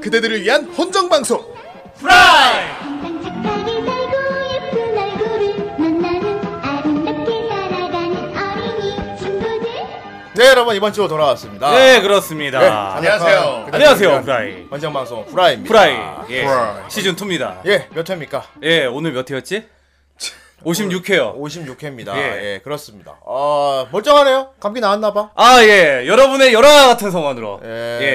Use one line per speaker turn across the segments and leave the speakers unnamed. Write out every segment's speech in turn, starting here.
그대들을 위한 헌정 방송.
항상 착하게 살고 예쁜 얼굴을 만나는 아름답게 살아가는 어린이 친구들
네, 여러분 이번 주로 돌아왔습니다.
네, 그렇습니다.
네, 안녕하세요.
안녕하세요, 프라이.
헌정 방송 후라이입니다.
프라이. 예.
아, 프라이.
시즌 2입니다. 예.
예, 몇 회입니까?
오늘 몇 회였지? 56회요.
56회입니다. 예,
예.
그렇습니다. 아, 멀쩡하네요. 감기 나왔나 봐.
아, 예. 여러분의 열화 같은 성원으로
예.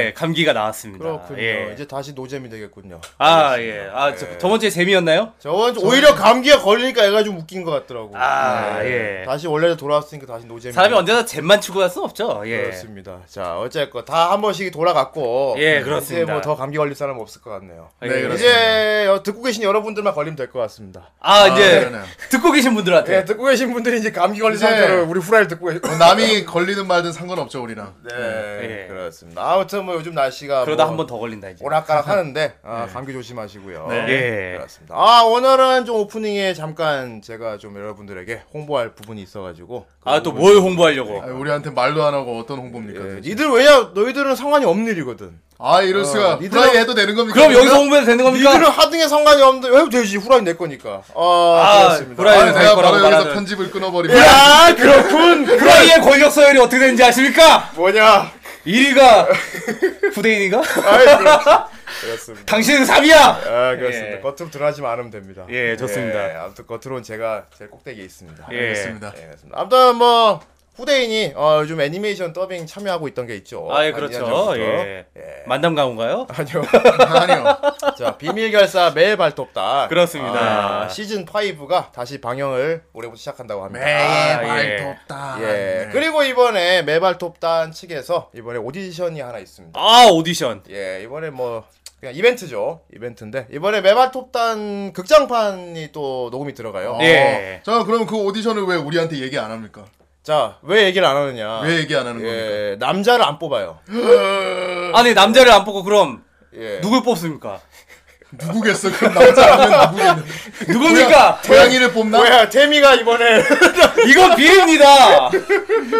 예, 감기가 나왔습니다.
그렇군요.
예.
이제 다시 노잼이 되겠군요.
아, 예. 아, 저, 저번 주에 재미였나요?
저번 주 오히려 감기가 걸리니까 애가 좀 웃긴 것 같더라고.
아, 예.
다시 원래로 돌아왔으니까 다시 노잼이.
사람이
되겠-
언제나 잼만 치고 갈 수는 없죠. 예.
음. 그렇습니다. 자, 어쨌건 다 한 번씩 돌아갔고.
예, 그렇습니다.
이제 뭐 더 감기 걸릴 사람 은 없을 것 같네요.
예,
네,
그렇습니다.
이제 어, 듣고 계신 여러분들만 걸리면 될 것 같습니다.
아,
아,
이제
그러네요.
듣고 계신 분들한테
예, 네. 듣고 계신 분들이 이제 감기 걸린
이제-
상태로 우리 후라이를 듣고 계신.
어, 남이 걸리든 말든 상관없죠 우리랑.
네,
예.
그렇습니다. 아무튼 뭐 요즘 날씨가
그러다
뭐
한 번 더 걸린다 이제.
오락가락 하는데 아, 감기 조심하시고요.
네. 예.
그렇습니다. 아 오늘은 좀 오프닝에 잠깐 제가 좀 여러분들에게 홍보할 부분이 있어가지고.
아, 또 뭘 홍보하려고.
아, 우리한테 말도 안 하고 어떤 홍보입니까?
예,
도대체?
니들 왜냐? 너희들은 상관이 없는 일이거든.
아 이럴 수가.
니들은-
프라이 해도 되는 겁니까?
어, 그럼 여기서
우리가?
홍보해도 되는 겁니까?
니들은 하등에 상관이 없는데 왜 되지? 후라이 내 거니까. 아,
그러니까 아,
그렇습니다.
후라이
아니, 내가
될
바로
거라고
여기서
말하는-
편집을 끊어버리고.
아 그렇군.
프라이의 권력 서열이 어떻게 되는지 아십니까?
뭐냐?
1위가 부대인인가?
아이, 그렇- 그렇습니다.
당신은 3위야!
아 그렇습니다.
예.
겉으로 들어가지 않으면 됩니다.
예, 좋습니다.
예, 아무튼 겉으로는 제가 제일 꼭대기에 있습니다.
예.
알겠습니다.
예, 그렇습니다. 아무튼 뭐 후대인이 어, 요즘 애니메이션 더빙 참여하고 있던 게 있죠.
아, 예,
한
그렇죠.
이년 전부터.
예.
예.
만담 가운가요?
아니요.
아니요.
자, 비밀 결사 매일 발톱다. 아,
그렇습니다.
시즌 5가 다시 방영을 올해부터 시작한다고 합니다.
네.
매일
아, 예.
말톱다. 네.
예. 그리고 이번에 매발톱단 측에서 이번에 오디션이 하나 있습니다.
아, 오디션.
예, 이번에 뭐 그냥 이벤트죠. 이벤트인데 이번에 매발톱단 극장판이 또 녹음이 들어가요.
예.
자 그럼 그 오디션을 왜 우리한테 얘기 안 합니까?
자, 왜 얘기를 안
아.
하느냐?
왜 얘기 안 하는 겁니까? 어,
예, 남자를 안 뽑아요.
아니, 네, 남자를 안 뽑고 그럼
예.
누굴 뽑습니까?
누구겠어? 그럼 남자라면 누구겠냐?
누굽니까?
고양이를 뽑나?
아, 뭐야, 태미가 이번에
이건 비입니다!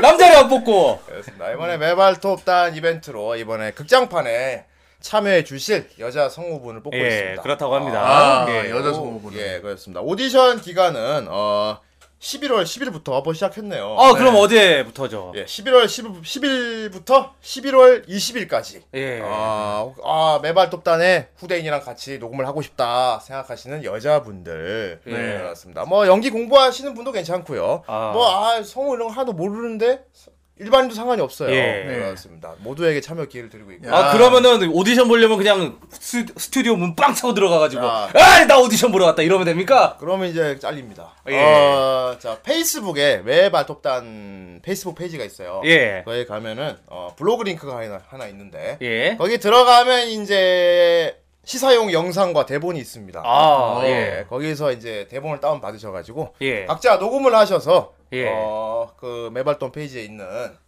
남자를 안 뽑고!
그렇습니다. 이번에 매발톱단 이벤트로 이번에 극장판에 참여해 주실 여자 성우분을 뽑고
예,
있습니다.
그렇다고 합니다.
아,
예.
여자
오,
성우분.
예, 그렇습니다. 오디션 기간은 어 11월 10일부터 한번 시작했네요.
아, 그럼 어제부터죠.
예, 11월 10, 10일부터 11월 20일까지.
예.
아, 아, 매발톱단에 후대인이랑 같이 녹음을 하고 싶다 생각하시는 여자분들.
예.
네, 그렇습니다. 뭐, 연기 공부하시는 분도 괜찮고요.
아.
뭐, 아, 성우 이런 거 하나도 모르는데, 일반인도 상관이 없어요.
예.
네, 그렇습니다. 모두에게 참여 기회를 드리고 있고.
아, 그러면은 오디션 보려면 그냥 스, 스튜디오 문 빵 차고 들어가가지고,
아.
아, 나 오디션 보러 왔다 이러면 됩니까?
그러면 이제 잘립니다.
예.
어, 자, 페이스북에 매발톱단 페이스북 페이지가 있어요.
예.
거기 가면은, 어, 블로그 링크가 하나, 하나 있는데,
예.
거기 들어가면 이제 시사용 영상과 대본이 있습니다.
아,
어,
예.
거기서 이제 대본을 다운 받으셔가지고
예.
각자 녹음을 하셔서
예.
어, 그 매발돈 페이지에 있는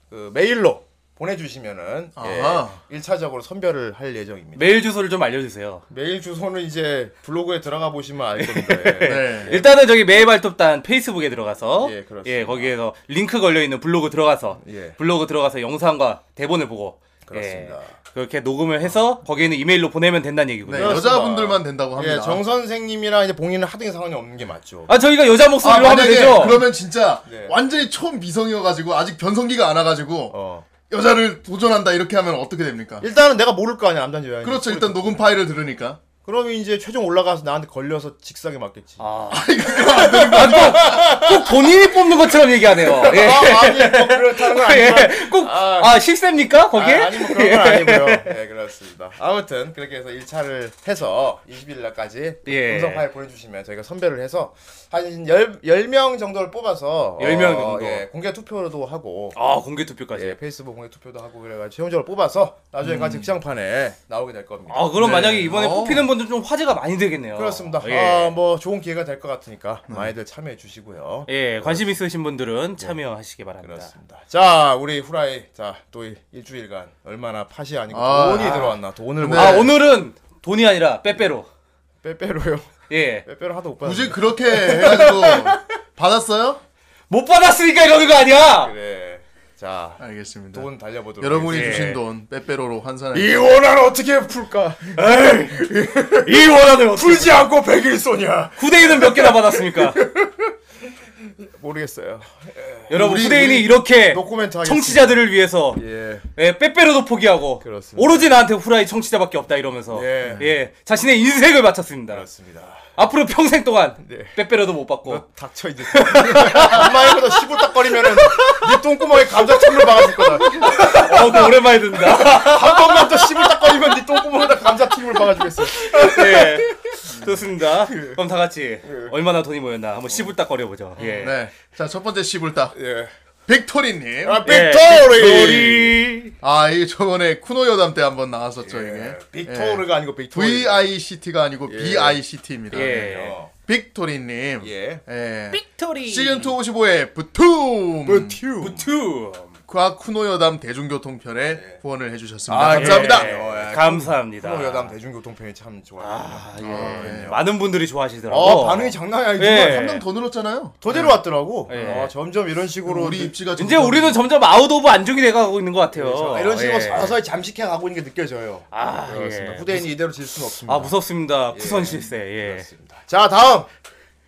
그 메일로 보내주시면은
아하.
예, 1차적으로 선별을 할 예정입니다.
메일 주소를 좀 알려주세요.
메일 주소는 이제 블로그에 들어가 보시면 알 겁니다. 예.
네.
일단은 저기 매일발톱단 페이스북에 들어가서
예, 그렇습니다.
예, 거기에서 링크 걸려 있는 블로그 들어가서
예.
블로그 들어가서 영상과 대본을 보고
그렇습니다.
예, 그렇게 녹음을 해서 거기에 있는 이메일로 보내면 된다는
네,
얘기군요.
여자분들만 된다고 합니다.
예, 정 선생님이랑 이제 봉이는 하등의 상관이 없는 게 맞죠.
아 저희가 여자
아,
목소리로 하면
만약에
되죠.
그러면 진짜
네.
완전히 초미성이어가지고 아직 변성기가 안 와가지고
어.
여자를 도전한다 이렇게 하면 어떻게 됩니까?
일단은 내가 모를 거 아니야 남자인지 여자인지.
그렇죠. 일단 녹음 파일을 들으니까.
그러면 이제 최종 올라가서 나한테 걸려서 직사게 맞겠지.
아, 아, 꼭, 꼭 본인이 뽑는 것처럼 얘기하네요. 예.
아, 아니, 뭐 그렇다는 건 아니고.
예. 꼭,
아.
아, 실세입니까? 거기에? 예.
아, 아니 뭐 그런 건 아니고요. 네 그렇습니다. 아무튼 그렇게 해서 1차를 해서 20일 날까지
예.
음성 파일 보내주시면 저희가 선별을 해서 한 10, 10명 정도를 뽑아서
10명 정도.
예, 공개 투표도 하고
아, 공개 투표까지.
예, 페이스북 공개 투표도 하고 그래가지고 최종적으로 뽑아서 나중에 같이 극장판에 나오게 될 겁니다.
음. 아, 그럼 만약에 이번에
어.
뽑히는 분들 좀 화제가 많이 되겠네요.
네. 그렇습니다.
예. 음.
아, 뭐 좋은 기회가 될 것 같으니까 많이들 참여해 주시고요.
예, 관심 있으신 분들은 참여하시기 바랍니다.
그렇습니다. 자, 우리 후라이 자또 일주일간 얼마나 팥이 아니고
아,
돈이
아.
들어왔나 돈을
네.
아, 오늘은 돈이 아니라 빼빼로.
빼빼로요.
예.
빼빼로 하도 못
굳이
받았네.
그렇게 해가지고 받았어요?
못 받았으니까 이러는 거 아니야!
그래. 자,
알겠습니다.
돈 예. 달려보도록.
네. 여러분이
하겠습니다.
주신 돈 빼빼로로 환산해.
이 원한을 어떻게 풀까?
이 원안을 어떻게
풀지 않고 100일 쏘냐?
후대인은 몇 개나 받았습니까?
모르겠어요.
여러분
우리-
후대인이
우리
이렇게
노코멘트 하겠습니다.
네. 청취자들을 위해서
예.
예, 빼빼로도 포기하고
그렇습니다.
오로지 나한테 후라이 청취자밖에 없다 이러면서
예.
예, 자신의 인생을 바쳤습니다.
그렇습니다.
앞으로 평생 동안
네.
빼빼로도 못 받고
너 닥쳐 이제. 엄마야보다 시골딱거리면은 네 똥구멍에 감자청을 박아줄 거다.
어, 그거 오랜만에 듣는다.
한 번만 더 시골딱거리면 네 똥구멍에다 감자튀김을 박아주겠어.
예. 좋습니다. 그럼 다 같이
예.
얼마나 돈이 모였나 한번 시불딱거려 보죠. 예.
네. 자, 첫 번째 시불다.
예.
빅토리님.
아,
예,
빅토리.
빅토리.
아, 이게 저번에 쿠노 여담 때 한번 나왔었죠, 이게.
예.
예.
빅토르가 아니고 빅토리.
VICT가 아니고
예.
BICT입니다. 네.
예.
빅토리님.
어.
음.
예.
예.
빅토리.
시즌2 55의 부툼!
뷰튜.
부투.
과 쿠노 여담 대중교통편에 후원을 해주셨습니다.
예. 아,
감사합니다.
예. 어, 예.
감사합니다.
프로 여담 대중교통편이 참 좋아.
아, 예. 많은 분들이 좋아하시더라고.
어, 반응이 장난이 아니고
예.
예.
한명더 늘었잖아요.
더 데려왔더라고.
예.
어, 점점 이런 식으로
우리
느-
입지가
이제 우리는 점점 아웃 오브 안중이 돼가고 있는 것 같아요.
아, 이런 식으로
예.
서서히 잠식해 가고 있는 게 느껴져요.
아,
그렇습니다.
예.
후대인이 이대로 질 수는 없습니다.
아 무섭습니다. 쿠선 실세. 예.
그렇습니다. 자, 다음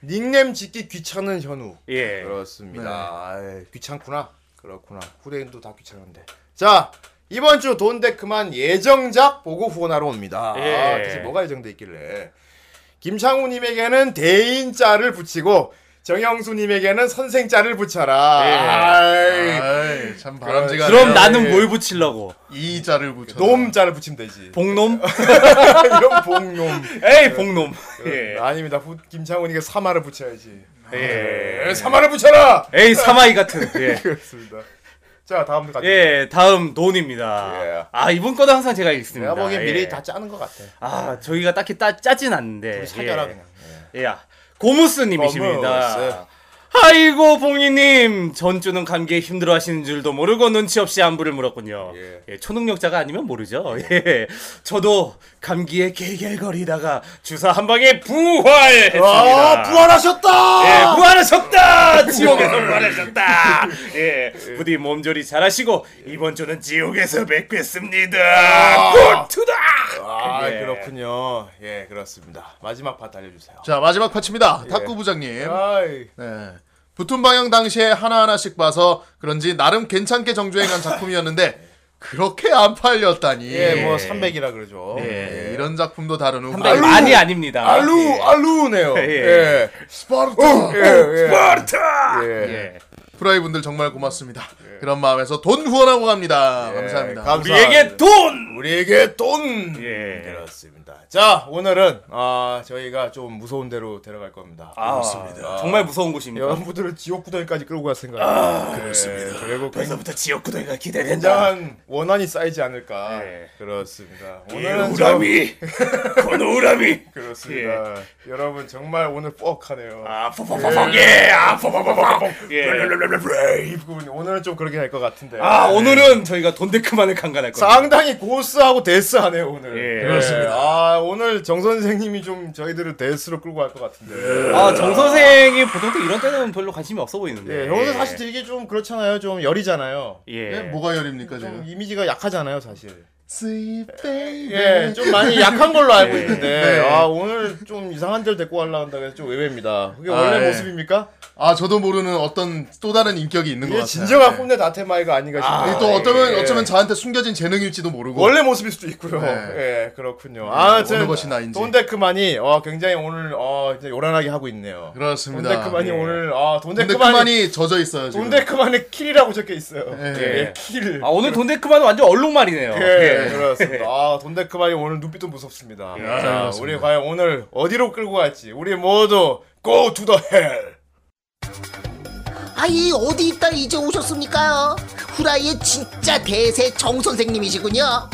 닉네임 짓기 귀찮은 현우.
예.
그렇습니다. 아이, 네. 귀찮구나. 그렇구나. 후대인도 다 귀찮은데. 자, 이번 주 돈데 그만 예정작 보고 후원하러 옵니다.
예.
아, 대체 뭐가 예정돼 있길래? 김창우님에게는 대인자를 붙이고 정영수님에게는 선생자를 붙여라.
예.
아이,
아이, 참 바람직하네요.
그럼
예.
나는 뭘 붙이려고?
이 자를 붙여.
놈자를 붙이면 되지.
복놈?
이런 복놈.
에이 복놈. 예.
그, 아닙니다. 후, 김창훈이가 사마를 붙여야지.
예.
에, 사마를 붙여라.
에이 사마이 같은. 예.
그렇습니다. 자, 다음 가죠.
예, 다음 돈입니다.
예.
아 이번 거는 항상 제가 읽습니다.
내가 보기엔 미리
예.
다 짜는 것 같아.
아 저희가 딱히 따, 짜진 않는데.
우리 사겨라 그냥.
예. 야 고무스님이십니다.
고무스.
아이고 봉이님 전주는 감기에 힘들어하시는 줄도 모르고 눈치 없이 안부를 물었군요.
예.
예. 초능력자가 아니면 모르죠. 예. 저도 감기에 개개거리다가 주사 한 방에 부활했습니다.
아,
예,
부활하셨다.
부활하셨다! 지옥에서 부활하셨다! 예, 부디 몸조리 잘하시고, 이번 주는 지옥에서 뵙겠습니다! 굿투다!
아,
예.
그렇군요. 예, 그렇습니다. 마지막 팟 알려주세요.
아. 자, 마지막 파츠입니다.
예.
탁구 부장님.
아이,
네. 붙은 방향 당시에 하나하나씩 봐서 그런지 나름 괜찮게 정주행한 작품이었는데 그렇게 안 팔렸다니.
예, 뭐 300이라 그러죠.
예.
예, 이런 작품도 다룬 후
근데 많이 아닙니다.
알루, 알루네요.
예.
예.
스파르타
예, 예.
스파르타!
예.
예.
프라이 분들 정말 고맙습니다. 그런 마음에서 돈 후원하고 갑니다. 감사합니다.
예, 감사합니다.
우리에게 돈!
우리에게 돈.
예.
그렇습니다. 자, 오늘은 아 저희가 좀 무서운 데로 데려갈 겁니다.
아, 정말 무서운 곳입니다.
여러분들을 지옥 구덩이까지 끌고 갈 생각입니다. 아, 예. 그렇습니다. 그리고 굉장히
벌써부터 지옥 구덩이가 기대된다.
굉장한 원한이 쌓이지 않을까.
예.
그렇습니다. 오늘은 좀
우람이! 그 건우람이!
그렇습니다. 예. 여러분 정말 오늘 뻑하네요.
아, 퍼퍼퍼퍼, 예! 아, 퍼퍼퍼퍼, 예!
이 부분 오늘은 좀 그렇게 할 것 같은데.
아, 오늘은 저희가 돈데크만을 강간할 겁니다.
상당히 고스하고 데스하네요 오늘.
예.
그렇습니다. 아 오늘 정 선생님이 좀 저희들을 데스로 끌고 갈 것 같은데.
아, 정 선생이 보통 또 이런 때는 별로 관심이 없어 보이는데.
예, 형은 사실 되게 좀 그렇잖아요. 좀 열이잖아요.
예.
예, 뭐가 열입니까 제가?
좀 이미지가 약하잖아요, 사실.
Sweet baby.
예, 좀 많이 약한 걸로 알고 있는데
네.
아 오늘 좀 이상한 데를 데리고 가려고 한다고 해서 좀 의외입니다. 그게
아,
원래
예.
모습입니까?
아 저도 모르는 어떤 또 다른 인격이 있는 것
이게
같아요.
진정한 꼰대 나태마이가 아닌가 싶어요.
예. 또 어쩌면
예.
어쩌면 저한테 숨겨진 재능일지도 모르고.
원래 모습일 수도 있고요.
뭐. 네.
예, 그렇군요. 아무튼
어느 것이 나인지.
돈데크만이 어, 굉장히 오늘 어, 진짜 요란하게 하고 있네요.
그렇습니다.
돈데크만이
예.
오늘 아
근데
돈데크만이
그만이 젖어 있어요 지금.
돈데크만의 킬이라고 적혀 있어요.
예.
예, 킬.
아, 오늘 돈데크만은 완전 얼룩말이네요.
예, 그렇습니다. 아, 돈데크만이 오늘 눈빛도 무섭습니다. 자,
예, 그렇습니다.
우리 과연 오늘 어디로 끌고 갈지, 우리 모두 go to the hell.
아이 어디 있다 이제 오셨습니까요? 후라이의 진짜 대세 정 선생님이시군요.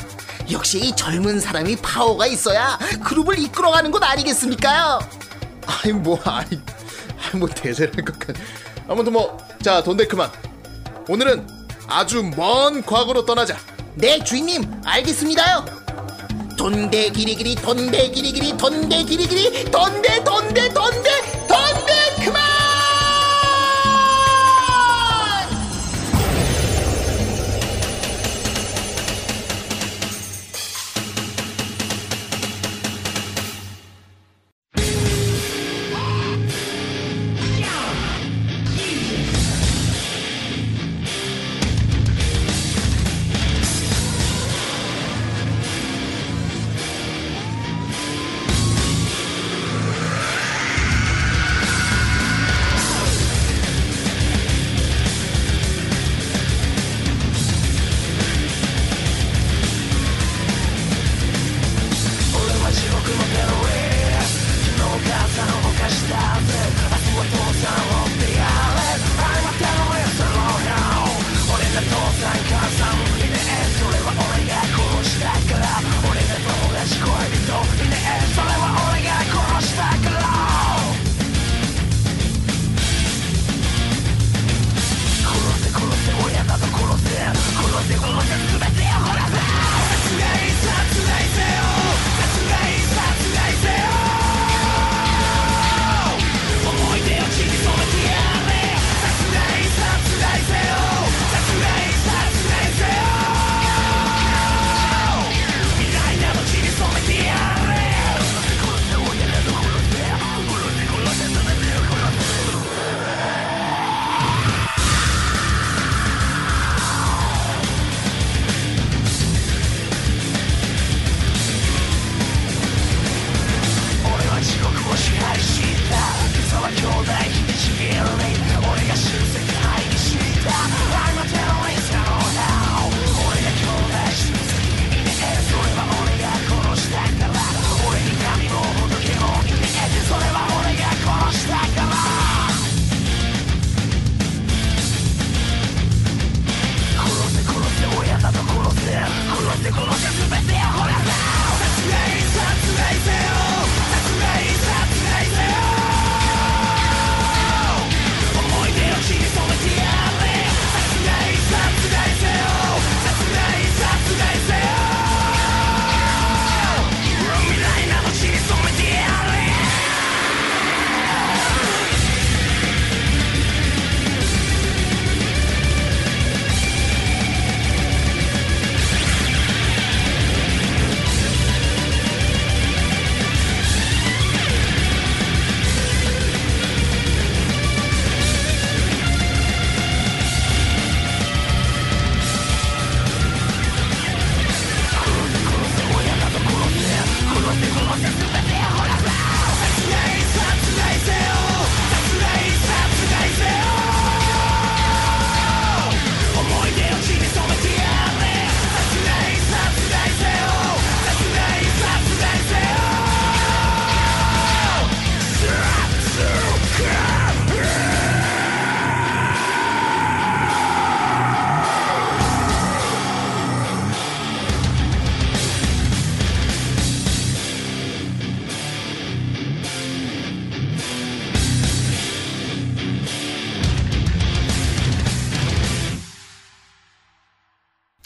역시 이 젊은 사람이 파워가 있어야 그룹을 이끌어가는 것 아니겠습니까요?
아니 뭐 아니 아니, 뭐 대세랄 것까지 아무튼 뭐자 돈데 그만 오늘은 아주 먼 과거로 떠나자
네 주인님 알겠습니다요. 돈대 기리기리 돈대 기리기리 돈대 기리기리 돈대 돈대 돈대 돈대 그만!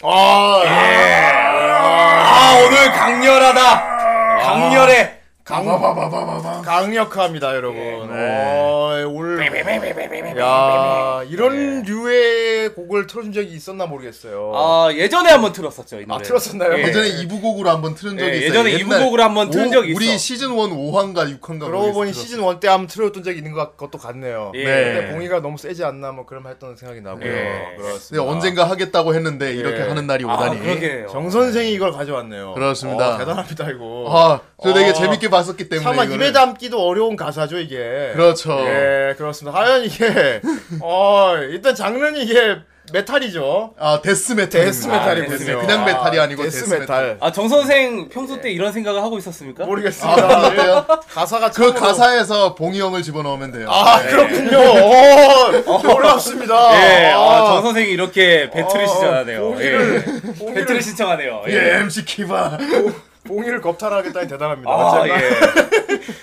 아,
아 오늘 강렬하다.
아.
강렬해.
강, 강력합니다, 여러분. 어, 오늘. 야, 이런 류의 곡을 틀어준 적이 있었나 모르겠어요.
아 예전에 한번 들었었죠 이 노래.
아, 틀었었나요?
예.
예전에 이부곡으로 한번 틀은 적이
예,
있어요.
예전에
옛날
이부곡으로 한번 틀은
오-
적이
우리
있어.
시즌 1 5화인가
뭐
6화인가
그러고 보니 시즌 1 때 한번 틀어줬던 적이 있는 것 것도 같네요.
예.
근데 봉이가 너무 세지 않나 뭐 그런 했던 생각이 나고요.
예.
그렇습니다.
네,
근데 언젠가 하겠다고 했는데 이렇게 하는 날이
뭐
아
오다니.
그러게요.
정 선생이 이걸 가져왔네요.
그렇습니다.
어, 대단합니다 이거.
아, 저 되게
어.
재밌게 봤었기 때문에
차마
이거를.
입에 담기도 어려운 가사죠 이게.
그렇죠.
예, 그렇습니다. 하연 이게 어 일단 장르는 이게 메탈이죠.
아, 데스 메탈.
데스 메탈이군요.
데스메탈.
그냥 메탈이 아니고 데스,
데스
메탈.
메탈.
아정 선생 평소 때 이런 생각을 하고 있었습니까?
아,
모르겠습니다.
몰랐대요.
가사가
그
참으로-
가사에서 봉이 형을 집어넣으면 돼요.
아 그렇군요. 어, 놀랍습니다.
예, 아, 정 선생이 이렇게 배틀을
어,
시작하네요.
고기를-
예.
봉이를-
배틀을 신청하네요.
예, MC 키바.
봉이를 겁탈하겠다니 대단합니다.
아,
맞지 않나?
예.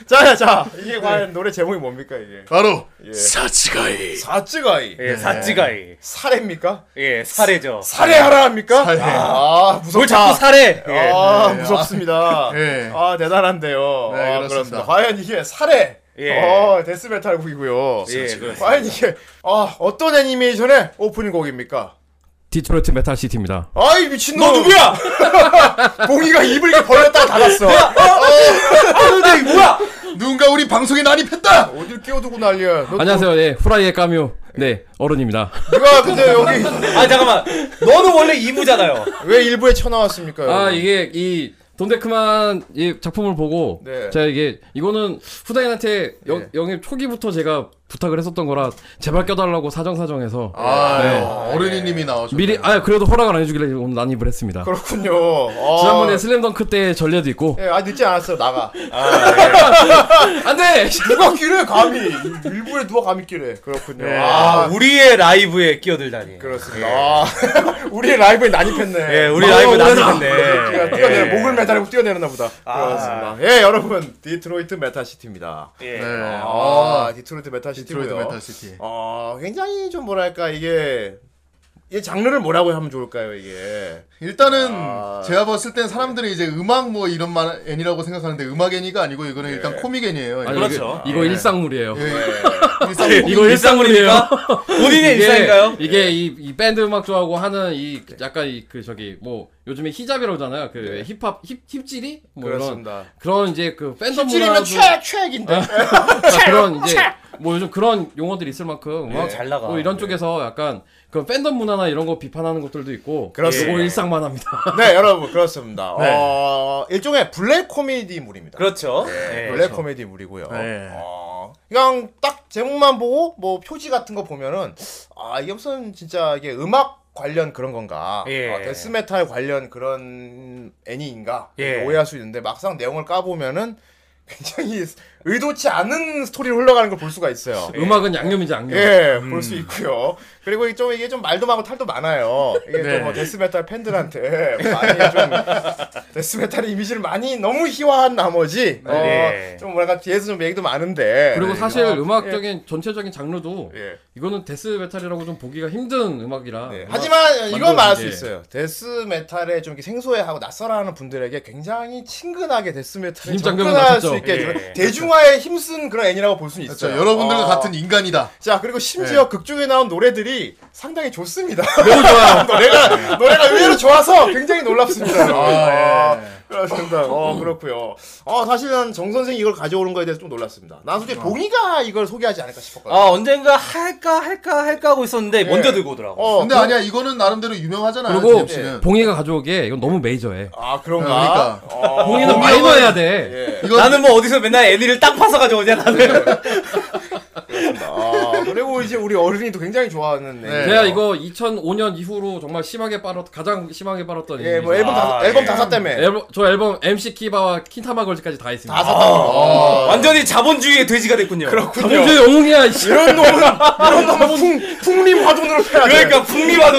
자, 자, 이게 과연 노래 제목이 뭡니까 이게?
바로
예.
사치가이.
사찌가이.
예, 사찌가이.
살해입니까?
예, 사례죠.
살해하라 합니까?
살해.
아, 무섭다.
뭘 자꾸 사례. 예.
아, 무섭습니다.
예.
아, 대단한데요.
네,
아,
그렇습니다.
과연 이게 살해.
예.
어, 데스메탈곡이고요.
예, 그렇습니다.
과연 이게 아, 어떤 애니메이션의 오프닝 곡입니까?
디트로이트 메탈 시티입니다.
아이 미친놈 너 누구야? 봉이가 입을 이렇게 벌렸다가 닫았어
근데 이거 뭐야?
누군가 우리 방송에 난입했다.
어딜 끼워두고 난리야 너
안녕하세요. 네, 후라이의 까뮤. 네, 어른입니다.
누가 근데 여기
아 잠깐만. 너는 원래 2부잖아요.
왜 일부에 쳐나왔습니까?
아,
여러분?
이게 이 돈데크만 이 작품을 보고
네.
제가 이게 이거는 후다인한테 여-
네.
영입 초기부터 제가 부탁을 했었던 거라 제발 껴달라고 사정사정해서
아,
네.
어른이님이 나오셨.
네.
미리 아 그래도 허락을 안 해주길래 오늘 난입을 했습니다.
그렇군요 아,
지난번에 슬램덩크 때 전례도 있고
예, 아 늦지 않았어 나가
안돼
누가 끼래 감히 일부에 누가 감히 끼래 그렇군요
아,
아
우리의 라이브에 끼어들다니.
그렇습니다 아, 우리의 라이브에 난입했네
예, 우리 라이브
뛰어내,
난입했네.
뛰어내, 목을 매달고 뛰어내렸나 보다 그렇습니다 예 여러분 디트로이트 메타시티입니다
예.
네.
아, 디트로이트 메타시티고요
디트로이트 메탈 시티.
어, 굉장히 좀 뭐랄까 이게 이 장르를 뭐라고 하면 좋을까요 이게
일단은
아.
제가 봤을 땐 사람들이 이제 음악 뭐 이런 말 애니라고 생각하는데 음악 애니가 아니고 이거는 일단 코믹 애니예요.
아니,
이거.
그렇죠.
이거, 이거
예.
일상물이에요.
예, 예. 일상 코믹.
이거 일상물이에요.
본인의 일상인가요?
이게
예.
이, 이 밴드 음악 좋아하고 하는 이 약간 이 그 저기 뭐 요즘에 히잡이라잖아요. 그 힙합 힙 힙질이 뭐
네. 그렇습니다.
이런 그런 이제 그 팬덤
찌르면
문화도
최악 최악인데
아, 그런 이제 뭐 요즘 그런 용어들이 있을 만큼 음악
잘 나가.
뭐 이런
예.
쪽에서 약간 그 팬덤 문화나 이런 거 비판하는 것들도 있고
그렇습니다.
요거 일상만합니다.
네 여러분 그렇습니다 어, 일종의 블랙 코미디물입니다
그렇죠. 예.
블랙 코미디물이고요
네.
어, 그냥 딱 제목만 보고 뭐 표지 같은 거 보면은 아 이게 무슨 진짜 이게 음악 관련 그런 건가
예.
아, 데스메탈 관련 그런 애니인가
예.
오해할 수 있는데 막상 내용을 까보면은 굉장히 의도치 않은 스토리로 흘러가는 걸 볼 수가
예.
있어요
음악은 양념이지 양념.
예, 볼 수 있고요. 그리고 좀 이게 좀 말도 많고 탈도 많아요. 이게
네.
좀뭐 데스메탈 팬들한테 많이 좀 데스메탈의 이미지를 많이 너무 희화한 나머지 어,
네.
좀 뭐랄까 뒤에서 좀 얘기도 많은데
그리고 사실
어,
음악적인 전체적인 장르도
예.
이거는 데스 메탈이라고 좀 보기가 힘든 음악이라.
네.
음악-
하지만 이건 말할 수
예.
있어요. 데스메탈에 좀 이렇게 생소해하고 낯설어하는 분들에게 굉장히 친근하게 데스메탈에
진입장벽은
접근할
낮췄죠.
수 있게
예.
해주는 대중화에 힘쓴 그런 애니라고 볼 수는 있어요.
그렇죠. 여러분들과
아.
어.
같은 인간이다.
자 그리고 심지어 극 중에 나온 노래들이 상당히 좋습니다. 매우 좋아요. 노래가 노래가 의외로 좋아서 굉장히 놀랍습니다. 아,
예.
그렇습니다. 어 그렇고요. 어 사실은 정 선생이 이걸 가져오는 거에 대해서 좀 놀랐습니다. 난 솔직히 봉이가 이걸 소개하지 않을까 싶었거든. 요
아 언젠가 할까 할까 할까 하고 있었는데 먼저 들고 오더라고.
어
근데
그-
아니야 이거는 나름대로 유명하잖아요.
그리고
진엽
예.
씨는.
봉이가 가져오기에 이건 너무 메이저해.
아 그런가.
그러니까.
어,
봉이는 마이너해야 돼.
예.
이거
나는 뭐 어디서 맨날 애니를 딱 파서 가져오냐 나는.
아 그리고 이제 우리 어른이도 굉장히 좋아하는 애.
네.
제가 이거 2005년 이후로 정말 심하게 빨았 가장 심하게 빨았던
예, 뭐
이미지.
앨범 다
아,
앨범
예.
다샀 때문에
앨범 저 앨범 MC 키바와 킨타마 걸즈까지 다 했습니다.
다 샀다. 고
완전히 자본주의의 돼지가 됐군요.
그렇군요.
아, 자본주의 영웅이야. 이 씨.
이런 놈은 이런 놈은 풍 풍림 화돈으로 패야 돼.
그러니까 북미와도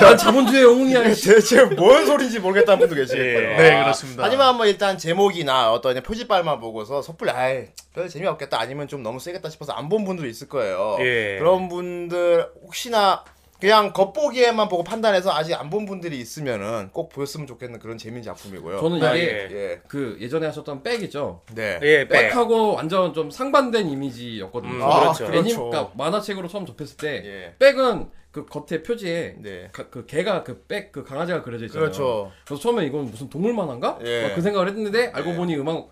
난 자본주의 영웅이야. 이 씨.
네, 대체 뭔 소린지 모르겠다는 분도 계시겠고요.
예.
네, 그렇습니다.
아, 하지만 뭐 일단 제목이나 어떤 그냥 표지빨만 보고서 섣불리 아이 별
예.
재미없겠다 아니면 좀 너무 세겠다 싶어서 안 본 분도 있을 거예요.
예.
그런 분들 혹시나 그냥 겉보기에만 보고 판단해서 아직 안 본 분들이 있으면은 꼭 보셨으면 좋겠는 그런 재미있는 작품이고요.
저는
아,
이게
예.
예.
그 예전에 하셨던 백이죠.
네.
어,
예, 백.
백하고 완전 좀 상반된 이미지였거든요.
음,
아,
그렇죠.
애니,
그렇죠.
그러니까 만화책으로 처음 접했을 때
예.
백은 그 겉에 표지에
네.
가- 그 개가 그 백 그 강아지가 그려져 있잖아요.
그렇죠.
그래서 처음에 이건 무슨 동물 만화인가?
예.
막그 생각을 했는데 알고
예.
보니 음악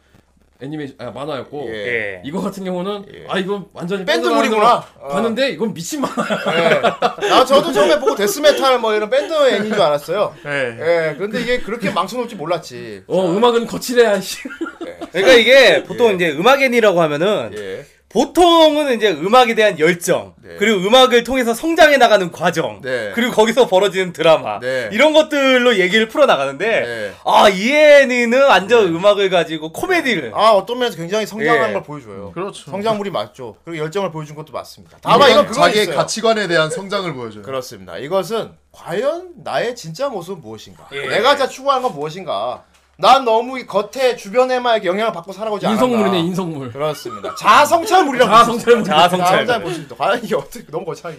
애니메이션 아, 만화였고
예.
예.
이거 같은 경우는
예.
아 이건 완전히
밴드물이구나. 어.
봤는데 이건 미친 만화야.
예. 나 저도 처음에 보고 데스메탈 뭐 이런 밴드 애니인 줄 알았어요. 예. 그런데 이게 그렇게 망쳐놓을 지 몰랐지.
어 음악은 거칠해야 씨.
그러니까 이게 보통 이제 음악엔이라고 하면은
예.
보통은 이제 음악에 대한 열정
네.
그리고 음악을 통해서 성장해 나가는 과정
네.
그리고 거기서 벌어지는 드라마
네.
이런 것들로 얘기를 풀어 나가는데
네.
아 이해는 완전 음악을 가지고 코미디를
아 어떤 면에서 굉장히 성장하는
예.
걸 보여줘요.
그렇죠.
성장물이 맞죠. 그리고 열정을 보여준 것도 맞습니다. 다만 이건 그거
자기의
있어요.
가치관에 대한 성장을 보여줘요.
그렇습니다. 이것은 과연 나의 진짜 모습은 무엇인가?
예.
내가 진짜 추구하는 건 무엇인가? 난 너무 이 겉에 주변에만 이렇게 영향을 받고 살아오지 않았나?
인성물이네 인성물.
그렇습니다. 자성찰물이라고.
자성찰물.
자성찰물.
보십니다. 과연 이게 어떻게 너무 거창해.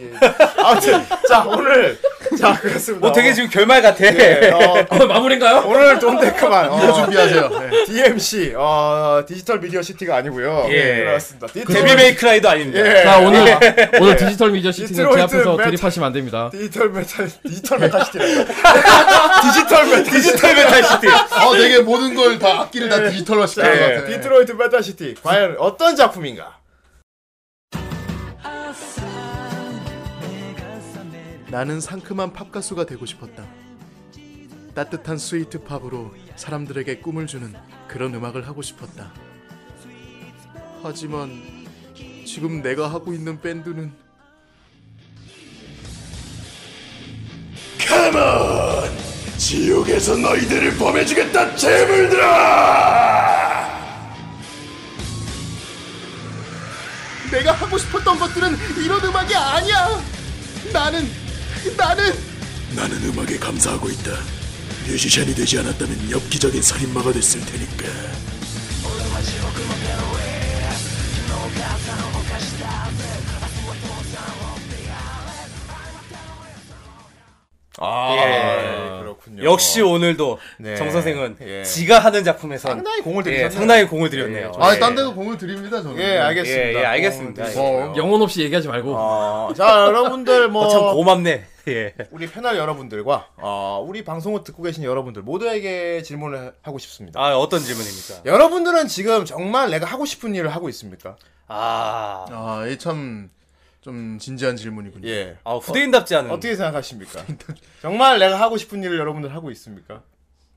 아무튼 자 오늘 자 그렇습니다.
뭐 되게 지금 결말 같아
예, 어,
어, 마무리인가요?
오늘 돈데크만
이거
어,
준비하세요. 네.
DMC 어, 디지털 미디어 시티가 아니고요. 네,
예.
그렇습니다. 디-
데뷔 메이크라이도 아닙니다
예.
자 오늘 오늘 디지털 미디어 시티는 제
디트로이트
앞에서
메타-
드립하시면 안 됩니다.
디지털 메타 디지털 메타 시티라고. 디지털 메타
디지털 메탈시티
아, 되게 모든 걸 다 악기를 다 디지털화 시키는 것
네,
같아.
디트로이트 메타시티 과연 어떤 작품인가?
나는 상큼한 팝 가수가 되고 싶었다. 따뜻한 스위트 팝으로 사람들에게 꿈을 주는 그런 음악을 하고 싶었다. 하지만 지금 내가 하고 있는 밴드는 가만! 지옥에서 너희들을 범해주겠다 재물들아! 내가 하고 싶었던 것들은 이런 음악이 아니야. 나는 나는 나는 음악에 감사하고 있다. 뮤지션이 되지 않았다면 엽기적인 살인마가 됐을 테니까.
아
예.
그렇군요.
역시 오늘도
네.
정 선생은
예.
지가 하는 작품에서
상당히 공을 들이셨네요.
예, 상당히 공을 들였네요
예.
아,
예.
딴 데도 공을 드립니다 저는.
예 알겠습니다.
예, 예, 알겠습니다.
어, 영-
영혼 없이 얘기하지 말고.
어, 자 여러분들 뭐
어, 참 고맙네 예.
우리 패널 여러분들과 어, 우리 방송을 듣고 계신 여러분들 모두에게 질문을 하고 싶습니다.
아 어떤 질문입니까
여러분들은 지금 정말 내가 하고 싶은 일을 하고 있습니까?
아,
아, 이참좀 진지한 질문이군요.
예.
아 후대인답지 않은
어떻게 생각하십니까? 정말 내가 하고 싶은 일을 여러분들 하고 있습니까?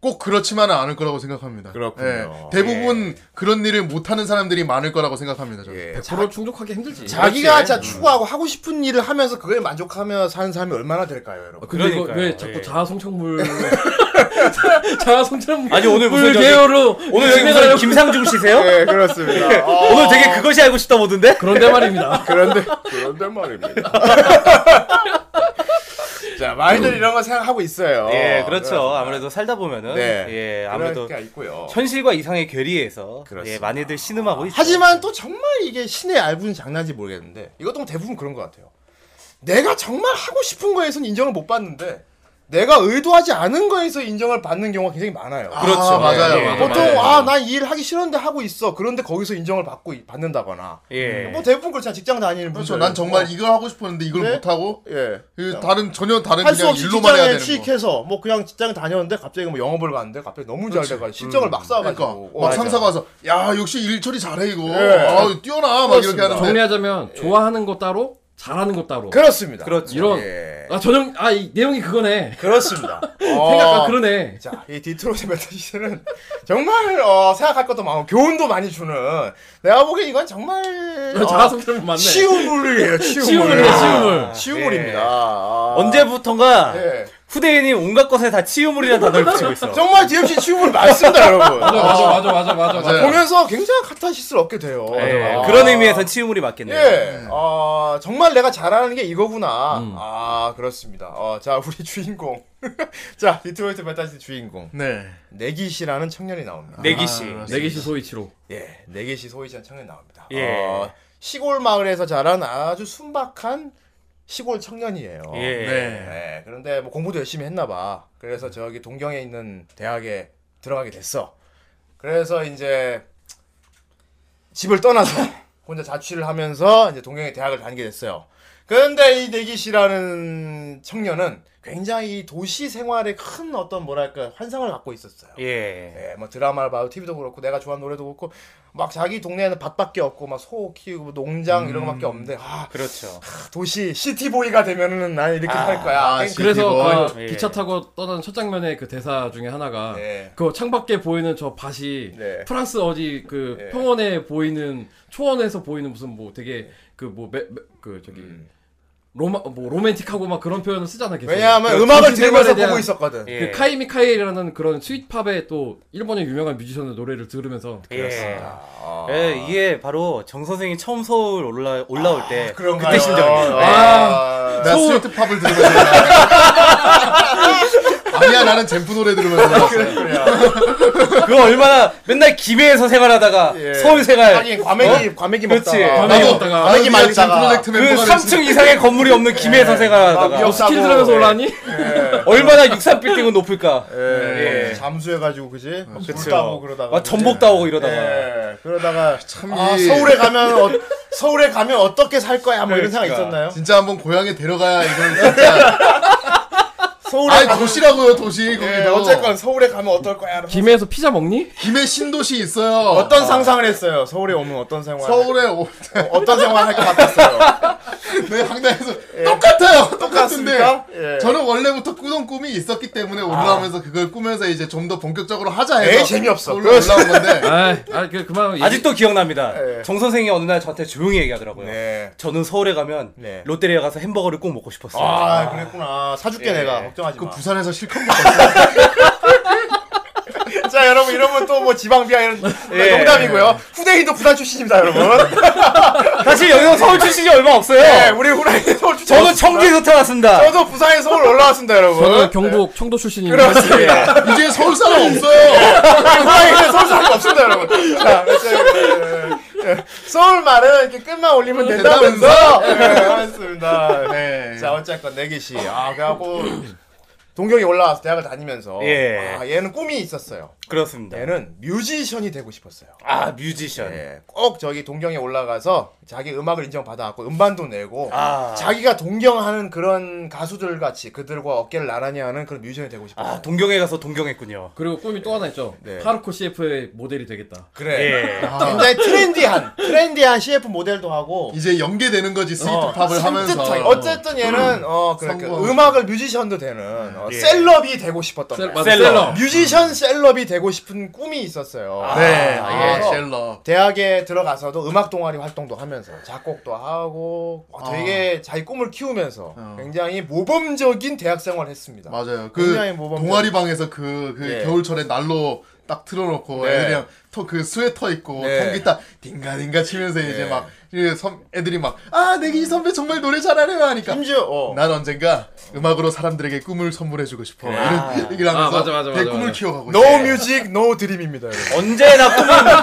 꼭 그렇지만은 않을 거라고 생각합니다.
그렇군요.
예, 대부분 그런 일을 못하는 사람들이 많을 거라고 생각합니다. 저는.
예.
100% 충족하기 힘들지.
자기가 진짜 추구하고 하고 싶은 일을 하면서 그거에 만족하며 사는 사람이 얼마나 될까요, 여러분?
아, 근데 이거
그러니까요.
왜 자꾸
예.
자아성찰물 자아성찰물
아니, 오늘 무슨 저기-
계열로
오늘 여기 무슨
진행하려고-
김상중 씨세요?
네, 그렇습니다. 어,
오늘 되게 그것이 알고 싶다 보던데?
그런데 말입니다.
그런데 그런데 말입니다. 자, 많이들 이런 거 생각하고 있어요.
예, 그렇죠.
그렇습니다.
아무래도 살다 보면은
네.
예,
아무래도
아무래도
있고요.
현실과 이상의 괴리에서
그렇습니다.
예, 많이들 신음하고 있죠.
하지만 또 정말 이게 신의 얇은 장난인지 모르겠는데 이것도 대부분 그런 것 같아요. 내가 정말 하고 싶은 거에선 인정을 못 받는데 내가 의도하지 않은 거에서 인정을 받는 경우가 굉장히 많아요.
그렇죠. 아, 맞아요.
예, 예.
맞아요.
보통
맞아요.
아난 이 일 하기 싫었는데 하고 있어. 그런데 거기서 인정을 받고 받는다거나
예.
뭐 대부분 그렇잖아. 직장 다니는 분들.
그렇죠. 난 정말
어,
이걸 하고 싶었는데 이걸
네?
못하고
예.
그 다른 전혀 다른
할 수
그냥
없이
일로만 해야
직장에
되는 거.
취직해서 뭐 그냥 직장에 다녔는데 갑자기 뭐 영업을 갔는데 갑자기 너무 잘 돼가 실적을 막
그러니까
쌓아가지고 어,
막 상사가 와서 야 역시 일 처리 잘해 이거
예.
아 뛰어나 막 이렇게
그렇습니다.
하는데
정리하자면 좋아하는 거 따로 잘하는 거 따로.
네. 그렇습니다.
그렇죠.
이런
예.
아 전형 아이 내용이 그거네.
그렇습니다.
생각
어,
아 그러네.
자, 이 디트로이트 메타시스는 정말 어, 생각할 것도 많고 교훈도 많이 주는 내가 보기엔 이건 정말 어,
자아성찰물 맞네.
치유물이에요. 치유물. 아,
치유물이네, 치유물.
치유물입니다.
예.
아.
언제부턴가
예.
후대인이 온갖 것에 다 치유물이라는 단어를 붙이고 있어.
정말 DMC 치유물 맞습니다, 여러분.
맞아 맞아 맞아 맞아 맞아. 맞아.
맞아요.
보면서 굉장히 카타시스를 얻게 돼요.
예,
아.
그런 의미에선 치유물이 맞겠네요.
예, 어, 정말 내가 잘하는 게 이거구나. 아, 그렇습니다. 어, 자, 우리 주인공. 자, 디트로이트 메타시티 주인공.
네
내기시라는 청년이 나옵니다.
내기 씨.
내기시 소이치로.
예, 어, 내기시 소이시한 청년이 나옵니다.
예.
어, 시골 마을에서 자란 아주 순박한 시골 청년이에요.
예.
네, 그런데 뭐 공부도 열심히 했나봐. 그래서 저기 동경에 있는 대학에 들어가게 됐어. 그래서 이제 집을 떠나서 혼자 자취를 하면서 이제 동경의 대학을 다니게 됐어요. 그런데 이 내기시라는 청년은 굉장히 이 도시 생활에 큰 어떤 뭐랄까 환상을 갖고 있었어요.
예.
예, 뭐 드라마를 봐도 TV도 그렇고 내가 좋아하는 노래도 그렇고 막 자기 동네에는 밭밖에 없고 막 소 키우고 뭐 농장 이런 거밖에 없는데 아
그렇죠.
도시 시티보이가 되면은 난 이렇게
아,
살 거야.
아,
그러니까
그래서
그리고,
그
예.
기차 타고 떠난 첫 장면의 그 대사 중에 하나가
예.
그 창밖에 보이는 저 밭이
네.
프랑스 어디 그
예.
평원에 보이는 초원에서 보이는 무슨 뭐 되게 그 뭐 그 저기 로마 뭐 로맨틱하고 막 그런 표현을 쓰잖아 계속.
음. 왜냐하면
그
음악을
도시
들으면서
생활에 대한
보고 있었거든.
예.
그 카이미 카이라는 그런 스윗팝의 또 일본의 유명한 뮤지션의 노래를 들으면서
예.
아,
예, 이게 바로 정 선생이 처음 서울 올라 올라올 때
아, 그런가요?
그때 심정이에요.
아, 아,
나
서울-
스위트 팝을 들으면서 놀랐어. 아니야 나는 잼프 노래 들으면서
아.
놀랐어.
그래요.
그거 얼마나 맨날 김해에서 생활하다가
예.
서울 생활
하긴 과메기 과메기 먹다.
그렇지.
밤에
나도
먹다가
아니,
아기
많이
말리 잼
있다가.
프로젝트
그
멤버가
3층 이상의 건물이 없는 김해에서 생활하다가
아, 미역-
스킬 들으면서
예.
올라니?
얼마나 63빌딩은 높을까?
예.
예.
잠수해가지고 그지? 뭐
그쵸.
술 따고 그러다가.
막 전복 따오고 이러다가
예. 그러다가
참
아,
이-
서울에 가면 어, 서울에 가면 어떻게 살 거야? 뭐 이런 생각
그러니까.
있었나요?
진짜 한번 고향에 데려가야 이건 진짜
서울에
아니
가면-
도시라고요 도시 거기도
예, 어쨌건 서울에 가면 어떨 거야?
김해에서 피자 먹니?
김해 신도시 있어요
어떤 상상을 했어요? 서울에 오면 어떤 생활?
서울에 오...
어, 어떤 생활 할 것 같았어요? 예.
내 항당에서 똑같아요 똑같은데
똑같습니까? 예. 아.
저는 원래부터 꾸던 꿈이 있었기 때문에 올라오면서 그걸 꾸면서 이제 좀 더 본격적으로 하자 해서
에이, 재미없어.
서울로 올라온 건데
아그 그만 얘기-
아직도 기억납니다.
예.
정 선생이 어느 날 저한테 조용히 얘기하더라고요.
네.
저는 서울에 가면
네.
롯데리아 가서 햄버거를 꼭 먹고 싶었어요.
아, 그랬구나. 사줄게
예.
내가 걱정하지
그
마.
부산에서 실컷 먹었어요
자 여러분 이러면 또 뭐 지방 비하 이런 네,
예.
농담이고요. 후대인도 부산 출신입니다 여러분.
사실 여기서 서울 출신이 얼마 없어요.
네, 우리 후라이 서울 출신. 네.
저는 청주에서 태어났습니다.
저도 부산에 서울 올라왔습니다 여러분.
저는 경북 청도 출신이니까
그렇습니다.
이제 서울 사람 없어요
후라이는 서울 사람 없습니다 여러분. 자 그래서, 예, 예. 서울말은 이렇게 끝만 올리면 된다면서. 네, 알겠습니다.
네.
자 어쨌건 내기시. 아 그래갖고 동경이 올라와서 대학을 다니면서
예.
아, 얘는 꿈이 있었어요.
그렇습니다.
얘는 뮤지션이 되고 싶었어요.
아 뮤지션.
예, 꼭 저기 동경에 올라가서 자기 음악을 인정받아갖고 음반도 내고
아.
자기가 동경하는 그런 가수들 같이 그들과 어깨를 나란히 하는 그런 뮤지션이 되고 싶어요.
아 동경에 가서 동경했군요.
그리고 꿈이 또 하나 있죠.
네.
하르코 CF의 모델이 되겠다.
그래.
예.
굉장히 트렌디한 트렌디한 CF 모델도 하고
이제 연계되는
어.
거지 스위트 팝을 하면서
산뜻하게. 어쨌든 얘는 어 그래 그
성공.
음악을 뮤지션도 되는 어,
예.
셀럽이 되고 싶었던
셀,
거야.
맞아,
셀러.
셀러.
뮤지션 셀럽이 되고 싶은 꿈이 있었어요.
네 아,
아, 예.
셀러
대학에 들어가서도 음악 동아리 활동도 하면서 작곡도 하고 어, 되게 자기 꿈을 키우면서
아. 어.
굉장히 모범적인 대학 생활을 했습니다.
맞아요. 그
굉장히 모범적인-
동아리 방에서 그, 그
예.
겨울철에 난로 딱 틀어놓고
네.
애들이랑 토, 그 스웨터 입고
네.
통기 딱 딩가딩가 치면서 이제
네.
막 이제 선, 애들이 막 아 내기 선배 정말 노래 잘하네요 하니까
심지어 어,
난 언젠가 음악으로 사람들에게 꿈을 선물해주고 싶어 이런 얘기를
아,
하면서
맞아, 맞아,
되게
맞아,
꿈을
맞아.
키워가고
No
있어요.
Music, No Dream입니다. 여러분.
언제나 꿈은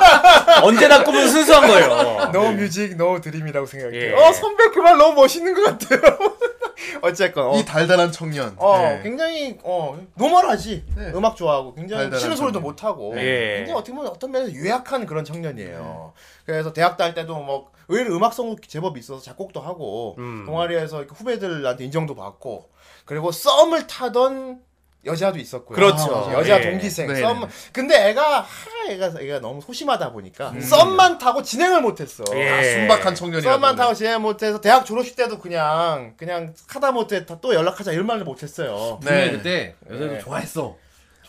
언제나 꿈은 순수한
아,
거예요.
네.
No Music, No Dream이라고 생각해요.
예.
어 선배 그 말 너무 멋있는 것 같아요. 어쨌건 어,
이 달달한
음.
청년
어,
네.
굉장히 어 노멀하지.
네.
음악 좋아하고 굉장히
달달한
싫은 소리도
청년.
못 하고
예.
굉장히 어떻게 보면 어떤 면에서 유약한 그런 청년이에요. 그래서 대학 다닐 때도 뭐 의외로 음악 성우 제법 있어서 작곡도 하고
음.
동아리에서 이렇게 후배들한테 인정도 받고 그리고 썸을 타던 여자도 있었고요.
그렇죠.
아, 여자
예.
동기생
네,
썸.
네.
근데 애가 하 애가 애가 너무 소심하다 보니까 썸만 타고 진행을 못했어.
아,
예.
순박한 청년이야
썸만 타고 진행 못해서 뭐 대학 졸업식 때도 그냥 그냥 하다 못해 다- 또 연락하자 이런 말을 못했어요.
분명히
네.
그때 여자들 좋아했어.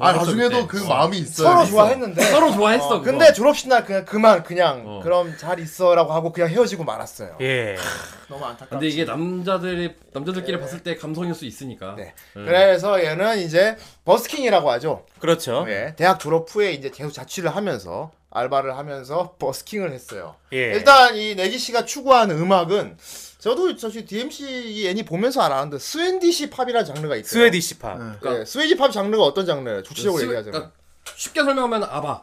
아
좋아했어,
나중에도
그때. 네,
그 마음이 있어요
서로
있어.
좋아했는데
서로 좋아했어.
어,
그거.
근데 졸업식 날 그냥 그만 그냥
어.
그럼 잘 있어라고 하고 그냥 헤어지고 말았어요.
예.
너무 안타깝.
근데 이게 남자들이 남자들끼리 봤을 때 감성일 수 있으니까.
네. 그래서 얘는 이제 버스킹이라고 하죠.
어?
그렇죠.
예. 대학 졸업 후에 이제 계속 자취를 하면서 알바를 하면서 버스킹을 했어요.
예.
일단 이 내기 씨가 추구하는 음악은 저도 사실 DMC 이 애니 보면서 알았는데 스웨디시 팝이라는 장르가 있어요.
스웨디시 팝.
네. 예, 스웨디 팝 장르가 어떤 장르예요?
스웨- 아,
구체적으로 얘기하자면.
그러니까 쉽게 설명하면 아바.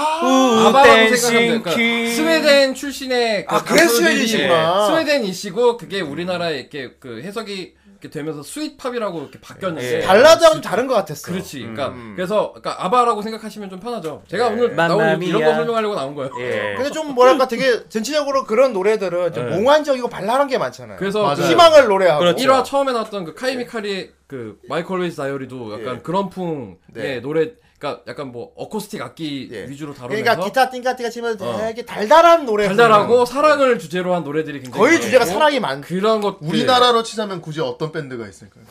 우
아바라고
댄싱
생각하면 돼.
퀸
그러니까 스웨덴 출신의 그
아, 그래서
가수들이
스웨덴이시구나.
예, 스웨덴이시고 그게 우리나라에 이렇게 그 해석이 이렇게 되면서 스윗팝이라고 이렇게 바뀌었는데
예.
발라드하고 좀 다른 것 같았어.
아, 그렇지. 그러니까
음.
그래서 그러니까 아바라고 생각하시면 좀 편하죠.
예.
제가 오늘 나온
맘마미아.
이런 거 설명하려고 나온 거예요.
예.
근데 좀 뭐랄까 되게 전체적으로 그런 노래들은 좀
네.
몽환적이고 발랄한 게 많잖아요.
그래서
맞아요.
그-
희망을 노래하고.
그렇죠.
1화 처음에 나왔던 그 카이미카리의 그 마이클 웨이스 다이어리도 약간
예.
그런 풍의
네.
노래 그러니까 약간 뭐 어쿠스틱 악기
예.
위주로 다루면서
그러니까 기타 띵까띵까 치면서
어.
되게 달달한 노래.
달달하고 사랑을 주제로 한 노래들이 굉장히
거의
많고
주제가 사랑이 많.
그런 것
우리나라로 치자면 굳이 어떤 밴드가 있을까요?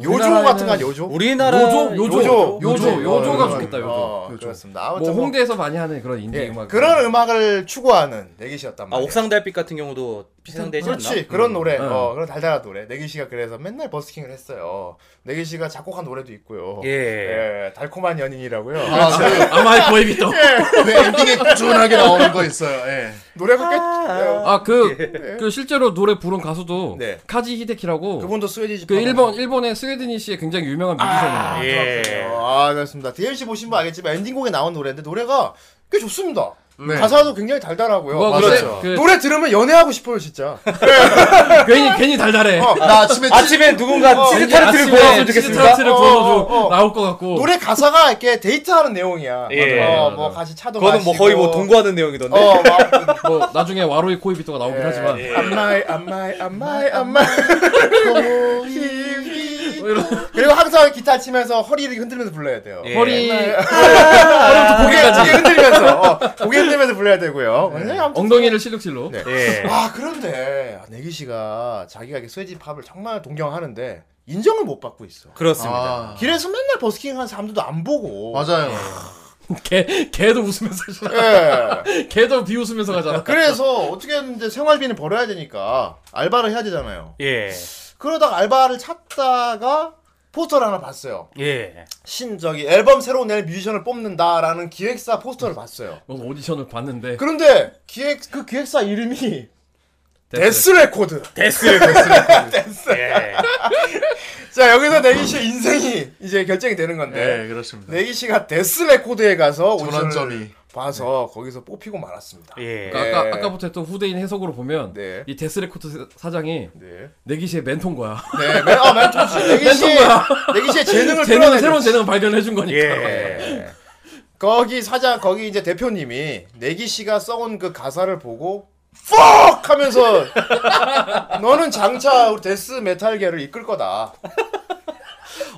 요조
우리나라는-
같은 거 아니야, 요조?
우리나라
요조 요조
요조.
요조 요조 요조가
어,
좋겠다 요조
어,
요조.
그렇습니다.
뭐
아무튼 뭐
홍대에서 뭐 많이 하는 그런 인디
예,
음악
그런 음악을 추구하는 내기시였단
아
말이에요.
옥상 달빛 같은 경우도 비상되지 않나?
그렇지 그런 노래
음.
어 그런 달달한 노래 내기 씨가 그래서 맨날 버스킹을 했어요 내기 씨가 작곡한 노래도 있고요
예.
예, 달콤한 연인이라고요 네,
아, 그,
아마의 네. 보이비토
왜 엔딩에 꾸준하게 나오는 거 있어요. 예.
노래가 네. 꽤
아그 그 실제로 노래 부른 가수도
예. 네.
카지 히데키라고 그
그분도 어. 스웨디지
일본 일본의 스웨덴이 씨의 굉장히 유명한 뮤지션이에요.
예.
아 그렇습니다 DLC 보신 분 알겠지만 엔딩곡에 나온 노래인데 노래가 꽤 좋습니다
네.
가사도 굉장히 달달하고요
그거
맞아요.
그래- 그-
노래 들으면 연애하고 싶어요 진짜 어,
괜히 괜히 달달해.
나 아침에
어, 아침에 누군가 치즈 타르트를 구웠으면 좋겠습니다.
타르트를
어,
구워줘
어, 어.
나올 것 같고.
노래 가사가 이렇게 데이트하는 내용이야
예.
어, 뭐 같이 차도
그거는 뭐
마시고.
거의 뭐 동거하는 내용이던데.
어, 막 예.
뭐 나중에 와로이 코이비토가 나오긴 하지만
안마이 안마이 안마이 안마이
뭐 이런
그리고 항상 기타 치면서 허리를 흔들면서 불러야 돼요.
예.
허리 네.
허리부터
아,
고개까지 흔들면서 어, 고개 흔들면서 불러야 되고요. 네, 아무튼-
엉덩이를 실룩실룩.
네.
예.
아 그런데 내기 씨가 자기가 이게 스웨지 팝을 정말 동경하는데 인정을 못 받고 있어.
그렇습니다.
아,
길에서 맨날 버스킹하는 사람들도 안 보고.
맞아요.
걔 걔도 웃으면서 가잖아.
예.
걔도 비웃으면서 가잖아.
그래서 어떻게 했는데 생활비는 벌어야 되니까 알바를 해야 되잖아요.
예.
그러다가 알바를 찾다가 포스터를 하나 봤어요.
예.
신 저기 앨범 새로 낼 뮤지션을 뽑는다라는 기획사 포스터를 봤어요.
뭐 오늘 오디션을 봤는데
그런데 기획 그 기획사
네.
이름이
데스.
데스 레코드.
데스. 데스. 예.
자 여기서 내기 씨의 인생이 이제 결정이 되는 건데
네, 그렇습니다.
내기 씨가 데스 레코드에 가서 오디션을
전환점이.
봐서 거기서 뽑히고 말았습니다.
예.
그러니까
예.
아까 아까부터 했던 후대인 해석으로 보면
네.
이 데스 레코드 사장이
네.
내기 씨의 멘토인 거야.
네. 맨, 아, 맨 처음 내기 씨
거야.
내기 씨의 재능을
재능
끌어내줬지.
새로운 재능을 발견해 준 거니까.
예.
거기 사장 거기 이제 대표님이 내기 씨가 써온 그 가사를 보고 fuck 하면서 너는 장차 우리 데스 메탈계를 이끌 거다.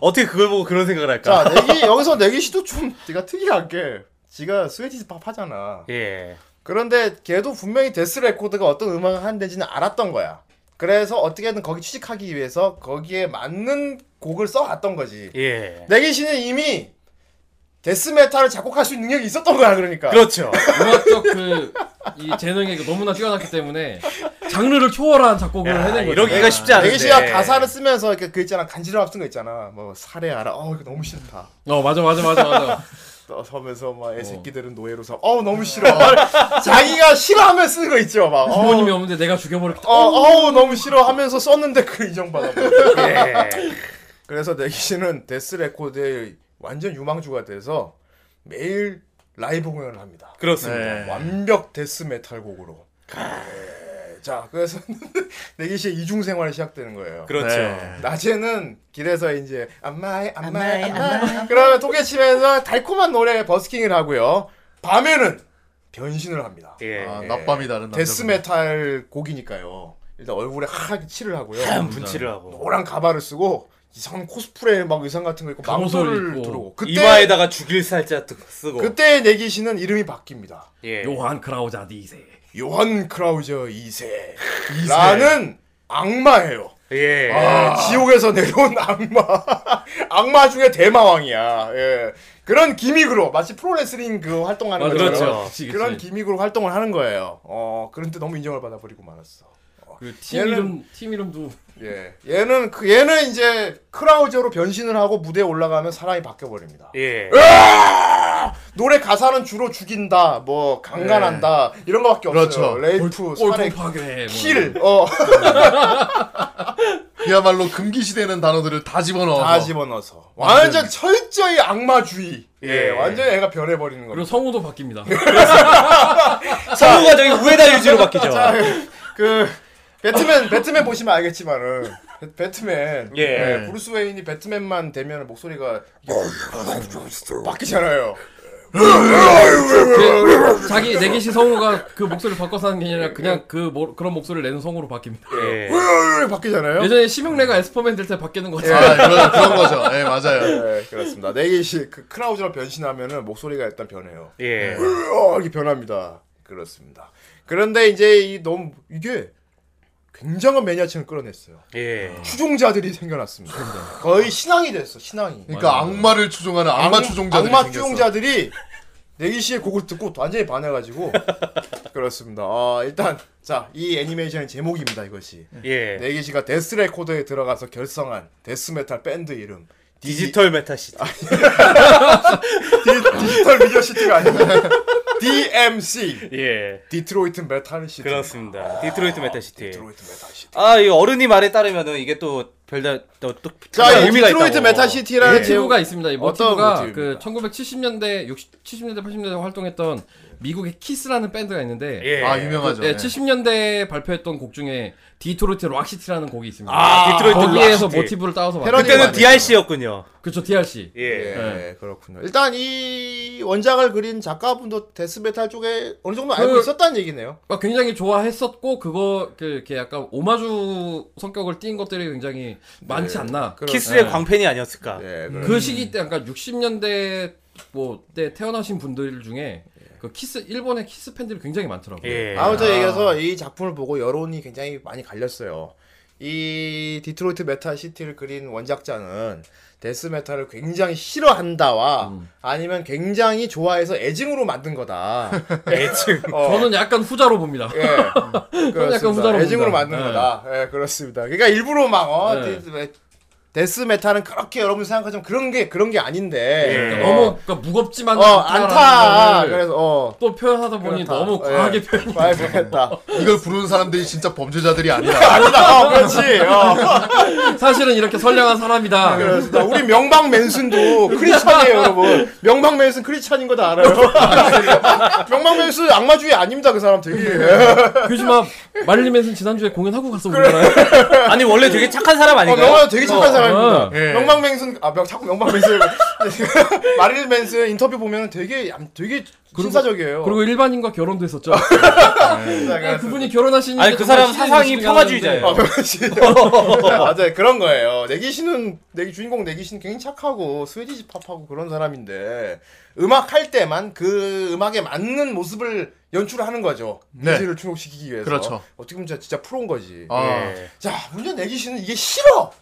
어떻게 그걸 보고 그런 생각을
자,
할까?
내기 여기서 내기 씨도 좀 네가 특이하게 지가 스웨디스 팝 하잖아.
예.
그런데 걔도 분명히 데스 레코드가 어떤 음악을 하는지는 알았던 거야. 그래서 어떻게든 거기 취직하기 위해서 거기에 맞는 곡을 써갔던 거지.
예.
내기 씨는 이미 데스 메탈을 작곡할 수 있는 능력이 있었던 거야, 그러니까.
그렇죠.
음악적 그 이 재능이 너무나 뛰어났기 때문에 장르를 초월한 작곡을
야,
해낸 거죠.
이러기가 쉽지 않은데.
내기 씨가 가사를 쓰면서 이렇게 그 있잖아 간지럽 쓴거 있잖아. 뭐 살해하라. 어 이거 너무 싫다.
어 맞아 맞아 맞아 맞아.
또 서면서 막 애 새끼들은 노예로 서. 어 너무 싫어. 자기가 싫어하면 쓰는 거 있죠, 막. 어,
부모님이 없는데 내가 죽여버렸다.
어, 어우 너무 싫어 하면서 썼는데 그 인정 받아.
예.
그래서 내기 씨는 데스 레코드의 완전 유망주가 돼서 매일 라이브 공연을 합니다.
그렇습니다.
네.
완벽 데스 메탈 곡으로. 예, 자 그래서 내기 씨의 이중 생활이 시작되는 거예요.
그렇죠.
네.
낮에는 길에서 이제 안마이 안마이 안마이 그러면 토개 치면서 달콤한 노래 버스킹을 하고요. 밤에는 변신을 합니다.
예.
아, 낮밤이 다른 남자.
데스 메탈 곡이니까요. 일단 얼굴에 하얗게 칠을 하고요.
참 분칠을 하고
노란 가발을 쓰고 이상한 코스프레 막 의상 같은 거 입고
그 갑옷을
망토를
입고. 뭐.
두르고 그때
이마에다가 죽일 살짝 뜨- 쓰고.
그때 내기 씨는 이름이 바뀝니다.
예.
요한 크라우자 디세.
요한 크라우저 2세라는 악마예요.
예.
예, 지옥에서 내려온 악마. 악마 중에 대마왕이야. 예. 그런 기믹으로 마치 프로레슬링 그 활동하는
맞아,
것처럼
그렇죠.
그치, 그치.
그런 기믹으로 활동을 하는 거예요. 어, 그런데 너무 인정을 받아 버리고 말았어.
그 팀
얘는-
이름 팀 이름도
예. 얘는 그 얘는 이제 크라우저로 변신을 하고 무대에 올라가면 사람이 바뀌어 버립니다.
예.
아! 노래 가사는 주로 죽인다, 뭐 강간한다 이런 거밖에 없어요.
그렇죠.
레이프, 살해,
네. 골프 파괴 뭐.
킬, 어,
그야말로 금기시되는 단어들을 다
뭐.
집어넣어서
다 집어넣어서 완전 철저히 악마주의. 예, 완전히 애가 변해버리는
그리고
거죠.
성우도 바뀝니다.
성우가 저기 우에다 유지로 바뀌죠.
자, 그 배트맨 배트맨 보시면 알겠지만은 배, 배트맨
예.
브루스 웨인이 배트맨만 되면 목소리가 이렇게 바뀌잖아요.
그 자기 내기시 성우가 그 목소리를 바꿔서 하는 게 아니라 그냥 그 뭐, 그런 목소리를 내는 성우로 바뀝니다.
예.
바뀌잖아요.
예전에 심형래가 에스퍼맨 될 때 바뀌는 거 같아요.
아, 그런, 그런 거죠. 예, 맞아요.
네, 그렇습니다. 내기시 그 크라우즈로 변신하면은 목소리가 일단 변해요.
예.
어, 이렇게 변합니다. 그렇습니다. 그런데 이제 이 너무 이게 굉장한 매니아층을 끌어냈어요.
예.
추종자들이 생겨났습니다. 거의 신앙이 됐어, 신앙이. 네.
그러니까 악마를 추종하는 악마 추종자들이
악마
생겼어.
추종자들이 내기 씨의 곡을 듣고 완전히 반해가지고 그렇습니다. 아, 일단 자 이 애니메이션의 제목입니다 이것이
예.
내기 씨가 데스 레코드에 들어가서 결성한 데스 메탈 밴드 이름
디지털 메타시티.
디, 디지털 미디어 시티가 아니라 DMC
예.
디트로이트 메탈 시티
그렇습니다. 디트로이트 메타시티.
디트로이트 메탈 시티
아, 이 어른이 말에 따르면은 이게 또 별다 또, 또
자,
특별한
이 디트로이트
있다고.
메탈 시티라는
모티브가 그 있습니다. 이
예, 어떤
모티브가 그
모티브입니까?
1970년대, 60, 70년대, 80년대 활동했던 미국의 키스라는 밴드가 있는데
예.
아, 유명하죠.
예,
네.
예.
70년대 발표했던 곡 중에 디트로이트 락시티라는 곡이 있습니다.
아, 디트로이트
거기에서
락시티.
모티브를 따와서
패러디-
만든
그때는
많이
DRC였군요.
그렇죠 DRC.
예,
예.
그렇군요. 일단 이 원작을 그린 작가분도 데스 메탈 쪽에 어느 정도 알고
그-
있었다는 얘기네요.
막 그러니까 굉장히 좋아했었고 그거 그 이렇게 약간 오마주 성격을 띈 것들이 굉장히 많지 않나. 그,
그런-
키스의 음.
예.
광팬이 아니었을까?
예, 그렇-
시기 때 약간 60년대 뭐 때 태어나신 분들 중에 그 키스 일본의 키스 팬들이 굉장히 많더라고요.
예.
아무튼 얘기해서 이 작품을 보고 여론이 굉장히 많이 갈렸어요. 이 디트로이트 메탈 시티를 그린 원작자는 데스 메탈을 굉장히 싫어한다와
음.
아니면 굉장히 좋아해서 애증으로 만든 거다.
애증.
어.
저는 약간 후자로 봅니다.
예. 그렇습니다.
후자로
애증으로
본다.
만든
네.
거다. 예, 그렇습니다. 그러니까 일부러 막, 어,
네.
데- 데스 메탈은 그렇게 여러분 생각하지만 그런 게, 그런 게 아닌데.
예.
어,
너무 그러니까 무겁지만
어, 안타.
거를
그래서, 어.
또 표현하다 보니
그렇다.
너무
예.
과하게 표현이
과하게 표현했다.
이걸 부르는 사람들이 진짜 범죄자들이 아니라
아니다. 어, 그렇지. 어.
사실은 이렇게 선량한 사람이다.
그렇습니다. 우리 명방 맨슨도 크리스찬이에요, 여러분. 명방 맨슨 크리스찬인 거 다 알아요. 명방 맨슨 악마주의 아닙니다, 그 사람 되게.
그지만 말리맨슨 지난주에 공연하고 갔어 우리나라에.
아니 원래 되게 착한 사람
어,
아닌가요?
명화 되게 착한 사람입니다.
어.
예.
명방 맨슨 아 명, 자꾸 명방 맨슨 마릴 맨슨 인터뷰 보면은 되게 얌- 되게 신사적이에요.
그리고 일반인과 결혼도 했었죠. 아,
그러니까
그분이 결혼하신
아니,
게
그
정말
사람
신의
사상이
모습이긴
평화주의자예요.
하는데.
아, 명신.
어.
맞아요. 네, 그런 거예요. 내기신은, 내기, 주인공 내기신 굉장히 착하고, 스웨디시 팝하고 그런 사람인데, 음악 할 때만 그 음악에 맞는 모습을 연출하는 거죠.
네.
니즈를 충족시키기 위해서.
그렇죠.
어떻게 보면 진짜, 진짜 프로인 거지.
아,
예.
자, 문제는 내기신은 이게 싫어!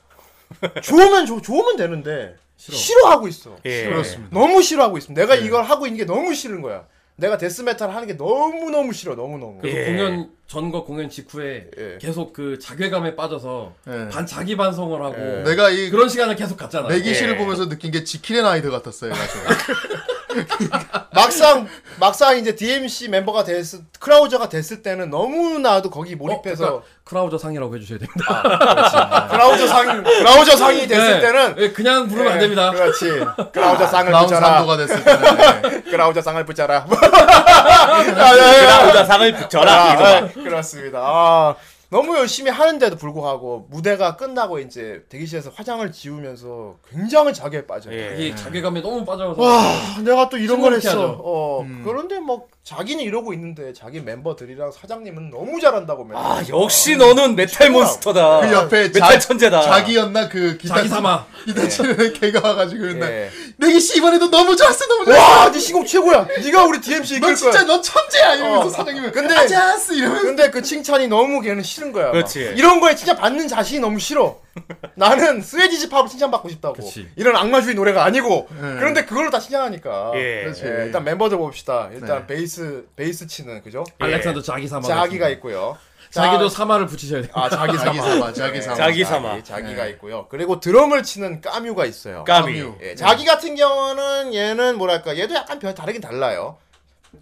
좋으면, 좋, 좋으면 되는데, 싫어. 하고 있어.
예.
그렇습니다. 예.
너무 싫어하고 있어. 내가 이걸 하고 있는 게 너무 싫은 거야. 내가 데스메탈 하는 게 너무너무 싫어, 너무너무.
그리고
예.
공연 전과 공연 직후에
예.
계속 그 자괴감에 빠져서
예.
반 자기 반성을 하고
예.
내가 이
그런 시간을 계속 갖잖아요.
내기실을
예.
보면서 느낀 게 지킬의 나이드 같았어요. 가지고.
막상 막상 이제 DMC 멤버가 됐을 크라우저가 됐을 때는 너무나도 거기
어,
몰입해서
그러니까 크라우저 상이라고 해주셔야 됩니다.
크라우저 상 크라우저 아, 상이 됐을
네.
때는
예, 그냥 부르면 안
예,
됩니다.
그렇지. 크라우저 상을
라운
붙여라.
산도가 됐을 때는 예.
크라우저 상을 붙여라. 아, 예, 예.
그라우자 상을 붙여라.
아,
그러니까.
이거 봐.
예, 그렇습니다. 아, 너무 열심히 하는데도 불구하고 무대가 끝나고 이제 대기실에서 화장을 지우면서 굉장히 자괴에 빠져요.
예.
이게 자괴감에 너무 빠져서
네. 와, 아, 내가 또 이런 걸 했어.
심각해하죠.
어, 그런데 뭐 자기는 이러고 있는데 자기 멤버들이랑 사장님은 너무 잘한다고 맨날.
아 역시 너는 메탈 몬스터다.
그 옆에
아, 메탈 천재다.
자기였나 그 기타
자기 삼아.
기타 치는 걔가 와가지고 맨날
예.
내기씨 이번에도 너무 좋았어 너무 좋았어.
와, 네 신곡 최고야. 네가 우리 DMC
너
이끌
진짜
거야.
너 천재야 이러면서
어.
사장님은
근데-
아자스 이러면서
근데 그 칭찬이 너무 걔는 싫은 거야. 막.
그렇지.
이런 거에 진짜 받는 자신이 너무 싫어. 나는 스웨디시 팝을 칭찬받고 싶다고.
그치.
이런 악마주의 노래가 아니고. 그런데 그걸로 다 칭찬하니까.
예.
그렇지. 예, 일단 멤버들 봅시다. 일단 베이스 베이스 치는 그죠?
알렉산더 자기 사마.
예. 자기가 있고요.
자기도
자-
사마를 붙이셔야 돼요.
아 자기
자기
사마.
삼아, 자기 삼아.
자기 삼아.
자기, 가 있고요. 그리고 드럼을 치는 까뮤가 있어요.
까미.
까뮤.
예, 자기 같은 경우는 얘는 뭐랄까 얘도 약간 별 다르긴 달라요.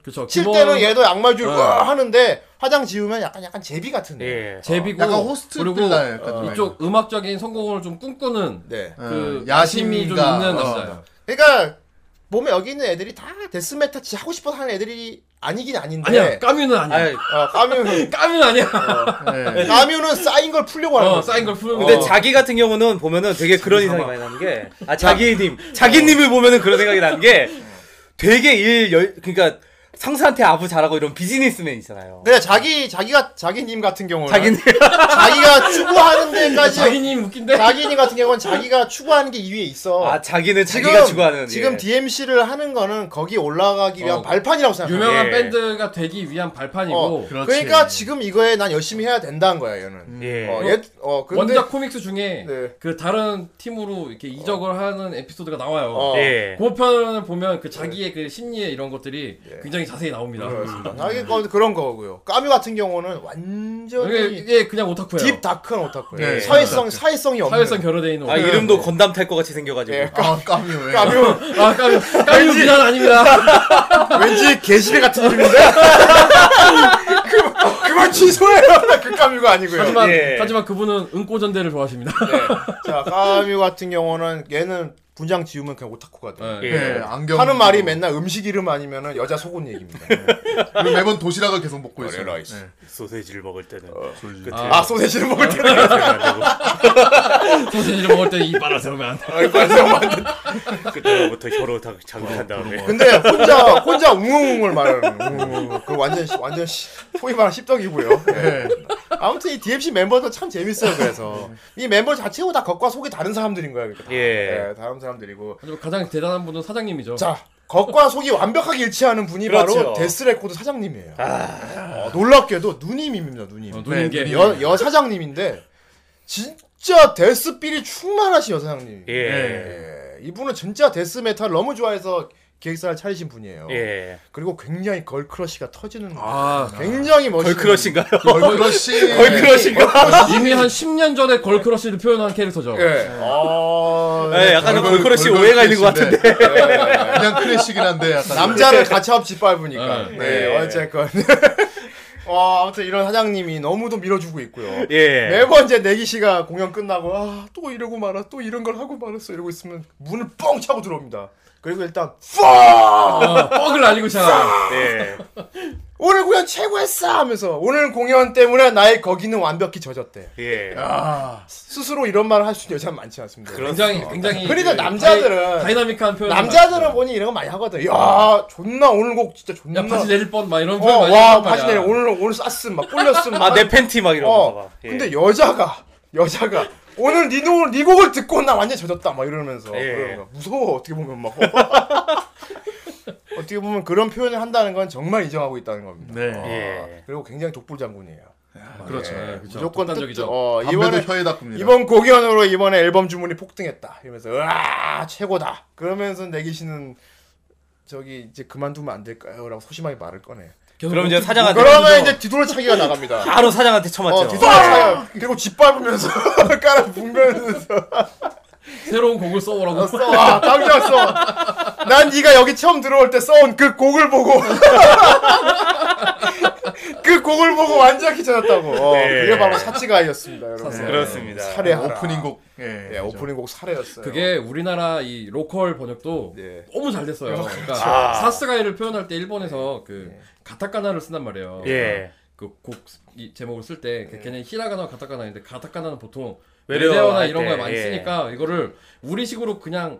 그렇죠.
칠
기본
때는 얘도 양말줄
어.
와 하는데 화장 지우면 약간 약간 제비 같은데.
예.
제비고
약간 호스트
그리고 어,
빌라 약간 좀
이쪽 음악적인 성공을 좀 꿈꾸는
네.
그
어,
야심이 좀
야심가.
있는
어.
남자예요.
그러니까 보면 여기 있는 애들이 다 데스메타치 하고 싶어 하는 애들이 아니긴 네. 아닌데.
아니야 까뮤는 아니야.
아이,
어, 까뮤는
까뮤는 아니야.
네.
까뮤는 쌓인 걸 풀려고 하는
어,
거지.
쌓인 걸 푸는
근데
거.
자기 같은 경우는 보면은 되게 그런 인상이 많이 나는 게, 아, 자기님. 자기님을 보면은 그런 생각이 나는 게, 되게 일, 열, 그니까, 상사한테 아부 잘하고 이런 비즈니스맨 있잖아요.
그래 자기 자기가 자기님 같은 경우는
자기님.
자기가 추구하는 데까지
자기님 웃긴데.
자기님 같은 경우는 자기가 추구하는 게 2위에 있어.
아, 자기는 자기가 추구하는.
지금
예.
DMC를 하는 거는 거기 올라가기 위한
어.
발판이라고 생각해.
유명한
예.
밴드가 되기 위한
어,
발판이고
그렇지.
그러니까 지금 이거에 난 열심히 해야 된다는 거야 얘는.
예.
어, 얘, 어 근데
원작 코믹스 중에
네.
그 다른 팀으로 이렇게 이적을 하는 에피소드가 나와요.
어.
예.
그 편을 보면 그 자기의 그 심리에 이런 것들이 굉장히 자세히 나옵니다.
네. 예. 그렇습니다. 자기 거 그런 거고요. 까뮤 같은 경우는
음. 이게,
완전히
이게 그냥 오타쿠예요.
딥 다크한 오타쿠예요.
네.
사회성 사회성이 없는.
사회성 결여돼 있는
아, 네.
오타쿠.
이름도 건담 탈 것 같이 생겨가지고.
예.
아, 까미요. 예.
까뮤
아 까뮤 까뮤 비난 아닙니다.
왠지 개시대 같은 이름인데. 그, 그만 취소해요. 그 까뮤가 아니고요.
하지만
예.
하지만 그분은 은꼬전대를 좋아하십니다.
네. 자 까뮤 같은 경우는 얘는 분장 지우면 그냥 오타쿠가 돼.
예.
예, 안경.
하는 말이 맨날 음식 이름 아니면은 여자 속옷 얘기입니다.
그리고 매번 도시락을 계속 먹고 있어요.
라이스.
예.
소세지를 먹을 때는.
소시지.
끝에
아 소세지를 먹을 때는
소세지를 먹을 때 이빨을 세우면 안 돼.
아, 그때부터 혀로 다 자극한 다음에.
근데 혼자 혼자 웅웅웅을 말하는 웅웅웅. 그 완전 시- 완전 시- 소위 말하는 씹덕이고요.
네.
예. 아무튼 이 DMC 멤버도 참 재밌어요. 그래서
네.
이 멤버 자체고 다 겉과 속이 다른 사람들인 거야. 그러니까.
예.
예, 다른 사람들이고
하지만 가장 대단한 분은 사장님이죠.
자 겉과 속이 완벽하게 일치하는 분이 바로
그렇죠. 아.
데스레코드 사장님이에요. 어, 놀랍게도 누님입니다. 누님.
어, 누님께
여, 여 사장님인데 진짜 데스삘이 충만하신 여사장님.
예.
예. 이분은 진짜 데스메탈 너무 좋아해서 기획사를 차리신 분이에요.
예.
그리고 굉장히 걸크러쉬가 터지는
아
굉장히
어.
멋있는
걸크러쉬인가요? 네.
걸크러쉬.
걸크러쉬인가?
이미 한 10년 전에 걸크러쉬를 표현한 캐릭터죠.
예. 아,
예, 약간
걸걸-
걸크러쉬
걸걸
오해가 있는 것
크러쉬인데. 예,
같은데.
그냥 크래쉬긴 한데 약간 아, 예.
남자를 가차없 짓밟으니까.
네.
네. 어쨌건. 와, 아무튼 이런 사장님이 너무도 밀어주고 있고요.
예.
매번 이제 내기 씨가 공연 끝나고 아, 또 이러고 말아. 또 이런 걸 하고 말았어. 이러고 있으면 문을 뻥 차고 들어옵니다. 그리고 일단 펑!
어, 뻑을 날리고 있잖아.
예.
오늘 공연 최고였어 하면서 오늘 공연 때문에 나의 거기는 완벽히 젖었대.
예.
스스로 이런 말을 할 수 있는 여자는 많지 않습니다.
굉장히 굉장히
그러니까
그
남자들은-
다이, 다이나믹한 표현.
남자들은 보니 이런 거 많이 하거든. 야, 존나 오늘 곡 진짜 존나.
야 바지 내릴 뻔 막 이런
음, 어,
표현 많이
와,
한단
바지
말이야.
내려. 오늘 오늘 쌌음 막 꼴렸음.
아, 내 팬티 막 이러면서
어.
막. 예.
근데 여자가 여자가 오늘 네, 노, 네 곡을 듣고 나 완전 젖었다 막 이러면서
예.
그러는 거야. 무서워 어떻게 보면 막 어떻게 보면 그런 표현을 한다는 건 정말 인정하고 있다는 겁니다.
네.
어,
예.
그리고 굉장히 독불장군이에요.
그렇죠.
예,
예, 그렇죠.
무조건
독단적이죠.
뜻- 어,
이번에
이번에
혀에 닦습니다.
이번 공연으로 이번에 앨범 주문이 폭등했다. 이러면서 으아 최고다. 그러면서 내기시는 저기 이제 그만두면 안 될까요?라고 소심하게 말을 꺼내.
계속
아, 그럼 이제
뭐-
사장한테
그러면 이제 뒤돌아차기가 나갑니다.
바로 사장한테
어,
쳐맞죠.
뒤돌아차기 그리고 짓밟으면서 깔아 붕면서
새로운 곡을 써오라고.
써와 당장 써. 난 네가 여기 처음 들어올 때 써온 그 곡을 보고 그 곡을 보고 완전히 찾았다고. 어,
네.
그게 바로 사치가이였습니다, 여러분.
사치.
그렇습니다.
사례
오프닝 곡. 예.
네, 오프닝 곡 사례였어요.
그게 우리나라 이 로컬 번역도
네.
너무 잘 됐어요. 그러니까
아.
사스가이를 표현할 때 일본에서 그 가타카나를 쓴단 말이에요.
예.
그곡 제목을 쓸 때 걔는 히라가나 가타카나인데 가타카나는 보통
외래어할
외래어나 이런
때,
거에 많이
예.
쓰니까 이거를 우리식으로 그냥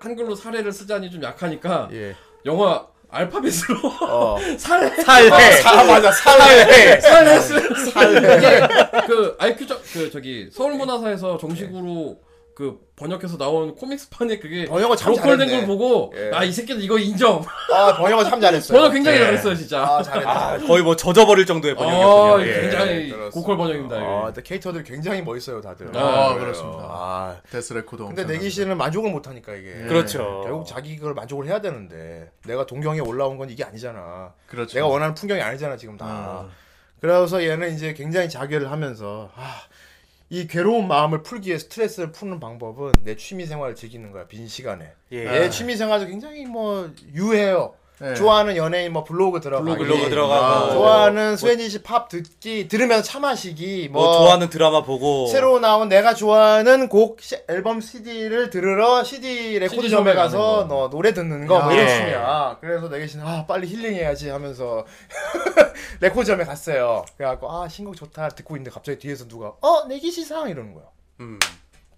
한글로 사례를 쓰자니 좀 약하니까
예.
영어 알파벳으로
어.
사례
살해.
사 맞아 사례.
사례 쓰- 이게 그 IQ 저, 그 저기 서울문화사에서 정식으로 그 번역해서 나온 코믹스판에 그게
번역을 참
로컬된
잘했네.
걸 보고
예.
아 이 새끼들 이거 인정.
아 번역을 참 잘했어요.
번역 굉장히
예.
잘했어요 진짜.
아 잘했다.
아, 거의 뭐 젖어버릴 정도의 번역이었군요.
아,
예.
굉장히
그렇습니다.
고퀄 번역입니다.
아,
이게.
근데 캐릭터들 굉장히 멋있어요, 다들.
네. 아,
그래요.
그렇습니다.
아,
데스레코도
근데 내기 씨는 만족을 못 하니까 이게.
그렇죠.
결국 자기 그걸 만족을 해야 되는데 내가 동경에 올라온 건 이게 아니잖아.
그렇죠.
내가 원하는 풍경이 아니잖아 지금 다. 그래서 얘는 이제 굉장히 자결을 하면서 아, 이 괴로운 마음을 풀기 위해 스트레스를 푸는 방법은 내 취미 생활을 즐기는 거야 빈 시간에.
예.
내 취미 생활도 굉장히 뭐 유해요.
네.
좋아하는 연예인 뭐 블로그 들어가기,
블로그 들어가고.
아, 좋아하는 스웨니시 팝 듣기, 들으면서 차 마시기, 뭐,
뭐 좋아하는 드라마 보고
새로 나온 내가 좋아하는 곡 시- 앨범 CD를 들으러 CD 레코드점에
가는
가서
거.
너 노래 듣는 거 뭐
야.
이런
예.
취미야. 그래서 내게 씨는 아 빨리 힐링해야지 하면서 레코드점에 갔어요. 그래갖고 아 신곡 좋다 듣고 있는데 갑자기 뒤에서 누가 어 내기 시상 이러는 거야.
음.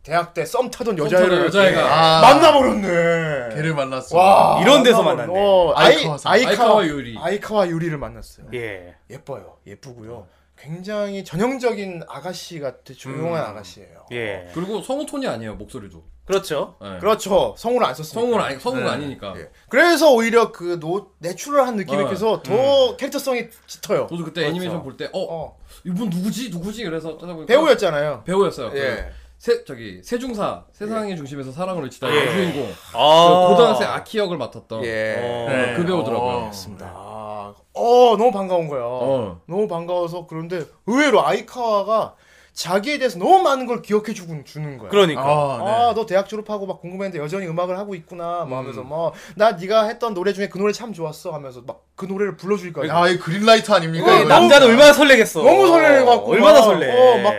대학 때 썸 타던
타던
여자애를
여자애가.
아. 만나버렸네.
걔를 만났어.
와
이런 데서
만나버렸-
만났네.
어, 아이
아이카와 상.
아이카와
아이카와 유리.
아이카와 유리를 만났어요. 어.
예.
예뻐요. 예쁘고요. 굉장히 전형적인 아가씨 같은 조용한 아가씨예요.
예.
그리고 성우톤이 아니에요 목소리도.
그렇죠.
네.
그렇죠. 성우를 안 썼으니까.
성우는 아니 성우가 아니니까.
예. 그래서 오히려 그 노, 내추럴한 느낌이
어.
그래서 더 캐릭터성이 짙어요.
저도 그때 애니메이션 볼 때 어,
그렇죠. 어.
이분 누구지 누구지 그래서 찾아보니까
배우였잖아요.
배우였어요.
예.
그 세, 저기 세중사 세상의 중심에서 사랑을 외치다
예.
주인공
아.
그 고등학생 아키 역을 맡았던
예.
어.
네. 그 배우더라고요.
어.
아, 어, 너무 반가운 거야.
어.
너무 반가워서 그런데 의외로 아이카와가 자기에 대해서 너무 많은 걸 기억해 주고 주는 거야.
그러니까.
아,
아, 너 대학 졸업하고 막 궁금했는데 여전히 음악을 하고 있구나. 뭐 하면서 뭐 나 네가 했던 노래 중에 그 노래 참 좋았어 하면서 막 그 노래를 불러 줄
네.
거야.
그러니까.
야, 이 그린라이트 아닙니까?
어,
이거?
그러니까 남자는 얼마나 설레겠어.
너무 설레갖고
얼마나
막,
설레.
어, 막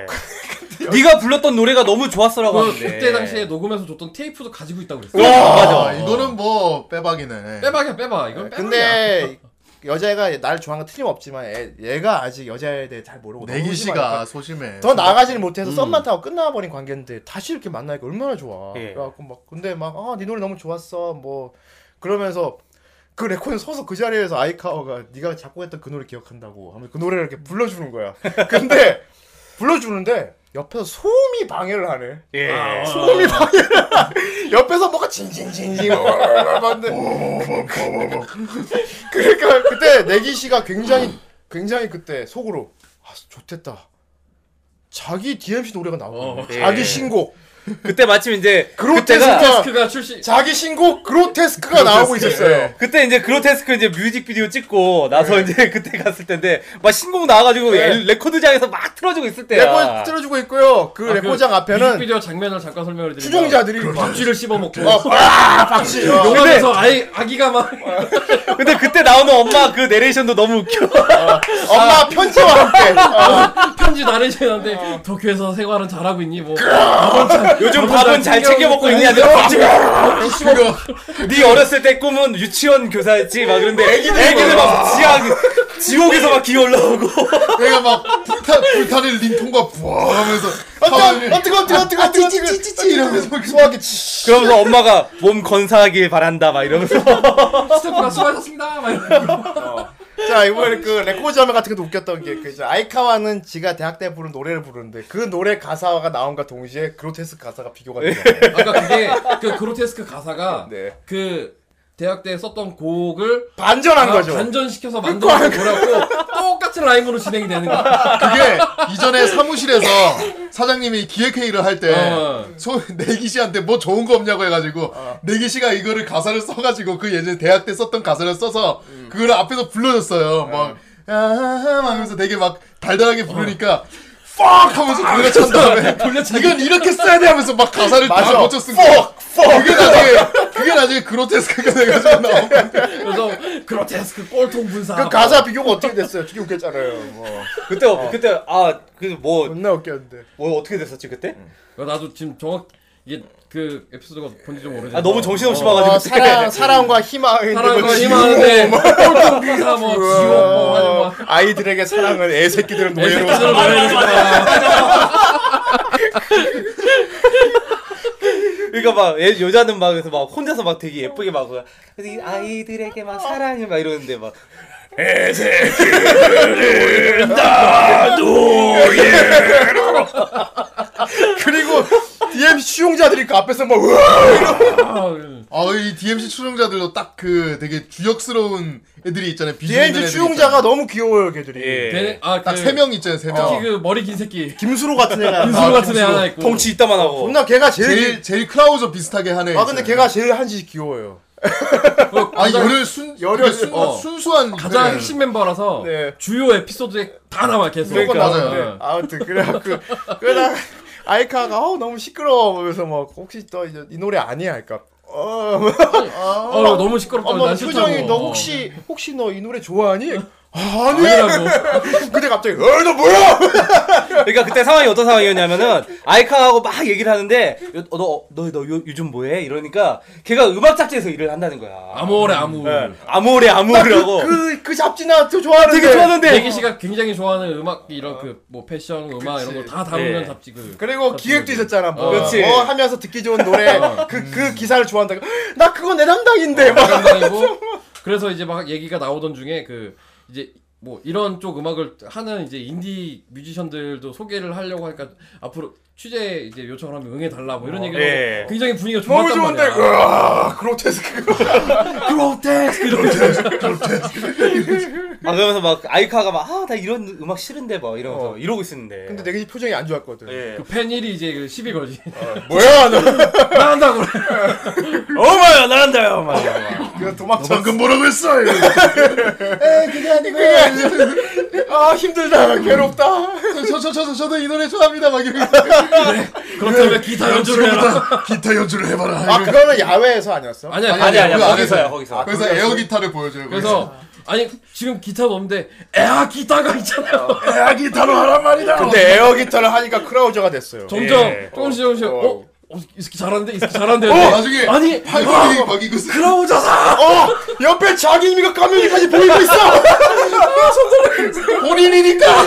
네가 불렀던 노래가 너무 좋았어라고
아, 네.
그
하는데.
그때 당시에 녹음해서 줬던 테이프도 가지고 있다고
와,
그랬어요.
맞아. 이거는 뭐 빼박이네.
빼박이야 빼박 이건 빼박이야.
근데 여자애가 나를 좋아하는 건 틀림없지만 애, 얘가 아직 여자애에 대해 잘 모르고 너무
내기 씨가
심하니까 음.
소심해.
더 나아가지는 못해서 썸만 타고 끝나버린 관계인데 다시 이렇게 만나니까 얼마나 좋아.
예.
그래갖고 막 근데 막아네 노래 너무 좋았어 뭐 그러면서 그 레코드 서서 그 자리에서 아이카오가 네가 작곡했던 그 노래 기억한다고 하면 그 노래를 이렇게 불러주는 거야. 근데 불러주는데 옆에서 소음이 방해를 하네.
예.
소음이 방해를 하네. 옆에서 뭐가 징징징징 하는데 그러니까 그때 내기 씨가 굉장히 굉장히 그때 속으로 아 좋댔다. 자기 DMC 노래가 나오고
어.
자기 신곡
그때 마침 이제
예. 그로테스크가
그때가
테스크가 출시
자기 신곡 그로테스크가 나오고 있었어요.
그때 이제 그로테스크 이제 뮤직비디오 찍고 나서 이제 그때 갔을 텐데 막 신곡 나와가지고
네.
엘- 레코드장에서 막 틀어주고 있을 때야.
레코드 틀어주고 있고요. 예. 그
아,
레코장
그
앞에는
뮤직비디오 장면을 잠깐 설명을 드리면
추종자들이
박쥐를 씹어먹고
막 아, 박쥐. 어.
용에서 아이 아기가 막
근데 그때 나오는 엄마 그 내레이션도 너무 웃겨.
엄마 편지와 함께. 어.
편지 나르시는데 도쿄에서 생활은 잘하고 있니 뭐
요즘
밥은
밥은 잘 챙겨 먹고 있냐? 네 어렸을 때 꿈은 유치원 교사였지 막 그런데 애기들 막 지하 지옥에서 막 기어 올라오고
내가 막 불타, 불타는 링통과 부엉 하면서
아, 어떡해,
사방을- 아,
어떡해, 어떡해, 어떡해, 어떡해, 아, 찌찌찌찌 이러면서 소화기 치.
그러면서 엄마가 몸 건사하길 바란다 막 이러면서
스태프가 수고하셨습니다 막 이러고
자 이번에 그 레코드 자매 같은 것도 웃겼던 게그 이제 아이카와는 지가 대학 때 부른 노래를 부르는데 그 노래 가사가 나온과 동시에 그로테스크 가사가 비교가 돼요.
아까 그게 그 그로테스크 가사가
네.
그 대학 때 썼던 곡을
반전한
다
거죠. 그
반전시켜서 만들어서 뭐라고 똑같은 라임으로 진행이 되는 거야.
그게 이전에 사무실에서 사장님이 기획회의를 할 때
어.
내기씨한테 뭐 좋은 거 없냐고 해가지고
어.
내기씨가 이거를 가사를 써가지고 그 예전에 대학 때 썼던 가사를 써서
음.
그걸 앞에서 불러줬어요 막 아하하 막 하면서 되게 막
어.
달달하게 부르니까 fuck 하면서
아,
노래가 찬 다음에
돌려차기.
이건 이렇게 써야 돼 하면서 막 가사를 다
맞아.
고쳐 쓴 거야 그게 나중에 그게 나중에 그로테스크가 돼가지고 나온 거야
그래서 그로테스크 꼴통 분사.
그 가사 비교가 어떻게 됐어요? 되게 웃겼잖아요. 뭐.
그때 그때 아그뭐뭐
존나 웃겼는데.
뭐 어떻게 됐었지 그때?
나도 지금 정확 이게 그 에피소드가 본지 좀 오래됐어.
아 너무 정신없이
어,
봐가지고
사랑, 사랑과 희망이
네.
어,
사랑과 희망하는데 꼴통 분사 뭐 지옥 뭐 하는 거.
아이들에게 사랑을 애새끼들은 노예로
애새끼들은 노예로
그러니까 막 애- 여자는 막 그래서 막 혼자서 막 되게 예쁘게 막 그- 이 아이들에게 막 사랑해 막 이러는데 막
그리고 DM 수용자들이니까 그 앞에서 막 으아!
아, 음.
어, 아이 DMC 추종자들도 딱 그 되게 주역스러운 애들이 있잖아요. 비중 있는
DM
애들이
수용자가 너무 귀여워요 걔들이.
걔네- 아, 그-
딱세 명 있잖아요. 세 명.
특히 그 머리 긴 새끼
김수로 같은 애가
윤수로 같은 애
김수로.
하나 있고
덩치 이따만 하고.
존나 걔가 제일,
제일 제일 크라우저 비슷하게 하네.
그 아
예.
근데 걔가 제일 한시 귀여워요.
아 열을 순 열을 순,
어.
순수한
가장
그래.
핵심 멤버라서
네.
주요 에피소드에 다 나와 계속
그건
그러니까.
맞아요.
어.
네. 아무튼 그래갖고 그러다가 아이카가 어 너무 시끄러워 그래서 막 혹시 또 이제 이 노래 아니야 그러니까 어
어, 너무 시끄럽다.
엄마
난 싫다고.
표정이 너
어.
혹시 혹시 너 이 노래 좋아하니? 아, 아니.
아니라고.
근데 갑자기 어너 뭐야?
그러니까 그때 상황이 어떤 상황이었냐면은 아이캉하고 막 얘기를 하는데 어, 너너너 너, 너 요- 요즘 뭐해? 이러니까 걔가 음악 잡지에서 일을 한다는 거야.
아모레 아무.
네.
예, 아모레 아모레라고.
그그 그 잡지나 또 좋아하는데. 어.
되게
뭐.
좋았는데.
대기 씨가 굉장히 좋아하는 음악 이런 그 뭐 패션 음악 이런 거 다 다루는
네.
예.
잡지 그.
그리고 기획도 있었잖아. 뭐,
그렇지.
뭐 하면서 듣기 좋은 노래 그 그 기사를 좋아한다. 나 그거 내 담당인데. 막.
그래가지고 그래서 이제 막 얘기가 나오던 중에 그 이제 뭐 이런 쪽 음악을 하는 이제 인디 뮤지션들도 소개를 하려고 하니까 앞으로 취재 이제 요청을 하면 응해 달라 뭐 이런 얘기를
예.
하고 굉장히 분위기가
너무
좋았단
좋은데.
말이야.
으아, 그로테스크.
그로테스크 이렇게
아 그러면서 막 아이카가 막 아 나 이런 음악 싫은데 막 이러면서 이러고 있었는데.
근데 내게 표정이 안 좋았거든.
예.
그 팬일이 이제 그 시비 걸지.
뭐야 너.
나 한다고 그래.
어마야 나란다요 어마야.
그냥 도망쳐.
방금 뭐라고 했어? 이러고.
아 힘들다. 괴롭다.
저, 저, 저, 저, 저도 이 노래 좋아합니다. 막 이러고.
그렇다면 아, 기타 연주를 해라.
기타 연주를 해봐라.
아
이러고.
그거는 야외에서 아니었어?
아니야
아니 아니야
그 안에서-
거기서야 거기서.
그래서 에어 기타를 보여줘요.
그래서 아니 지금 기타도 없는데 에아 기타가 있잖아요.
에어 기타로 하란 말이다.
근데 에어 기타를 하니까 크라우저가 됐어요.
점점
예.
조금씩 조금씩 어,
어.
어, 이 새끼 잘하는데 이 새끼 잘하는데
어,
근데
나중에
아니
팔걸이 막 이거 쓰-
크라우저사
어! 옆에 자기님이가 까면이까지 보이고 있어! 본인이니까!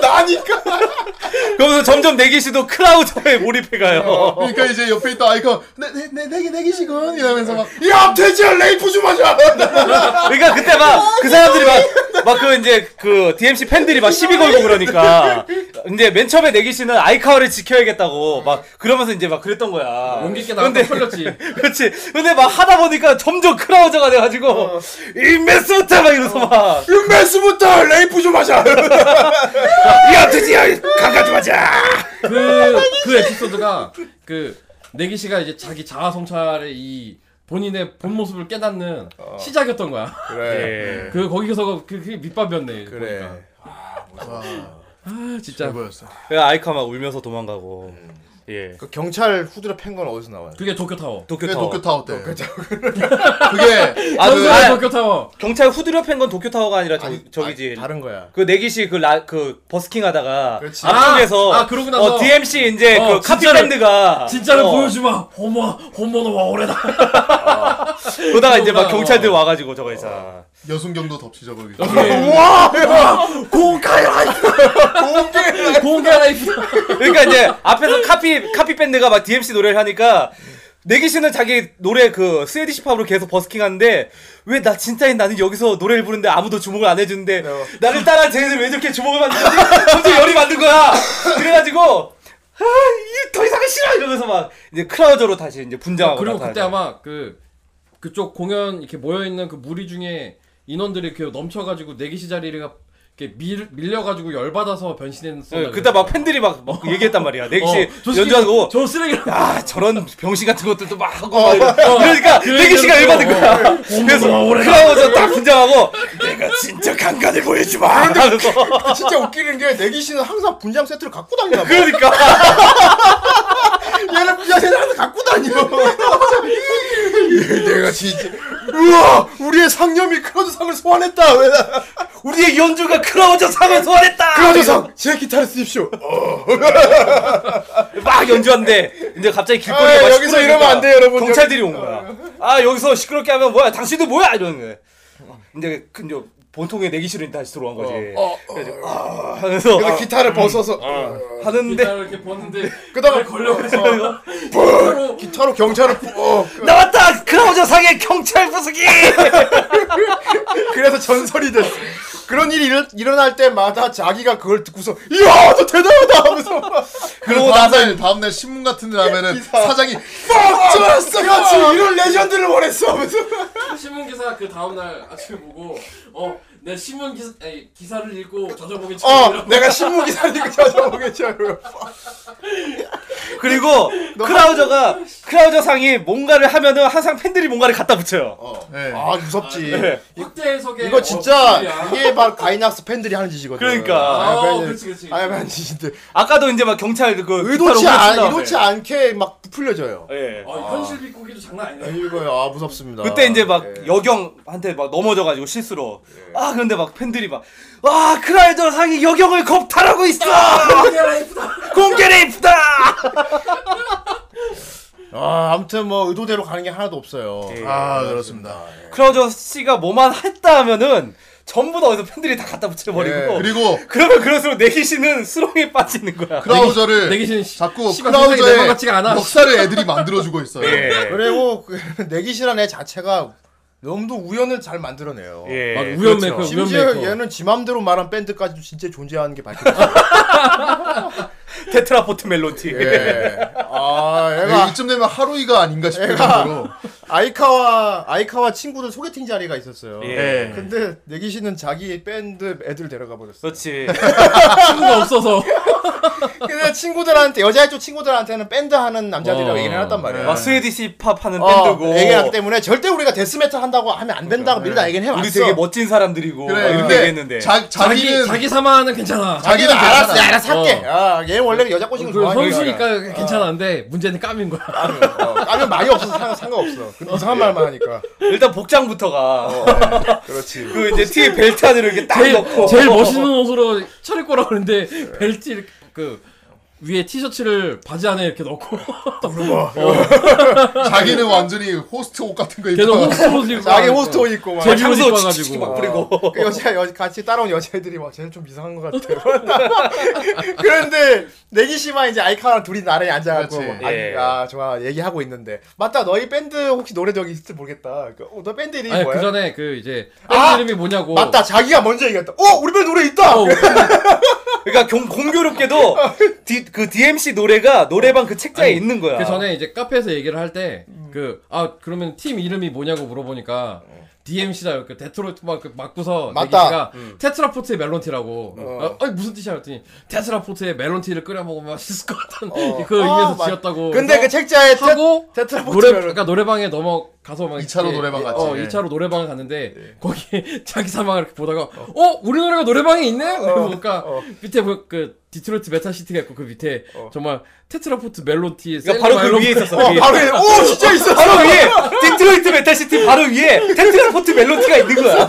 나니까!
그러면서 점점 내기 씨도 크라우저에 몰입해가요.
그러니까 이제 옆에 있던 아이가 네, 내내내내 내기시군 이러면서 막
야, 돼지야, 레이프 좀 하자!
그러니까 그때 막 그 사람들이 막 막 그 이제 그 DMC 팬들이 막 시비 걸고 그러니까 이제 맨 처음에 내기 씨는 아이카와를 지켜야겠다고 막 그러면서 이제 막 그랬던 거야.
용기 있게 나가서 털렸지
그렇지. 근데 막 하다 보니까 점점 크라우저가 돼가지고 이 메스부터 막 이러면서 막
윤메스부터 레이프 좀 하자!
야 드디어 강가 좀 하자.
그, 그 에피소드가 그 내기 씨가 이제 자기 자아 성찰의 이 본인의 본 모습을 깨닫는
어.
시작이었던 거야.
네. 예,
그래.
그 거기서 그 그게 밑밥이었네.
그래.
보니까. 아 진짜
뭐였어?
그래서 아이카 막 울면서 도망가고. 예.
그 경찰 후드려 팬 건 어디서 나와요?
그게 도쿄 타워.
도쿄
네,
그게
타워.
도쿄 타워 때. 그게
아, 그,
전설의
아,
도쿄 타워.
경찰 후드려 팬건 도쿄 타워가 아니라 저,
아니,
저기지.
아, 다른 거야.
그 내기 씨그라그 버스킹 하다가
그렇지.
앞쪽에서
아, 아, 그러고 나서-
어, DMC 이제
어,
그 카피
진짜를-
밴드가
진짜를
어,
보여주마. 호모 호모노와 오래다.
그러다가 이제 막
그러구나.
경찰들 와가지고 저거 있어.
여순경도 덥시죠 거기.
우와!
공개 라이프.
그러니까 이제 앞에서 카피 카피 밴드가 막 DMC 노래를 하니까 내기 씨는 자기 노래 그 스웨디시 팝으로 계속 버스킹 하는데 왜 나 진짜인 나는 여기서 노래를 부르는데 아무도 주목을 안 해주는데
어.
나를 따라 쟤네들 왜 저렇게 주목을 받는 거지? 점점 열이 받는 거야. 그래가지고 아, 아이더 이상은 싫어 이러면서 막 이제 크라우저로 다시 이제 분장하고
어, 그리고 그때
나타나죠.
아마 그 그쪽 공연 이렇게 모여 있는 그 무리 중에 인원들이 이렇게 넘쳐가지고 내기시 자리가 이렇게 밀 밀려가지고 열 받아서 변신했어.
네,
예, 그때 막 팬들이 막,
어.
막 얘기했단 말이야. 내기 씨 연주하고
저 쓰레기.
아 저런 병신 같은 것들도 막 하고
어,
막 이러- 그러니까
그래,
내기 씨가
그래,
열받은
그래.
거야. 그래서 크라우저 딱 분장하고 내가 진짜 강간을 보여주지 마. 하면서
진짜 웃기는 게, 내기 씨는 항상 분장 세트를 갖고 다니나 봐.
그러니까
얘는 분장 세트를 항상 갖고 다녀. 얘, 내가 진짜. 우와! 우리의 상념이 크라우저 상을 소환했다! 왜 나-
우리의 연주가 크라우저 상을 소환했다.
크라우저 상! 아, 제 기타를 쓰십시오!
막 연주한데 이제 갑자기 길거리에
아,
막
여기서
시끄러우니까
이러면 안 돼요, 여러분.
경찰들이 온 거야. 아 여기서 시끄럽게 하면 뭐야? 당신들 뭐야? 이러는 거야. 이제 그 이제 본통에 내기 싫으니 다시 들어온 거지. 그래가지고 아, 하면서
그래서 기타를 벗어서.
하는데
이렇게 보는데
그다음에 어,
걸려가지고
기타로 경찰을 부- 어.
나왔다 크라우저 상의 경찰 부수기
그래서 전설이 됐어. 그런 일이 일, 일어날 때마다 자기가 그걸 듣고서 이야 너 대단하다 하면서 막
그리고 다음날 다음날 신문 같은 데 나면은 사장이
좋았어 그렇지 이런 레전드를 원했어 하면서
신문 기사 그 다음 날 아침에 보고 어 내 신문 기사 아니, 기사를 읽고 저저보기
어 내가 신문 기사니까 찾아보겠죠
그리고 크라우저가
어,
크라우저 상이 뭔가를 하면은 항상 팬들이 뭔가를 갖다 붙여요.
네.
아 무섭지
확대 해석에
이거 진짜
어,
이게 바로 가이낙스 팬들이 하는 짓이거든
그러니까.
아,
아이언맨-
그치, 그치.
아이언맨 짓인데
아까도 이제 막 경찰 그
의도치
깃발로
않
후려친 다음에.
의도치 않게 막 풀려져요
네.
예.
어, 현실 비꾸기도 장난 아니네
이거요 아 무섭습니다
그때 이제 막
예.
여경한테 막 넘어져가지고 실수로 아 그런데 막 팬들이 막와 크라우저 상이 여경을 겁탈하고 있어 공개 레이프다
아 아무튼 뭐 의도대로 가는 게 하나도 없어요
예,
아 그렇습니다.
크라우저 씨가 뭐만 했다 하면은 전부 다 어디서 팬들이 다 갖다 붙여버리고
예,
네, 그리고
그러면 그럴수록 내기씨는 수렁에 빠지는 거야
크라우저를
내기신
자꾸
씨발 세상이 내맘
크라우저의
같지가 않아.
역사를 애들이 만들어주고 있어요.
네. 예.
그리고 그 내기시란 애 자체가 너무도 우연을 잘 만들어내요
예.
맞아, 우연
그렇죠.
메이커 우연
심지어
메이커
얘는 지 맘대로 말한 밴드까지도 진짜 존재하는 게 밝혀져.
테트라포트 멜론티
예. 아,
네,
얘가
이쯤 되면 하루이가 아닌가 싶을 정도로
아이카와 아이카와 친구들 소개팅 자리가 있었어요.
예.
근데 내기 씨는 자기 밴드 애들 데려가 버렸어.
그렇지
아.
친구가 없어서
그
근데 친구들한테 여자 쪽 친구들한테는 밴드 하는 남자들이라고
어.
얘기를 해놨단 말이에요.
막 아, 스웨디시 팝 하는
어,
밴드고 그러니까.
얘기하기 때문에 절대 우리가 데스메탈 한다고 하면 안 된다고 미리 다 얘기는 해봤어.
예. 우리 되게 멋진 사람들이고
그래
막 이렇게
네, 근데
얘기했는데
자,
자기
자기는
자기 사만은 괜찮아
자기는
자기는
알았어,
괜찮아.
알아서 할게. 아, 얘 원래 여자 꼬시는
그
거 좋아하니까.
성수니까 괜찮은데 문제는 까민 거야
어, 까면 말이 없어서 상관 상관없어. 근데 이상한 말만 하니까.
일단 복장부터가
그렇지.
그 이제 뒤에 벨트 안으로 이렇게 딱
제일,
넣고
제일 멋있는 옷으로 차릴 거라 그러는데 벨트 이렇게 그 위에 티셔츠를 바지 안에 이렇게 넣고
자기는 완전히 호스트 옷 같은 거
걔는
입고
호스트 옷 입고
자기
가니까.
호스트 옷 입고 막.
제주 옷
향수
입고
칙칙
와가지고.
막 뿌리고
그 여자 여, 같이 따라온 여자애들이 막 쟤는 좀 이상한 것 같아. 그런데 내기 씨만 이제 아이카랑 둘이 나란히 앉아갖고
그렇지.
아니,
예.
아 좋아 얘기하고 있는데 맞다 너희 밴드 혹시 노래 저기 있을지 모르겠다. 그, 어, 너 밴드 이름이
아니
뭐야?
그 전에 그 이제
아!
밴드 이름이 뭐냐고
맞다 자기가 먼저 얘기했다. 어 우리 밴드 노래 있다.
어,
그러니까 공, 공교롭게도 디, 그 DMC 노래가 노래방 그 책자에
아니,
있는 거야
그 전에 이제 카페에서 얘기를 할
음.
때 그 아 그러면 팀 이름이 뭐냐고 물어보니까 DMC다 그 데트로이트 막 맞고서
맞다. 음. 어.
내기가 테트라포트의 멜론티라고 아, 아니 무슨 뜻이야 했더니 테트라포트의 멜론티를 끓여 먹으면 맛있을 것 같은 그 의미에서
어. 아, 맞-
지었다고
근데 그
그래서
책자에 테-
하고
뭐
테트라포트
노래
멜론.
그러니까 노래방에 넘어가서 막
2차로
이렇게,
노래방 갔지.
어 2차로 노래방 갔는데
네.
거기 자기 사망을 이렇게 보다가 어, 우리 노래가 노래방에
어,
있네 그러고 보니까 밑에 그, 그 디트로이트 메타시티가 있고 그 밑에 정말 테트라포트 멜론티
어. 그러니까 바로 그
셀리
위에
멜론-
있었어
어
위에.
바로 오 진짜 있어.
바로 위에 디트로이트 메탈시티 바로 위에 텐트라포트 멜로디가 있는 거야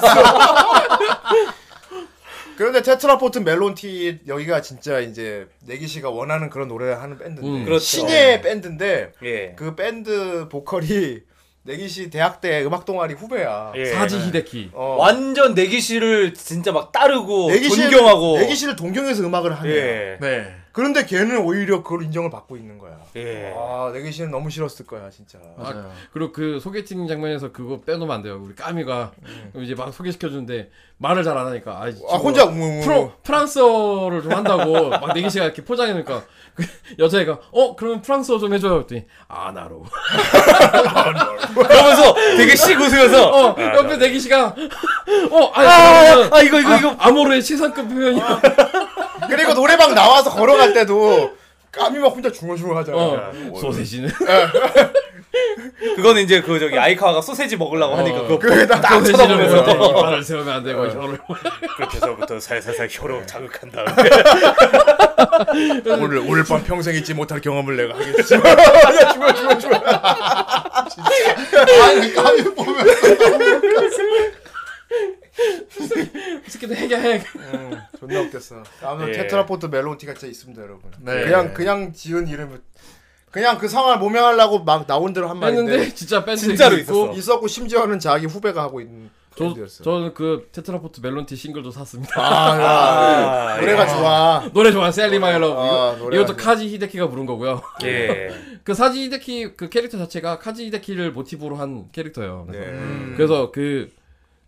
그런데 테트라포트 멜론티 여기가 진짜 이제 내기 씨가 원하는 그런 노래를 하는 밴드인데
음.
그렇죠.
신예 밴드인데
예.
그 밴드 보컬이 내기 씨 대학 때 음악 동아리 후배야.
예.
사지 히데키
어.
완전 내기씨를 진짜 막 따르고
내기 씨를-
존경하고
내기 씨를 동경해서 음악을 하네.
예.
네.
그런데 걔는 오히려 그걸 인정을 받고 있는 거야.
예.
아, 내기 씨는 너무 싫었을 거야, 진짜.
아, 그리고 그 소개팅 장면에서 그거 빼놓으면 안 돼요. 우리 까미가
음.
그럼 이제 막 소개시켜주는데 말을 잘 안 하니까 아,
아, 혼자 웅웅웅.
음.
프로, 프랑스어를 좀 한다고 막 내기 씨가 이렇게 포장해놓으니까 그 여자애가 어 그러면 프랑스어 좀 해줘요 했더니 아 나로
그러면서 되게 씩 웃으면서
어 옆에 내기 씨가 어 아니
아,
그러면은
아 이거 이거 이거
아, 아모르의 시상급 표현이야
그리고 노래방 나와서 걸어갈 때도 까미 막 혼자 중얼중얼 하잖아.
어 소세지는
그거는 이제 그 저기 아이카와가 소세지 먹으려고 하니까 그거
그게다
딱
소세지는
아,
쳐다보면서
이빨을 세우면 안 되고 혀를
그렇게 해서부터 살살살 혀로 자극한 다음에
오늘 오늘 밤 평생 잊지 못할 경험을 내가 하겠지.
아니 까미 보면
스키도 해야 해
음, 존나 웃겼어. 아무튼
예.
테트라포트 멜론티가 진짜 있습니다, 여러분.
네.
그냥 그냥 지은 이름을 그냥 그 상황을 모면하려고 막 나온 대로 한 말인데
했는데 진짜 밴드
진짜로
있고
있었어.
아, 네. 있었고 심지어는 자기 후배가 하고 있는
저,
밴드였어.
저는 그 테트라포트 멜론티 싱글도 샀습니다.
아,
아,
노래가 좋아.
노래 좋아, 셀리 마이 러브.
아,
이거,
노래가
이것도
좋아.
카지 히데키가 부른 거고요.
예.
그 사지 히데키 그 캐릭터 자체가 카지 히데키를 모티브로 한 캐릭터예요.
네.
그래서 그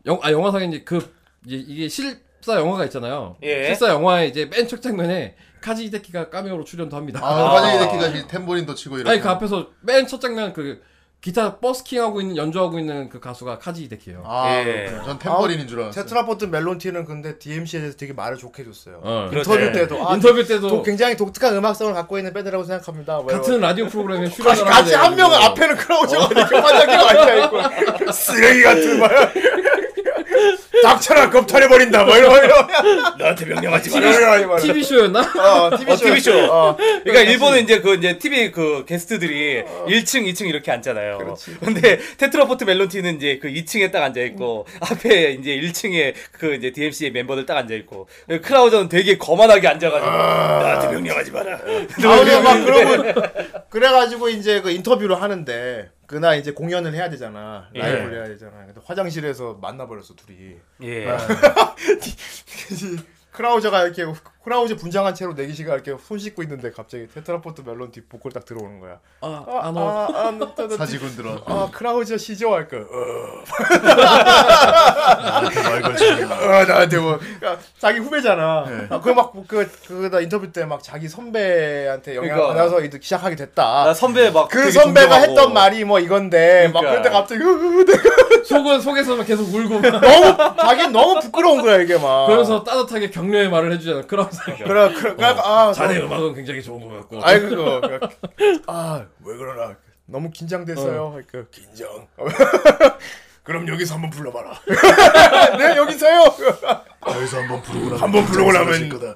영, 아, 영화상에 이제 그 이제 이게 실 실사 영화가 있잖아요.
예.
실사 영화의 이제 맨 첫 장면에 카지히데키가 까메오로 출연도 합니다.
아,
아.
화장이 데키가 이제 탬버린도 치고 이렇게.
아니 그 앞에서 맨 첫 장면 그 기타 버스킹 하고 있는 연주하고 있는 그 가수가 카지히데키예요.
아,
예.
그렇구나.
전 탬버린인 줄 알았어요.
테트라포트 멜론티는 근데 DMC에 대해서 되게 말을 좋게 해줬어요.
어.
그렇지.
인터뷰 때도 아,
인터뷰 때도
도- 굉장히 독특한 음악성을 갖고 있는 밴드라고 생각합니다. 뭐
같은
이런-
라디오 프로그램에
같이,
출연을
같이
하는데
한 명은
그리고
앞에는 크라우저가 이렇게 화장기가 앉아있고 쓰레기 같은 거야. 닥쳐라 겁탈해버린다 뭐 이런 거 이런
나한테 명령하지
TV 쇼
TV 쇼였나?
어 TV
어,
쇼
TV 쇼.
어.
그러니까 일본은 이제 그 이제 TV 그 게스트들이 1층, 2층 이렇게 앉잖아요. 근데 테트라포트 멜론티는 이제 그 2층에 딱 앉아 있고 앞에 이제 1층에 그 이제 DMC의 멤버들 딱 앉아 있고 크라우저는 되게 거만하게 앉아가지고 나한테 명령하지 마라.
아무리 막 그러고 그래가지고 이제 그 인터뷰를 하는데 그날 이제 공연을 해야 되잖아 라이브를 해야 되잖아 근데 화장실에서 만나버렸어 둘이
예.
크라우저가 이렇게 크라우저 분장한 채로 내기시가 이렇게 손 씻고 있는데 갑자기 테트라포트 멜론 뒷 보컬 딱 들어오는 거야
아,
아,
안
뭐.
와.
아, 아, 나- 나- 나-
사지군 들어.
아 크라우저 시죠 할까
음.
어,
아,
말 걸지.
어 나한테 뭐 그러니까 자기 후배잖아
네.
아, 그막그그나 인터뷰 때 막 자기 선배한테 영향을
그러니까.
받아서 이제 시작하게 됐다
나 선배 막
그
되게
선배가
존경하고.
했던 말이 뭐 이건데 막
그러니까.
그런데 갑자기 으, 으, 으,
속은 속에서만 계속 울고 막
너무 자기는 너무 부끄러운 거야 이게 막
그러면서 따뜻하게 격려의 말을 해주잖아. 그러면서
그래 그래 그래 아
자네 음악은 굉장히 좋은 것 같고.
그러니까. 아이 그거 아왜 그러나 너무 긴장돼서요
어.
그러니까 긴장 그럼 여기서 한번 불러봐라 네 여기서요
여기서 한번 부르고 나면
한번 부르고 나면-
사라질 거다.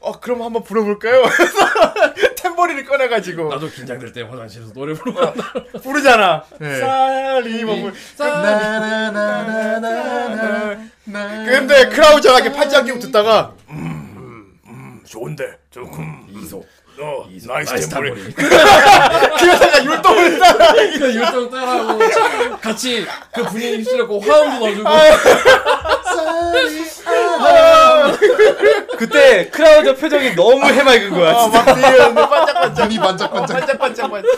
어 그럼 한번 불러볼까요 탬버린을 꺼내가지고
나도 긴장될 때 화장실에서 노래 부르고
아,
한다.
부르잖아
네.
쌀이 먹을
짠!
나나나나나나.
네. 근데 크라우저가 이렇게 팔짱 끼고 듣다가 음, 음 좋은데 조금
이소.
어
나이스
탬버린.
탬버린.
그러다가 율동을 따라
그 율동 따라하고 같이 그 분위기 휩쓸렸고 화음도 넣어주고
아,
그때 크라우저 표정이 너무 해맑은 거야. 진짜.
어, 막 뒤에 반짝반짝
눈이 반짝반짝.
반짝반짝 반짝.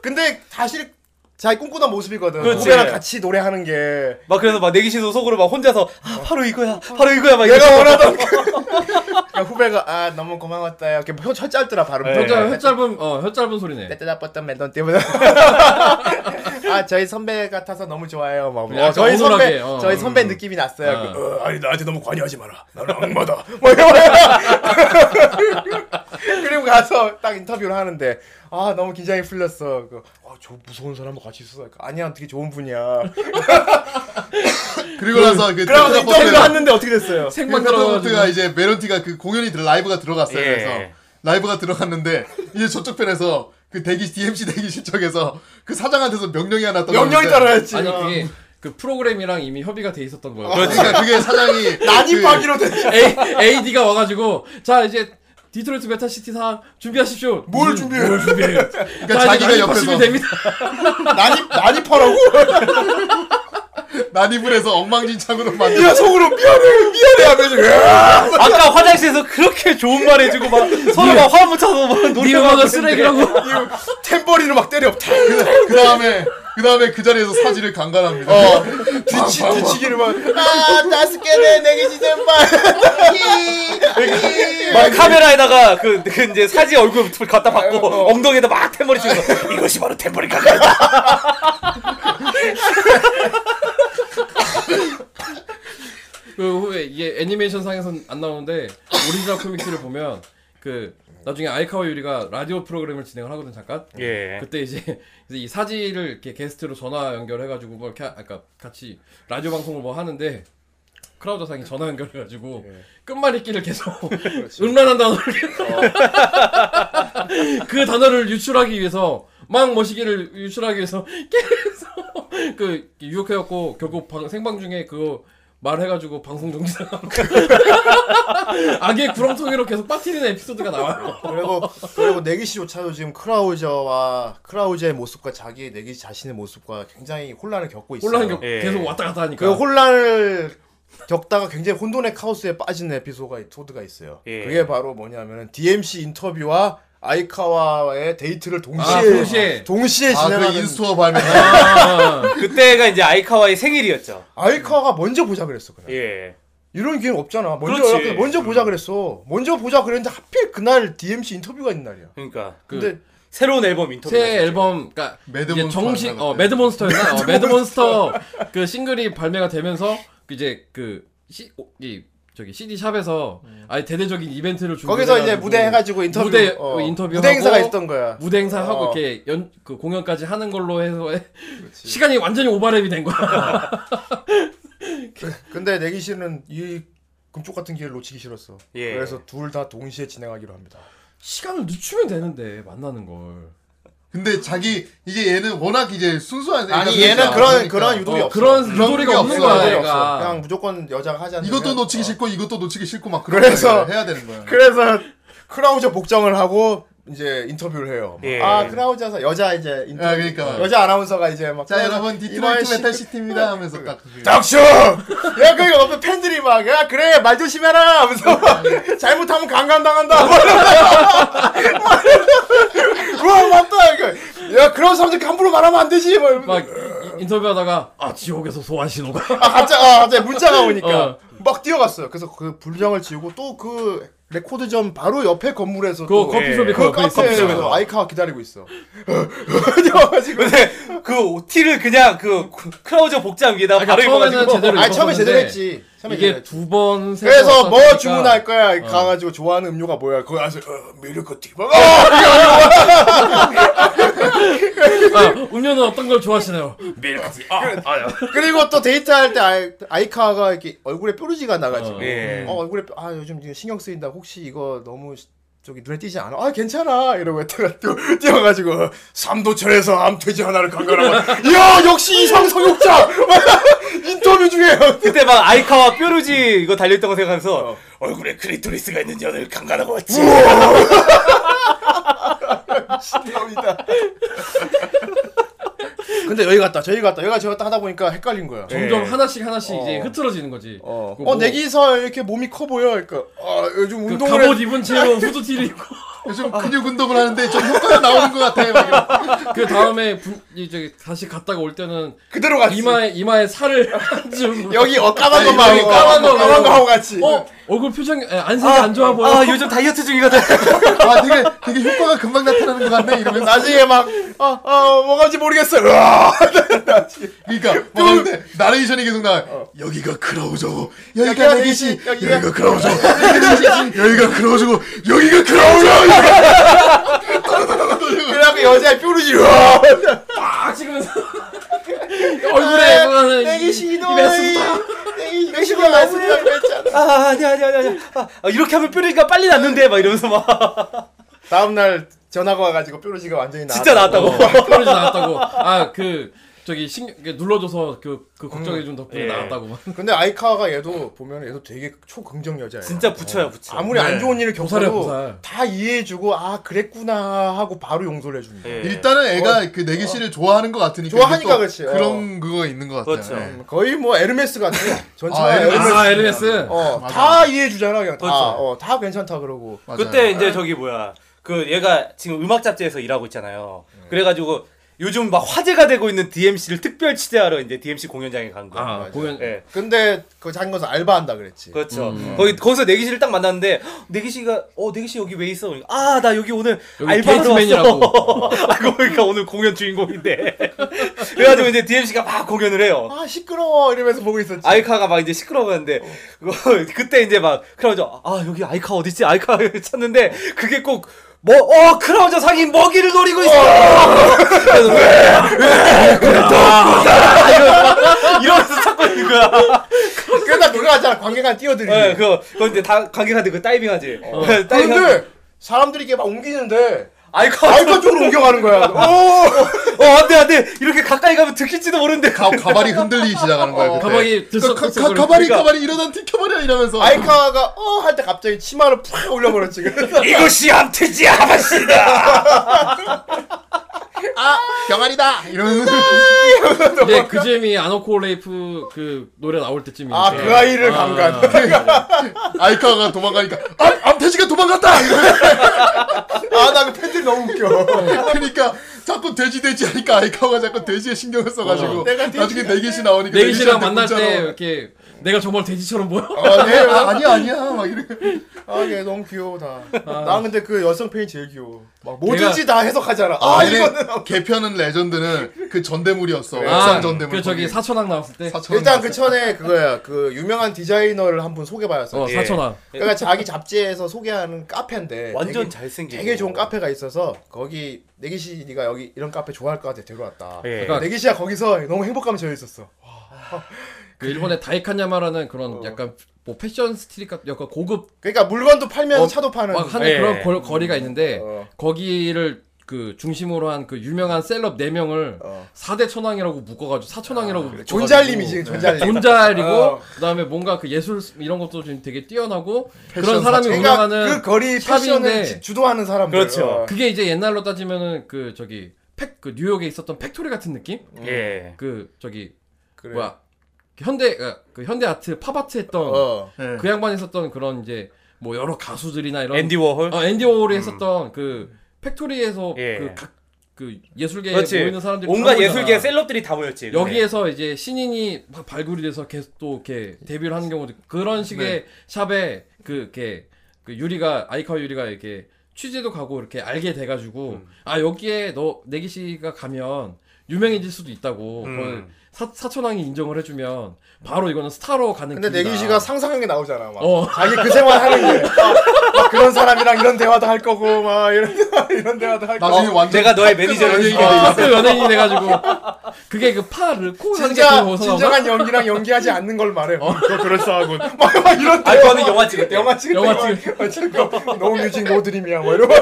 근데 사실 자기 꿈꾸던 모습이거든.
그렇지.
후배랑 같이 노래하는 게
막 그래서 막 내기시도 속으로 막 혼자서 아 바로 이거야, 바로 이거야 막
내가
이러면서
원하던 그- 그러니까 후배가 아 너무 고마웠다. 이렇게 혀 짧더라 발음.
네.
혀짧, 혀짧은 어 혀짧은 소리네
떼떼다뻗던 멘던 때문에 아 저희 선배 같아서 너무 좋아요 막 뭐,
약간
저희
어눌하게,
선배
어.
저희 선배 느낌이 음. 났어요
어.
그, 어, 아니 나한테 너무 관여하지 마라 나는 악마다 뭐 이런 거 그리고 가서 딱 인터뷰를 하는데 아 너무 긴장이 풀렸어 그, 아저 무서운 사람하고 같이 있어 아니야 되게 좋은 분이야
그리고 나서 그
그러면서 인터뷰를
테트라포트가
했는데 어떻게 됐어요
생방
테트라포트가
들어가지고
이제 메론티가 그 공연이 들 라이브가 들어갔어요.
예.
그래서 라이브가 들어갔는데 이제 저쪽 편에서 그 대기 DMC 대기실 쪽에서 그 사장한테서 명령이 하나 떨어졌는데
명령이 따라야지
아니 그게 그 프로그램이랑 이미 협의가 돼 있었던 거예요
그러니까 그게 사장이
어. 난입하기로 됐지
A, d 가 와가지고 자 이제 디트로이트 메타시티 상 준비하십시오
뭘
무슨-
준비해요?
뭘 준비해요
그러니까 자기가 옆에서
면 됩니다
난입 난입하라고
그 난입을 해서 엉망진창으로 만든
야 속으로 미안해 미안해 하면서 으아!
아까 화장실에서 그렇게 좋은 말 해주고 막 서로 막 화음 붙여서 막
네
놀려고
음악은 쓰레기라고
탬버린을 막 때려
그 다음에 그 다음에 그 자리에서 사지를 강간합니다. 아,
어, 뒤치, 뒤치기를 막, 아, 다스케네, 내게 지젠발.
아,
막 카메라에다가 그, 그 이제 사지 얼굴 갖다 받고 엉덩이에다 막 탬버리 치고 이것이 바로 탬버리 강간이다
그 후에 이게 애니메이션 상에선 안 나오는데 오리지널 코믹스를 보면 그 나중에 아이카와 유리가 라디오 프로그램을 진행을 하거든 잠깐.
예.
그때 이제, 이제 이 사지를 이렇게 게스트로 전화 연결해가지고 뭐 이렇게 하- 아까 같이 라디오 방송을 뭐 하는데 크라우더상이 전화 연결해가지고
예.
끝말잇기를 계속 음란한 단어를 계속 그 단어를 유출하기 위해서 막 머시기를 유출하기 위해서 계속 그 유혹해갖고 결국 방, 생방 중에 그거 말해가지고 방송 정지당하고 악의 구렁텅이로 계속 빠뜨리는 에피소드가 나와요
그리고, 그리고 내기시조차도 지금 크라우저와, 크라우저의 모습과 자기 내기시 자신의 모습과 굉장히 혼란을 겪고 있어요.
혼란 겪
예.
계속 왔다 갔다 하니까
그 혼란을 겪다가 굉장히 혼돈의 카오스에 빠진 에피소드가, 에피소드가 있어요.
예.
그게 바로 뭐냐면은 DMC 인터뷰와 아이카와의 데이트를 동시에,
아, 동시에.
동시에
아 그
진행하는
인스토어 발매.
아,
그때가 이제 아이카와의 생일이었죠
아이카와가 먼저 보자 그랬어, 그냥.
예
이런 기회는 없잖아. 먼저
그렇지.
연락해. 먼저 보자 그랬어. 먼저 보자 그랬는데 하필 그날 DMC 인터뷰가 있는 날이야.
그러니까
그
근데
새로운 앨범 인터뷰.
네.
새 앨범 그러니까
매드몬스터
이제 정식
아닌가
어
그때?
매드몬스터였나 어, 매드몬스터 그 싱글이 발매가 되면서 그 이제 그 시, 오, 이 저기 CD 샵에서 아예 대대적인 이벤트를 준비
음. 거기서 이제 무대 해가지고 인터뷰
무대 그
어,
인터뷰
무대 행사가
하고,
있던 거야.
무대 행사하고
어.
이렇게 연 그 공연까지 하는 걸로 해서 해- 시간이 완전히 오버랩이 된 거야.
근데 내기 씨는 이 금쪽 같은 기회를 놓치기 싫었어.
예.
그래서 둘 다 동시에 진행하기로 합니다.
시간을 늦추면 되는데 만나는 걸.
근데 자기 이게 얘는 워낙 이제 순수한 애가
아니
생겼잖아.
얘는 그런
그러니까.
그런 유도리
어,
없어.
그런
그런
유도리가
게
없는
없어.
거야,
유도리
얘가.
없어. 그냥 무조건 여자가 하자.
이것도 놓치기 싫고 이것도 놓치기 싫고 막
어. 그래서-
그래서 해야 되는 거야.
그래서 크라우저 복장을 하고 이제 인터뷰를 해요. 막,
예.
아 크라우저서 여자 이제 인터뷰.
아, 그러니까.
여자 아나운서가 이제 막
자 여러분
이번
디트로이트
시- 어.
메탈 시티입니다 하면서 딱 그게.
닥쳐! 야, 그니까 옆에 팬들이 막, 야, 그래, 말 조심해라! 하면서, 잘못하면 강간당한다! 뭐 막뭐 이러면서 막뭐 이러면서 우와, 맞다! 이거. 야, 그런 사람들 함부로 말하면 안 되지! 막, 이러면서.
막 이- 이- 인터뷰하다가 아 지옥에서 소환 신호가.
아, 갑자기, 아, 갑자기 문자가 오니까.
어.
막 뛰어갔어요. 그래서 그 불량을 지우고 또 그 레코드점 바로 옆에 건물에서
그
또
커피숍이
그
그 옆에 있어.
카페에서 아이카가 기다리고 있어. 뛰어가지고.
근데 그 티를 그냥 그 크라우저 복장 위에다 가
그러니까
바로
처음에는
입어가지고
제대로
아, 처음에
입었었는데
제대로 했지. 처음에 제대로
이게
했지.
두 번, 세
네. 그래서
번
뭐
왔었으니까. 어.
주문할 거야 가가지고 좋아하는 음료가 뭐야 거기 가서 어, 밀크 티바 어!
아, 음료는 어떤 걸 좋아하시나요?
네.
아,
그리고 또 데이트할 때 아이, 아이카가 이렇게 얼굴에 뾰루지가 나가지고
어.
어,
예.
얼굴에 뾰- 아 요즘 이거 신경 쓰인다 혹시 이거 너무 시- 저기 눈에 띄지 않아 아 괜찮아 이러고 했다가 또 뛰어가지고 삼도철에서 암퇴지 하나를 강간하고 이야 역시 이상 성욕자 인터뷰 중에
그때 막 아이카와 뾰루지 이거 달려있던 거 생각하면서 얼굴에 크리토리스가 있는 여자를 강간하고 왔지.
신념이다 근데 여기 갔다 저기 갔다 여기 갔다 저기 갔다 하다 보니까 헷갈린 거야
점점
예.
하나씩 하나씩 이제
어.
흐트러지는 거지.
어,
그거 뭐
어 내기서 이렇게 몸이 커 보여. 그러니까 아, 요즘
그
운동을
갑옷
해-
입은 채로 후드티를 입고
요즘 근육 운동을 하는데 좀 효과가 나오는 것 같아. 막 이러고.
그 다음에 분, 이제 다시 갔다가 올 때는
그대로 갔지.
이마에 이마에 살을 한줌
여기 어 까만
아니,
것만
여기
하고
까만
까만
거
거 까만 거
하고.
하고 같이.
어 얼굴 표정이 에, 안색이 안 좋아 보여.
아 요즘 다이어트 중이거든.
아 되게 되게 효과가 금방 나타나는 것 같네 이러면서.
나중에 막어어 뭐가지 모르겠어. 으아!
그러니까 먹는데 나레이션이 계속 나와. 여기가 크라우저.
여기가
여기가 내기시.
내기시, 여기가-
여기가 크라우저. 여기가 크라우저고 여기가
그렇죠.
크라우저.
그래갖고 여자의 뾰루지. 으아!
아 지금 얼굴에 아, 뭐가는
네, 내기
이-
시도
입에 습
내기 내기 시도 말씀이라고 했잖아.
아 아니 아니 아니 아니. 아, 아, 이렇게 하면 뾰루지가 빨리 났는데 막 이러면서 막
다음 날 전화가 와가지고 뾰루지가 완전히 나.
진짜 나왔다고.
떨어지 나왔다고. 아 그 저기 신 눌러줘서 그 그
음.
걱정해 준 덕분에
예.
나왔다고.
근데 아이카가 얘도 보면 얘도 되게 초긍정 여자야.
진짜 붙여야 붙여.
아무리 안 좋은 일을
보살이야,
겪어도
보살.
다 이해해주고 아 그랬구나 하고 바로 용서를 해준다.
예.
일단은 애가 그 내기 씨를 좋아하는 것 같으니까
뭐, 좋아하니까
이게 또
그렇지. 어.
그런 그거 있는 것 같아요.
그렇죠.
예.
거의 뭐 에르메스 같아. 전체가
아, 에르메스.
아 에르메스.
네, 어,
맞아.
다 이해해 주잖아 그냥 다.
그렇죠.
어, 다 괜찮다 그러고.
맞아요.
그때
네.
이제 저기 뭐야 그 얘가 지금 음악 잡지에서 일하고 있잖아요.
네.
그래가지고 요즘 막 화제가 되고 있는 DMC를 특별 취재하러 이제 DMC 공연장에 간 거야.
아 공연
네.
예.
근데 그거 작은 거서 알바한다 그랬지.
그렇죠.
음.
거기 거기서 내기 씨를 딱 만났는데 헉, 내기 씨가 어 내기 씨 여기 왜 있어? 아 나 여기 오늘
여기
알바하러
게이트맨이라고.
왔어. 알고 보니까 오늘 공연 주인공인데. 그래가지고 이제 DMC가 막 공연을 해요.
아 시끄러워 이러면서 보고 있었지.
아이카가 막 이제 시끄러워하는데 그거 그때 이제 막 크라우저 아 여기 아이카 어딨지 아이카 찾는데 그게 꼭 뭐 어 크라우저 사기 먹이를 노리고 있어 그래서 왜? 왜? 그랬다. 이러면서 막 이러면서 찾고 있는 거야
그러다 그거 하잖아 관계관 뛰어들이.
예 그거 그거 이제 다 관객한테 그 다이빙하지
어,
그 다이빙
네. 그런데 사람들이 이렇게 막 옮기는데
아이카
아이카 쪽으로 옮겨가는 거야. 오.
어 안돼 안돼 이렇게 가까이 가면 들킬지도 모르는데
가, 가발이 흔들리기 시작하는
어.
거야. 그때.
네.
가방이
그, 가, 가,
들썩들썩거리고.
가발이
그러니까.
가발이 이러다 튀켜버려 이러면서.
아이카가 어 할 때 갑자기 치마를 팍 올려버렸지. 그래서
이것이 암태지 아바씨다
아 병아리다 이러면서.
근데 그 즈음이 아노코레이프 그 노래 나올 때쯤이니까.
아 그 아이를 감간.
아이카가 도망가니까 아, 암태지가 도망갔다. 이러면서.
아나 그 팬들 너무 웃겨.
그러니까 자꾸 돼지 돼지 하니까 아이카가 자꾸 돼지에 신경을 써가지고
어. 내가 돼지
나중에 내기시 나오니까
내기씨랑
내기시한테
만날 때
문자로
이렇게 내가 정말 돼지처럼 보여?
아, 네, 아, 아니야 아니야 막 이래.
아얘 너무 귀여워 다. 나 근데 그 여성 팬이 제일 귀여워. 막 뭐든지 다 해석하잖아. 아,
아,
이거
이거는 개편은 레전드는 그 전대물이었어.
그래.
옥상 전대물.
그 저기 사천왕 나왔을 때.
사천
일단 그 전에 그거야 그 유명한 디자이너를 한 분 소개받았어.
어 사천왕.
그러니까 자기 잡지에서 소개하는 카페인데
완전
되게-
잘생긴.
되게 좋은 카페가 있어서 거기 내기시 네가 여기 이런 카페 좋아할 것 같아 데려왔다.
예.
그러니까
내기시가 거기서 너무 행복감에 젖어 있었어.
그 일본의 다이카냐마라는 그런 약간 뭐 패션 스트릿 같은 약간 고급
그러니까 물건도 팔면
어,
차도 파는.
막 네. 하는
예.
그런 거, 거리가 있는데
어.
거기를 그 중심으로 한 그 유명한 셀럽 4명을
어.
4대 천왕이라고 묶어가지고 4천왕이라고 묶어가지고 네.
존잘님이지 존잘님.
존잘이고
어.
그다음에 뭔가 그 예술 이런 것도 좀 되게 뛰어나고
패션
그런 사람이
그러니까
운영하는
그 거리 패션을
샵인데
지- 주도하는 사람들.
그렇죠.
어.
그게 이제 옛날로 따지면은 그 저기 팩 그 뉴욕에 있었던 팩토리 같은 느낌?
예.
그 저기
그래.
뭐야 그 현대 어, 그 현대 아트 팝아트 했던
어.
그 양반이 했었던 그런 이제 뭐 여러 가수들이나 이런
앤디 워홀.
어, 앤디
음.
워홀이 했었던 그 팩토리에서
예.
그, 각, 그 예술계에
그렇지.
모이는 사람들이 다
온갖
모이잖아.
예술계 셀럽들이 다 모였지.
네.
근데.
여기에서 이제 신인이 막 발굴이 돼서 계속 또 이렇게 데뷔를 하는 경우도 있고 그런 식의 샵에 그 이렇게 그 유리가 아이카와 유리가 이렇게 취재도 가고 이렇게 알게 돼가지고 아 여기에 너 내기 씨가 가면 유명해질 수도 있다고 그걸 사, 사천왕이 인정을 해주면 바로 이거는 스타로 가는
근데
길이다.
내기시가 상상한 게 나오잖아. 막.
어.
자기 그 생활 하는 게. 막, 막 그런 사람이랑 이런 대화도 할 거고 막 이런 이런 대화도 할 거고.
나중에 완전
내가 너의
탑급
매니저를
연예인이
해줄게.
돼 있어.
학교 연예인이 돼가지고 그게 그 파를 코
진짜 진정한 연기랑 연기하지 않는 걸 말해. 그거 그럴싸하군. 막, 막 이런
아, 그거는 영화 찍을 때.
영화 찍을
영화
노 뮤직 노 드림이야 뭐 이러고.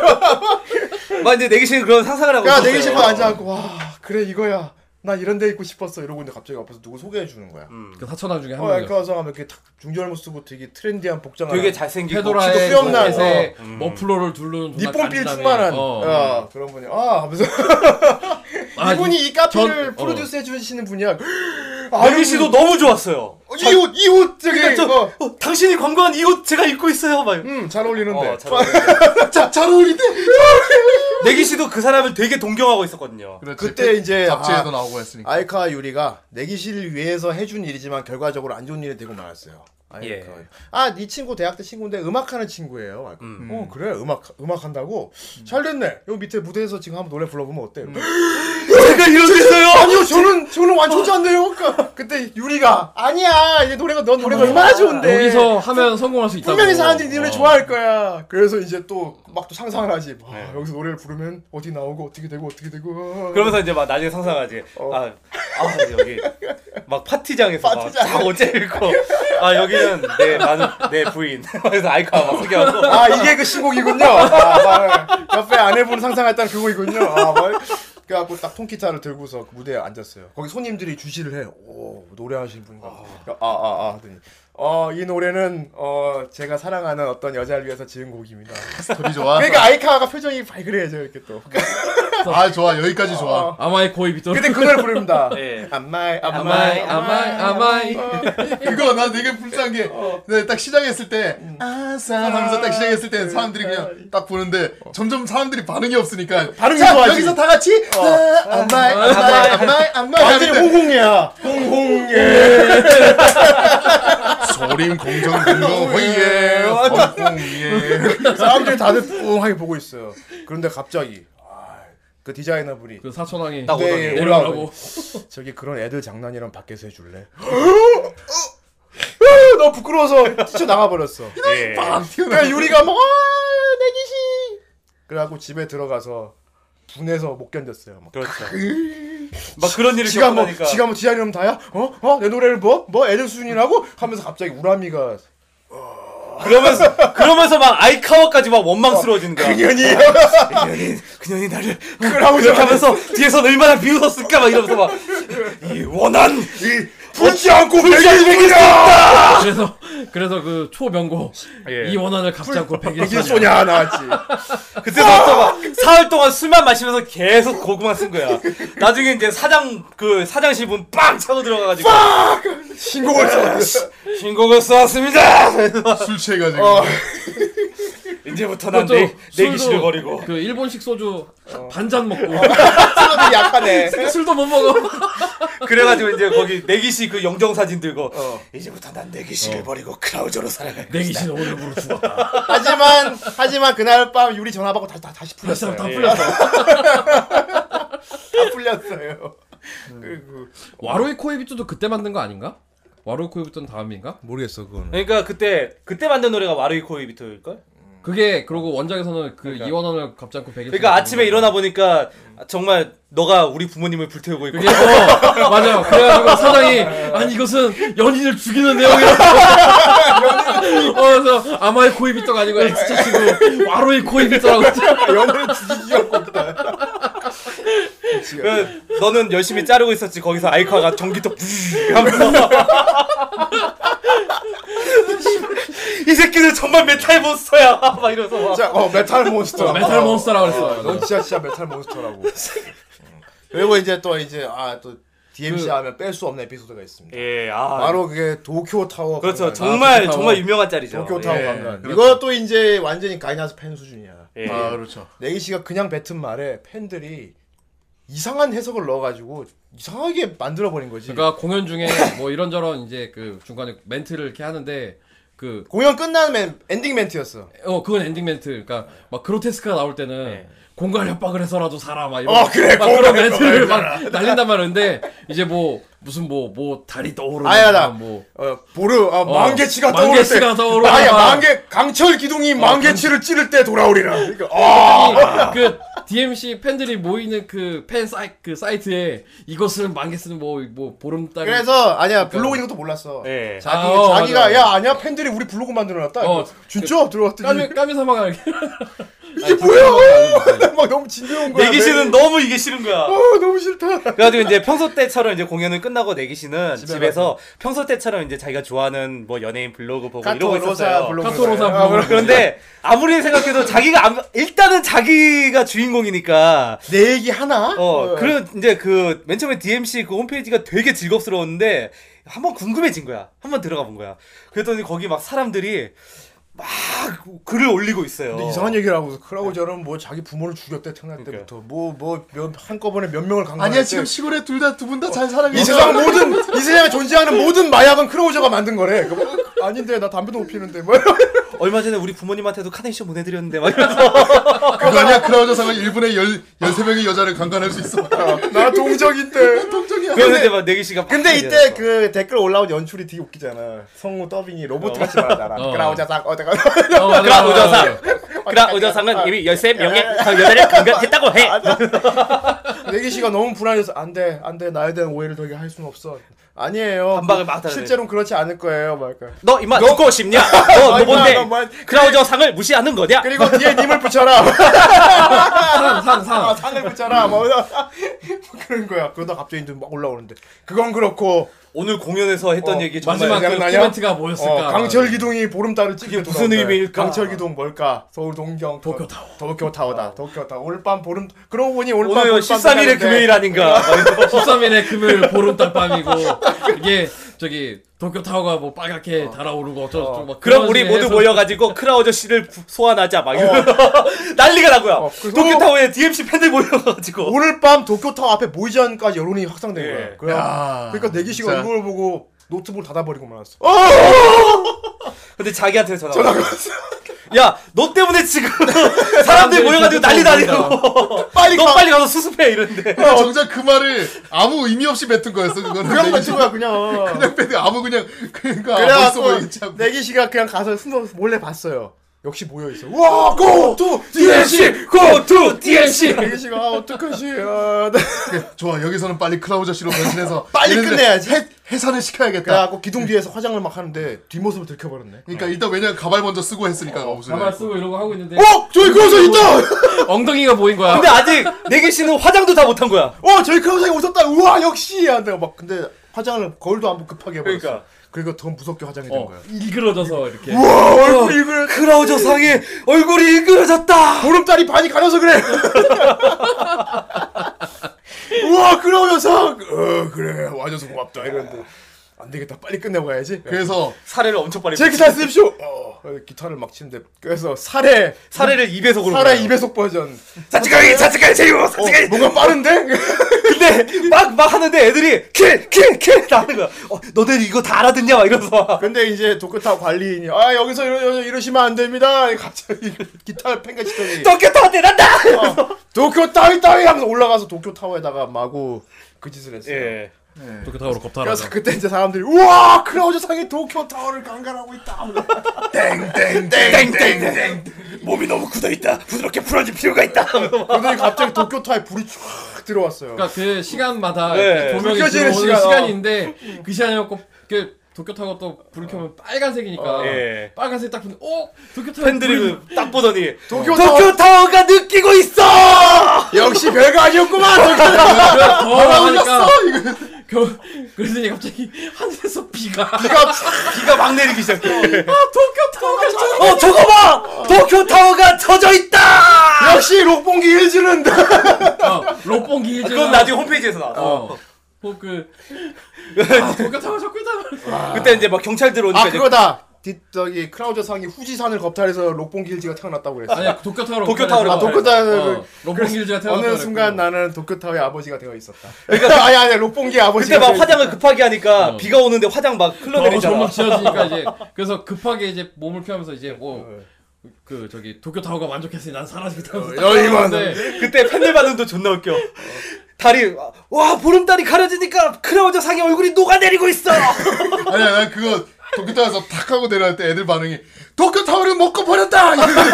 막 이제 내기 씨는 그런 상상을 하고.
야
그렇죠.
그러니까
있었어요.
내기 씨가 앉아갖고 와 그래 이거야. 나 이런 데 있고 싶었어 이러고 있는데 갑자기 옆에서 누구 소개해 주는 거야.
그 사천왕 중에 한
어,
명이
에카와서 하면 이렇게 탁 중절모 쓰고 되게 트렌디한 복장
되게
하나.
잘생기고.
키도
페도라의
수염 날,
속에서 머플러를 둘른 존나
니폰필
간지나네.
충만한
어.
야, 그런 분이 아 하면서
아,
이분이 이 카페를
전- 어.
프로듀스 해주시는 분이야
아,
내기 씨도 너무 좋았어요.
이옷 음. 이옷
그러니까
되게
좀
어,
어, 당신이 광고한 이 옷 제가 입고 있어요. 막.
음잘 어울리는데
어, 잘 어울려요.
자, 잘 어울린대.
내기 씨도 그 사람을 되게 동경하고 있었거든요.
그렇지.
그때 이제
잡지에도
아,
나오고 했으니까.
아이카 유리가 내기실 위해서 해준 일이지만 결과적으로 안 좋은 일이 되고 말았어요 아이카
예.
아네 친구 대학 때 친구인데 음악하는 친구예요 아이카. 어 그래 음악 음악 한다고 잘 됐네 여기 밑에 무대에서 지금 한번 노래 불러보면 어때
제가 이러고 있어요.
아니요 저는 저는 완전 좋았네요 그러니까 그때 유리가 아니야 이제 노래가 넌 노래가 얼마나 좋은데
여기서 하면 성공할 수 있다고.
네. 분명히 사람들이 네 노래
어.
좋아할 거야 그래서 이제 또 막 또 상상을 하지 와, 여기서 노래를 부르면 어디 나오고 어떻게 되고 어떻게 되고
그러면서 이제 막 나중에 상상하지. 아, 아 여기 막 파티장에서
어. 파티장.
막다 옷 입고. 아 여기는 내 많은 내 부인. 그래서 아이카 막 소개하고.
아 이게 그 신곡이군요 아, 막 옆에 아내분 상상했다는 그거이군요 아, 막 그래갖고 딱 통기타를 들고서 그 무대에 앉았어요 거기 손님들이 주시를 해오 노래하시는 분인가 아아아 아, 하더니 어 이 노래는 어 제가 사랑하는 어떤 여자를 위해서 지은 곡입니다
스토리 좋아.
그러니까 아이카가 표정이 발그레해져 이렇게 또. 어.
아, 좋아. 여기까지 좋아.
아마이 고이 비도.
그때 그 노래 부릅니다. 아,
예.
안마이 안마이
아마이 아마이 아마이.
그거 나 되게 불쌍한 게,
어.
내가 딱 시작했을 때,
음.
아싸 하면서 딱 시작했을 때 사람들이 그냥 딱 보는데,
어.
점점 사람들이 반응이 없으니까.
네, 반응이
자,
좋아지. 어.
여기서 다 같이, 아, 안마이, 안마이, 안마이, 안마이.
완전히
하는데
홍홍이야. 홍홍예.
소림 공정 공정 허예 허공예
사람들이 다들 뿡하게 보고 있어요. 그런데 갑자기 아, 그 디자이너 분이
그 사천왕이
딱 오더니.
네,
내려오라고.
저기 그런 애들 장난이랑 밖에서 해줄래? 어, 너 부끄러워서 뛰쳐 나가버렸어.
예.
그러니까 유리가 막 아, 내기시. 그래갖고 집에 들어가서 분해서 못 견뎠어요. 막.
아,
그렇죠. 막 그런 일이
지가 뭐
겪으니까.
지가 뭐 디자이너면 다야? 어? 어? 내 노래를 뭐? 뭐 애들 수준이라고? 하면서 갑자기 우람이가
그러면서 그러면서 막 아이카와까지 막 원망스러워지는 거야. 아,
그년이
그년이 그년이 나를
그러고
그렇게 하면서 뒤에서 얼마나 비웃었을까 막 이러면서 막 이 원한
이 풀지 않고 백일이야
그래서 그래서 그 초명고 이 원한을 갚지 않고 백일
백일
쏘냐.
쏘냐 나왔지.
그때부터 막 사흘 동안 술만 마시면서 계속 고구마 쓴 거야. 나중에 이제 사장 그 사장실 문 빵 차고 들어가가지고
신곡을 써.
아.
신곡을 써왔습니다.
어, 술 취해가지고
어.
이제부터 난
그것도
내, 내
술도
기시를 버리고
그 일본식 소주 반잔 먹고
사람들이 약하네.
술도 못 먹어.
그래가지고 이제 거기 내기시 그 영정 사진 들고
어.
이제부터 난
어.
내기시를 버리고 크라우저로 살아갈 거야.
내기 씨는 오늘부로 죽었다.
하지만 하지만 그날 밤 유리 전화 받고 다시 다, 다시 풀렸어요.
그 다
예.
풀렸어.
다 풀렸어요. 그리고
와로이 코에비토도 그때 만든 거 아닌가? 와로이 코에비토는 다음인가?
모르겠어 그거는.
그러니까 그때 그때 만든 노래가 와르이 코이비토일 걸.
그게 그러고 원작에서는 그 이원원을 갚지 않고 백일.
그렇죠.
그러니까 아침에 일어나 보니까 정말 너가 우리 부모님을 불태우고 있고
그게 어 맞아요. 그래가지고 사장이 아니 이것은 연인을 죽이는 내용이라고. 어, 그래서 아마의 코이비토가 아니고
네.
엑스차 치고 와로이 코이비토라고.
아, 연애를 죽이려고 했다.
그, 너는 열심히 자르고 있었지 거기서 아이카가 전기톱 부르르 하면서 이 새끼들 정말 메탈 몬스터야 막 이러면서 막.
진짜 어 메탈 몬스터.
메탈 몬스터라고
어,
그랬어.
넌 진짜 진짜 메탈 몬스터라고. 음. 그리고 이제 또 이제 아 또 DMC 하면 뺄 수 없는 에피소드가 있습니다.
예, 아.
바로 그게 도쿄 타워.
그렇죠.
강간.
정말
도쿄타워.
정말 유명한 짤이죠.
도쿄 타워
예.
강간. 이것도 이제 완전히 가이나스 팬 수준이야.
예.
아 그렇죠.
레이 씨가 그냥 뱉은 말에 팬들이 이상한 해석을 넣어가지고 이상하게 만들어 버린 거지.
그러니까 공연 중에 뭐 이런저런 이제 그 중간에 멘트를 이렇게 하는데 그
공연 끝나면 엔딩 멘트였어.
어 그건 엔딩 멘트 그러니까 막 그로테스크가 나올 때는 공갈 협박을 해서라도 살아 막 이런
어, 그래,
막 그런 멘트를 막 날린단 말인데 이제 뭐 무슨 뭐 뭐 달이 떠오르는
아야, 나-
뭐
어, 보르 아,
어,
만개치가 떠오를
만개치가 어,
때
떠오르다.
아야 만개 강철 기둥이 만개치를 찌를 때 돌아오리라. 그러니까 아
아니, 그 DMC 팬들이 모이는 그 팬 사이 그 사이트에 이것을 망했으면 뭐뭐 보름달
그래서 아니야 블로그 있는 것도 몰랐어.
예.
자기
그러니까. 아, 어,
자기가
맞아.
야 아니야 팬들이 우리 블로그 만들어놨다.
어, 그러니까
이거. 진짜 들어갔더니
까미 그러니까. 까미 사마가 이렇게
이게 뭐야? 막 너무 진지한 거야.
내기시는 너무 이게 싫은 거야.
어, 너무 싫다.
그래가지고 이제 평소 때처럼 이제 공연을 끝나고 내기시는 집에서 평소 때처럼 이제 자기가 좋아하는 뭐 연예인 블로그 보고 이러고 있었어요.
카토로사
아,
블로그.
그럼
그런데 아무리 생각해도 자기가 안- 일단은 자기가 주인공이니까
내 얘기 하나?
어, 그래 이제 그 맨 처음에 DMC 그 홈페이지가 되게 즐겁스러웠는데 한번 궁금해진 거야. 한번 들어가 본 거야. 그랬더니 거기 막 사람들이 막 글을 올리고 있어요.
근데 이상한 얘기를 하고 있어. 크라우저는 뭐 자기 부모를 죽였대 태어날 때부터 뭐 뭐 한꺼번에 몇 명을 강간했대. 어,
아니야 지금 시골에 둘 다 두 분 다 잘 살아계.
이 세상 모든 이 세상에 존재하는 모든 마약은 크라우저가 만든 거래. 그 뭐, 아닌데 나 담배도 못 피는데 뭐.
얼마 전에 우리 부모님한테도 카네이션 보내드렸는데 막 이러면서
그거 아니야 크라우저 상은 1분에 1 3 명의 여자를 강간할 수 있어.
아, 나 동정인데. 동정이야.
그래서 이제 막 내기 씨가
근데 이때 그 댓글 올라온 연출이 되게 웃기잖아. 성우 더빙이 로봇 같이 말하잖아.
어.
크라우저상 어제가 아, 어.
어, 맞아, 맞아,
그라
맞아.
우저상 그라 우저상은 이미 열세 명의 어, 여자를 강간했다고 해.
내기 씨가 너무 불안해서 안돼 안돼 나에 대한 오해를 더 할 수는 없어. 아니에요. 뭐
반박을 막 달아내.
실제로는 그렇지 않을 거예요. 뭐 말까.
너 이마 죽고 싶냐? 너, 너
아이고,
뭔데?
나 뭐-
크라우저상을 무시하는 거냐?
그리고 뒤에 님을 붙여라.
상, 상,
아,
상.
상을 붙여라. 뭐 그런 거야. 그러다 갑자기 이제 막 올라오는데 그건 그렇고
오늘 공연에서 했던
어,
얘기 정말
마지막 그
생각나냐?
코멘트가
어,
뭐였을까?
강철 기둥이 보름달을 찍게
그게 무슨 의미일까?
강철 기둥 뭘까? 서울 동경
도쿄 타워.
도쿄 타워다. 도쿄 타워. 오늘 밤 보름 그러고 보니 오늘 밤
오늘
보름달
13일의
뜨는데
금요일 아닌가? 막 이러면서
어, 13일에 금요일 보름달 밤이고 이게 저기 도쿄 타워가 뭐 빨갛게 달아오르고 어쩌고 저쩌고 막
그럼
그런
우리
식의
모두
해석-
모여가지고 크라우저 씨를 부- 소환하자 막 이러면 난리가 나고요.
어, 그래서-
도쿄타워에 DMC 팬들 모여가지고
오늘 밤 도쿄 타워 앞에 모이지 않을까 여론이 확산된
예.
거야. 그래. 그러니까 내기 씨가
진짜.
이걸 보고 노트북을 닫아버리고 말았어.
근데 자기한테 전화 전화가 왔어. 야너 때문에 지금 사람들이
사람들이
모여가지고 난리
전부
나냐고.
빨리
너
가.
빨리 가서 수습해 이러는데.
그냥 정작 그 말을 아무 의미 없이 뱉은 거였어 그거는.
그냥
내기
맞춘 거야 그냥.
그냥 뱉은 아무 그냥 그러니까 벌써
그래갖고
보이지 않고.
내기 씨가 그냥 가서 숨어 몰래 봤어요. 역시 모여 있어. 와, 고! 투! DLC!
go to DMC.
내기 씨가 아, 어떡하지? 아, 나-
좋아 여기서는 빨리 크라우저 씨로 변신해서
빨리
얘네들을
끝내야지.
해, 해산을 시켜야겠다.
그래갖고 기둥 뒤에서 화장을 막 하는데 뒷모습을 들켜버렸네.
그러니까 일단 왜냐 면 가발 먼저 쓰고 했으니까 무슨
가발 쓰고 이러고 하고 있는데
어! 저기 크라우저 있다!
엉덩이가 보인 거야.
근데 아직 내기 씨는 화장도 다 못한 거야.
어! 저기 크라우저가 오셨다! 우와! 역시! 아, 내가 막 근데 화장을 거울도 안 보고 급하게 해버렸어.
그러니까.
그러니까. 그리고 더 무섭게 화장이 된
어,
거야.
일그러져서 이렇게
어?
우와! 얼굴이 그래!
크라우저 상에 얼굴이 일그러졌다.
보름달이 반이 가려서 그래! 우와! 크라우저상! 어, 그래. 와줘서 고맙다. 이러는데. 안 되겠다. 빨리 끝내고 가야지.
그래서
사례를 엄청 빨리.
제기사 쓰십시오. 어. 어, 기타를 막 치는데 그래서 살에
사례를
음.
입에속으로
살에
불러요.
2배속 버전.
자칫가기 자칫가기 제이오
어,
자칫가기
뭔가 빠른데?
근데 막 막 하는데 애들이 킬킬킬 나는 거야 어, 너네들 이거 다 알아듣냐 막 이러면서
근데 이제 도쿄타 관리인이 아 여기서 이러, 이러, 시면안 됩니다. 갑자기 기타를 팽개치더니
도쿄 터한테 난다
어, 도쿄 따위 따위 하면서 올라가서 도쿄 타워에다가 마구 그 짓을 했어요.
예
도쿄 타워로 겁탈하라.
그래서 그때 이제 사람들이 우와 크라우저 상이 도쿄 타워를 강간하고 있다.
땡땡땡땡땡
몸이 너무 굳어있다 부드럽게 풀어줄 필요가 있다
그러더니 갑자기 도쿄 타에 불이 쫙 들어왔어요.
그러니까 그 시간마다
네.
조명이
불 켜지는
들어오는
시간, 어.
시간, 인데그 시간이었고 그 도쿄 타고 또 불을 켜면 빨간색이니까
어, 예.
빨간색 딱 보는데 어 도쿄 타고
팬들이 그 딱 보더니
도쿄
도쿄 타워가 느끼고 있어
역시 별거 아니었구만.
더 하니까 그러니까 겨- 그러더니 갑자기 하늘에서 비가
비가 막 내리기 시작해
도쿄 타워가 저-
어 저거 봐 도쿄 타워가 터져 있다
역시 록봉기 일지는
어, 록봉기 일제
그건 나중에 홈페이지에서 나와
어. 그 아, 도쿄 타워 잡고 있다
그때 이제 막 경찰 들어오니까
아
이제
그거다. 뒷 저기 크라우저 상이 후지산을 겁탈해서 록봉기 일지가 태어났다고 그랬어.
아니 도쿄 타워로
도쿄 타워로
아 도쿄 타워
어.
그
어, 록봉기 일제가 태어났다
어느
그랬고.
순간 나는 도쿄 타워의 아버지가 되어 있었다. 그러니까 아니 아니 록봉기 아버지가.
그때 막
되어
화장을 급하게 하니까
어.
비가 오는데 화장 막
너무
흘러내리잖아.
점점 지어지니까 이제 그래서 급하게 이제 몸을 피하면서 이제
어,
뭐그 저기 도쿄 타워가 만족했으니 난 사라지겠다.
여기만
그때 팬들 반응도 존나 웃겨. 다리 어. 와 보름달이 가려지니까 크라우저 상의 얼굴이 녹아내리고 있어.
아니야 난 그거 도쿄타워에서 탁 하고 내려갈 때 애들 반응이 도쿄타워를 먹고 버렸다 이러는데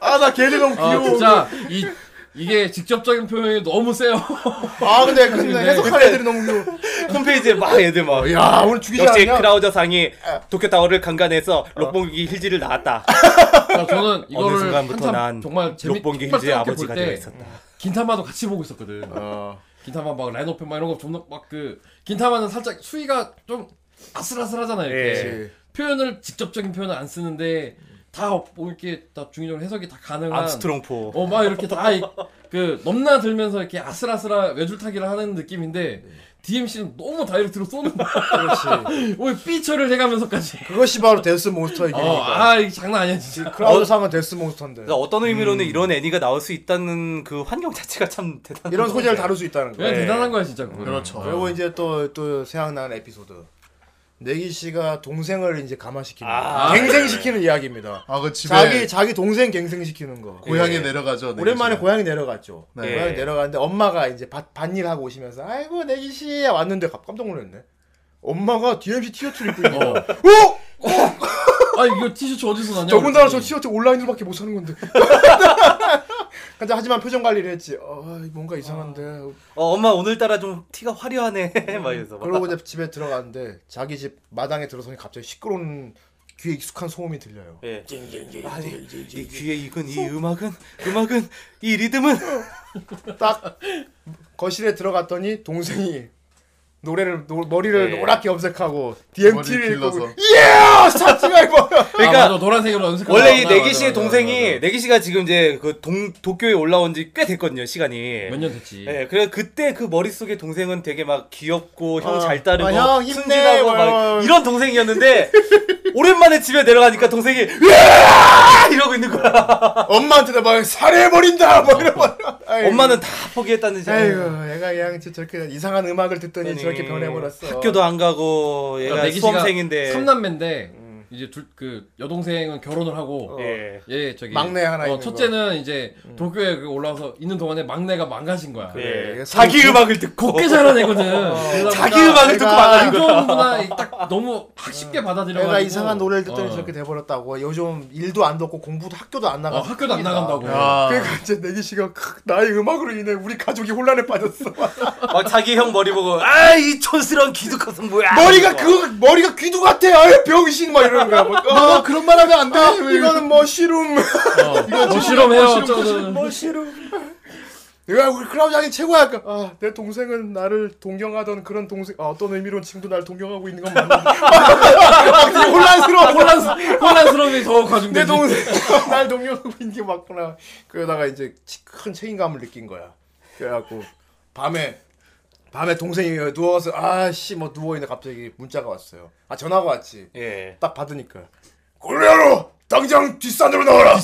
아나 걔네 너무
어.
아
귀여워.
진짜 이 이게 직접적인 표현이 너무 세요.
아 근데 근데
근데
해석하는 애들이 너무 귀여워.
홈페이지에 막 애들 막
야 오늘 죽이지
역시
않냐?
크라우저 상이 도쿄 타워를 강간해서 록봉기 힐지를 낳았다.
자, 아, 저는
어느
이거를
순간부터
한참
난
정말 재미
록봉기
정말
힐지의
재밌게
아버지가
볼 때,
되어 있었다.
긴타마도 같이 보고 있었거든.
어.
긴타마 막 라인오펜 막 이런 거 존나 막그 긴타마는 살짝 수위가 좀 아슬아슬하잖아요. 이렇게.
예.
표현을 직접적인 표현을 안 쓰는데 다뭐 이렇게 다 중의적으로 해석이 다 가능한
암스트롱포.
어, 막 이렇게 다 그 넘나들면서 이렇게 아슬아슬하 외줄타기를 하는 느낌인데 DMC는 너무 다이렉트로 쏘는 거야. 왜 삐처를 해가면서까지.
그것이 바로 데스 몬스터의
어,
길이니까.
아, 이거 장난 아니야, 진짜.
크라우저 상은 데스 몬스터인데
어. 그러니까 어떤 의미로는 이런 애니가 나올 수 있다는 그 환경 자체가 참 대단한.
이런
거.
소재를 다룰 수 있다는 거.
네,
그냥 대단한 거야, 진짜. 그거. 그렇죠.
네.
어.
그리고 이제 또 또 생각나는 에피소드. 내기 씨가 동생을 이제 감화시키는
아.
갱생시키는 이야기입니다.
아그 집에
자기 자기 동생 갱생시키는 거.
고향에
예.
내려가죠 내기
오랜만에
집에.
고향에 내려갔죠.
네.
고향에
예.
내려갔는데 엄마가 이제 밭, 밭일 하고 오시면서 아이고 내기 씨 왔는데 갑- 깜짝 놀랐네. 엄마가 DMC 티셔츠를 입고 있는 거야. 어?
아, 이거 티셔츠 어디서 났냐?
더군다나 저
그랬더니.
티셔츠 온라인으로밖에 못 사는 건데. 근데 하지만 표정 관리를 했지. 어, 뭔가 이상한데.
어, 엄마 오늘따라 좀 티가 화려하네. 막 이래서. 막.
그러고 이제 집에 들어갔는데 자기 집 마당에 들어서니 갑자기 시끄러운 귀에 익숙한 소음이 들려요.
예. 아니, 이 귀에 익은 이 음악은 음악은 이 리듬은
아,
딱 거실에 들어갔더니 동생이 노래를 노, 머리를
예.
노랗게 염색하고
머리
DMT를
길러서.
입고 예! 사치가 입어.
아,
그러니까
맞아, 노란색으로 연습.
원래 이 내기 씨의 동생이 내기 씨가 지금 이제 그 동 도쿄에 올라온 지 꽤 됐거든요 시간이.
몇년 됐지.
네,
예, 그래 그때 그 머릿속에 동생은 되게 막 귀엽고 형
어,
잘 따르고
어, 형 힘내,
순진하고
뭐,
막
뭐.
이런 동생이었는데 오랜만에 집에 내려가니까 동생이 으아! 이러고 있는 거야.
엄마한테 막 살해해버린다! 막 이러고. 아이고.
엄마는 다 포기했다는
아이고,
지
얘가 그냥 저- 저렇게 이상한 음악을 듣더니 저렇게 변해버렸어.
학교도 안 가고 얘가
그러니까 내기 씨가
수험생인데.
아, 삼남매인데 이제 둘 그 여동생은 결혼을 하고
어.
예.
예 저기
막내 하나 있는
첫째는 이제 도쿄에 그 올라와서 있는 동안에 막내가 망가진 거야.
예.
예.
자기 음악을 듣고
꽤 잘한 애거든.
어,
그래서
자기
딱
음악을 듣고
내가-
망하는
안
거야.
좋은 문화 딱 너무 쉽게 받아들여가지고
내가 이상한 노래를 듣더니
어.
저렇게 돼버렸다고. 요즘 일도 안 듣고 공부도 학교도 안
어,
나가.
학교도 안 나간다고.
아,
그러니까 이제 내기 씨가 크, 나의 음악으로 인해 우리 가족이 혼란에 빠졌어.
막 자기 형 머리 보고 아이 촌스러운 기득거성 뭐야
머리가
이러고.
그 머리가 귀두 같아. 아유 병신 막 이러는 거야. 막,
너
어,
그런 말 하면 안돼
아, 이거는 머시룸.
어. 뭐 실험해요 어쩌든.
내가 우리 크라우장이 최고야. 그러니까, 아, 내 동생은 나를 동경하던 그런 동생. 아, 어떤 의미로 지금도 날 동경하고 있는 건 맞는데. 막 되게 혼란스러워.
혼란 혼란스러움이 더 가중돼.
내 동생 날 동경하고 있는 게 맞구나. 그러다가 이제 치- 큰 책임감을 느낀 거야. 그래갖고 밤에 밤에 동생이 누워서 아씨 뭐 누워 있는데 갑자기 문자가 왔어요. 아 전화가 왔지.
예.
딱 받으니까 골리아로 당장 뒷산으로 나와라.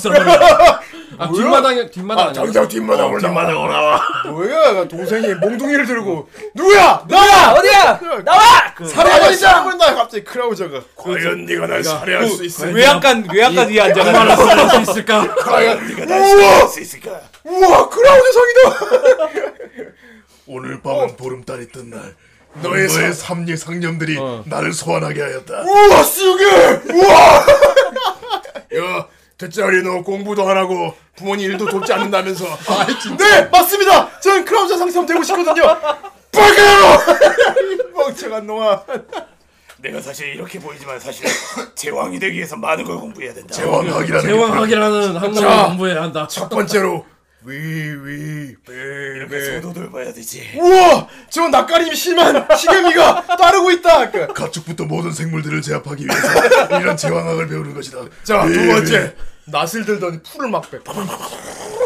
아 뒷마당에 뒷마당
아,
아니야?
당장 뒷마당으로 나와. 뭐야? 동생이 몽둥이를 들고 누구야? 나야!
어디야? 나와!
살해하자! 하고 있나 갑자기 크라우저가 과연 네가 그 날 살해할 수 있을까?
외양간 외양간 위에 앉아가지고
할수 있을까?
과연 네가 날
음.
살해할 수 있을까? 우와 크라우저 성이다!
오늘
어.
밤은 보름달이 뜬 날 너의, 너의 삼리 어. 상념들이 나를 소환하게 하였다
우와 쓰게! 우와! 야 대짜리 너 공부도 안 하고 부모님 일도 돕지 않는다면서 네 맞습니다! 전 크라우저 상점 되고 싶거든요! 빨개요! 멍청한 놈아
내가 사실 이렇게 보이지만 사실 제왕이 되기 위해서 많은 걸 공부해야 된다.
제왕학이라는 게
대왕학이라는 학문을 공부해야 한다.
첫 번째로 위위
이렇게
네.
소도들 봐야 되지.
우와! 저 낯가림이 심한 시계미가 따르고 있다! 그,
가축부터 모든 생물들을 제압하기 위해서 이런 제왕학을 배우는 것이다
자, 두
예,
번째. 낯을 들더니 풀을 막 빼.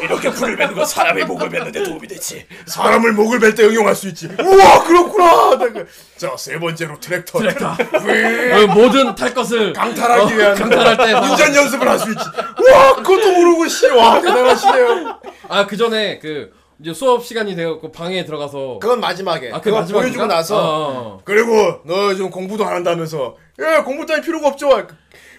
이렇게 풀을 매는 건 사람의 목을 매는데 도움이 되지.
사람을 목을 벨 때 응용할 수 있지. 우와, 그렇구나! 그, 자, 세 번째로 트랙터.
트랙터. 어, 모든 탈 것을
강탈하기 위한.
어, 강탈할 때 막-
운전 연습을 할 수 있지. 우와, 그것도 모르고, 씨. 와, 대단하시네요.
아, 그 전에 그 이제 수업 시간이 되어 갖고 방에 들어가서
그건 마지막에.
아, 그게
그거
마지막인가?
보여주고 나서.
어, 어.
그리고, 너 요즘 공부도 안 한다면서. 예, 공부 따위 필요가 없죠.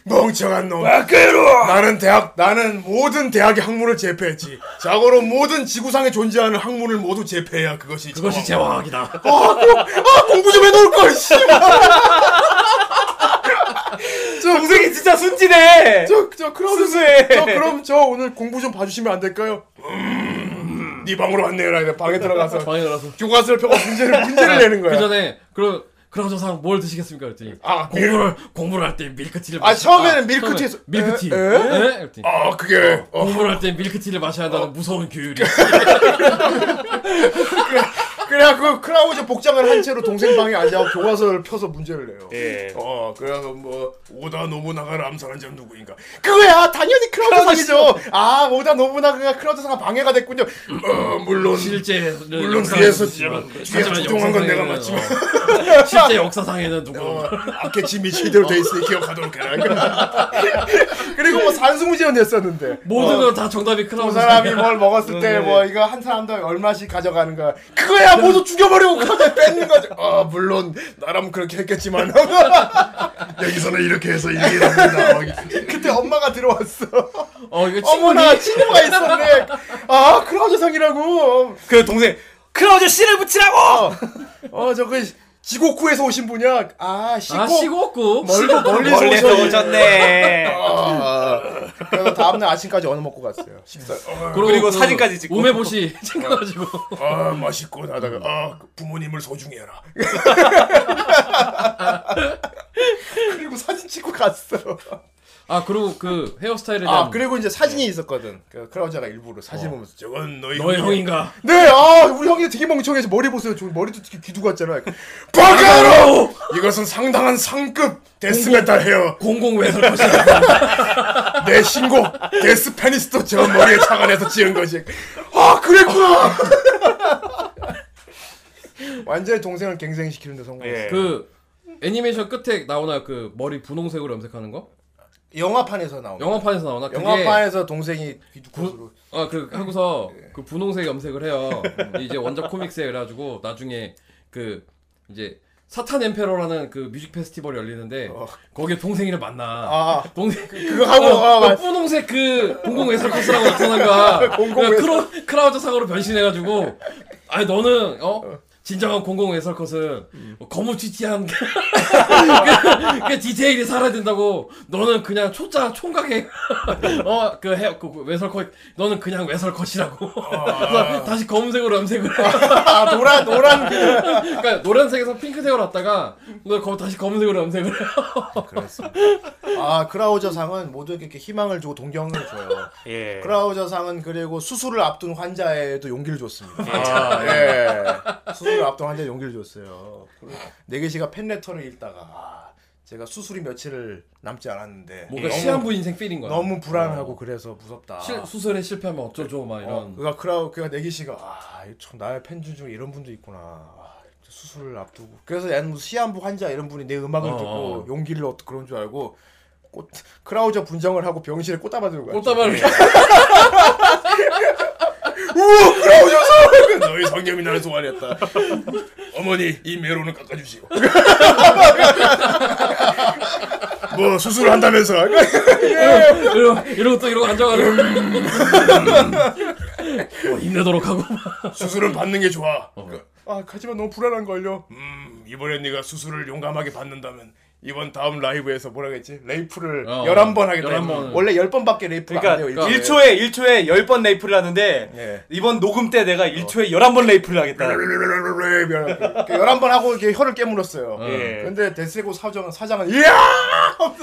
멍청한 놈.
아까로
나는 대학 나는 모든 대학의 학문을 제패했지. 자고로 모든 지구상에 존재하는 학문을 모두 제패해야 그것이
그것이
제왕.
제왕학이다.
아, 공- 아 공부 좀 해놓을 걸. 씨.
동생이 진짜 아, 순진해.
저저 그럼
순수해.
저 그럼 저 오늘 공부 좀 봐주시면 안 될까요? 음, 네 방으로 왔네요. 방에 들어가서 아,
방에 들어가서
교과서를 펴고 문제를 문제를 내는
그
거야.
전에 그 그라우저상 뭘 드시겠습니까 그랬더니
아,
공부를 공부를 할 때 밀크티를
아, 처음에는 밀크티에서-
처음에 밀크티
에?
에?
에?
그랬더니
아 그게 어,
공부를 할 때 밀크티를 마셔야 한다는 무서운 규율이
그래갖고 크라우저 복장을 한 채로 동생 방에 앉아 교과서를 펴서 문제를 내요.
예.
어 그래서 뭐 오다 노부나가를 암살한 자는 누구인가 그거야 아, 당연히 크라우드상이죠 아 오다 노부나가가 크라우드상 방해가 됐군요 어 물론
실제
물론 뒤에서 뒤에 조종한 건 내가 맞지만
어. 실제 역사상에는 누구
어, 아케치미 제대로 돼 있으니 기억하도록 해라 그리고 뭐 산수무지원 냈었는데
모든 건 다 정답이
그
크라우저
사람이 뭘 먹었을 때 뭐 이거 한 사람당 얼마씩 가져가는가 그거야 모두 죽여버리고 그거 뺏는 거죠 아 물론 나라면 그렇게 했겠지만
여기서는 이렇게 해서 이게 됩니다
그때 엄마가 들어왔어
어 이거 친구니
어머나 친구가 있었네. 아 크라우저상이라고.
그 동생 크라우저 씨를 붙이라고.
어 저그 지고쿠에서 오신 분이야. 아 시고.
아 시고쿠
멀고 멀리서
원래서
오셨네.
오셨네.
아, 그래서 다음날 아침까지 얻어 먹고 갔어요. 식사. 어,
그리고 사진까지 찍고.
우메보시 챙겨가지고
아 맛있고 하다가 아 부모님을 소중히 해라. 그리고 사진 찍고 갔어.
아 그리고 그 헤어스타일에 대한
아 그리고 이제 사진이 있었거든. 그 크라우저가 일부러 사진 보면서 저건 너희
너의 형인가
네, 아, 우리 형이 되게 멍청해서 머리 보세요. 저 머리도 되게 귀두가 왔잖아. 바가로! 이것은 상당한 상급 데스메탈 헤어.
공공 외설 것이야
내 신곡 데스페니스도 저 머리에 착안해서 지은 것이. 아, 그랬구나. 완전히 동생을 갱생시키는데 성공했어.
예.
그 애니메이션 끝에 나오나 그 머리 분홍색으로 염색하는 거?
영화판에서 나온.
영화판에서 나오나? 그게
영화판에서 동생이 귀두컷으로.
어, 아그 하고서 그 분홍색 염색을 해요. 이제 원작 코믹스에 그래가지고 나중에 그 이제 사탄 엠페로라는 그 뮤직 페스티벌이 열리는데 거기에 동생이를 만나.
아.
동생
그거 하고, 아, 맞-
분홍색 어, 그 공공 외설 코스라고 나타난가.
공공
그러니까 크로 크라우저 상으로 변신해가지고 아니 너는 어 진정한 공공 외설 컷은 뭐 거무튀튀한 그, 그 디테일이 살아야 된다고 너는 그냥 초짜 총각의 어그 해 그, 외설컷 너는 그냥 외설컷이라고 그래서 다시 검은색으로 염색을
아, 노란, 노란. 그-
그러니까 노란색에서 핑크색으로 왔다가 너 거, 다시 검은색으로 염색을
음,
해요
아, 크라우저 상은 모두에게 이렇게 희망을 주고 동경을 줘요.
예.
크라우저 상은 그리고 수술을 앞둔 환자에도 용기를 줬습니다. 아, 예. 수술을 앞둔 환자에 용기를 줬어요. 그리고 네개 씨가 팬레터를 읽다가 아, 제가 수술이 며칠을 남지 않았는데
뭔가
너무-
시한부 어. 인생 필인 거야
너무 불안하고 그래서 무섭다.
실, 수술에 실패하면 어쩌죠 막
그러니까
이런
그가 크라우 그가 네기 씨가 아참 나의 팬 중 이런 분도 있구나. 아, 수술을 앞두고 그래서 얘는 무슨 시한부 환자 이런 분이 내 음악을
어.
듣고 용기를 얻고 그런 줄 알고 꽃 크라우저 분장을 하고 병실에 꽃다발 들고 갔지.
꽃다발을
우와 크라우저 소 너희 성령이 나를 소환했다 어머니 이 메로는 깎아주시오 뭐 수술을 한다면서
이러고, 이러고 또 이러고 앉아가지고 음. 뭐 힘내도록 하고
수술은 받는 게 좋아 아 하지만 너무 불안한걸요 음 이번에 네가 수술을 용감하게 받는다면 이번 다음 라이브에서 뭐라겠지? 레이프를
어,
11번 하겠다
11번.
원래 10번밖에 레이프가
그러니까
안 돼요 1초에
1초에 1초에 10번 레이프를 하는데
예.
이번 녹음 때 내가 1초에 11번 레이프를 하겠다.
11번 하고 이렇게 혀를 깨물었어요
예.
근데 데스고 사장은 사장은 이야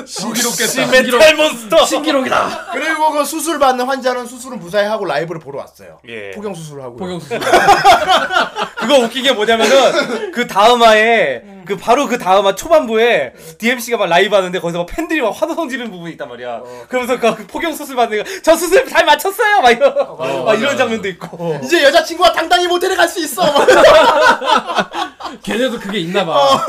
신기록겠다
메탈
어,
몬스터.
신기록이다
그리고 그 수술 받는 환자는 수술을 무사히 하고 라이브를 보러 왔어요.
예.
포경 수술을 하고.
포경 수술
그거 웃긴 게 뭐냐면은 그 다음화에 그 바로 그 다음화 초반부에 DMC가 막 라이브 하는데 거기서 막 팬들이 막 환호성 지르는 부분이 있단 말이야.
어.
그러면서 그, 그 포경 수술 받는 거 저 수술 잘 맞췄어요 막 이런 막
맞아,
이런
맞아.
장면도 있고.
이제 여자친구와 당당히 모텔에 갈 수 있어. 뭐.
걔네도 그게 있나봐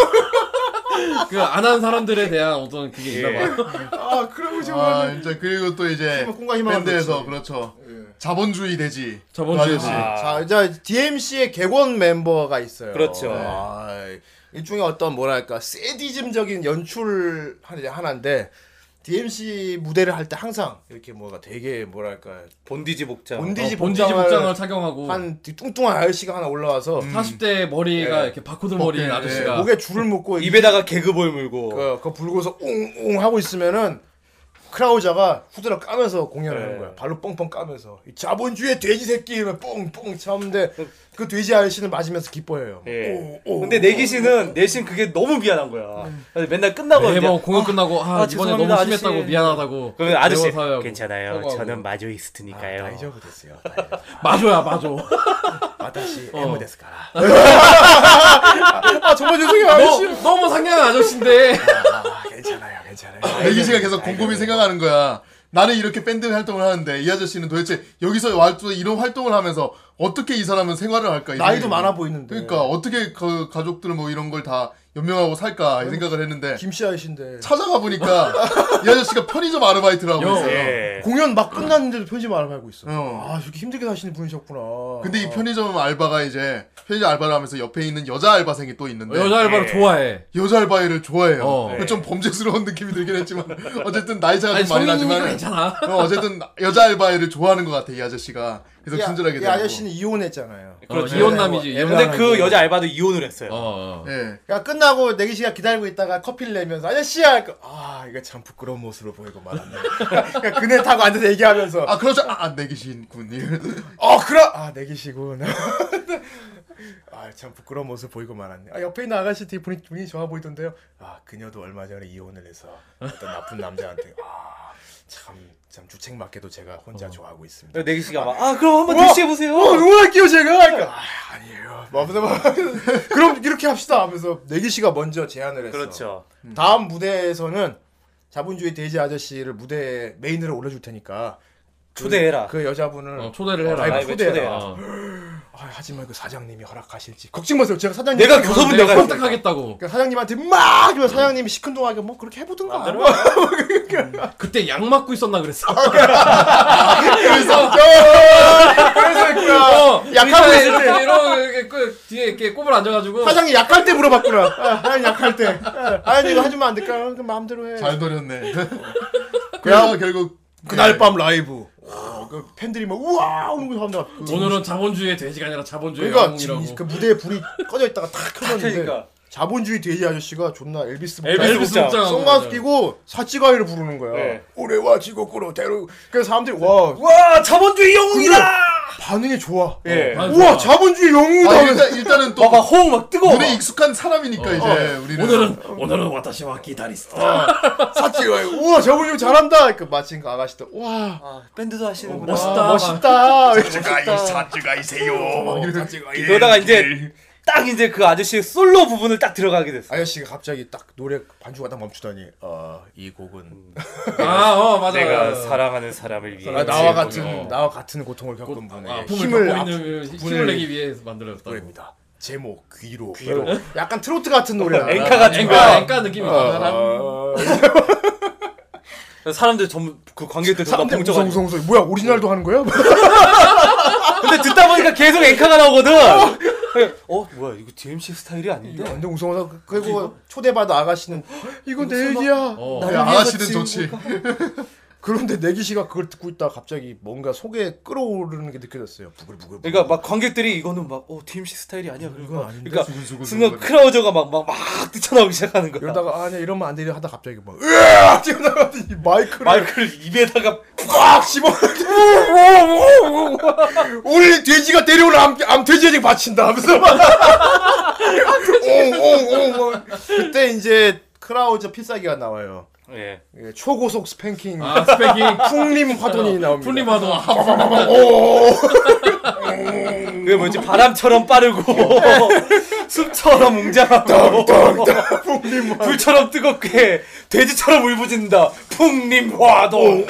그 안 한 사람들에 대한 어떤 그게 있나봐
아, 그러고 지금
아 진짜 그리고 또 이제
힘을- 꿈과 희망을
밴드에서
그렇지.
그렇죠
예.
자본주의 되지
자본주의
아저씨.
돼지.
자, 이제 DMC의 객원 멤버가 있어요.
그렇죠.
아, 일종의 어떤 뭐랄까 세디즘적인 연출 하는 하나인데 DMC 무대를 할 때 항상 이렇게 뭐가 되게 뭐랄까
본디지 복장.
본디지
어, 본디지 복장을
복장을
착용하고
한 뚱뚱한 아저씨가 하나 올라와서
40대 머리가
예.
이렇게 바코드 머리인
벗긴,
아저씨가
목에 줄을 묶고
입에다가 개그볼 물고.
그, 그거 불고서 웅웅 하고 있으면은 크라우저가 후드락 까면서 공연을 하는 거야. 발로 뻥뻥 까면서 이 자본주의 돼지 새끼 이러면 뻥뻥 참는데 그 돼지 아저씨는 맞으면서 기뻐해요.
예.
오, 오.
근데 내기씨는 내신 그게 너무 미안한 거야. 그래서 맨날 끝나고
매번
이제
공연 끝나고 아,
아,
이번에
죄송합니다,
너무 심했다고
아저씨.
미안하다고
그러면 아저씨
배워서요.
괜찮아요.
사과하고.
저는 아, 마조이스트니까요.
다이저브 됐어요.
맞아야 맞아
마다시
어.
에모 데스까. 아 정말 죄송해요 아저씨.
너, 너무 상냥한 아저씨인데
아 괜찮아요 괜찮아요.
내기 씨가 계속 곰곰이 생각하는 거야. 나는 이렇게 밴드 활동을 하는데 이 아저씨는 도대체 여기서 와서 이런 활동을 하면서 어떻게 이 사람은 생활을 할까? 이런
나이도
얘기.
많아
네.
보이는데.
음. 그러니까 어떻게 그 가족들 뭐 이런 걸 다 연명하고 살까 이 생각을 했는데
김씨 아저씨인데
찾아가 보니까 이 아저씨가 편의점 아르바이트를 하고
요.
있어요.
예.
공연 막 끝났는데도 편집 안 하고 있어.
어.
아 저렇게 힘들게 사시는 분이셨구나. 아.
근데 이 편의점 알바가 이제 편의점 알바를 하면서 옆에 있는 여자 알바생이 또 있는데
여자 알바를 좋아해
여자 알바를 좋아해요. 그
어.
좀 범죄스러운 느낌이 들긴 했지만 어쨌든 나이 차가
아니
좀 많이
성인이니까
나지만
괜찮아
어, 어쨌든 여자 알바애를 좋아하는 것 같아 이 아저씨가
이
그래서
아-
친절하게
이
되고
아저씨는 이혼했잖아요.
어, 이혼남이지
예,
이혼남
근데 그 여자 알바도 이혼을 했어요.
어, 어.
예
그러니까 끝나고 내기 씨가 기다리고 있다가 커피를 내면서 아저씨야 그- 아 이거 참 부끄러운 모습으로 보이고 말았네 그러니까 그네 타고 앉아서 얘기하면서 아,
아 그렇죠 아 내기신군
어 그럼 아 내기 씨군 아 참 부끄러운 모습 보이고 말았네 아 옆에 있는 아가씨 되게 분위, 분위기 좋아 보이던데요 아 그녀도 얼마 전에 이혼을 해서 어떤 나쁜 남자한테 아, 아참참 주책맞게도 제가
어.
혼자 좋아하고 있습니다
내기씨가 막, 아, 그럼 한번
우와!
대시해 보세요.
어 응원할게요 제가 그러니까, 아 아니에요 뭐 아무튼 뭐 그럼 이렇게 합시다 하면서 내기 씨가 먼저 제안을 했어
그렇죠.
다음 무대에서는 자본주의 돼지 아저씨를 무대에 메인으로 올려줄 테니까 그-
초대해라.
그 여자분을
어, 초대를 해라
라이브
라이브에
초대해라.
초대해라.
어.
아, 하지만 그 사장님이 허락하실지 걱정 마세요. 제가 사장님
내가 교섭은 내가 했어.
선택하겠다고
그러니까 사장님한테 막 이러면 사장님이 시큰둥하게 뭐 그렇게 해보든가.
그때 약 맞고 있었나 그랬어
아, 그래서 그래서 그러니까
어,
약하고
의자에
있을 때.
이렇게 이렇게 그 뒤에 이렇게 꼽을 앉아가지고
사장님 약할 때 물어봤구나. 아, 사장님 약할 때. 아, 아니 이거 해주면 안 될까요? 그럼 마음대로 해.
잘 노렸네 그래서 결국
그날 밤 라이브. 와, 그 팬들이 막 우와 오는 거 사람들. 그-
오늘은 자본주의의 돼지가 아니라 자본주의의
그러니까
영웅이라고
지금 그 무대에 불이 꺼져 있다가 탁 켜졌는데
그러니까.
자본주의 돼지 아저씨가 존나 엘비스
엘비스
엘비스
복장.
복장
송가스 끼고 사치가이를 부르는 거야.
네.
올해와 지구꾸로 대로. 그래서 사람들이 와
와, 자본주의 영웅이다!
반응이 좋아. 어.
예.
아,
우와
좋아.
자본주의 영웅이다.
아, 일단, 일단은 또
막, 막 호흡 막 뜨거워.
눈에 익숙한 사람이니까 이제 우리는 어.
오늘은
오늘은 와타시와 기타리스트.
사치가이. 우와 자본주의 잘한다. 그러니까 마침 그 아가씨도 와
아, 밴드도 하시는구나.
아, 멋있다.
아,
멋있다.
사주가이 사주가이세요. 사주가이.
어. 이러다가 예.
예,
이제 딱 이제 그 아저씨의 솔로 부분을 딱 들어가게 됐어.
아저씨가 갑자기 딱 노래 반주가 딱 멈추더니 어이 곡은
아어 맞아
내가 사랑하는 사람을 위해.
아, 나와 같은
어.
나와 같은 고통을 겪은
고-
분에게
아, 아픔을
힘을
힘을
앞-
있는 힘을
분을
내기 위해서 만들어졌다고
노래입니다. 제목 귀로. 귀로. 약간 트로트 같은 노래야.
앵카 같은
아.
앵가 앵가 느낌이 나.
사람들 전부 그 관객들 전부 다
사람들
봉정
무성
아니야.
무성 무성. 뭐야 오리지널도 하는 거야?
근데 듣다 보니까 계속 앵카가 나오거든. 어 뭐야 이거 DMC 스타일이 아닌데?
완전 무성무성. 그리고 초대받은 아가씨는 이건 내 얘기야.
어.
나를
야,
위해서
아가씨는
지은
좋지.
거야. 그런데 내기씨가 그걸 듣고 있다 가 갑자기 뭔가 속에 끓어오르는 게 느껴졌어요. 부글부글.
그러니까 막 관객들이 이거는 막어 DMC 스타일이 아니야. 그러니까
아닌데?
그러니까
음, 수근수근
순간
수근거려.
크라우저가 막 막 막 뛰쳐나오기 시작하는 거야.
이러다가 아니 네, 이러면 안 되려 하다 갑자기 막 으악 뛰어나가더니 마이크를
마이크를 입에다가
꽉 씹어. 우리 돼지가 데려온 암, 암 돼지에게 바친다 하면서 막. 오, 오, 오, 막. 그때 이제 크라우저 필살기가 나와요.
예.
예, 초고속 스팽킹.
아 스펙이
풍림 화돈이 나옵니다.
풀림하도
그게 뭐지 바람처럼 빠르고 숲처럼 웅장하고 불처럼 뜨겁게 돼지처럼 울부짖는다 풍림화동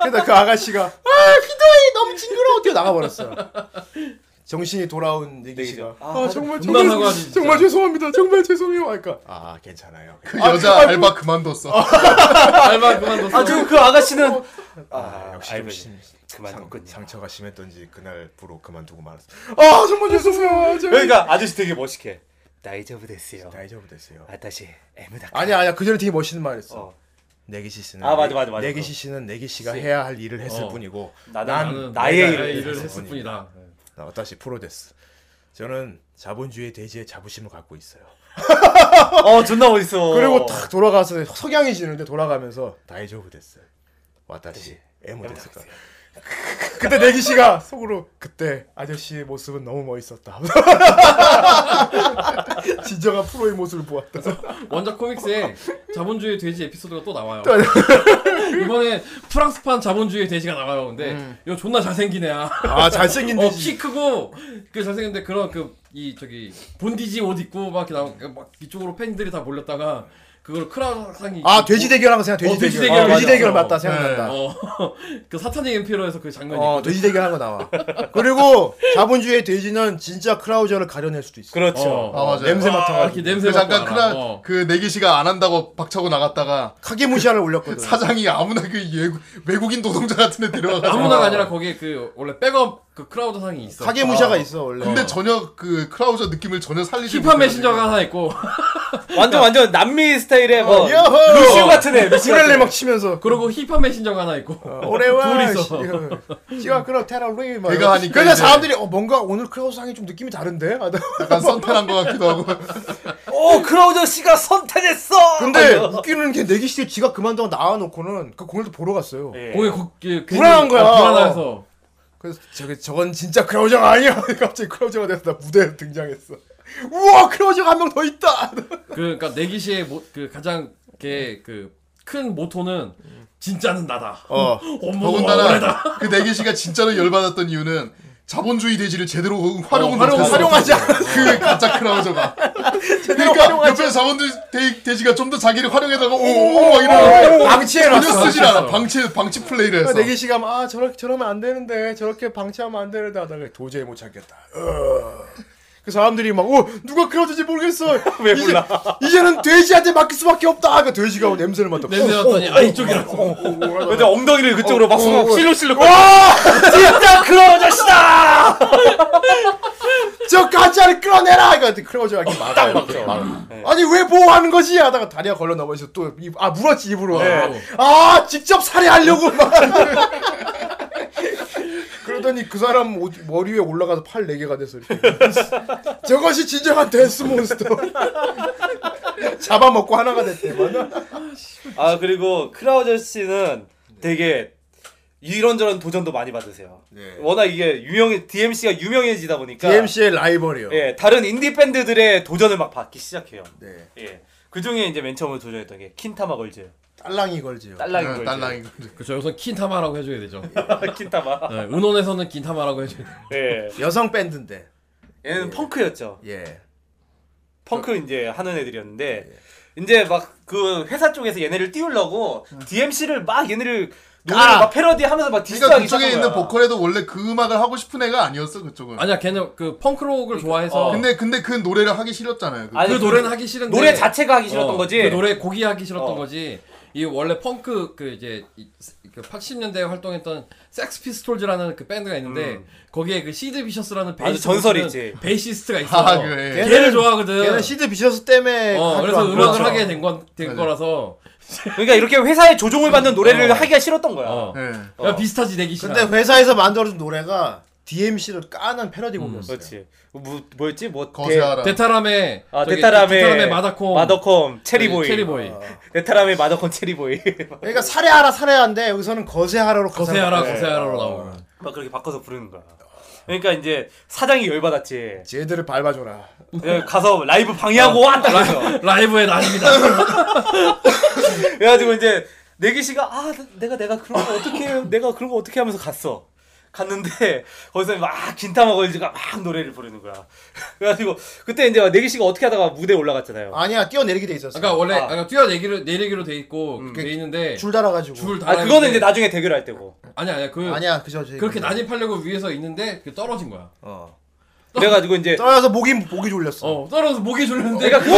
그러다 그 아가씨가 아 기도해 너무 징그러워 뛰어 나가버렸어요. 정신이 돌아온 내기씨가 아, 정말
존나
정말
사과하지, 진짜.
정말 죄송합니다 정말 죄송해요 하니까 아 괜찮아요.
그 여자 알바 그만뒀어.
알바 그만뒀어.
아 그리고 그 아가씨는
아, 역시 좀
알바지.
심, 상,
그만뒀군요.
상처가 심했던지 그날부로 그만두고 말았어. 아 정말 죄송해요.
그러니까 아저씨 되게 멋있게 다이저브 됐어요
나이저부 됐어요.
아다시 에무다
아니야 아니야 그 전에 되게 멋있는 말했어.
어.
내기씨 씨는
아, 맞아, 맞아, 맞아.
내기씨 씨는 내기씨 가 해야 할 일을 했을
어.
뿐이고
나는-
난
나의 일을
일을
했을
했을 뿐이다.
나 다시 프로 됐어. 저는 자본주의 대지의 자부심을 갖고 있어요.
어 존나 멋있어
그리고 탁 돌아가서 석양이 지는데 돌아가면서 다이조브 됐어요. 와다시 에모 됐었다. 그때 내기 씨가 속으로 그때 아저씨의 모습은 너무 멋있었다. 진정한 프로의 모습을 보았다.
원작 코믹스에 자본주의 돼지 에피소드가 또 나와요. 이번에 프랑스판 자본주의 돼지가 나와요. 근데 이거 존나 잘생긴 애야.
아 잘생긴
어,
돼지.
키 크고 그 잘생겼는데 그런 그 이 저기 본디지 옷 입고 막 이렇게 나막 이쪽으로 팬들이 다 몰렸다가 그걸 크라상이
아 돼지 대결하고 생각 돼지
어, 돼지
대결.
대결
아, 돼지
맞아.
대결 맞다
어.
생각난다.
어그 사탄의 엠피로에서 그 장면이
어 돼지 대결한 거 나와. 그리고 자본주의 돼지는 진짜 크라우저를 가려낼 수도 있어.
그렇죠
어.
아 맞아요.
냄새 맡아 가지고
이렇게 냄새
그
맡고
잠깐
알아.
크라
어.
그 내기시가 안 한다고 박차고 나갔다가
카게무시아를 올렸거든.
사장이 아무나 그 예구, 외국인 노동자 같은 데 데려와가지고
아무나가 아니라 거기에 그 원래 백업 그 크라우드 상이 있어.
카게무시아가 있어 원래.
근데 전혀 그 크라우저 느낌을 전혀 살리지
힙합
못해가지고.
메신저가 하나 있고
완전 완전 남미 스타일의
어,
뭐
여호!
루시오 같은 애 루시오
어. 우렐레
같은 애
막 치면서
그리고 힙합 메신저가 하나 있고
어. 오레와
둘이서.
시가 그럼 테라리 막
걔가 하니까
그래서
이제-
뭐 사람들이 어, 뭔가 오늘 크라우스 상이 좀 느낌이 다른데 아, 하다.
약간 선탄한 것 같기도 하고
오 어, 크라우저 씨가 선택했어
아,
근데 웃기는 게 내기 시대 지가 그만두고 나와놓고는 그 공연도 보러 갔어요
예.
거기 거, 그,
불안한 거야.
불안해서
그래서 저게 저건 진짜 크라우저가 아니야 갑자기 크라우저가 돼서 나 무대에 등장했어 우와 크라우저가 한 명 더 있다
그 그러니까 내기시의 모, 그 가장 그큰 모토는 진짜는 나다.
어
더군다나
더군다나 그 내기시가 진짜로 열받았던 이유는 자본주의 대지를 제대로 활용은
어, 활용-
못했어.
활용하지
그 가짜 크라우저가 그러니까 옆에 자본주의 대, 대지가 좀 더 자기를 활용해다가 오오오 이러는 전혀
방치해놨어
쓰질 않아 방치 방치 플레이를 해서
내기 시가 막, 아 저렇게 저러면 안 되는데 저렇게 방치하면 안 되는데 하다가 도저히 못 참겠다. 으. 그 사람들이 막, 어, 누가 그러든지 모르겠어. 왜 이제, 몰라? 이제는 돼지한테 맡길 수밖에 없다. 그 돼지가 냄새를 맡아.
냄새
어,
맡더니 아 이쪽이라.
어, 어, 어,
근데 엉덩이를 그쪽으로 막
어, 어.
실로 실로
와!
진짜 크라우저 씨다
저 가짜를 끌어내라! 이거 크로저 이렇게 막아. 이렇게 막아.
네.
아니, 왜 보호하는 거지? 하다가 다리가 걸려 넘어져서 또, 입, 아, 물었지, 입으로.
네.
아, 직접 살해하려고 막. 그러더니 그 사람 옷- 머리 위에 올라가서 팔 네 개가 돼서 이렇게. 저것이 진정한 데스몬스터. 잡아먹고 하나가 됐대, 맞나?
아 그리고 크라우저 씨는 되게 이런저런 도전도 많이 받으세요. 워낙 이게 유명 DMC가 유명해지다 보니까
DMC의 라이벌이요.
예 다른 인디 밴드들의 도전을 막 받기 시작해요.
네.
예그 중에 이제 맨 처음으로 도전했던 게 킨타마 걸즈,
딸랑이 걸지요.
딸랑이 걸즈,
딸랑이
어.
그렇죠. 여기서 킨타마라고 해줘야 되죠.
아,
킨타마.
네, 은혼에서는 긴타마라고 해줘야 돼.
예
여성 밴드인데.
얘는 펑크였죠.
예.
펑크 이제 하는
예.
애들이었는데 이제 막 그 회사 쪽에서 얘네를 띄우려고 DMC를 막 얘네를 노래를 막 패러디하면서 막
아! 그러니까
디스하기
그쪽에
시작한
있는
거야.
보컬에도 원래 그 음악을 하고 싶은 애가 아니었어 그쪽은.
아니야 어. 걔는 그 펑크록을 좋아해서
근데 근데 그 노래를 하기 싫었잖아요. 그
아니,
그 노래는 하기 싫은데
노래 자체가 하기 싫었던
어,
거지.
그 노래 곡이 하기 싫었던
어.
거지. 이 원래 펑크 그 이제 이- 그 80년대에 활동했던 섹스피스톨즈라는 그 밴드가 있는데 거기에 그 시드 비셔스라는 베이스
음. 전설이 있지.
베이시스트가 있어.
아, 그래.
걔를 좋아하거든.
걔는 시드 비셔스 때문에
어,
하기로
그래서
한
음악을
그렇죠.
거죠.
하게 된, 건, 된 거라서
그러니까 이렇게 회사의 조종을 받는 노래를 하기가 싫었던 거야.
어.
예.
야 비슷하지 내기 싫어.
근데 회사에서 만들어준 노래가 DMC를 까는 패러디 곡이었어요.
그렇지. 뭐, 뭐였지? 뭐
거세하라.
데타람의
아,
저기
데타람의
데타람의 마다콤
마더콤 체리보이.
체리보이.
데타람의 마더콤 체리보이.
그러니까 살해하라 살해한데 여기서는 어. 거세하라로
거세하라
가사를-
거세하라로 나오고.
어,
막 그렇게 바꿔서 부르는 거야. 그러니까 이제 사장이 열받았지.
쟤들을 밟아줘라.
그냥 예, 가서 라이브 방해하고
어.
왔다 그래서.
라이브의 날입니다.
그래가지고 이제 내기 씨가 아 내가 내가 그런 거 어떻게 해요? 내가 그런 거 어떻게 하면서 갔어. 갔는데 거기서 막 긴타마 걸즈가 막 노래를 부르는 거야. 그래가지고 그때 이제 내기 씨가 어떻게 하다가 무대에 올라갔잖아요.
아니야 뛰어내리게 돼 있었어.
그러니까 원래
아. 음. 그
아까 뛰어내기로 내리기로 돼 있고 돼 있는데
줄 달아가지고.
줄
아
달아.
그거는 이제 나중에 대결할 때고.
아니 아니야 그
아니야 그저
네,
저-
그렇게 난입하려고 위에서 있는데 그 떨어진 거야.
어.
그래가지고 이제
떨어져서 목이 목이 졸렸어.
어 떨어져서 목이 졸렸는데
내가 그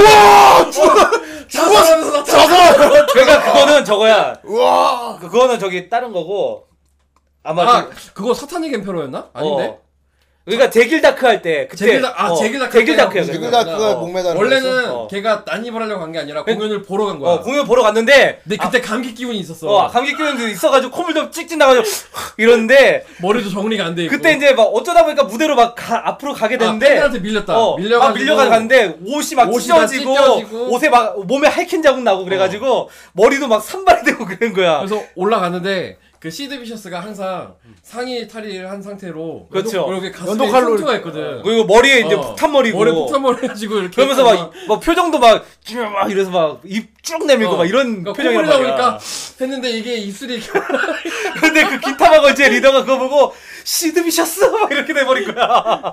자살하면서 나-
그러니까 그거는 저거야. 그- 그거는 저기 다른 거고 아마
아
그-
그거 사탄의 갬페로였나? 아닌데.
어. 그러니까 제길 다크 할 때 그때 어.
제길 다크- 아, 제길 다크
제길
할
다크야.
때.
그가 그가
어.
목매달.
원래는
어.
걔가 난입을 하려고 간 게 아니라
그-
공연을 보러 간 거야.
어 공연 보러 갔는데
근데 그때 감기 기운이 있었어.
어 감기 기운이 있어가지고 콧물도 찍찍 나가지고 이러는데
머리도 정리가 안 돼 있고.
그때 이제 막 어쩌다 보니까 무대로 막 가- 앞으로 가게
아,
됐는데
팬들한테 밀렸다.
어,
밀려가지고.
막 밀려가 갔는데 옷이 막
옷이 다
찢어지고,
찢겨지고. 어.
옷에 막 몸에 핥힌 자국 나고 그래가지고 머리도 막 산발이 되고 그런 거야.
그래서 올라갔는데 그 시드 비셔스가 항상 상의 탈의를 한 상태로
그렇죠.
이렇게 가슴에
연도칼로
상투가 있거든.
그리고 머리에 이제
어.
폭탄 머리고
머리 폭탄 머리 해가지고 이렇게
그러면서
했다가
막, 막 표정도 막막 이래서 막 입 쭉 내밀고
어.
막 이런
그러니까
표정이란
콧물이
말이야.
나오니까 했는데 이게 입술이 이렇게 올라-
근데 그 기타마 걸즈의 리더가 그거 보고 시드미셨어 막 이렇게 돼버린 거야.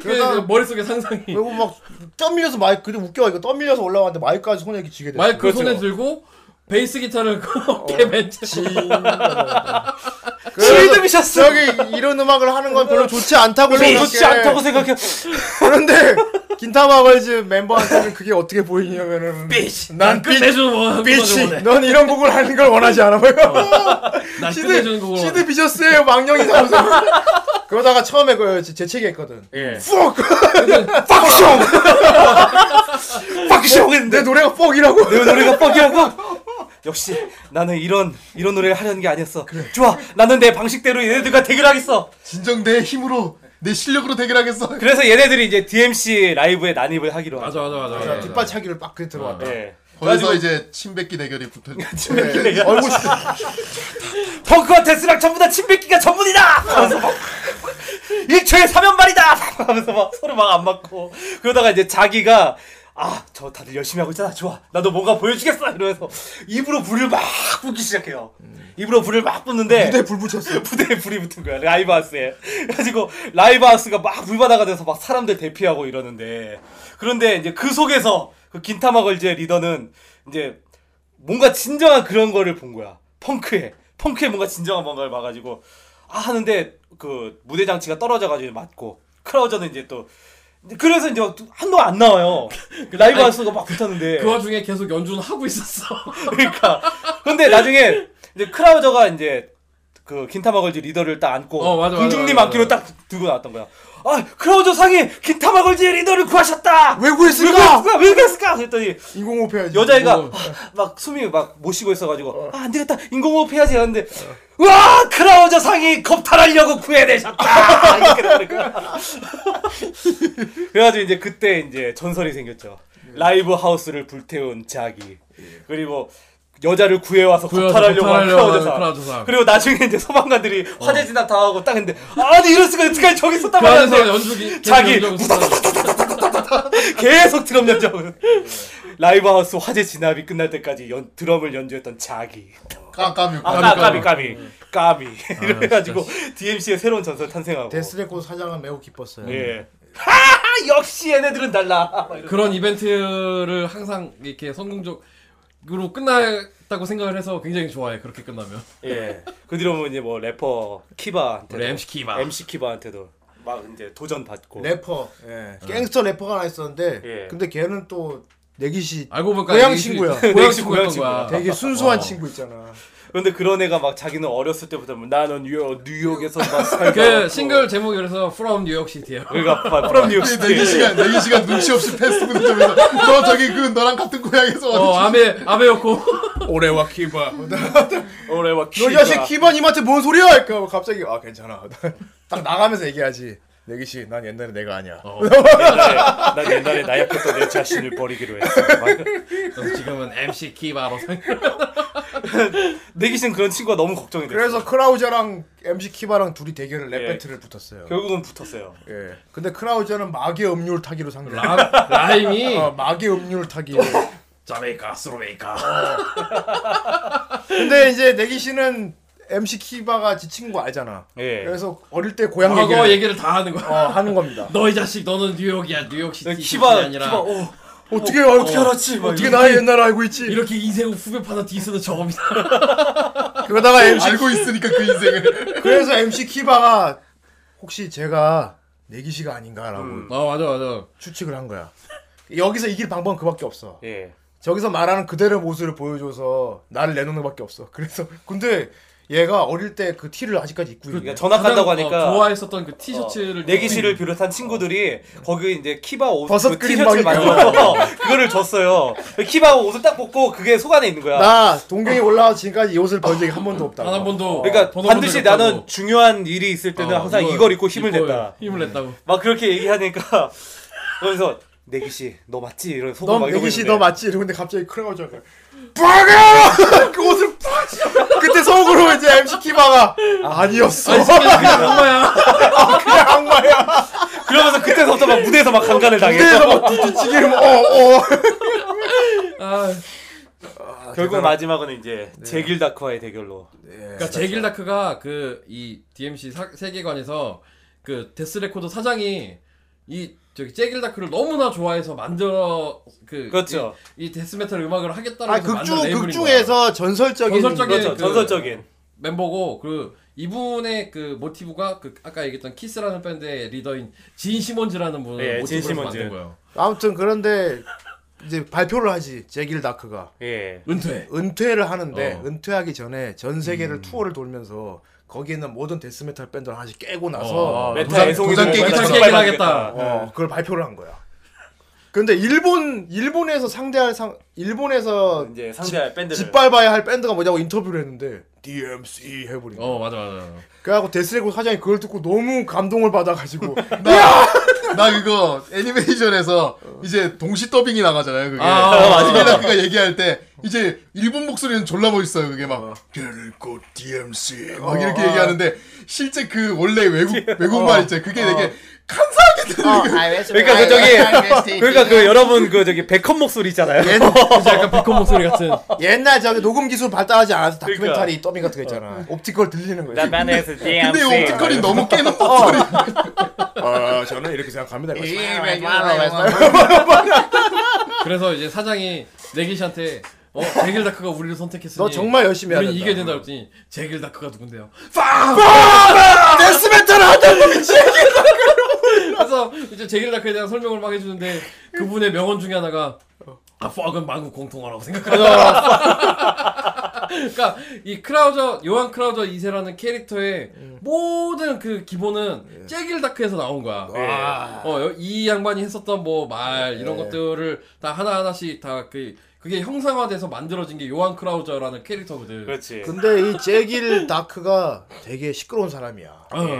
그렇죠.
그래서 머릿속에 상상이
그리고 막 떠밀려서 마이크 근데 웃겨 이거 떠밀려서 올라왔는데 마이크까지 손에 이렇게 쥐게 돼.
마이크
그렇죠.
손에 들고 베이스 기타를 그 어깨 벤치
시드미셨어.
저기 이런 음악을 하는 건 별로 좋지 않다고
별로
생각해.
좋지 않다고 생각해.
그런데 긴타마 걸즈 멤버한테는 그게 어떻게 보이냐면은 난
끝내주는 뭐 거
빛이 넌 이런 곡을 하는 걸 원하지 않아 보여.
난 끝내주는
시드
거고
시드 비저스의 망령이 나오서 그러다가 처음에 그 재채기했거든.
예.
푹! 팍숑! 팍숑! 했는데 내 노래가 뻑이라고?
내 노래가 뻑이라고? 역시 나는 이런 이런 노래를 하려는 게 아니었어. 좋아, 나는 내 방식대로 얘네들과 대결하겠어.
진정 내 힘으로 내 실력으로 대결하겠어.
그래서 얘네들이 이제 DMC 라이브에 난입을 하기로
맞아 맞아 맞아, 맞아.
뒷발차기를 빡 그렇게 들어왔다.
예.
거기서 이제 침뱉기 대결이 붙어.
네. 얼굴
펑크와 데스락 전부 다 침뱉기가 전문이다. 하면서 막 1초에 사면발이다. 하면서 막 서로 막 안 맞고 그러다가 이제 자기가 아, 저 다들 열심히 하고 있잖아. 좋아. 나도 뭔가 보여주겠어. 이러면서 입으로 불을 막 붓기 시작해요. 입으로 불을 막 붓는데
음. 무대에 불 붙였어.
부대에 불이 붙은 거야 라이브하우스에 그래가지고 라이브하우스가 막 불바다가 돼서 막 사람들 대피하고 이러는데 그런데 이제 그 속에서 그 긴타마 걸즈의 리더는 이제 뭔가 진정한 그런 거를 본 거야 펑크에 펑크에 뭔가 진정한 뭔가를 봐가지고 아 하는데 그 무대 장치가 떨어져가지고 맞고 크라우저는 이제 또 그래서 이제 한동안 안 나와요 라이브하우스가 막 붙었는데
그 와중에 계속 연주는 하고 있었어
그러니까 근데 나중에 이제 크라우저가 이제 그 긴타마 걸즈 리더를 딱 안고
어, 맞아, 맞아,
공중님
맞아,
안기로
맞아.
딱 들고 나왔던 거야. 아 크라우저 상이 긴타마 걸즈 리더를 구하셨다.
왜 구했을까?
왜 그랬을까? 그랬더니
인공호흡 해야지.
여자애가
뭐.
아, 막 숨이 막 못 쉬고 있어가지고 아, 안 되겠다 인공호흡 해야지 하는데 와 크라우저 상이 겁탈하려고 구해내셨다 이렇게 되는 거야. 그래가지고 이제 그때 이제 전설이 생겼죠 라이브 하우스를 불태운 자기 그리고 여자를 구해와서
구해와서
겁탈하려고 한
겁탈하려고
크라우저 상
하는 크라우저 상.
그리고 나중에 이제 소방관들이 화재 진압 당하고 딱 했는데 아니 이럴 수가 어떻게 저기 있었단
어. 그 안에서
말이야
연주기 계속
자기
연주하고 있었어.
계속 드럼
어.
연주하고 라이브 하우스 화재 진압이 끝날 때까지 연, 드럼을 연주했던 자기
까까미
아,
까미.
까, 까비
그러니까.
까비
네.
까비
아,
이래가지고 DMC의 새로운 전설 탄생하고
데스레코 사장은 매우 기뻤어요.
음.
예 하하 역시 얘네들은 달라
그런 이벤트를 항상 이렇게 성공적 으로 끝났다고 생각을 해서 굉장히 좋아해 그렇게 끝나면
예. 그 뒤로 뭐 이제 뭐 래퍼 키바한테
우리 MC 키바. 네.
MC 키바한테도 막 이제 도전 받고.
래퍼 예. 갱스터 래퍼가 하나 있었는데
예.
근데 걔는 또 내기시
아,
알고 보니까
고향
내기
친구야.
고향
내기
친구였던
친구야.
거야
되게 순수한
어.
친구 있잖아
그런데 그런 애가 막 자기는 어렸을 때부터 뭐 나는 뉴욕 뉴욕에서 막 살다
그
왔고.
싱글 제목이 그래서 From New York City예요
그러니까 막 프롬 뉴욕
내기
시티.
시간, 내기 시간 눈치 없이 패스트푸드점에서 저 저기 그 너랑 같은 고향에서
어 아베 아베였고
어,
올해와 키바
올해 막
너 자식 키바 님한테 뭔 소리야 그러니까 갑자기 아 괜찮아 딱 나가면서 얘기하지 내기시 난 옛날에 내가 아니야
난 옛날에 나약했던 내 자신을 버리기로 했어. 막.
그래서 지금은 MC 키바로 생
내기 씨는 그런 친구가 너무 걱정이 됐어.
그래서 크라우저랑 MC 키바랑 둘이 대결을 랩
예.
배틀을 붙었어요
그
결국은 붙었어요.
예. 근데 크라우저는 마계 음률 타기로 상대
아, 라- 라임이
어, 마계 음률 타기
자메이카 스로메이카
근데 이제 내기 씨는 MC 키바가 지 친구 알잖아
예.
그래서 어릴 때 고향
과거
얘기를
얘기를 다 하는
어,
거야
하는 겁니다
너 이 자식 너는 뉴욕이야 뉴욕 시티
키바
시티가 아니라
키바 어.
어떻게 어떻게 알았지? 어떻게 나의 옛날 알고 있지?
이렇게 인생 후배 파다 뒤에서도 저겁니다
그러다가 MC
알고 있으니까 그 인생을
그래서 MC 키바가 혹시 제가 내기시가 아닌가라고
어,
아 맞아 맞아
추측을 한 거야. 여기서 이길 방법은 그밖에 없어.
예.
저기서 말하는 그대로 모습을 보여줘서 나를 내놓는 것밖에 없어. 그래서 근데 얘가 어릴 때 그 티를 아직까지 입고 있는
그러니까
거야.
전학 간다고
가장, 어,
하니까
좋아했었던 그 티셔츠를
내기 씨를 어, 비롯한 친구들이 거기 이제 키바 옷
버섯
그
그림
티셔츠를
막
만들어서 그거를 줬어요. 키바 옷을 딱 벗고 그게 속 안에 있는 거야.
나 동경이 올라와서 지금까지 이 옷을 본 적이 한 번도 없다.
아, 단한 번도
그러니까
번호
반드시
번호
나는
적었다고.
중요한 일이 있을 때는
어,
항상 이걸, 입고 힘을
입고
냈다. 음.
힘을 냈다고
막 그렇게 얘기하니까 그러면서 내기 씨너 맞지 이런 속으로
넌
막 이러고
내기시
있는데
너 맞지? 이러는데 갑자기 크레가지고 빠가 그 옷을 빡! 그때 속으로 이제 MC 키바가 아니었어.
엄마야
그냥 악마야.
그러면서 그때서부터 막 무대에서 막 강간을
그래서
당해서
막 뒤치기 뭐 어, 어.
아,
결국 마지막은 이제 제길 다크와의 대결로 그렇죠.
그러니까 제길 다크가 그 이 DMC 사, 세계관에서 그 데스 레코드 사장이 이 저기 제길 다크를 너무나 좋아해서 만들어 그
그렇죠.
이, 이 데스 메탈 음악을 하겠다라고
아
해서
극중
만든 레이블인 거야.
극중에서 전설적인
전설적인
그렇죠
그-
전설적인
멤버고 그 이분의 그 모티브가 그 아까 얘기했던 키스라는 밴드의 리더인 진 시몬즈라는 분을
예, 진
모티브로 해서
시몬즈.
만든 거예요.
뭐, 아무튼 그런데 이제 발표를 하지 제길 다크가
예
은퇴.
은퇴를 하는데
어.
은퇴하기 전에 전 세계를 투어를 돌면서 거기에 있는 모든 데스메탈 밴드를 하나씩 깨고 나서
어.
메타
도장-
애송이
도장
뭐
깨기
전에 하겠다.
아.
어, 그걸 발표를 한 거야. 근데 일본 일본에서 상대할 상 일본에서
이제 상대할 밴드를
짓밟아야 할 밴드가 뭐냐고 인터뷰를 했는데 DMC 해버린 거야.
어 맞아 맞아.
그래갖고 데스레고 사장이 그걸 듣고 너무 감동을 받아가지고
나 그거 애니메이션에서 이제 동시 더빙이 나가잖아요 그게
아,
아니다그가 얘기할 때 이제 일본 목소리는 졸라 멋있어요 그게 막 걔를 곧 DMC 막 이렇게 얘기하는데 실제 그 원래 외국 외국말 있잖아요 그게 되게 간사하게 들리는 거예요.
그러니까 그 저기 그러니까 그 여러분 그 저기 백헌 목소리 있잖아요
진짜 약간 비콘 목소리 같은.
옛날 저기 녹음 기술 발달하지 않아서
그러니까.
다큐멘터리 더빙 같은 거 있잖아. 옵티컬 들리는 거야.
나만에서
근데
어.
이 옵티컬이 너무 깨는 목소리
아, 저는 이렇게 생각합니다.
그래서 이제 사장이 내기 씨한테 어 제길 다크가 우리를 선택했으니
너 정말 열심히 해야
우린
된다.
이겨야 된다 그랬더니 제길 다크가 누군데요?
아, 데스메탈 하던 놈이
그래서 이제 제길 다크에 대한 설명을 막 해주는데 그분의 명언 중에 하나가 아 퍽은 만국 공통어라고 생각하다. 그러니까 이 크라우저 요한 크라우저 2세라는 캐릭터의 모든 그 기본은 제길 다크에서 나온 거야. 어, 이 양반이 했었던 뭐 말 이런 것들을 다 하나하나씩 다 그, 그게 형상화돼서 만들어진 게 요한 크라우저라는 캐릭터거든.
그렇지
근데 이 제길 다크가 되게 시끄러운 사람이야.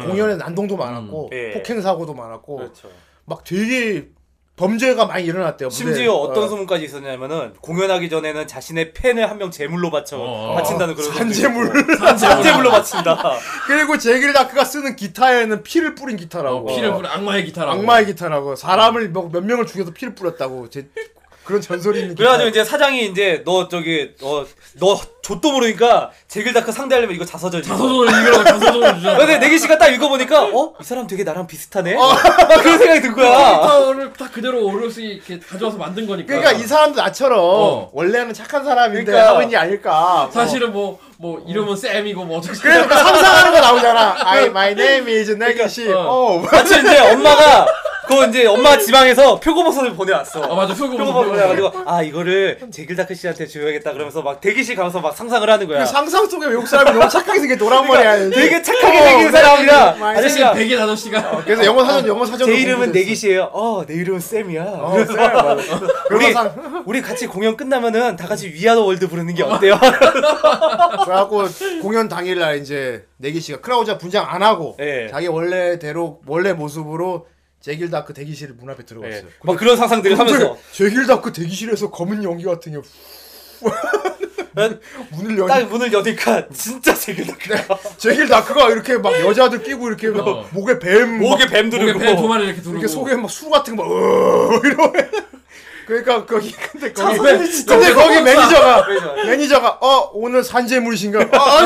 공연에 난동도 많았고
예.
폭행 사고도 많았고
그렇죠
막 되게 범죄가 많이 일어났대요. 무대에.
심지어 어떤
어.
소문까지 있었냐면은 공연하기 전에는 자신의 팬을 한 명 제물로 바쳐
어.
바친다는 그런
산재물.
산재물로 바친다
그리고 제길 다크가 쓰는 기타에는 피를 뿌린 기타라고.
어, 피를 부른 악마의 어, 기타라고.
뭐 악마의 기타라고. 사람을 몇, 몇 명을 죽여서 피를 뿌렸다고. 제 그런 전설이 있는
그래가지고
기타.
이제 사장이 이제 너 저기 어, 너너 좆도 모르니까 제길다크 상대하려면 이거 자서전
자서전을 읽으라고 자서전을 주잖아.
근데 내기 씨가 딱 읽어보니까 어 이 사람 되게 나랑 비슷하네 막 그런 생각이 든 거야
파워를 딱 그대로 오롯이 이렇게 가져와서 만든 거니까.
그러니까 이 사람도 나처럼
어.
원래는 착한 사람인데
그러니까.
하고 있는 게 아닐까.
사실은 뭐 뭐 이름은 쌤이고 뭐 어떻게
그래서
그러니까
그 상상하는 거 나오잖아. I, my name is 내기씨.
어.
그러니까 어.
마침 이제 엄마가 그거 이제 엄마 지방에서 표고버섯을 보내왔어
아 맞아 표고
표고버섯 보내가지고 아 이거를 제길다크 씨한테 줘야겠다 그러면서 막 대기실 가면서 막 상상을 하는 거야
그 상상 속에 외국 사람이 너무 착하게 생긴 돌아온 말이야.
그러니까 되게 착하게 생긴 사람이라 어, 네. 아저씨가
백인 아저씨가
어, 네. 그래서 영어 사전 영어 어, 사전.
제 이름은 내기씨예요 어내 이름은 쌤이야 그래서 우리,
변호상
우리 같이 공연 끝나면은 다 같이 위아더 월드 부르는 게 어때요?
그래갖고 공연 당일날 이제 내기 씨가 크라우자 분장 안 하고
예.
자기 원래대로 원래 모습으로 제길 다크 대기실 문 앞에 들어갔어요.
예. 막 그런 상상들을 하면서
제길 다크 대기실에서 검은 연기 같은 게 문을 열.
딱 문을 여니까 진짜 제길다크야
제길 다크가 이렇게 막 여자들 끼고 이렇게 막
어.
목에 뱀 막-
목에 뱀
목에
두르고
배두 마리 이렇게 두르고
이렇게 속에 막 수 같은 거 막, 으어, 이러고. 그러니까 거기, 근데 거기.
선생님 진짜
근데 거기 매니저가,
매니저.
매니저가, 어, 오늘 산재물이신가? 아,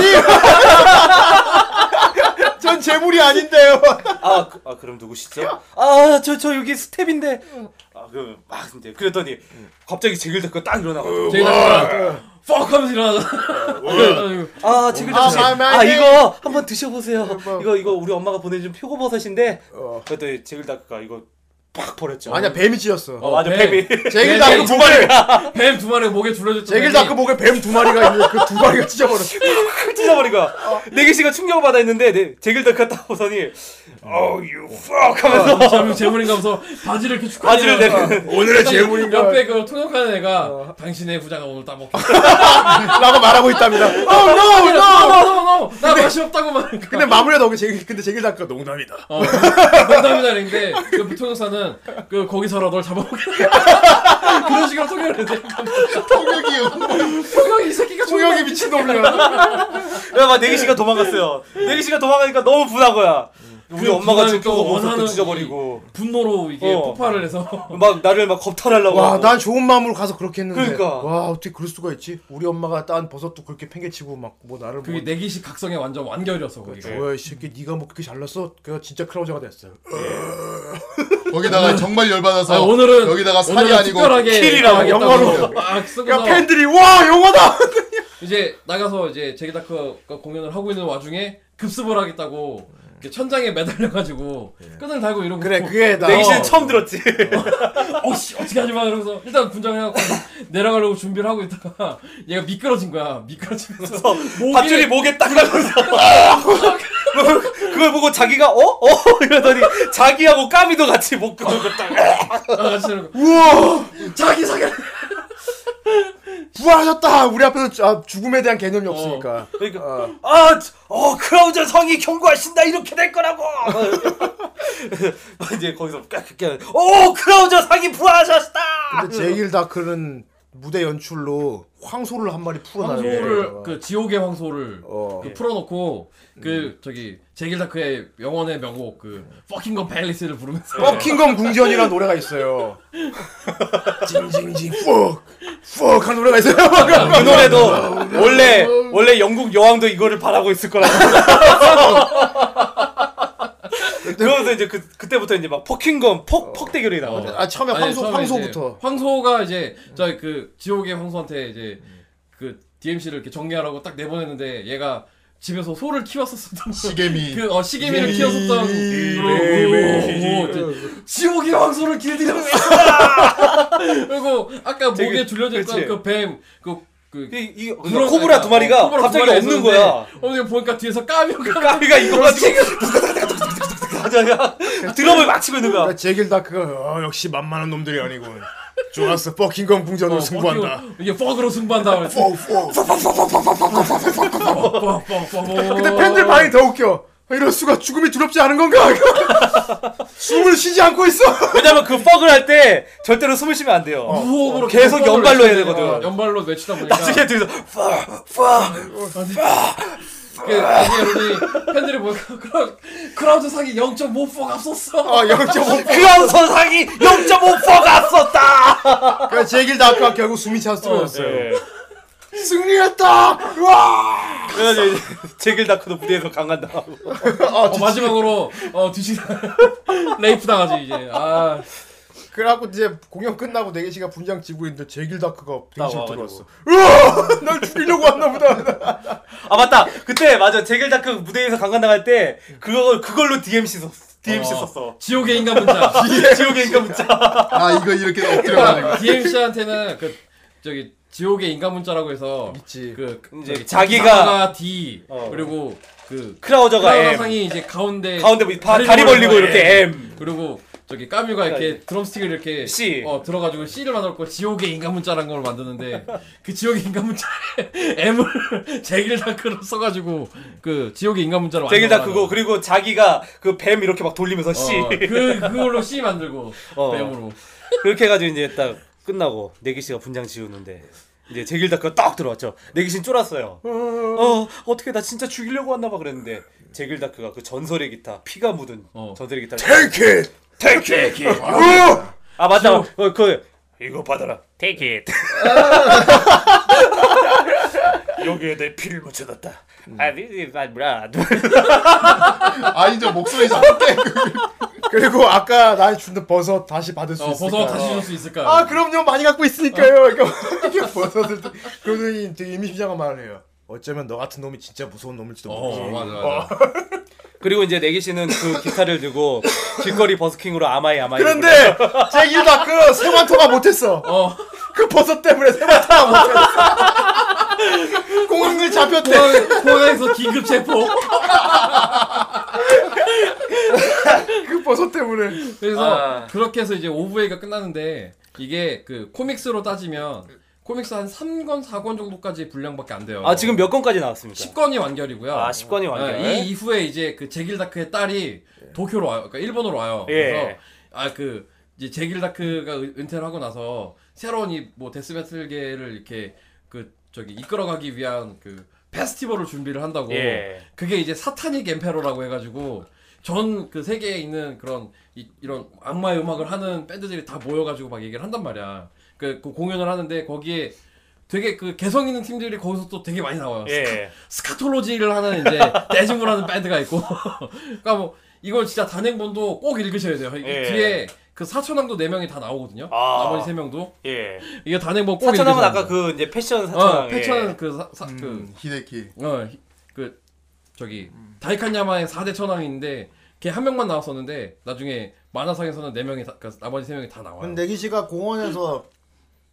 아니! 전 재물이 아닌데요.
아, 그, 아 그럼 누구시죠? 아저 저 여기 스텝인데 아 그럼 막 이제 그랬더니 갑자기 제길다크가 딱 일어나가지고
제가 딱 퍽! 하면서 일어나잖아
아 뭐. 제길다크 씨.
아,
아,
마- 마-
이거 한번 드셔보세요 이거 이거 우리 엄마가 보내준 표고버섯인데 그랬더니 제길다크가 이거 팍 버렸죠
아니야, 뱀이 찢었어.
어, 맞아
뱀.
뱀이
제길 다크 두 마리,
뱀 두 마리 목에 둘러줬더니
제길 다크 목에 뱀 두 마리가 있는데 그 두 마리가 찢어버렸어.
찢어버리가 내기 씨가 네 충격을 받아 있는데 내 제길다크가 딱 보더니
Oh, you fuck!
하면서 자면 재물인가 하면서 바지를 이렇게 축하
바지를 내는
오늘의
옆에 그 통역하는 애가 당신의 부자가 오늘 따먹고
라고 말하고 있답니다. 어, no, no!
나 맛이 없다고 말하니까
근데 마무리가 너무 제길, 근데 제길 다크가 농담이다.
어, 농담이다 했는데 그 통역사는 그 거기서라 널 잡아먹겠다 그런 식으로 통역을 했는데
통역이
통역이 이 새끼가
소영이 미친놈이야.
막 내기 씨가 네 도망갔어요 내기 씨가 도망가니까 너무 분한 거야 우리
그
엄마가
분한
지금
또
표고 버섯
원하는
찢어버리고
분노로 이게
어.
폭발을 해서
막 나를 막 겁탈하려고
와,
하고.
난 좋은 마음으로 가서 그렇게 했는데.
그러니까.
와, 어떻게 그럴 수가 있지? 우리 엄마가 딴 버섯도 그렇게 팽개치고 막 뭐 나를
그게
뭐
내기식 각성의 완전 완결이었어 거기가
뭐야 이 새끼 네가 뭐 그렇게 잘났어? 그래서 진짜 크라우저가 됐어요.
거기다가 정말 열받아서
아, 오늘은
어, 여기다가 살이
오늘은
아니고
특별하게
킬이라고
이렇게
영어로.
하고 막 쓰고서
그러니까 팬들이 와 영화다.
이제 나가서 이제 제기다크가 공연을 하고 있는 와중에 급습을 하겠다고 이렇게 천장에 매달려가지고 끈을 달고 이러고
그래 그게 나.
내기 씨는
어.
처음 들었지
어씨 어떻게 하지 마 이러면서 일단 분장해갖고 내려가려고 준비를 하고 있다가 얘가 미끄러진 거야 미끄러지면서 목에-
밧줄이 목에 딱 달면서 그걸 보고 자기가 어? 어? 이러더니 자기하고 까미도 같이 목 걸고 딱
아, 같이 이러고
우와
어. 자기 사기
부활하셨다. 우리 앞에서 아, 죽음에 대한 개념이 없으니까.
그러니까
어.
아, 저- 어, 크라우저 성이 경고하신다 이렇게 될 거라고. 이제 거기서 깍깍 오, 크라우저 상이 어, 부하셨다.
근데 제일 다크는 무대 연출로 황소를 한 마리 풀어놔요.
황소를 그 지옥의 황소를
네. 어. 음.
그 풀어놓고 그 저기 제길다크의 영원의 명곡 그 퍼킹 건 팰리스를 부르면서
버킹검 궁전이라는 노래가 있어요. 징징징 푹. 푹 하는 노래가 있어요.
아,
그 노래도 원래 원래 영국 여왕도 이거를 바라고 있을 거라고. 그러면서 이제 그 그때부터 이제 막 퍼킹건 퍽퍽 대결이 나오죠.
아 처음에
아니,
황소
처음에
황소부터. 음.
이제 황소가 이제 저 그 지옥의 황소한테 이제 그 DMC를 이렇게 정리하라고 딱 내보냈는데 얘가 집에서 소를 키웠었던
시계미
그어 시계미를 키웠었던
네.
그,
네,
오, 오, 오, 이제 지옥의 황소를 길들이고 그리고 아까 목에
되게-
둘려졌던
그치.
그뱀그 그, 그,
이, 이
구렁-
어, 코브라 두 마리가
코브라 두
갑자기
마리가
없는
있었는데
거야. 그
어머니 보니까 뒤에서 까미가 어,
까비가 이거 가지고 하자냐 드럼을 막 치고 있는 거야.
그러니까 제길 다크가 어, 역시 만만한 놈들이 아니군. 좋았어. 버킹검 궁전으로 승부한다.
그, 이게 퍽으로 승부한다 그랬어. 퍽, 퍽, 퍽, 퍽.
근데 팬들 반응이 더 웃겨. 아, 이럴 수가 죽음이 두렵지 않은 건가? 숨을 쉬지 않고 있어.
왜냐면 그 퍽을 할 때 절대로 숨을 쉬면 안 돼요.
무호흡으로
계속
퍽을
연발로 해야
외치다가
되거든.
연발로 외치다 보니까
나중에 뒤에서 파, 파,
그 이게 우리 팬들이 보니까 크라우, 크라우드 사기 0.5% 값었어.
어, 0.5.
크라운 선상이 0.5%가 썼다.
그러니까 제 얘기를 다 아까 결국 숨이 차서 떨어졌어요. 네.
예.
승리했다! 우와!
그래가지고 이제 제길 다크도 무대에서 강간 당하고.
어,
어, 마지막으로 어 뒤지 레이프 당하지 이제. 아
그래갖고 이제 공연 끝나고 대기 씨가 분장 지고 있는데 제길 다크가 대기실
나와가지고.
들어왔어. 으아! 날 죽이려고 왔나 보다.
아 맞다. 그때 맞아. 제길 다크 무대에서 강간 당할 때 그거 그걸로 DMC 썼 DMC 썼어.
지옥의 인간 문자.
지옥의 인간 문자.
아 이거 이렇게 엎드려가지고
DMC한테는 그 저기 지옥의 인간 문자라고 해서
있지.
그
이제
저기
자기가-
작가가 D 그리고 그
크라우저가 M.
크라우상이 이제 가운데
가운데 뭐 바, 다리 벌리고 이렇게 M.
그리고 저기 까뮤가 이렇게 드럼스틱을 이렇게
C.
어 들어가지고 C를 만들었고 지옥의 인간 문자라는 걸 만드는데 그 지옥의 인간 문자에 M을 제길 다크로 써가지고 그 지옥의 인간 문자로
제길
완성을
다크고 그리고 자기가 그 뱀 이렇게 막 돌리면서
하는
C.
거야. 어, 그 그걸로 C 만들고
어.
M으로
그렇게 해가지고 이제 딱 끝나고 내기 씨가 분장 지우는데 이제 제길 다크가 딱 들어왔죠. 내기 씨는 쫄았어요. 어 어떻게 나 진짜 죽이려고 왔나봐 그랬는데 제길 다크가 그 전설의 기타 피가 묻은
어.
전설의 기타.
Take it!
Take it.
아 맞다. 어, 그
이거 받아라.
Take it.
여기에 내 피를 묻혀놨다.
아 this is my blood.
아 이제 목소리 잡게
그리고 아까 나 준다 버섯 다시 받을 수
어,
있을까?
벗어 다시 줄 수 있을까요?
아 그럼요 많이 갖고 있으니까요. 이렇게 이렇게 버섯을 또- 그러더니 되게 이미지자가 말을 해요. 어쩌면 너 같은 놈이 진짜 무서운 놈일지도 모르지.
어 맞아 맞아
그리고 이제 내기 씨는 그 기타를 들고 길거리 버스킹으로 아마이 아마이.
그런데 제길 다크 세마토가 못했어.
어.
그 버섯 때문에 세마토가 못했어. 공항을 잡혔대.
공항- 공항에서 긴급 체포.
그 버섯 때문에.
그래서
아.
그렇게 해서 이제 오브웨이가 끝나는데 이게 그 코믹스로 따지면 코믹스 한 3권 4권 정도까지 분량밖에 안 돼요.
아 지금 몇 권까지 나왔습니까?
10권이 완결이고요.
아 10권이 완결. 네.
네, 이 이후에 이제 그 제길 다크의 딸이 도쿄로 와요. 그러니까 일본으로 와요.
예.
그래서 아 그 이제 제길 다크가 은- 은퇴를 하고 나서 새로운 이 뭐 데스메탈계를 이렇게 그 저기 이끌어가기 위한 그 페스티벌을 준비를 한다고.
예.
그게 이제 사타닉 엠페로라고 해가지고 전 그 세계에 있는 그런 이, 런 악마의 음악을 하는 밴드들이 다 모여가지고 막 얘기를 한단 말이야. 그, 그 공연을 하는데 거기에 되게 그 개성 있는 팀들이 거기서 또 되게 많이 나와요.
예.
스카톨로지를 하는 이제 대중을 하는 밴드가 있고 그러니까 뭐 이걸 진짜 단행본도 꼭 읽으셔야 돼요 이
예.
뒤에 그 사천왕도 4명이 다 나오거든요
아.
나머지 3명도
예.
이거 단행본 꼭
사천하면
읽으셔야 돼요.
아까 그 예. 이제 패션 사천.
어, 패천 그, 사, 사,
음.
그,
히데키
어, 히- 그 저기 다이칸야마의 4대 천왕이 있는데 걔 한 명만 나왔었는데 나중에 만화상에서는 4명이 다, 그 나머지 3명이 다 나와요
근데 내기 씨가 공원에서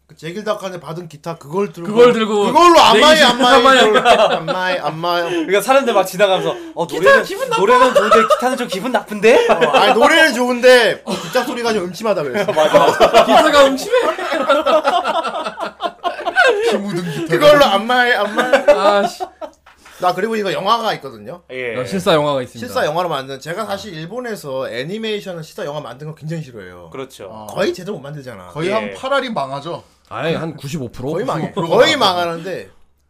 그 제길 다크한테 받은 기타 그걸 들고
그걸 들고
그걸로 안마이
내기 씨-
안마이
안마이,
그걸로 안마이 안마이
그러니까 사람들 막 지나가면서 어 노래는 노래는 좋은데 기타는 좀 기분 나쁜데?
어, 아니 노래는 좋은데 기타 소리가 좀 음침하다 그랬어. 아,
기사가 음침해
키무등 기타
그걸로 안마이 안마이.
아씨
나 그리고 이거 영화가 있거든요.
예.
실사 영화가 있습니다
실사 영화로 만든 제가 사실 일본에서 애니메이션을 실사 영화 만든 거 굉장히 싫어해요.
그렇죠.
거의 제대로 못 만들잖아. 거의,
거의 한
예.
8알이 망하죠
아예 한95%
망해. 거의 망하는데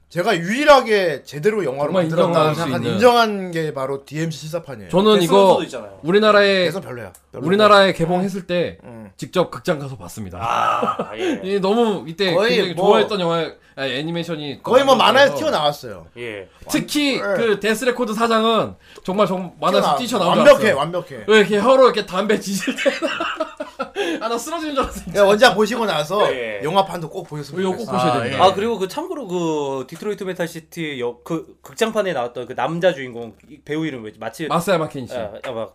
제가 유일하게 제대로 영화로
정말
만들었다는
인정할 수
생각
있는.
인정한 게 바로 DMC 실사판이에요.
저는
대선수도
이거
있잖아요.
우리나라에
그래서 별로야. 별로.
우리나라에 개봉했을 때
음.
직접 극장 가서 봤습니다.
아 예.
이 너무 이때
거의
굉장히
뭐-
좋아했던 영화 아니, 애니메이션이
거의 뭐 만화에서
나왔어요.
튀어나왔어요.
예.
특히
완-
그 데스레코드 사장은 정말 정
튀어나와-
만화에서 뛰쳐나오지
완벽해,
않았어요. 그렇죠.
완벽해.
왜 이렇게 혀로 이렇게 담배 지질 때 아나 쓰러지는 줄 알았어.
그러니까 원작 보시고 나서
예.
영화판도 꼭 보셨으면
이거 꼭
좋겠어요.
보셔야
아,
됩니다.
아 그리고 그 참고로 그 디트로이트 메탈 시티 역그 극장판에 나왔던 그 남자 주인공 이 배우 이름 뭐지? 마치
마사야 마켄시.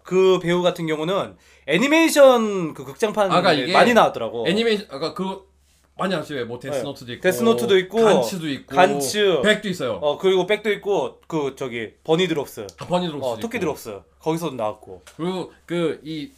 그 배우 같은 경우는 애니메이션 그 극장판
아까 그러니까
에
이게
많이 나왔더라고.
애니메이션 아까 그 많이 아시죠? 뭐 데스노트도 있고
뭐. 네. 데스노트도 있고,
간츠도 있고
간츠.
백도 있어요.
어 그리고 백도 있고 그 저기 버니 드롭스.
버니 드롭스.
어 토끼 드롭스. 거기서도 나왔고.
그리고 그 이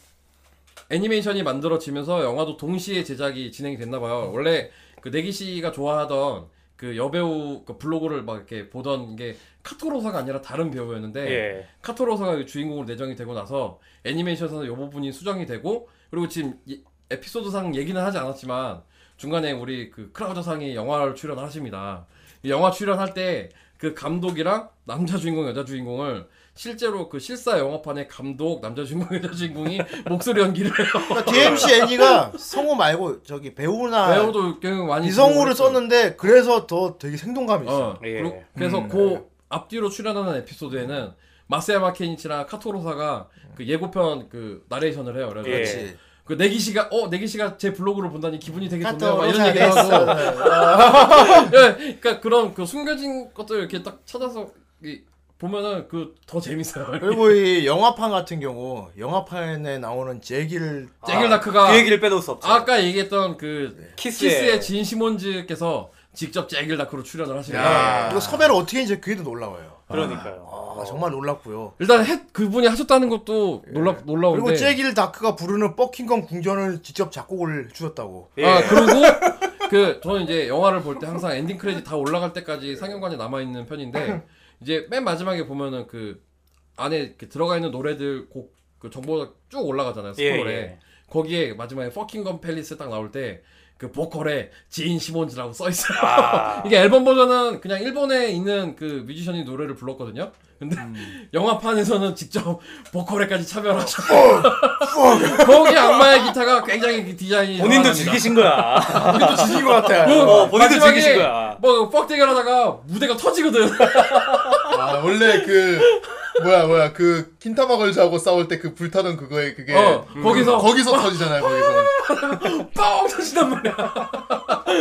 애니메이션이 만들어지면서 영화도 동시에 제작이 진행이 됐나 봐요. 원래 그 내기 씨가 좋아하던 그 여배우 그 블로그를 막 이렇게 보던 게 카토로사가 아니라 다른 배우였는데
예.
카토로사가 그 주인공으로 내정이 되고 나서 애니메이션에서 이 부분이 수정이 되고 그리고 지금 이- 에피소드상 얘기는 하지 않았지만 중간에 우리 그 크라우저상이 영화를 출연하십니다. 이 영화 출연할 때 그 감독이랑 남자 주인공 여자 주인공을 실제로 그 실사 영화판의 감독 남자 주인공 여자 주인공이 목소리 연기를 해요.
그러니까 DMC 애니가 성우 말고 저기 배우나
배우도 굉장히 많이
아, 이성우를
주목을 했죠.
썼는데 그래서 더 되게 생동감이 있어.
어,
요
예.
그리고 그래서 그 앞뒤로 출연하는 에피소드에는 마세야마 케니치랑 카토로사가 그 예고편 그 나레이션을 해요. 그래서
그렇지.
예. 그 내기 씨가 어 내기 씨가 제 블로그를 본다니 기분이 되게 좋네요. 막
카톡
이런
이런 얘기
얘기를 하고.
했어.
예, 그러니까 그런 그 숨겨진 것들 이렇게 딱 찾아서 이- 보면은 그 더 재밌어요.
그리고 이 영화판 같은 경우 영화판에 나오는 제길 아,
잭일다크가
그 얘기를 빼놓을 수 없죠.
아, 아까 얘기했던
네.
그
키스의-
예.
키스의 진 시몬즈께서 직접 잭일다크로 출연을 하시네요.
야, 이거 섭외를 어떻게 했는지 그게 더 놀라워요.
그러니까요.
아, 정말 놀랍고요.
일단 해, 그분이 하셨다는 것도 놀라 놀라운데.
예. 그리고 제길 다크가 부르는 버킹엄 궁전을 직접 작곡을 주셨다고.
예.
아 그리고 그 저는 이제 영화를 볼 때 항상 엔딩 크레딧 다 올라갈 때까지 상영관에 남아 있는 편인데 이제 맨 마지막에 보면은 그 안에 이렇게 들어가 있는 노래들 곡 그 정보가 쭉 올라가잖아요
예,
스크롤에
예.
거기에 마지막에 퍼킹건 팰리스 딱 나올 때 그 보컬에 지인 시몬즈라고 써 있어요.
아.
이게 앨범 버전은 그냥 일본에 있는 그 뮤지션이 노래를 불렀거든요. 근데
음.
영화판에서는 직접 보컬에까지 참여를
어,
하셨고 거기 악마의 기타가 굉장히 그 디자인이
본인도
장관합니다.
즐기신 거야.
이것도 지진 것 같아.
그
어, 본인도
마지막에
즐기신 거야.
뭐, 뻑 대결하다가 무대가 터지거든.
아 원래 그 뭐야 뭐야 그 킨타마 걸자하고 싸울 때 그 불타는 그거에 그게
어, 거기서-
거기서 터지잖아요 거기서
뻥! 터진단 말이야.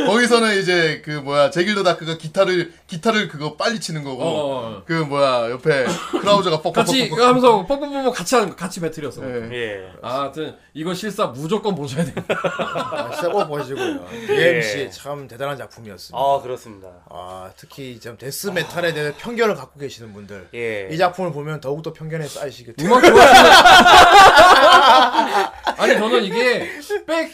거기서는 이제 그 뭐야 제길도 다크가 기타를 기타를 그거 빨리 치는 거고
어, 어, 어.
그 뭐야 옆에 크라우저가 뻑뻑뻑뻑
같이 어. 그거 하면서 뻑뻑뻑뻑 같이 하는 거, 같이 배틀이었어.
예.
예.
아, 하여튼, 이거 실사 무조건 보셔야 돼.
아, 진짜 꼭 보시고요. DMC 참 대단한 작품이었습니다.
아
어,
그렇습니다.
아, 특히 참 데스 메탈에 대해 편견을 갖고 계시는 분들.
예.
이 작품을 보면 더욱더 편견에 그렇죠. 쌓이시게 돼요.
음악 좋아하시는 아니, 저는 이게 백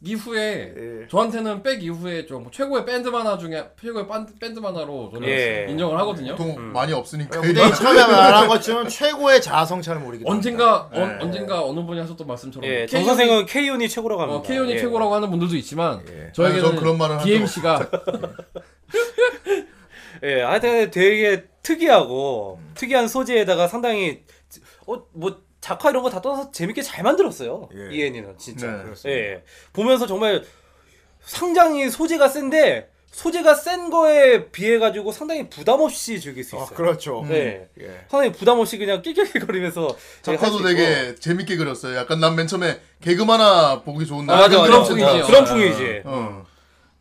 이후에,
예.
저한테는 백 이후에 좀 최고의 밴드 만화 중에, 최고의 밴드, 밴드 만화로 저는
예.
인정을 하거든요.
보통 많이 없으니까
무대에 처음에 말한 것처럼 최고의 자아성찰을 모르게
언젠가,
예.
어, 언젠가 어느 분이 하셨던 말씀처럼.
예.
K-pop
정
이
선생은 K-온이 최고라고 합니다.
어, K-ON이
예.
최고라고 하는 분들도 있지만
예. 아니,
저에게는
전 그런 말을 한
DMC가
예, 하여튼 되게 특이하고
음.
특이한 소재에다가 상당히 어 뭐 작화 이런 거 다 떠나서 재밌게 잘 만들었어요.
예.
이엔이는 진짜.
네,
예, 예. 보면서 정말 상당히 소재가 센데 소재가 센 거에 비해 가지고 상당히 부담 없이 즐길 수
아,
있어요.
그렇죠.
네.
예.
상당히 부담 없이 그냥 낄낄거리면서
음, 작화도 되게 재밌게 그렸어요. 약간 난 맨 처음에 개그 하나 보기 좋은 날.
맞아, 그렇죠.
그런
맞아.
풍이지.
그런 풍이지.
어.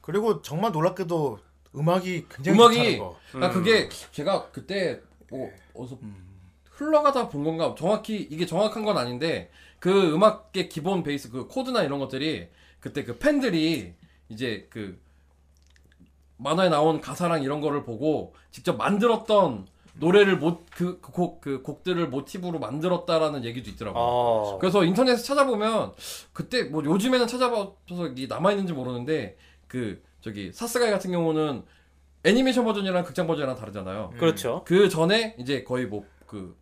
그리고 정말 놀랍게도 음악이 굉장히 좋다는
음악이
거.
아 그게 제가 그때 뭐 어서
음.
흘러가다 본 건가 정확히 이게 정확한 건 아닌데 그 음악의 기본 베이스 그 코드나 이런 것들이 그때 그 팬들이 이제 그 만화에 나온 가사랑 이런 거를 보고 직접 만들었던 노래를 못그그 곡, 그 곡들을 모티브로 만들었다라는 얘기도 있더라고요.
어.
어.
아.
그래서 인터넷에 찾아보면 그때 뭐 요즘에는 찾아봐서 이 남아 있는지 모르는데 그 저기 사스가이 같은 경우는 애니메이션 버전이랑 극장 버전이랑 다르잖아요.
음.
그렇죠.
그 전에 이제 거의 뭐 그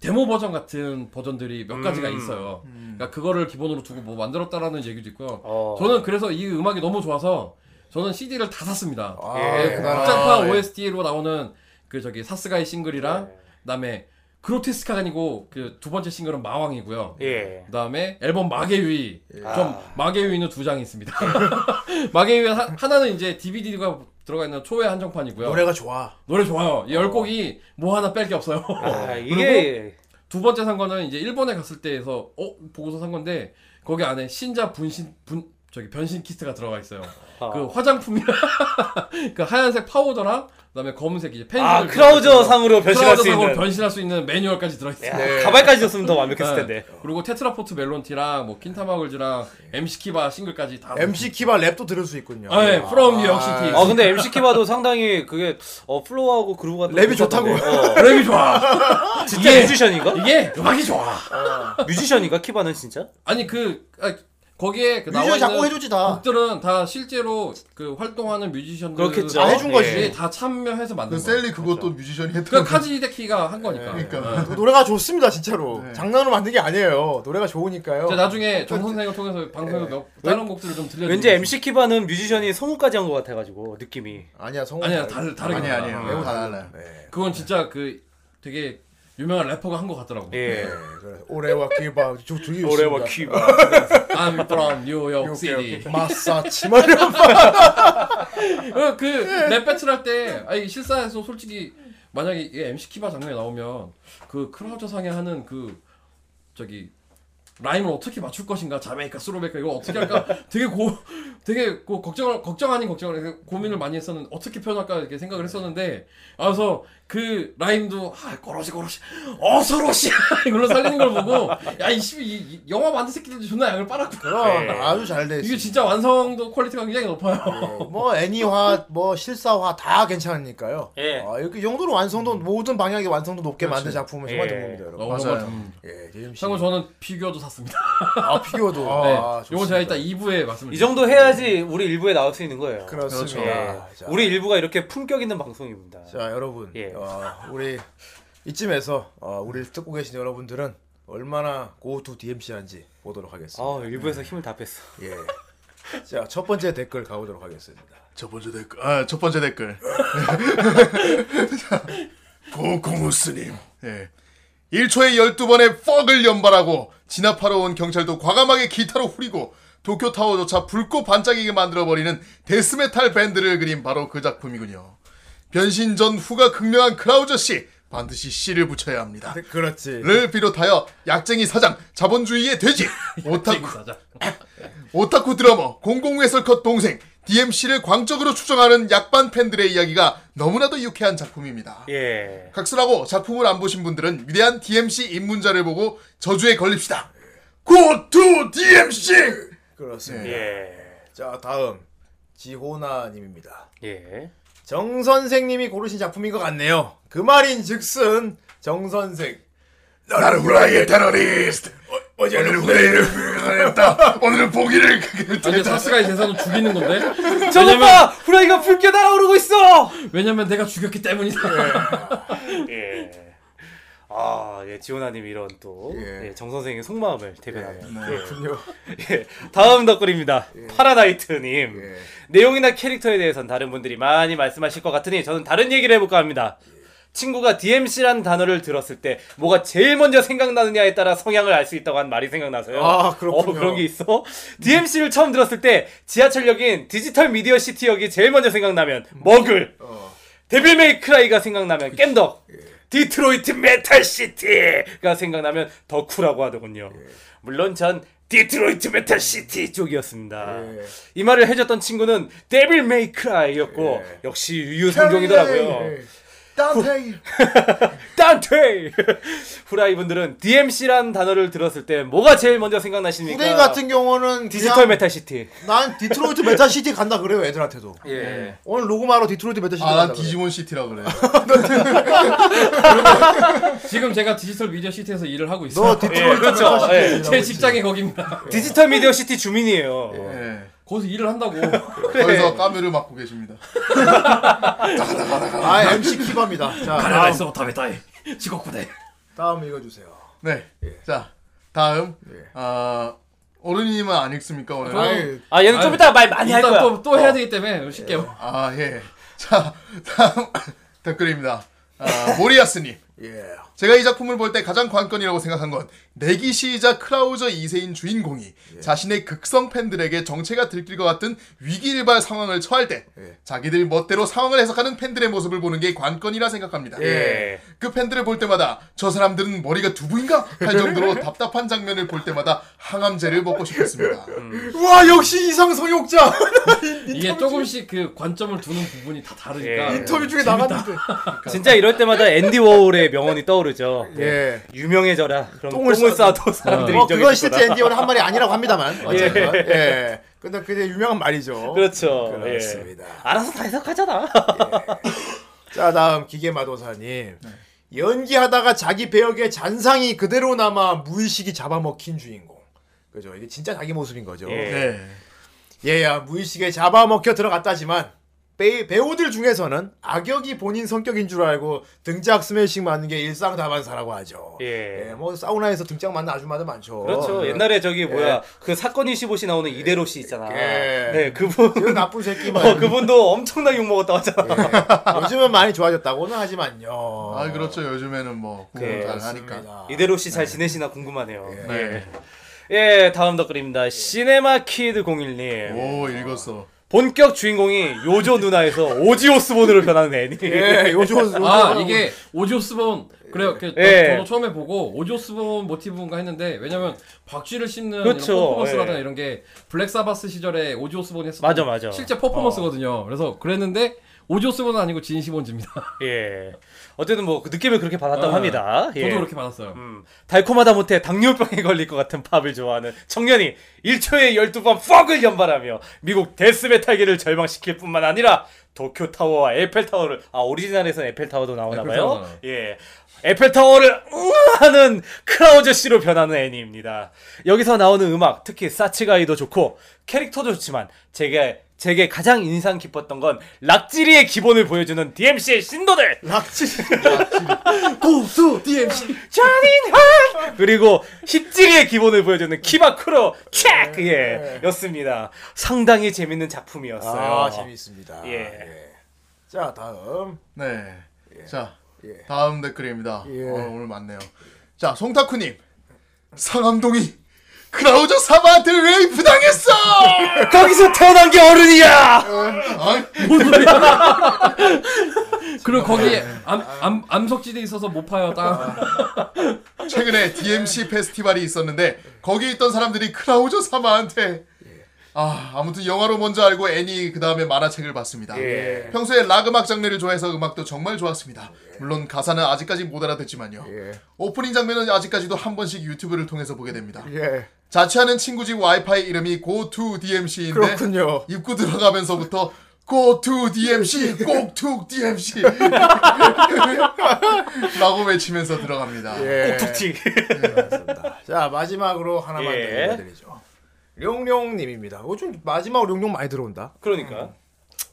데모 버전 같은 버전들이 몇 가지가
음.
있어요. 그러니까 그거를 기본으로 두고 뭐 만들었다라는 얘기도 있고요.
어.
저는 그래서 이 음악이 너무 좋아서 저는 CD를 다 샀습니다. 그
아,
예.
대단하다.
극장판
예. 네.
OST로 나오는 그 저기 사스가이 싱글이랑 그다음에 그로테스카가 아니고 그 두 번째 싱글은 마왕이고요.
예.
그다음에 앨범 마개위 좀
아.
마개위는 두 장이 있습니다. 마개위 하, 하나는 이제 DVD가 들어가 있는 초회 한정판이고요. 노래,
노래가 좋아.
좋아요. 이
어.
열 곡이 뭐 하나 뺄 게 없어요.
아,
그리고
이게
두 번째 산 거는 이제 일본에 갔을 때에서 어 보고서 산 건데 거기 안에 신자 분신 분 저기 변신 키트가 들어가 있어요.
아.
그 화장품이랑 그 하얀색 파우더랑 그다음에 검은색 이제 펜.
아, 크라우저 상으로 변신할 수 있는
변신할 수 있는 매뉴얼까지 들어있어요.
야, 가발까지 줬으면 더 완벽했을
네.
텐데.
그리고 테트라포트 멜론티랑 뭐 킨타마글즈랑 MC 키바 싱글까지 다.
MC 키바 랩도 들을 수 있군요.
아, 예, From New York City.
아 근데 MC 키바도 상당히 그게 어 플로우하고 그루브 같은
랩이
거 괜찮던데. 어,
랩이 좋아.
진짜
이게- 예!
뮤지션인가?
이게 음악이 좋아.
뮤지션인가 키바는 진짜?
아니 그 아, 거기에 그 나와
뮤지션 작곡
있는
해줬지
어.
다.
곡들은 다 실제로 그 활동하는 뮤지션들 예,
그렇겠죠.
다 해준 거지.
다 참여해서 만든
그
거예요.
셀리
그렇죠.
그것도 뮤지션이 했던
그러니까 카지 히데키가 한 거니까.
그러니까.
예.
그 노래가 좋습니다 진짜로
네.
장난으로 만든 게 아니에요 노래가 좋으니까요
이제 나중에 정 선생을 통해서 방송에서 몇, 다른 곡들을 좀 들려.
왠지 MC 키바는 뮤지션이 성우까지 한 것 같아가지고 느낌이.
아니야 성우
아니야 다르 다르게
아니 아니에요.
달라.
매우 다 달라요.
네,
그건 진짜 그 되게 유명한 래퍼가 한 거 같더라고.
예 그래. 올해와 귀바 저 둘이
노래와
있습니다.
키바.
I'm from New York
오케이, 뭐
City.
오케이. 마사치 마리오
어, 그랩 배틀 할때 아니 실사에서 솔직히 만약에 이게 MC 키바 장면이 나오면 그 크라우저 상에 하는 그 저기 라임을 어떻게 맞출 것인가 자메이카 스로베카 이거 어떻게 할까 되게 고 되게 고 걱정을 걱정 아닌 걱정을 해서 고민을 많이 했었는데 어떻게 표현할까 이렇게 생각을 했었는데 아, 그래서 그 라임도 아 꼬러시 꼬러시 어서러시 이걸로 살리는 걸 보고 야이씨 영화 만든 새끼들 존나 양을 빨았구나
그럼
네.
아주 잘 돼
이게
있어
진짜 완성도 퀄리티가 굉장히 높아요
뭐 애니화 뭐 실사화 다 괜찮으니까요
예.
아, 이렇게 이 정도로 완성도 모든 방향의 완성도 높게 만든 작품은 정말
예.
전부입니다 여러분
너무너무
맞아요.
음.
예, JMC.
참고로 저는 피규어도 샀습니다.
아 피규어도
네.
아,
요거 제가 이따 2부에 말씀을
이 정도 해야지 우리 일부에 나올 수 있는 거예요.
그렇습니다
그렇죠.
예.
자,
우리 일부가 이렇게 품격 있는 방송입니다.
자 여러분
예.
어, 우리 이쯤에서 어, 우리를 듣고 계신 여러분들은 얼마나 고투 DMC한지 보도록 하겠습니다
아 일부에서 힘을 다 뺐어.
예. 자 첫 번째 댓글 가보도록 하겠습니다
첫 번째 댓글. 아, 첫 번째 댓글. 고공우스님. 예. 1초에 12번의 퍽을 연발하고 진압하러 온 경찰도 과감하게 기타로 후리고 도쿄타워조차 붉고 반짝이게 만들어버리는 데스메탈 밴드를 그린 바로 그 작품이군요. 변신 전 후가 극명한 크라우저 씨 반드시 씨를 붙여야 합니다.
그렇지
를 비롯하여 약쟁이 사장, 자본주의의 돼지, 오타쿠,
사자.
오타쿠 드러머, 공공회설컷 동생, DMC를 광적으로 추정하는 약반 팬들의 이야기가 너무나도 유쾌한 작품입니다.
예.
각설하고 작품을 안 보신 분들은 위대한 DMC 입문자를 보고 저주에 걸립시다. 고투 DMC!
그렇습니다
예.
자 다음 지호나님입니다
예.
정 선생님이 고르신 작품인 것 같네요 그 말인 즉슨 정 선생
나는 후라이의 테러리스트! 오늘 후라이를 했다. 오늘은 보기를
아, 근데 사스가의 재산은 죽이는 건데.
저거 봐! 아, 후라이가 붉게 날아오르고 있어!
왜냐면 내가 죽였기
네.
때문이다.
예. 아, 예, 지호나님 이런 또,
예.
예, 정선생의 속마음을
네.
대변하는. 예.
그렇군요
예, 다음 덧글입니다. 파라다이트님.
예.
내용이나 캐릭터에 대해선 다른 분들이 많이 말씀하실 것 같으니 저는 다른 얘기를 해볼까 합니다. 친구가 DMC라는 단어를 들었을 때 뭐가 제일 먼저 생각나느냐에 따라 성향을 알 수 있다고 한 말이 생각나서요.
아, 그렇군요.
어, 그런 게 있어? DMC를 처음 들었을 때 지하철역인 디지털 미디어 시티역이 제일 먼저 생각나면 머글,
어.
데빌 메이크라이가 생각나면 겜덕,
예.
디트로이트 메탈 시티가 생각나면 덕후라고 하더군요.
예.
물론 전 디트로이트 메탈 시티 쪽이었습니다.
예.
이 말을 해줬던 친구는 데빌 메이크라이였고
예.
역시
네.
유유상종이더라고요.
딴테이
딴테 후라이 분들은 DMC라는 단어를 들었을 때 뭐가 제일 먼저 생각나십니까?
후대인 같은 경우는
디지털
그냥
메탈 시티.
난 디트로이트 메타시티 간다 그래요 애들한테도
예.
오늘 로그마로 디트로이트 메타시티
아,
간다
난
그래요.
디지몬 시티라 그래.
지금 제가 디지털 미디어 시티에서 일을 하고 있어요.
너 디트로이트
그렇죠.
메타시티
예.
이라고
예, 제
했지.
직장이 거기입니다.
디지털 미디어 시티 주민이에요.
어.
예.
거기서 일을 한다고.
거기서 까메를 맡고 계십니다.
아 MC 키바입니다 자 다음,
가나에서 타베타이 직업구대.
다음 읽어주세요
네. 자, 다음. 아, 어른이님은 안 읽습니까, 오늘?
아이,
아 얘는 좀 이따 말 많이 할
일단
거야.
또, 또 해야 되기 때문에 쉽게.
네.
아, 예. 자, 다음 댓글입니다. 아, 모리아스님.
예.
제가 이 작품을 볼 때 가장 관건이라고 생각한 건 내기시이자 크라우저 2세인 주인공이 자신의 극성 팬들에게 정체가 들킬 것 같은 위기일발 상황을 처할 때 자기들 멋대로 상황을 해석하는 팬들의 모습을 보는 게 관건이라 생각합니다.
예.
그 팬들을 볼 때마다 저 사람들은 머리가 두부인가 할 정도로 답답한 장면을 볼 때마다 항암제를 먹고 싶었습니다.
와 역시 이상 성욕자
이게 조금씩 그 관점을 두는 부분이 다 다르니까.
예.
네. 인터뷰 중에 나갔는데
진짜 이럴 때마다 앤디 워홀의 명언이 떠오르죠.
예.
유명해져라. 그럼
똥을
똥을,
싸도.
싸도 사람들이
뭐
인정해
그건
줄
실제
거다.
앤디오는 한 말이 아니라고 합니다만 어쨌든 예. 근데 그게 유명한 말이죠
그렇죠.
그렇습니다 어,
예. 알아서 다 해석하잖아.
자 다음 기계마도사님
네.
연기하다가 자기 배역의 잔상이 그대로 남아 무의식이 잡아먹힌 주인공 그 그죠? 이게 진짜 자기 모습인 거죠.
예.
네.
얘야 무의식에 잡아먹혀 들어갔다지만 배, 배우들 중에서는 악역이 본인 성격인 줄 알고 등짝 스매싱 맞는 게 일상 다반사라고 하죠.
예.
뭐 사우나에서 등짝 맞는 아줌마들 많죠.
그렇죠.
네.
예.
옛날에 저기 뭐야 그 사건 25시 나오는 이대로 씨 있잖아.
예.
네 그분.
그 나쁜 새끼만.
어, 그분도 엄청나게 욕 먹었다 하잖아.
예. 요즘은 많이 좋아졌다고는 하지만요.
아 그렇죠. 요즘에는 뭐 구분 잘 하니까.
그렇습니다.
이대로 씨 잘 지내시나 궁금하네요.
네.
예, 다음 댓글입니다. 시네마 키드 01님.
오 읽었어.
본격 주인공이 요조 누나에서 오지오스본으로 변하는 애니.
예, 요즘 요즘
아 이게 오지오스본
네.
그래요. 그, 저-
예.
저도 처음에 보고 오지오스본 모티브인가 했는데 왜냐면 박쥐를 씹는
그렇죠.
이런 퍼포먼스라든가
예.
이런 게 블랙 사바스 시절에 오지오스본이 했었던
맞아, 맞아.
실제
어.
퍼포먼스거든요. 그래서 그랬는데 오지오스본은 아니고 진시본즈입니다.
예. 어쨌든 뭐 그 느낌을 그렇게 받았다고
아,
합니다. 예.
저도 그렇게 받았어요.
음, 달콤하다 못해 당뇨병에 걸릴 것 같은 팝을 좋아하는 청년이 1초에 12번 퍽을 연발하며 미국 데스메탈계를 절망시킬 뿐만 아니라 도쿄타워와 에펠타워를 아 오리지널에서는 에펠타워도 나오나봐요
에펠타워.
예 에펠타워를 응하는 크라우저씨로 변하는 애니입니다 여기서 나오는 음악 특히 사치가이도 좋고 캐릭터도 좋지만 제게 제게 가장 인상 깊었던 건 락지리의 기본을 보여주는 DMC의 신도들
고수 DMC
잔인한 그리고 힙질의 기본을 보여주는 키바쿠로 촤크
네.
예, 였습니다. 상당히 재밌는 작품이었어요.
아, 재미있습니다.
예.
자, 다음.
네. 자 다음 댓글입니다.
예.
어, 오늘 많네요. 자 송타쿠님 상암동이 크라우저 사바한테 레이프 당했어.
거기서 태어난 게 어른이야.
아,
그리고 거기에
네.
암, 암, 암석지대 있어서 못 파요
아.
딱
최근에 DMC 페스티벌이 있었는데 거기 있던 사람들이 크라우저 사마한테 아 아무튼 영화로 먼저 알고 애니 그 다음에 만화책을 봤습니다.
예.
평소에 락 음악 장르를 좋아해서 음악도 정말 좋았습니다. 물론 가사는 아직까지 못 알아듣지만요.
예.
오프닝 장면은 아직까지도 한 번씩 유튜브를 통해서 보게 됩니다.
예.
자취하는 친구 집 와이파이 이름이 고투 DMC인데
그렇군요.
입구 들어가면서부터 고투 DMC, 꼭툭 DMC 라고 외치면서 들어갑니다.
예.
툭튀.
자 마지막으로 하나만
예.
더 읽어드리죠. 룡룡님입니다. 요즘 마지막으로 룡룡 많이 들어온다.
그러니까.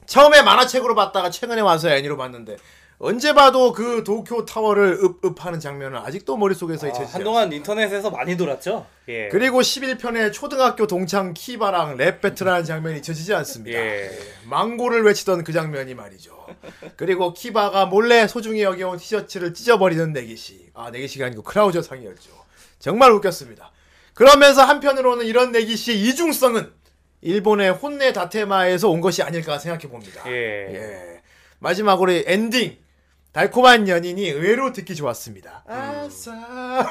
처음에 만화책으로 봤다가 최근에 와서 애니로 봤는데 언제 봐도 그 도쿄 타워를 읍읍하는 장면은 아직도 머릿속에서
아,
잊혀지지 않습니다.
한동안 인터넷에서 많이 돌았죠. 예.
그리고 11편에 초등학교 동창 키바랑 랩 배틀하는 장면이 잊혀지지 않습니다.
예.
망고를 외치던 그 장면이 말이죠. 그리고 키바가 몰래 소중히 여겨온 티셔츠를 찢어버리는 내기시. 아 내기시가 아니고 크라우저 상이었죠. 정말 웃겼습니다. 그러면서 한편으로는 이런 내기시의 이중성은 일본의 혼내 다테마에서 온 것이 아닐까 생각해 봅니다.
예.
예. 마지막으로 엔딩. 달콤한 연인이 의외로 듣기 좋았습니다. 아싸.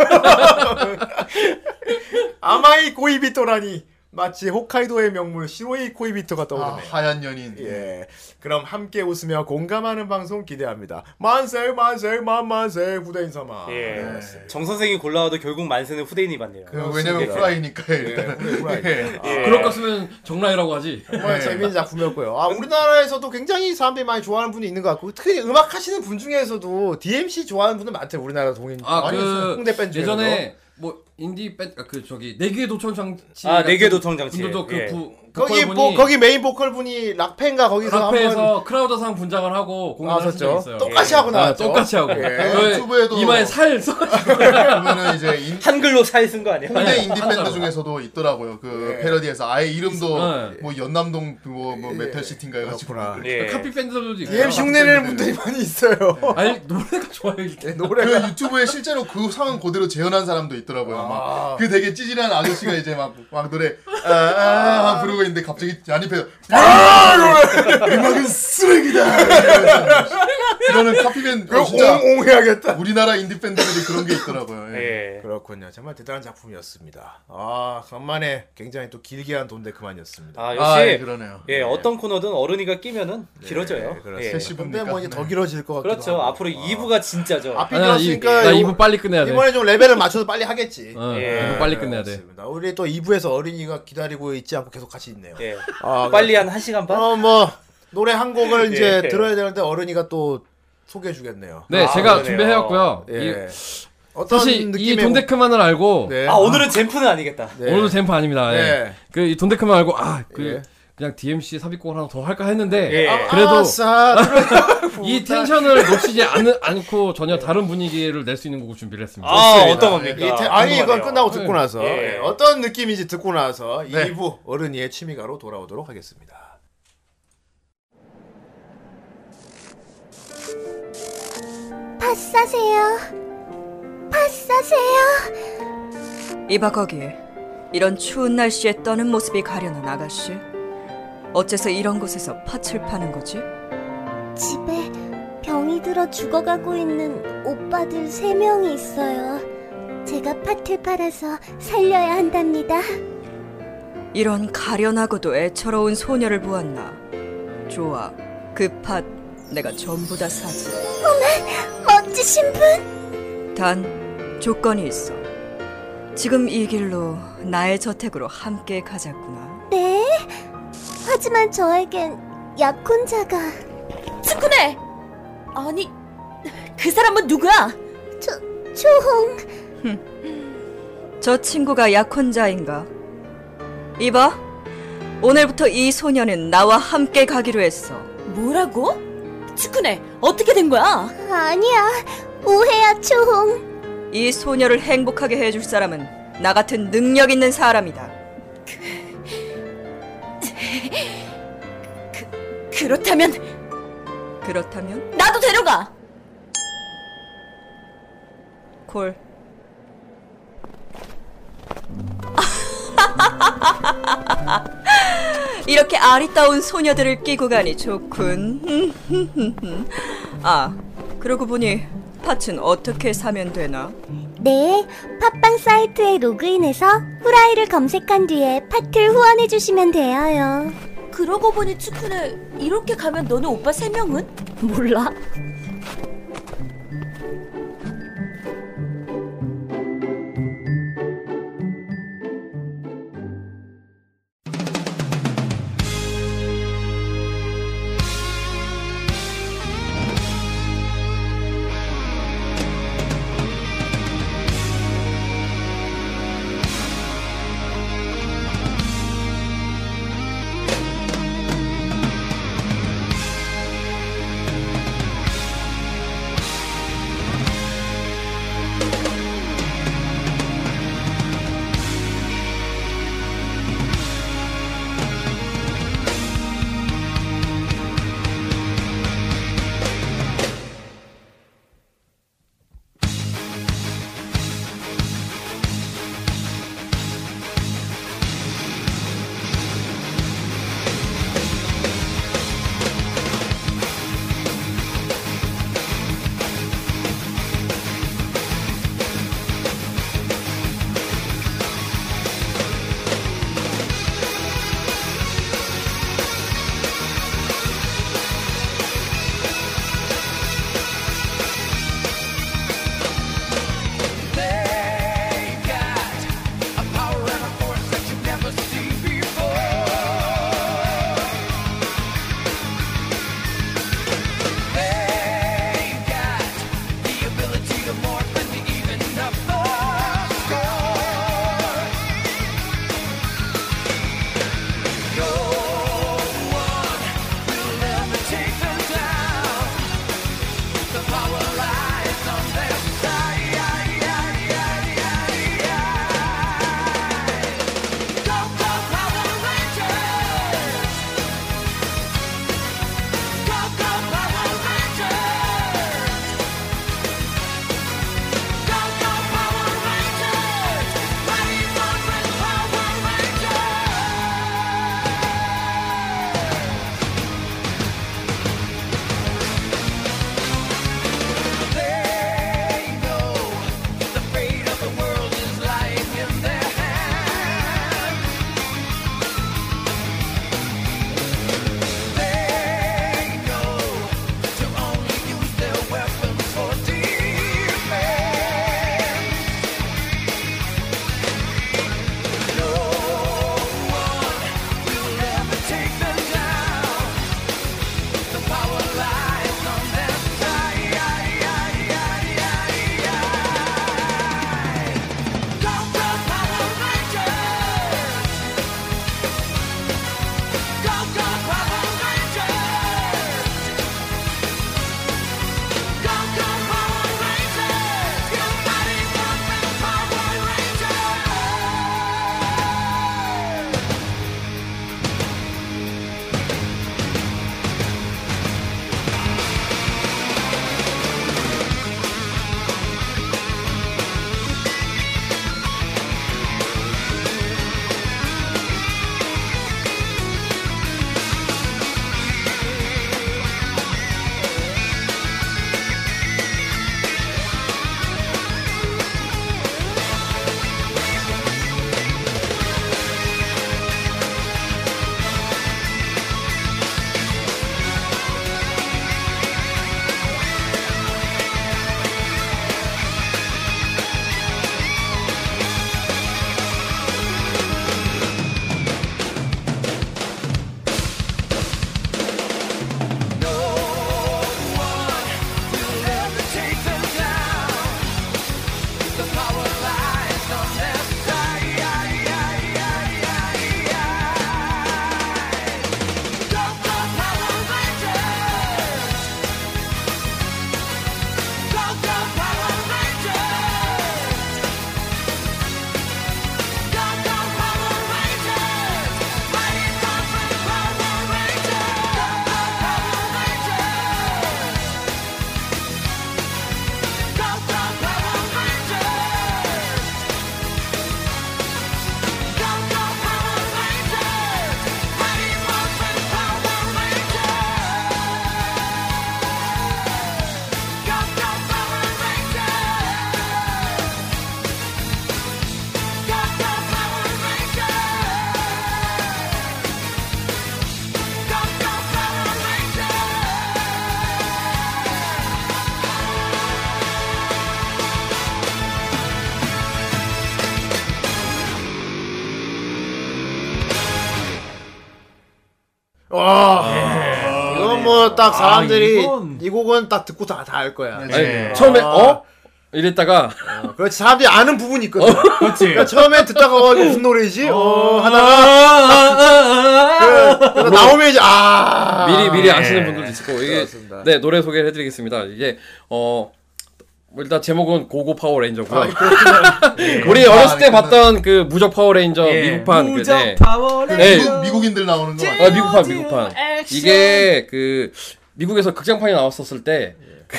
아마이 코이비토라니 마치 홋카이도의 명물 시로이 코이비토가
아,
떠오르네요.
하얀 연인.
예. 그럼 함께 웃으며 공감하는 방송 기대합니다. 만세 만세 만만세 네, 후대인 삼아.
예. 정 선생이 골라와도 결국 만세는 후대인이 받네요.
그, 왜냐면 프라이니까 일단.
후라이. 아,
예.
그럴 것 같으면 정라이라고 하지
정말 재밌는 작품이었고요. 아, 우리나라에서도 굉장히 사람들이 많이 좋아하는 분이 있는 것 같고, 특히 음악 하시는 분 중에서도 DMC 좋아하는 분은 많대요. 우리나라 동인. 많이 있어요.
아그
홍대 밴드
예전에 뭐 인디 밴그 저기 네개 도청장치
아, 네개 도청장치.
분들도 그
예.
부,
거기 뭐 거기 메인 보컬 분이 락팬가 거기서 한번
카페에서 크라우더상 분장을 하고 공연하신 적
나왔었죠.
있어요
똑같이
예.
하고 나왔죠.
아, 똑같이 하고 그
유튜브에도-
이마에 살 써가지고
그러면은 이제 인,
한글로 살 쓴 거 아니야?
그
홍대 인디밴드 중에서도 있더라고요. 그 패러디에서 아예 이름도
네.
뭐 연남동 뭐, 뭐 메탈 시티인가 해가지고.
그렇구나. 아,
예.
카피 밴드들도 있고 아,
DMC 흉내내는 분들이 많이 있어요.
아니 노래가 좋아요 일단
노래가
그 유튜브에 실제로 그 상황 그대로 재현한 사람도 있더라고요. 막 그 되게 찌질한 아저씨가 이제 막, 막 노래 아, 아, 아 부르고 있는데 갑자기 얀입해서
아,
음악은 쓰레기다. 이러는 카피맨
그
어, 진짜
옹옹 해야겠다.
우리나라 인디 밴드들이 그런 게 있더라고요. 예.
예.
그렇군요. 정말 대단한 작품이었습니다. 아, 간만에 굉장히 또 길게 한 돈데크만이었습니다.
아, 역시
아, 예, 그러네요.
예, 어떤 코너든 어른이가 끼면은 길어져요.
네, 그렇습니다.
예.
세
근데
분이니까.
뭐 이제 더 길어질 것 같기도
그렇죠.
하고. 아.
앞으로 2부가 진짜죠.
앞이
아니야 이,
길었으니까
나
요-
이분 빨리 끝내야 돼
이번에 좀 레벨을 맞춰서 빨리 하겠지.
어,
예.
이분 빨리 끝내야 돼
네, 그렇습니다. 우리 또 2부에서 어린이가 기다리고 있지 않고 계속 같이 있네요.
예.
아,
빨리 한 1시간 반?
어, 뭐 노래 한 곡을 이제
예.
들어야 되는데 어른이가 또 소개해 주겠네요.
네
아,
제가
그러네요.
준비해왔고요
예.
이-
어떤
사실 이
느낌의
돈데크만을 알고
네.
아 오늘은 잼프는 아니겠다.
네.
오늘도 잼프 아닙니다. 예.
네.
그이 돈데크만 알고 아 그
예.
그냥 DMC 삽입곡을 하나 더 할까 했는데
아,
예.
그래도
아싸,
이 텐션을 놓치지 않, 않고 전혀 다른 분위기를 낼 수 있는 곡을 준비를 했습니다.
아
좋습니다.
어떤
이
겁니까? 음.
태- 아니 이건
궁금하네요.
끝나고 듣고 나서
예.
예, 어떤 느낌인지 듣고 나서
네.
2부 어른이의 취미가로 돌아오도록 하겠습니다.
팥 사세요. 팥 사세요.
이봐 거기 이런 추운 날씨에 떠는 모습이 가려는 아가씨 어째서 이런 곳에서 팥을 파는 거지?
집에 병이 들어 죽어가고 있는 오빠들 세 명이 있어요. 제가 팥을 팔아서 살려야 한답니다.
이런 가련하고도 애처로운 소녀를 보았나 좋아 그 팥 내가 전부 다 사지
멋지신 분!
단 조건이 있어 지금 이 길로 나의 저택으로 함께 가자꾸나
네. 하지만 저에겐 약혼자가
츠쿠네! 아니, 그 사람은 누구야?
초홍
저 친구가 약혼자인가 이봐 오늘부터 이 소녀는 나와 함께 가기로 했어
뭐라고? 츠쿠네, 어떻게 된 거야?
아니야. 오해야 초홍.
이 소녀를 행복하게 해줄 사람은 나 같은 능력 있는 사람이다.
그렇다면,
그렇다면
나도 데려가!
콜. 이렇게 아리따운 소녀들을 끼고 가니 좋군. 아, 그러고 보니 팥은 어떻게 사면 되나?
네. 팟빵 사이트에 로그인해서 후라이를 검색한 뒤에 팥을 후원해 주시면 돼요.
그러고 보니 츠쿠네, 이렇게 가면 너네 오빠 세 명은? 몰라.
아, 예.
이거 뭐 딱 사람들이 이
이건-
곡은 딱 듣고 다 다 알 거야.
아니,
네.
처음에
아.
어 이랬다가
그렇지 사람들이 아는 부분이 있거든.
어.
그렇지. 그러니까 처음에 듣다가 어, 이거 무슨 노래지? 어,
아,
하다가 그래서 나오면 이제 아
미리 미리 아시는 분들도 있고 이게
그렇습니다.
네 노래 소개를 해드리겠습니다. 이게 어뭐 일단 제목은 고고 파워 레인저고요.
아, 예.
우리 어렸을 때 봤던 그 무적 파워 레인저 미국판 그, 네.
그
아.
네.
미국, 미국인들 나오는 거
아,
맞죠?
미국판 미국판 이게 그 미국에서 극장판이 나왔었을 때
예.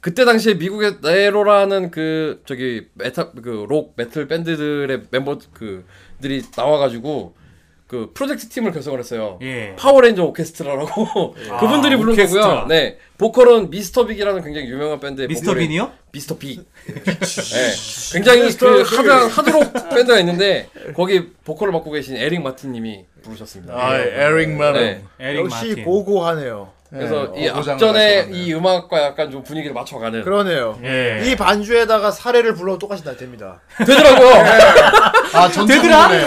그, 때 당시에 미국의 네로라는 그 저기 메타 그록 메틀 밴드들의 멤버 그들이 나와가지고 그 프로젝트 팀을 결성을 했어요.
예. 아,
파워레인저 오케스트라라고 그분들이 부른
오케스트라.
거고요. 네 보컬은 미스터 빅이라는 굉장히 유명한 밴드의
미스터
보컬이-
빈이요?
미스터 빅. 네. 굉장히 그 하드한 하드록 밴드가 있는데 거기 보컬을 맡고 계신 에릭 마틴님이 부르셨습니다.
아 에릭 마는
네.
에릭
역시
마틴.
고고하네요.
그래서
네,
이
어부장을
앞전에
하셨네요.
이 음악과 약간 좀 분위기를 맞춰가는
그러네요.
예.
이 반주에다가 사례를 불러도 똑같이 날 됩니다.
되더라고요.
아 전체적으로 네.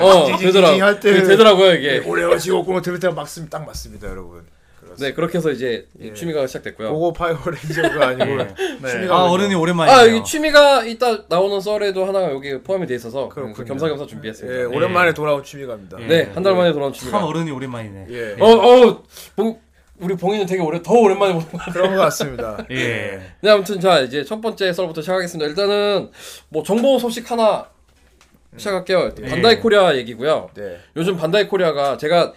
어
징징징 할
되더라고.
때.
그, 되더라고요 이게.
오레와 네, 지옥공을 들을 때가 막습니다. 딱 맞습니다, 여러분.
네 그렇게 해서 이제 이 취미가 시작됐고요.
고고 파이어레인저가 아니고
아
취미가
어른이 오랜만이네요.
아 여기 취미가 이따 나오는 썰에도 하나 여기 포함이 돼 있어서 그래서
그렇군요.
겸사겸사
예,
준비했습니다.
오랜만에 돌아온 취미가입니다.
예.
네 한 달 만에 돌아온 취미가.
참 어른이 오랜만이네.
예.
어, 어, 봉, 우리 봉이는 되게 오래, 더 오랜만에 보는 것 같아.
그런 것 같습니다.
예.
네, 아무튼 자, 이제 첫 번째 썰부터 시작하겠습니다. 일단은, 뭐, 정보 소식 하나 시작할게요. 반다이 코리아 얘기고요
네.
요즘 반다이 코리아가 제가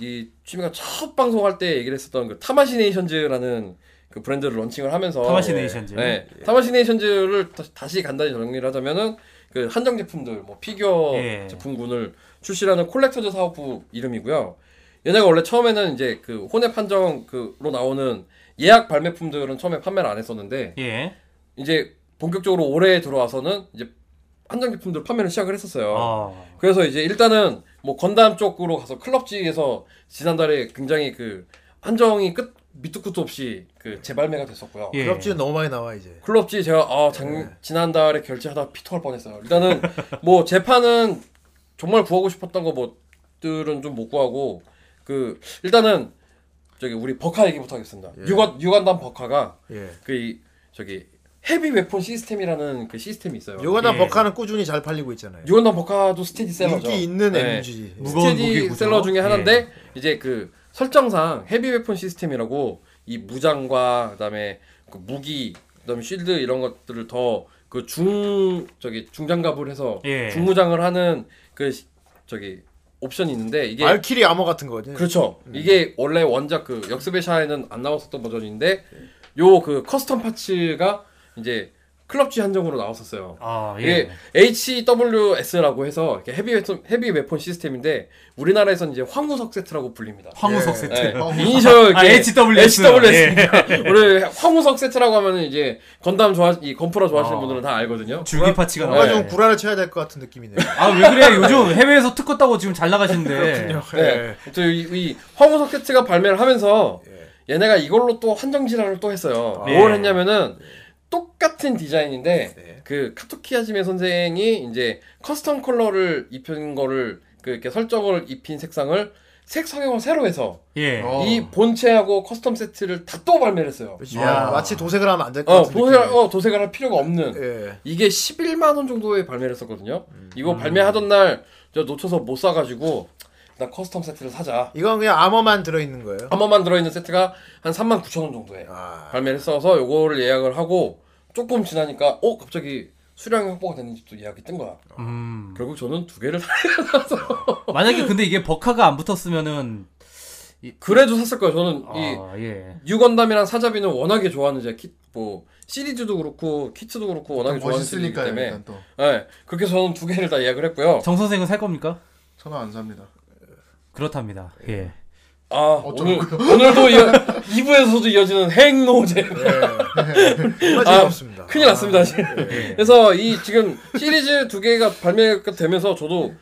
이 취미가 첫 방송할 때 얘기를 했었던 그 타마시네이션즈라는 그 브랜드를 런칭을 하면서.
타마시네이션즈. 예.
네. 타마시네이션즈를 다시, 다시 간단히 정리를 하자면은 그 한정 제품들, 뭐 피규어
예.
제품군을 출시하는 콜렉터즈 사업부 이름이고요. 얘네가 원래 처음에는 이제 그 혼의 판정 그로 나오는 예약 발매품들은 처음에 판매를 안 했었는데
예.
이제 본격적으로 올해 들어와서는 이제 한정 제품들 판매를 시작을 했었어요.
어.
그래서 이제 일단은 뭐 건담 쪽으로 가서 클럽지에서 지난달에 굉장히 그 한정이 끝 밑도 끝도 없이 그 재발매가 됐었고요.
예.
클럽지는 너무 많이 나와 이제.
클럽지 제가 아,
네.
작- 지난달에 결제하다 피터할 뻔했어요. 일단은 뭐 재판은 정말 구하고 싶었던 거 뭐들은 좀 못 구하고 그 일단은 저기 우리 버카 얘기부터 하겠습니다. 유관 유관단 버카가
예.
그 이 저기 헤비 웨폰 시스템이라는 그 시스템이 있어요.
요거나
예.
버카는 꾸준히 잘 팔리고 있잖아요.
유관단 버카도 스테디 셀러죠.
인기 있는
네.
MG.
무거운 무게
스테디
구조.
셀러 중에 하나인데
예.
이제 그 설정상 헤비 웨폰 시스템이라고 이 무장과 그다음에 그 무기 그다음에 쉴드 이런 것들을 더 그 중 저기 중장갑을 해서
예.
중무장을 하는 그 시- 저기 옵션이 있는데 이게
알키리 암호 같은 거거든요.
그렇죠.
음.
이게 원래 원작 그 역스베샤에는 안 나왔었던 버전인데 요 그 커스텀 파츠가 이제 클럽지 한정으로 나왔었어요.
아
이게
예.
HWS라고 해서 이렇게 헤비 웨폰, 헤비 웨폰 시스템인데 우리나라에서는 이제 황우석 세트라고 불립니다.
황우석
예.
세트.
네.
황우석.
이니셜
아, HWS.
HWS. 원래 황우석 세트라고 하면 이제 건담 좋아 이 건프라 좋아하시는
어.
분들은 다 알거든요.
줄기 파츠가
뭔가
나와.
예.
좀 구라를 쳐야 될 것 같은 느낌이네요.
아 왜 그래? 요즘 해외에서 특허 따고 지금 잘 나가시는데.
네.
예.
아무튼 이, 이 황우석 세트가 발매를 하면서
예.
얘네가 이걸로 또 한정 진화를 또 했어요.
아.
뭘
예.
했냐면은 똑같은 디자인인데
예.
그 카토키 하지메 선생이 이제 커스텀 컬러를 입힌 거를 그 이렇게 설정을 입힌 색상을 색 성형을 새로 해서
예.
어.
이 본체하고 커스텀 세트를 다 또 발매를 했어요.
야, 마치 도색을 하면 안 될 것
어,
그 같은
도색,
느낌.
어, 도색을 할 필요가 없는
예.
이게 11만 원 정도에 발매를 했었거든요.
음.
이거 발매하던 날 제가 놓쳐서 못 사가지고 일단 커스텀 세트를 사자.
이건 그냥 암호만 들어 있는 거예요.
한 번만 들어있는 세트가 한 3만 9천 원 정도에
아.
발매를 써서 요거를 예약을 하고 조금 지나니까 어 갑자기 수량이 확보가 되는 집도 예약이 뜬 거야.
음.
결국 저는 두 개를 사-
만약에 근데 이게 버카가 안 붙었으면은
그래도 샀을 거예요. 저는 이
아 예.
유건담이랑 사자비는 워낙에 좋아하는 제가 키, 뭐 시리즈도 그렇고 키트도 그렇고 워낙에 좋아하는 시리즈이기
멋있으니까요.
때문에
일단 또
네, 그렇게 해서 저는 두 개를 다 예약을 했고요.
정 선생은 살 겁니까?
저는 안 삽니다.
그렇답니다. 예.
아 오늘 오늘도 이어, 2부에서도 이어지는 행노제
예. 정말
아,
재미없습니다.
큰일 났습니다 지금. 그래서 이 지금 시리즈 두 개가 발매가 되면서 저도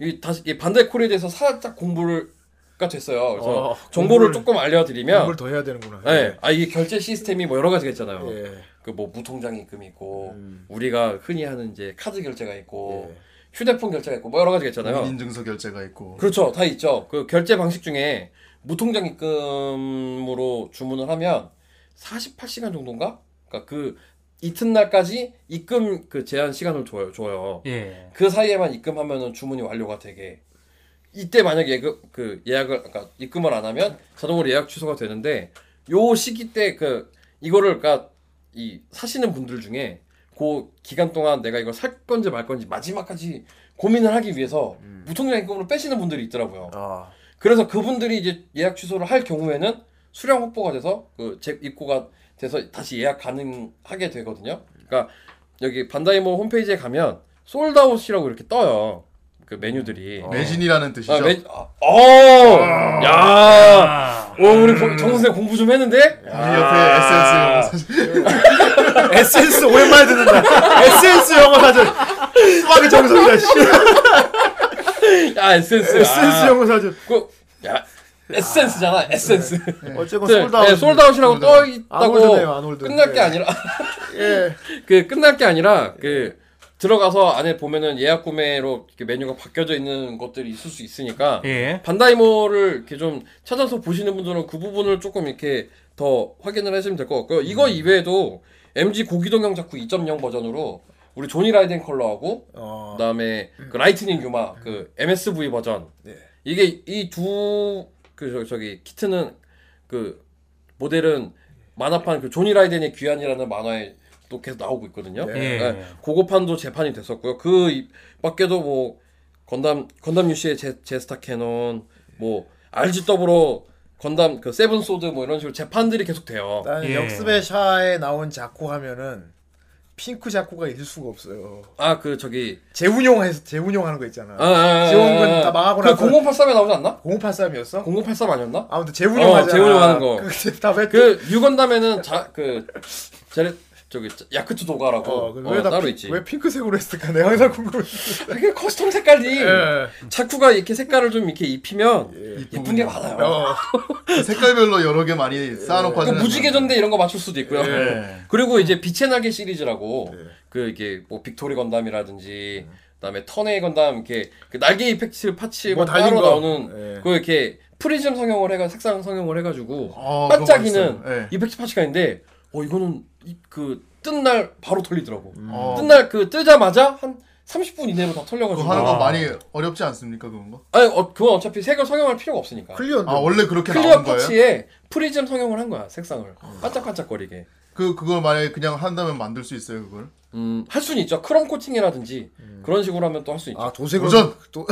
이 다시 이 반대 코리에 대해서 살짝 공부가 됐어요. 그래서
어,
정보를
공부를-
조금
이걸
알려드리면
더 해야 되는구나.
네, 아 이게 결제 시스템이 뭐 여러 가지가 있잖아요.
예.
그 뭐 무통장 입금이 있고
음.
우리가 흔히 하는 이제 카드 결제가 있고
예. 음.
휴대폰 결제가 있고 뭐 여러 가지가 있잖아요.
인증서 결제가 있고
그렇죠, 다 있죠. 그 결제 그 방식 중에 무통장 입금으로 주문을 하면 48시간 정도인가? 그러니까 그 이튿날까지 입금 그 제한 시간을 줘요. 줘요.
예.
그 사이에만 입금하면은 주문이 완료가 되게 이때 만약에 예금 그 예약을 그러니까 입금을 안 하면 자동으로 예약 취소가 되는데 요 시기 때 그 이거를 그러니까 이 사시는 분들 중에 그 기간 동안 내가 이걸 살 건지 말 건지 마지막까지 고민을 하기 위해서 무통장 입금으로 빼시는 분들이 있더라고요.
아.
그래서 그분들이 이제 예약 취소를 할 경우에는 수량 확보가 돼서 그 재입고가 돼서 다시 예약 가능하게 되거든요. 그러니까 여기 반다이모 홈페이지에 가면 솔드아웃이라고 이렇게 떠요. 그 메뉴들이
매진이라는 뜻이죠?
아, 매- 아, 어, 야, 오, 우리 정 선생 공부 좀 했는데?
우리
아.
옆에 에센스
에센스 오랜만에 듣는다. 에센스 영어 사전. 수학의 정석이다. 씨.
아. 야, 에센스.
에센스 영어 사전.
그, 야, 에센스잖아, 에센스.
어쨌건
네,
솔드아웃.
네, 솔드아웃이라고 떠
안홀드네요,
있다고
안홀드.
끝날 게
예.
아니라
예.
그 끝날 게 아니라 그 들어가서 안에 보면은 예약 구매로 이렇게 메뉴가 바뀌어져 있는 것들이 있을 수 있으니까
예.
반다이모를 이렇게 좀 찾아서 보시는 분들은 그 부분을 조금 이렇게 더 확인을 하시면 될 것 같고요.
음.
이거 이외에도 MG 고기동형 자쿠 2.0 버전으로 우리 조니 라이덴 컬러하고
어. 음.
그다음에 그 라이트닝 유마 그 MSV 버전
네.
이게 이 두 그 저기 키트는 그 모델은 만화판 그 조니 라이덴의 귀환이라는 만화에 또 계속 나오고 있거든요.
네.
예.
그거판도 재판이 됐었고요. 그 이- 밖에도 뭐 건담 건담 유시의 제, 제스타 캐논 뭐 RG 더블로 건담 그 세븐 소드 뭐 이런 식으로 재판들이 계속 돼요.
나는
예.
역습의 샤에 나온 자코 하면은 핑크 자코가 있을 수가 없어요.
아 그 저기
재운용해서 재운용하는 거 있잖아.
아, 아, 아,
지원군
아, 아.
다 망하고
그
나서
0083에 나오지 않나?
0083이었어?
0083 아니었나?
아무튼 재운용하잖아.
어, 재운용하는 거.
그게 다왜
그 유건담에는 자그 제 저기 야쿠트 도가라고
어,
어,
그왜 다,
따로
피-
있지.
왜 핑크색으로 했을까? 내가 항상 궁금했어.
그게 커스텀 색깔이
예.
자쿠가 이렇게 색깔을 좀 이렇게 입히면 예쁜 게 많아요.
어.
색깔별로 여러 개 많이 쌓아놓고
그
하잖아요.
무지개 전대 이런 거 맞출 수도 있고요.
예.
그리고 이제 빛의 날개 시리즈라고
예.
그 이게 뭐 빅토리 건담이라든지 그다음에 턴웨이 건담 이렇게 그 날개 이펙트 파츠가
뭐 달린
따로
거.
나오는
예.
그 이렇게 프리즘 성형을 해가 색상 성형을 해가지고
아,
어, 그거
반짝이는
멋있어요. 예.
이펙트 파츠가 있는데 어 이거는 그뜬 날 바로 털리더라고.
어,
뜬 날 그 뜨자마자 한 30분 이내로 다
그거
털려가지고
하는 거 많이 어렵지 않습니까 그런 거?
아니 어, 그건 어차피 색을 성형할 필요가 없으니까
클리언.
아 원래 그렇게
클리어
나온 거예요? 어.
파츠에 프리즘 성형을 한 거야 색상을 반짝반짝거리게
그 그걸 만약에 그냥 한다면 만들 수 있어요 그걸?
음, 할 수는 있죠 크롬 코팅이라든지
음.
그런 식으로 하면 또 할 수 있죠
아 도색으로.
도전!
도,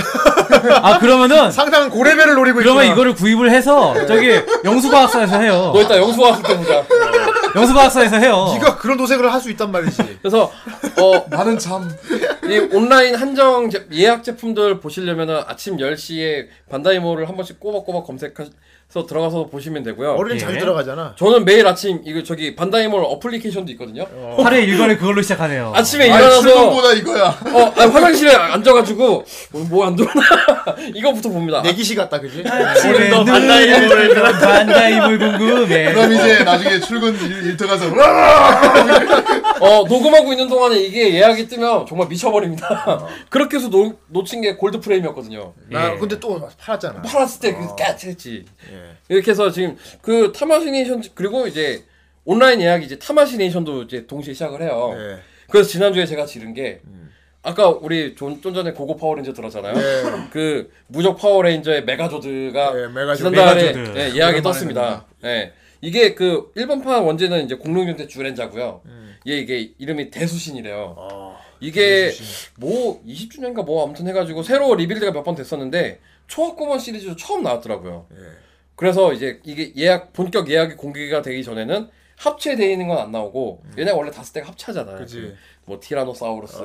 아 그러면은
상당한 고레벨을 노리고
그러면
있구나.
이거를 구입을 해서 저기 영수과학사에서 해요.
너 이따 영수 왔을 때 보자
영수과학사에서 해요.
어.
네가 그런 도색을 할 수 있단 말이지.
그래서 어,
나는 참
이 온라인 한정 제- 예약 제품들 보시려면 아침 10시에 반다이모를 한 번씩 꼬박꼬박 검색해서 들어가서 보시면 되고요
어른이
예.
자주 들어가잖아.
저는 매일 아침 이거 저기 반다이몰 어플리케이션도 있거든요
하루에 일과를 그걸로 시작하네요.
아침에
아니,
일어나서
출근보다 이거야.
어, 아, 화장실에 앉아가지고 뭐 안 들어오나 이거부터 봅니다
네.
내기시 같다 그지?
아침에
오늘도
늘
반다이몰을
그런 반다이몰 궁금해.
그럼 이제 나중에 출근 일, 일터
예.
가서 으아!
어, 녹음하고 있는 동안에 이게 예약이 뜨면 정말
어.
미쳐버립니다. 그렇게 해서 노, 놓친 게 골드 프레임이었거든요.
나
예.
근데 또 팔았잖아. 예.
팔았을 때
어.
그래서 깨끗했지. 이렇게 해서 지금 그 타마시네이션, 그리고 이제 온라인 예약이 이제 타마시네이션도 이제 동시에 시작을 해요.
네.
예.
그래서 지난주에 제가 지른 게 아까 우리 좀, 좀 전에 고고 파워레인저 들었잖아요.
예.
그 무적 파워레인저의 메가조드가
예, 메가조드.
지난달에
메가조드.
예, 예약이 떴습니다. 예. 이게 그 일본판 원제는 이제 공룡전대 주렌자고요. 얘 이게 이름이 대수신이래요. 이게 뭐 20주년인가 뭐 아무튼 해가지고 새로 리빌드가 몇 번 됐었는데 초합구번 시리즈도 처음 나왔더라고요.
예.
그래서 이제 이게 예약 본격 예약이 공개가 되기 전에는 합체되어 있는 건 안 나오고 얘네가 원래 다섯 대가 합체하잖아요.
음. 그치. 어.
뭐 티라노사우루스,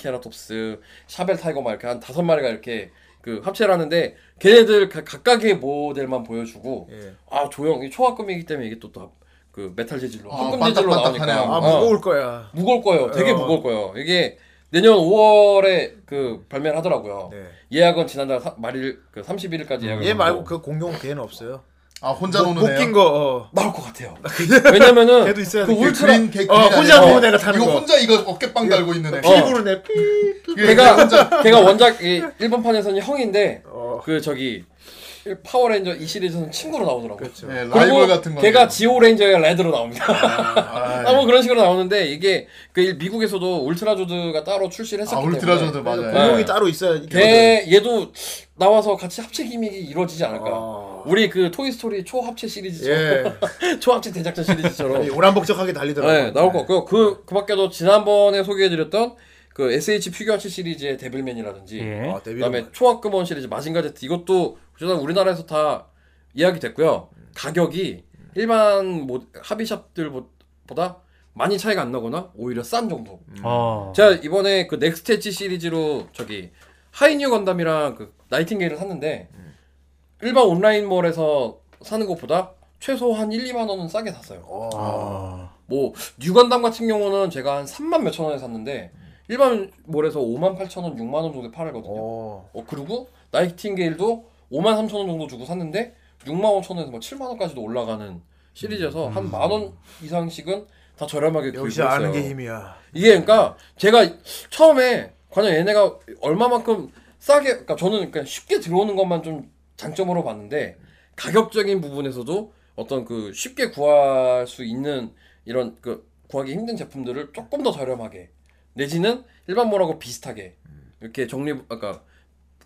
트리케라톱스, 샤벨 타이거 막 이렇게 한 다섯 마리가 이렇게 그 합체를 하는데 걔네들 가- 각각의 모델만 보여주고
예.
아 조형 이 초합금이기 때문에 이게 또 그 메탈 재질로
아,
합금 재질로
반딱반딱하네요.
나오니까
아
어.
무거울 거야.
무거울 거예요. 되게
어.
무거울 거예요. 이게 내년 5월에 그 발매를 하더라고요.
네.
예약은 지난달 사- 말일 그 31일까지 예약을
얘
했고
말고 그 공룡 걔는 없어요.
아 혼자 노는 애요?
못낀 뭐 거. 어.
나올 것 같아요. 왜냐면은
걔도 있어야
그
돼.
그
울트라
그린 개
어,
그린
혼자
아니야?
노는 애가 타는
이거
거.
혼자 이거 어깨빵 달고 있는 애.
어.
피부로 내 피.
이게
걔가
혼자
걔가 원작 이 일본판에서는 형인데
어.
그 저기 파워레인저 이 시리즈는 친구로 나오더라고요. 그렇죠.
예, 라이벌 같은 관계.
걔가 지오레인저의 레드로 나옵니다. 아, 뭐 그런 식으로 나오는데 이게 그 일- 미국에서도 울트라조드가 따로 출시를 했었기
아,
때문에
울트라조드,
어,
맞아요.
네.
공룡이 따로 있어야
걔 네, 얘도 나와서 같이 합체 기믹이 이루어지지 않을까. 우리 그 토이스토리 초합체 시리즈처럼 초합체 대작전 시리즈처럼
예. 오란복적하게 달리더라고요.
네, 나올 것 같고요. 그, 그 밖에도 지난번에 소개해드렸던 그 SH 피규어치 시리즈의 데빌맨이라든지,
예. 아,
그
데빌맨.
다음에 초합금원 시리즈 마징가 제트, 이것도 지난 우리나라에서 다 이야기 됐고요. 가격이 일반 뭐, 합의샵들보다 많이 차이가 안 나거나 오히려 싼 정도.
어.
제가 이번에 그 넥스트 엣지 시리즈로 저기 하이뉴 건담이랑 그 나이팅게일을 샀는데
음.
일반 온라인몰에서 사는 것보다 최소 한 1, 2만 원은 싸게 샀어요.
아.
뭐 뉴건담 같은 경우는 제가 한 3만 몇천 원에 샀는데
음.
일반 몰에서 5만 8천 원, 6만 원 정도에 팔거든요. 어 그리고 나이팅게일도 5만 3천 원 정도 주고 샀는데 6만 5천 원에서 뭐 7만 원까지도 올라가는 시리즈여서 한 만 원 이상씩은 다 저렴하게 구입을
음. 역시
했어요.
아는 게 힘이야.
이게 그러니까 제가 처음에 과연 얘네가 얼마만큼 싸게 그러니까 저는 그러니까 쉽게 들어오는 것만 좀 장점으로 봤는데 가격적인 부분에서도 어떤 그 쉽게 구할 수 있는 이런 그 구하기 힘든 제품들을 조금 더 저렴하게 내지는 일반 뭐라고 비슷하게 이렇게 정리 아까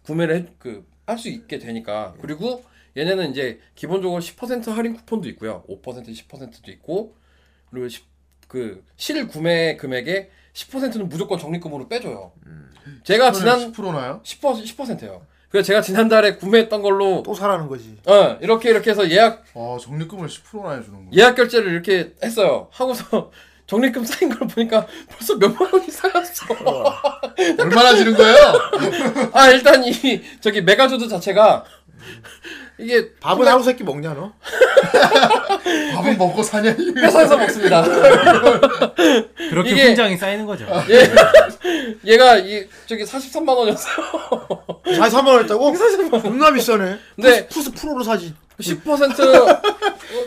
구매를 그할 수 있게 되니까 그리고 얘네는 이제 기본적으로 10% 할인 쿠폰도 있고요 5% 10%도 있고 그리고 10, 그 실 구매 금액의 10%는 무조건 적립금으로 빼줘요. 제가 아, 지난
10%나요?
10% 10%예요. 그래서 제가 지난달에 구매했던 걸로
또 사라는 거지.
어 이렇게 이렇게 해서 예약
아 적립금을 10%나 해주는 거.
예약 결제를 이렇게 했어요. 하고서 적립금 쌓인 걸 보니까 벌써 몇만 원이 쌓였어.
얼마나 지른 거예요?
아 일단 이 저기 메가조드 자체가 이게
밥은 하루 세끼 먹냐 너?
밥은 먹고 사냐?
회사에서 먹습니다.
그렇게
이게-
훈장이 쌓이는 거죠.
예. 얘가 이 저기 43만 원이었어요.
43만 원 했다고? 겁나 비싸네.
근데
푸스 프로로 사지.
10%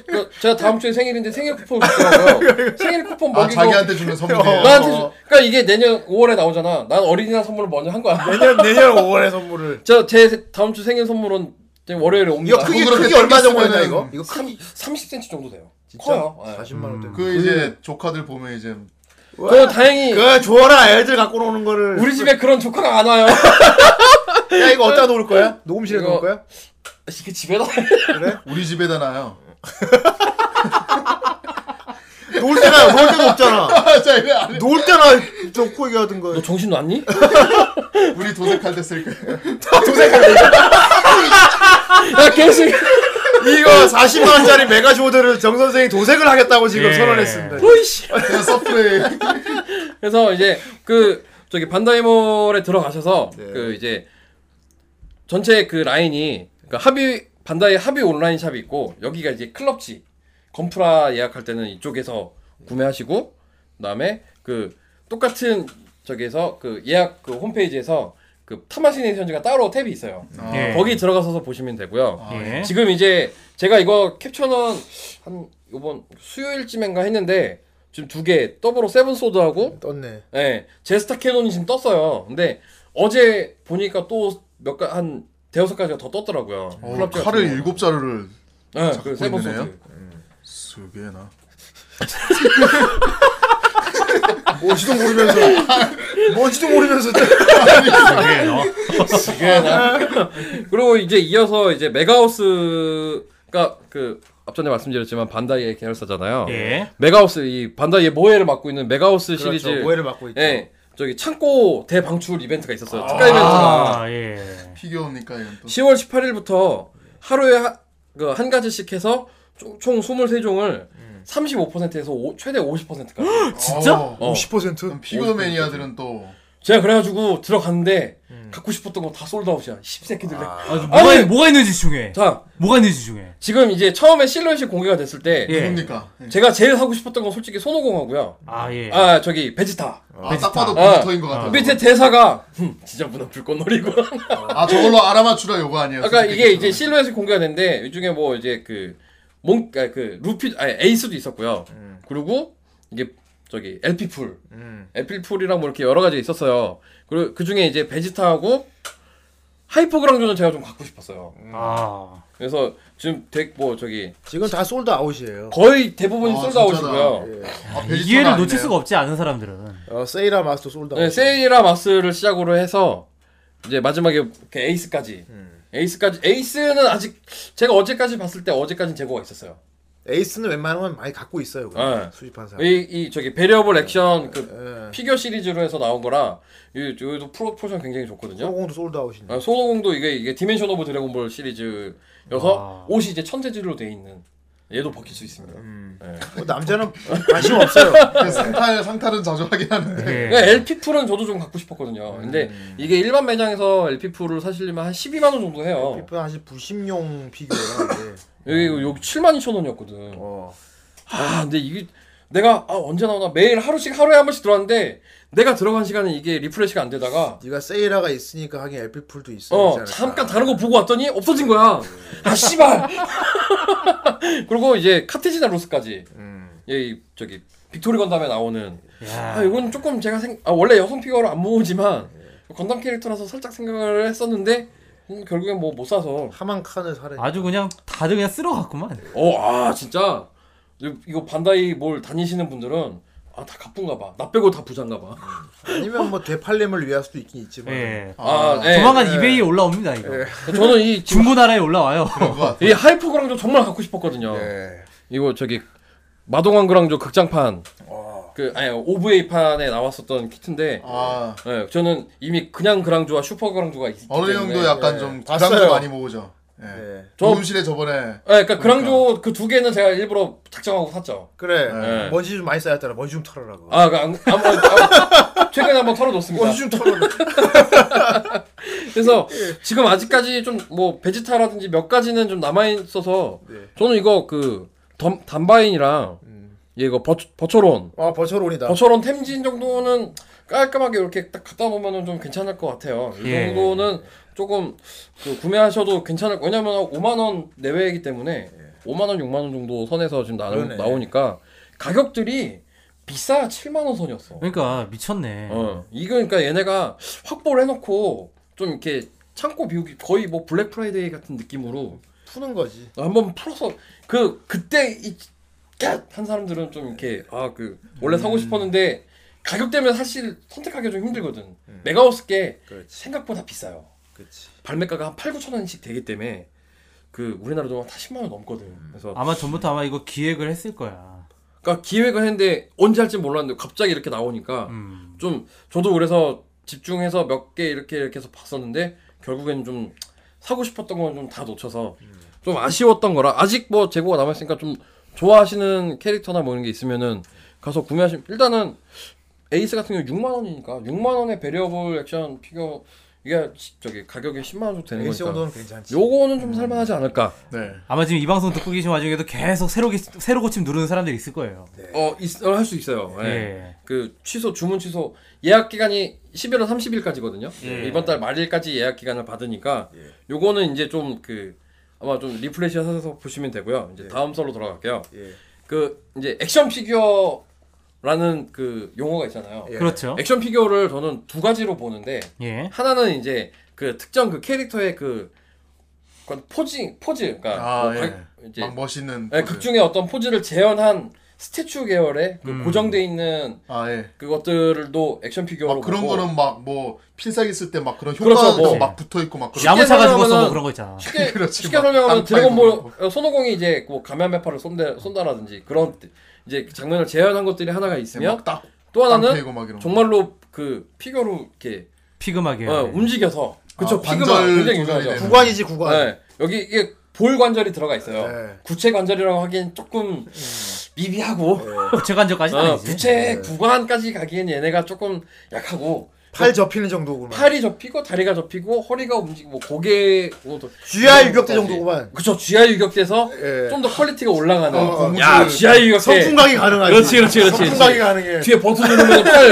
그, 제가 다음 주에 생일인데 생일 쿠폰 주더라고요. 생일 쿠폰
아
먹이고
자기한테 주는 선물이에요.
나한테 주, 그러니까 이게 내년 5월에 나오잖아. 난 어린이날 선물을 먼저 한 거야.
내년 내년 5월에 선물을.
저제 다음 주 생일 선물은 지금 월요일에 옵니다.
이거 크기 크기 얼마 정도 되나 이거? 이거
3, 30cm 정도 돼요. 커요. 예.
40만 원대.
그 이제 조카들 보면 이제
저 어, 다행히
그 줘라 애들 갖고 노는 거를.
우리 집에 그런 조카가 안 와요.
야 이거 어디다 놓을 거야? 녹음실에
이거-
놓을 거야?
이게 집에다
우리 집에다 놔요.
놓을 데가 놓을 데가 없잖아.
자, 이거 안-
놓을 데나 놓고 얘기하던 거야.
너 정신 놨니?
우리 도색할 때 쓸 거예요.
야 개식.
이거 40만 어, 원짜리 메가조드를 정 선생이 도색을 하겠다고 지금 선언했습니다.
오이씨.
그냥 예. 아, 서프레이.
그래서 이제 그 저기 반다이몰에 들어가셔서 그 이제 전체 그 라인이 그러니까 합의 반다이 합의 온라인 샵이 있고 여기가 이제 클럽지 건프라 예약할 때는 이쪽에서 구매하시고 그다음에 그 똑같은 저기에서 그 예약 그 홈페이지에서 그 타마시네이션즈가 따로 탭이 있어요.
아,
예.
거기 들어가서 보시면 되고요.
예.
지금 이제 제가 이거 캡처는 한 요번 수요일쯤인가 했는데 지금 두 개 더블로 세븐 소드하고
떴네.
예, 제스타 캐논이 지금 떴어요. 근데 어제 보니까 또몇가한 대여섯 가지가 더 떴더라고요.
어,
클럽
칼을
같은 거.
일곱 자루를
예,
잡고
그 세븐
있는
소드.
쓰게나.
뭔지도 모르면서 뭔지도 모르면서
그리고 이제 이어서 이제 메가우스가 그 앞전에 말씀드렸지만 반다이의 계열사잖아요.
예.
메가우스 이 반다이의 모해를 맡고 있는 메가우스 시리즈
그렇죠. 오해를 맡고 있죠.
예. 저기 창고 대방출 이벤트가 있었어요. 특가 이벤트가.
아, 예.
피규어니까 이건 또.
10월 18일부터 하루에 하, 그, 한 가지씩 해서 총, 총 23종을
음.
35%에서 오, 최대 50%까지.
진짜?
어,
어.
50%?
피규어 매니아들은 또
제가 그래가지고 들어갔는데 갖고 싶었던 거 다 솔드아웃이야. 10세끼들.
음. 아,
아.
뭐가,
아니-
뭐가 있는지 중요해.
자,
뭐가 있는지 중요해.
지금 이제 처음에 실루엣이 공개가 됐을 때
예.
뭡니까? 예.
제가 제일 하고 싶었던 건 솔직히 손오공하고요.
아, 예.
아, 저기 베지타.
아, 딱 봐도
아.
몬스터인 것 같아.
밑에 대사가 흠, 진짜 문 앞을 꽃놀이고.
아 저걸로 알아맞추라 요거 아니에요.
아까 이게 이제 실루엣이 공개가 됐는데 이 중에 뭐 이제 그몽그 루피 아니 에이스도 있었고요.
음.
그리고 이게 저기 엘피풀, 엘피풀이랑 뭐 이렇게 여러 가지 있었어요. 그리고 그 중에 이제 베지타하고 하이퍼그랑조는 제가 좀 갖고 싶었어요.
아.
그래서 지금 덱 뭐 저기
지금 다 솔드 아웃이에요. 예,
거의 대부분이 솔드아웃이고요. 네,
이해를 놓칠 수가 없지 않은 사람들은.
어, 세이라 마스터 솔드
네,
아웃.
세이라 마스를 시작으로 해서 이제 마지막에 이렇게 에이스까지. 에이스까지 에이스는 아직 제가 어제까지 봤을 때 어제까지는 재고가 있었어요.
에이스는 웬만하면 많이 갖고 있어요. 그냥.
네.
수집한 사람. 예.
이, 이 저기
네.
베리어블 액션 그 피규어 시리즈로 해서 나온 거라 이 저기도 프로포션 굉장히 좋거든요.
소공도 솔드 아웃이네.
아, 소노공도 이게 이게 디멘션 오브 드래곤볼 시리즈여서 옷이 이제 천재질로 돼 있는 얘도 벗길 수 있습니다. 네.
어, 남자는 관심 없어요.
상탈 상탈은 자주 하긴 하는데.
그러니까 LP 풀은 저도 좀 갖고 싶었거든요. 근데 이게 일반 매장에서 LP 풀을 사시려면 한 12만 원 정도 해요.
피프 사실 부심용 피규어라는데. 어.
여기 여기 7만 2천 원이었거든. 아 근데 이게 내가 아, 언제 나오나 매일 하루씩 하루에 한 번씩 들어왔는데 내가 들어간 시간은 이게 리프레시가 안 되다가
네가 세이라가 있으니까 하긴 엘피풀도 있어.
어 잠깐 다른 거 보고 왔더니 없어진 거야.
네.
아 씨발. 그리고 이제 카테지나 로스까지 예, 이, 저기 빅토리 건담에 나오는
음. 야.
아 이건 조금 제가 생, 아, 원래 여성 피규어를 안 모으지만
네.
건담 캐릭터라서 살짝 생각을 했었는데 음, 결국엔 뭐 못 사서
하만 칸을 사래.
아주 그냥 다들 그냥 쓸어갔구만.
예. 어아 진짜 이- 이거 반다이 뭘 다니시는 분들은 아 다 가쁜가 봐. 나 빼고 다 부자인가 봐.
아니면 뭐 되팔렘을 위할 수도 있긴 있지만.
예.
아, 예.
조만간
예. 예.
이베이에 올라옵니다 이거.
저는 이
중고나라에 올라와요.
이 하이퍼 그랑조 정말 갖고 싶었거든요. 이거 저기 마동왕 그랑조 극장판 그 아니 오브웨이판에 나왔었던 키트인데
아.
예, 저는 이미 그냥 그랑조와 슈퍼 그랑조가 있기
어느
때문에
형도 약간 좀
네, 봤어요.
그랑도 많이 모으죠. 예.
저-
녹음실에 저번에.
예, 그러니까 그랑조 그 두 개는 제가 일부러 작정하고 샀죠.
그래.
예.
먼지 좀 많이 쌓였더라. 먼지 좀 털어라. 그거.
아, 그, 안, 안, 안, 최근에 한번 털어놓습니다.
먼지 좀 털어라.
그래서 지금 아직까지 좀 뭐 베지타라든지 몇 가지는 좀 남아 있어서 저는 이거 그 덤, 단바인이랑 얘 이거 버, 버처론
아 버처론이다.
버처론 어, 템진 정도는 깔끔하게 이렇게 딱 갖다 보면은 좀 괜찮을 것 같아요. 이
예.
정도는 조금 그 구매하셔도 괜찮을 거 왜냐면 한 5만 원 내외이기 때문에 5만 원, 6만 원 정도 선에서 지금 나,
예. 그러네.
나오니까 가격들이 비싸야 7만 원 선이었어.
그러니까 미쳤네.
어, 이거 그러니까 얘네가 확보를 해놓고 좀 이렇게 창고 비우기 거의 뭐 블랙 프라이데이 같은 느낌으로
푸는 거지.
한번 풀어서 그 그때 이한 사람들은 좀 이렇게 아 그 원래 사고 싶었는데 가격 때문에 사실 선택하기 좀 힘들거든. 메가호스 게 생각보다 비싸요. 발매가가 한 8, 9천 원씩 되기 때문에 그 우리나라 돈은 다 10만 원 넘거든. 그래서
아마 전부터 아마 이거 기획을 했을 거야.
그러니까 기획을 했는데 언제 할지 몰랐는데 갑자기 이렇게 나오니까
음.
좀 저도 그래서 집중해서 몇 개 이렇게 이렇게 해서 봤었는데 결국엔 좀 사고 싶었던 건 좀 다 놓쳐서
음.
좀 아쉬웠던 거라 아직 뭐 재고가 남아 있으니까 좀 좋아하시는 캐릭터나 뭐 이런 게 있으면은 가서 구매하시면 일단은 에이스 같은 경우 6만 원이니까 6만 원에 베리어블 액션 피규어 이게 시- 저기 가격이 10만 원 정도 되는
에이스
거니까
정도는 음. 괜찮지.
그러니까. 요거는 좀 살만하지 않을까?
네.
아마 지금 이 방송 듣고 계신 와중에도 계속 새로 기- 새로 고침 누르는 사람들이 있을 거예요.
네.
어, 할 수 있어요. 예.
예.
그 취소 주문 취소 예약 기간이 11월 30일까지거든요.
예.
이번 달 말일까지 예약 기간을 받으니까
예.
요거는 이제 좀 그 아마 좀 리프레시 하셔서 보시면 되고요.
예.
이제 다음 설로 돌아갈게요.
예.
그 이제 액션 피규어라는 그 용어가 있잖아요.
예. 그렇죠.
액션 피규어를 저는 두 가지로 보는데
예.
하나는 이제 그 특정 그 캐릭터의 그 그건 포징 포즈 그러니까
아,
뭐
예.
각-
막그 멋있는.
네,
포즈.
극 중에 어떤 포즈를 재현한 스태츄 계열의 그
음.
고정돼 있는
아, 예.
그것들도 액션 피규어로
아, 그런
보고
거는 막 뭐 필살기 쓸 때 막 그런
그렇죠,
효과가
뭐.
막 붙어 있고 막 그런.
쉽게 설명하면은-
뭐
쉽게,
그렇지,
쉽게
막
설명하면
땅
드래곤볼 어, 손오공이 이제 뭐 가면메파를 쏜다, 쏜다라든지 그런 이제 그 장면을 재현한 것들이 하나가 있으면
네, 막 딱,
또
땅
하나는
패고 막 이런 거.
정말로 그 피규어로 이렇게
예.
피그마게
어, 움직여서 그쵸
아,
피그마
관절 조절이
굉장히 유명하죠
되는 구관이지,
구관.
네, 여기 이게 볼 관절이 들어가 있어요
네.
구체 관절이라고 하기엔
음.
조금 미비하고
부채
네.
관절까지는
어,
아니지.
부채 구간까지 가기엔 얘네가 조금 약하고
팔 접히는 정도구만.
팔이 접히고 다리가 접히고 허리가 움직이고 고개 뭐 더-
GR 유격대 정도구만. 예.
그쵸 GR 유격대에서 좀 더 퀄리티가 올라가는
어, 어,
야
무슨
GR 유격대
선풍각이 가능하지.
예. 그렇지 그렇지 그렇지
선풍각이 가능해.
뒤에 버튼 누르면
어.
팔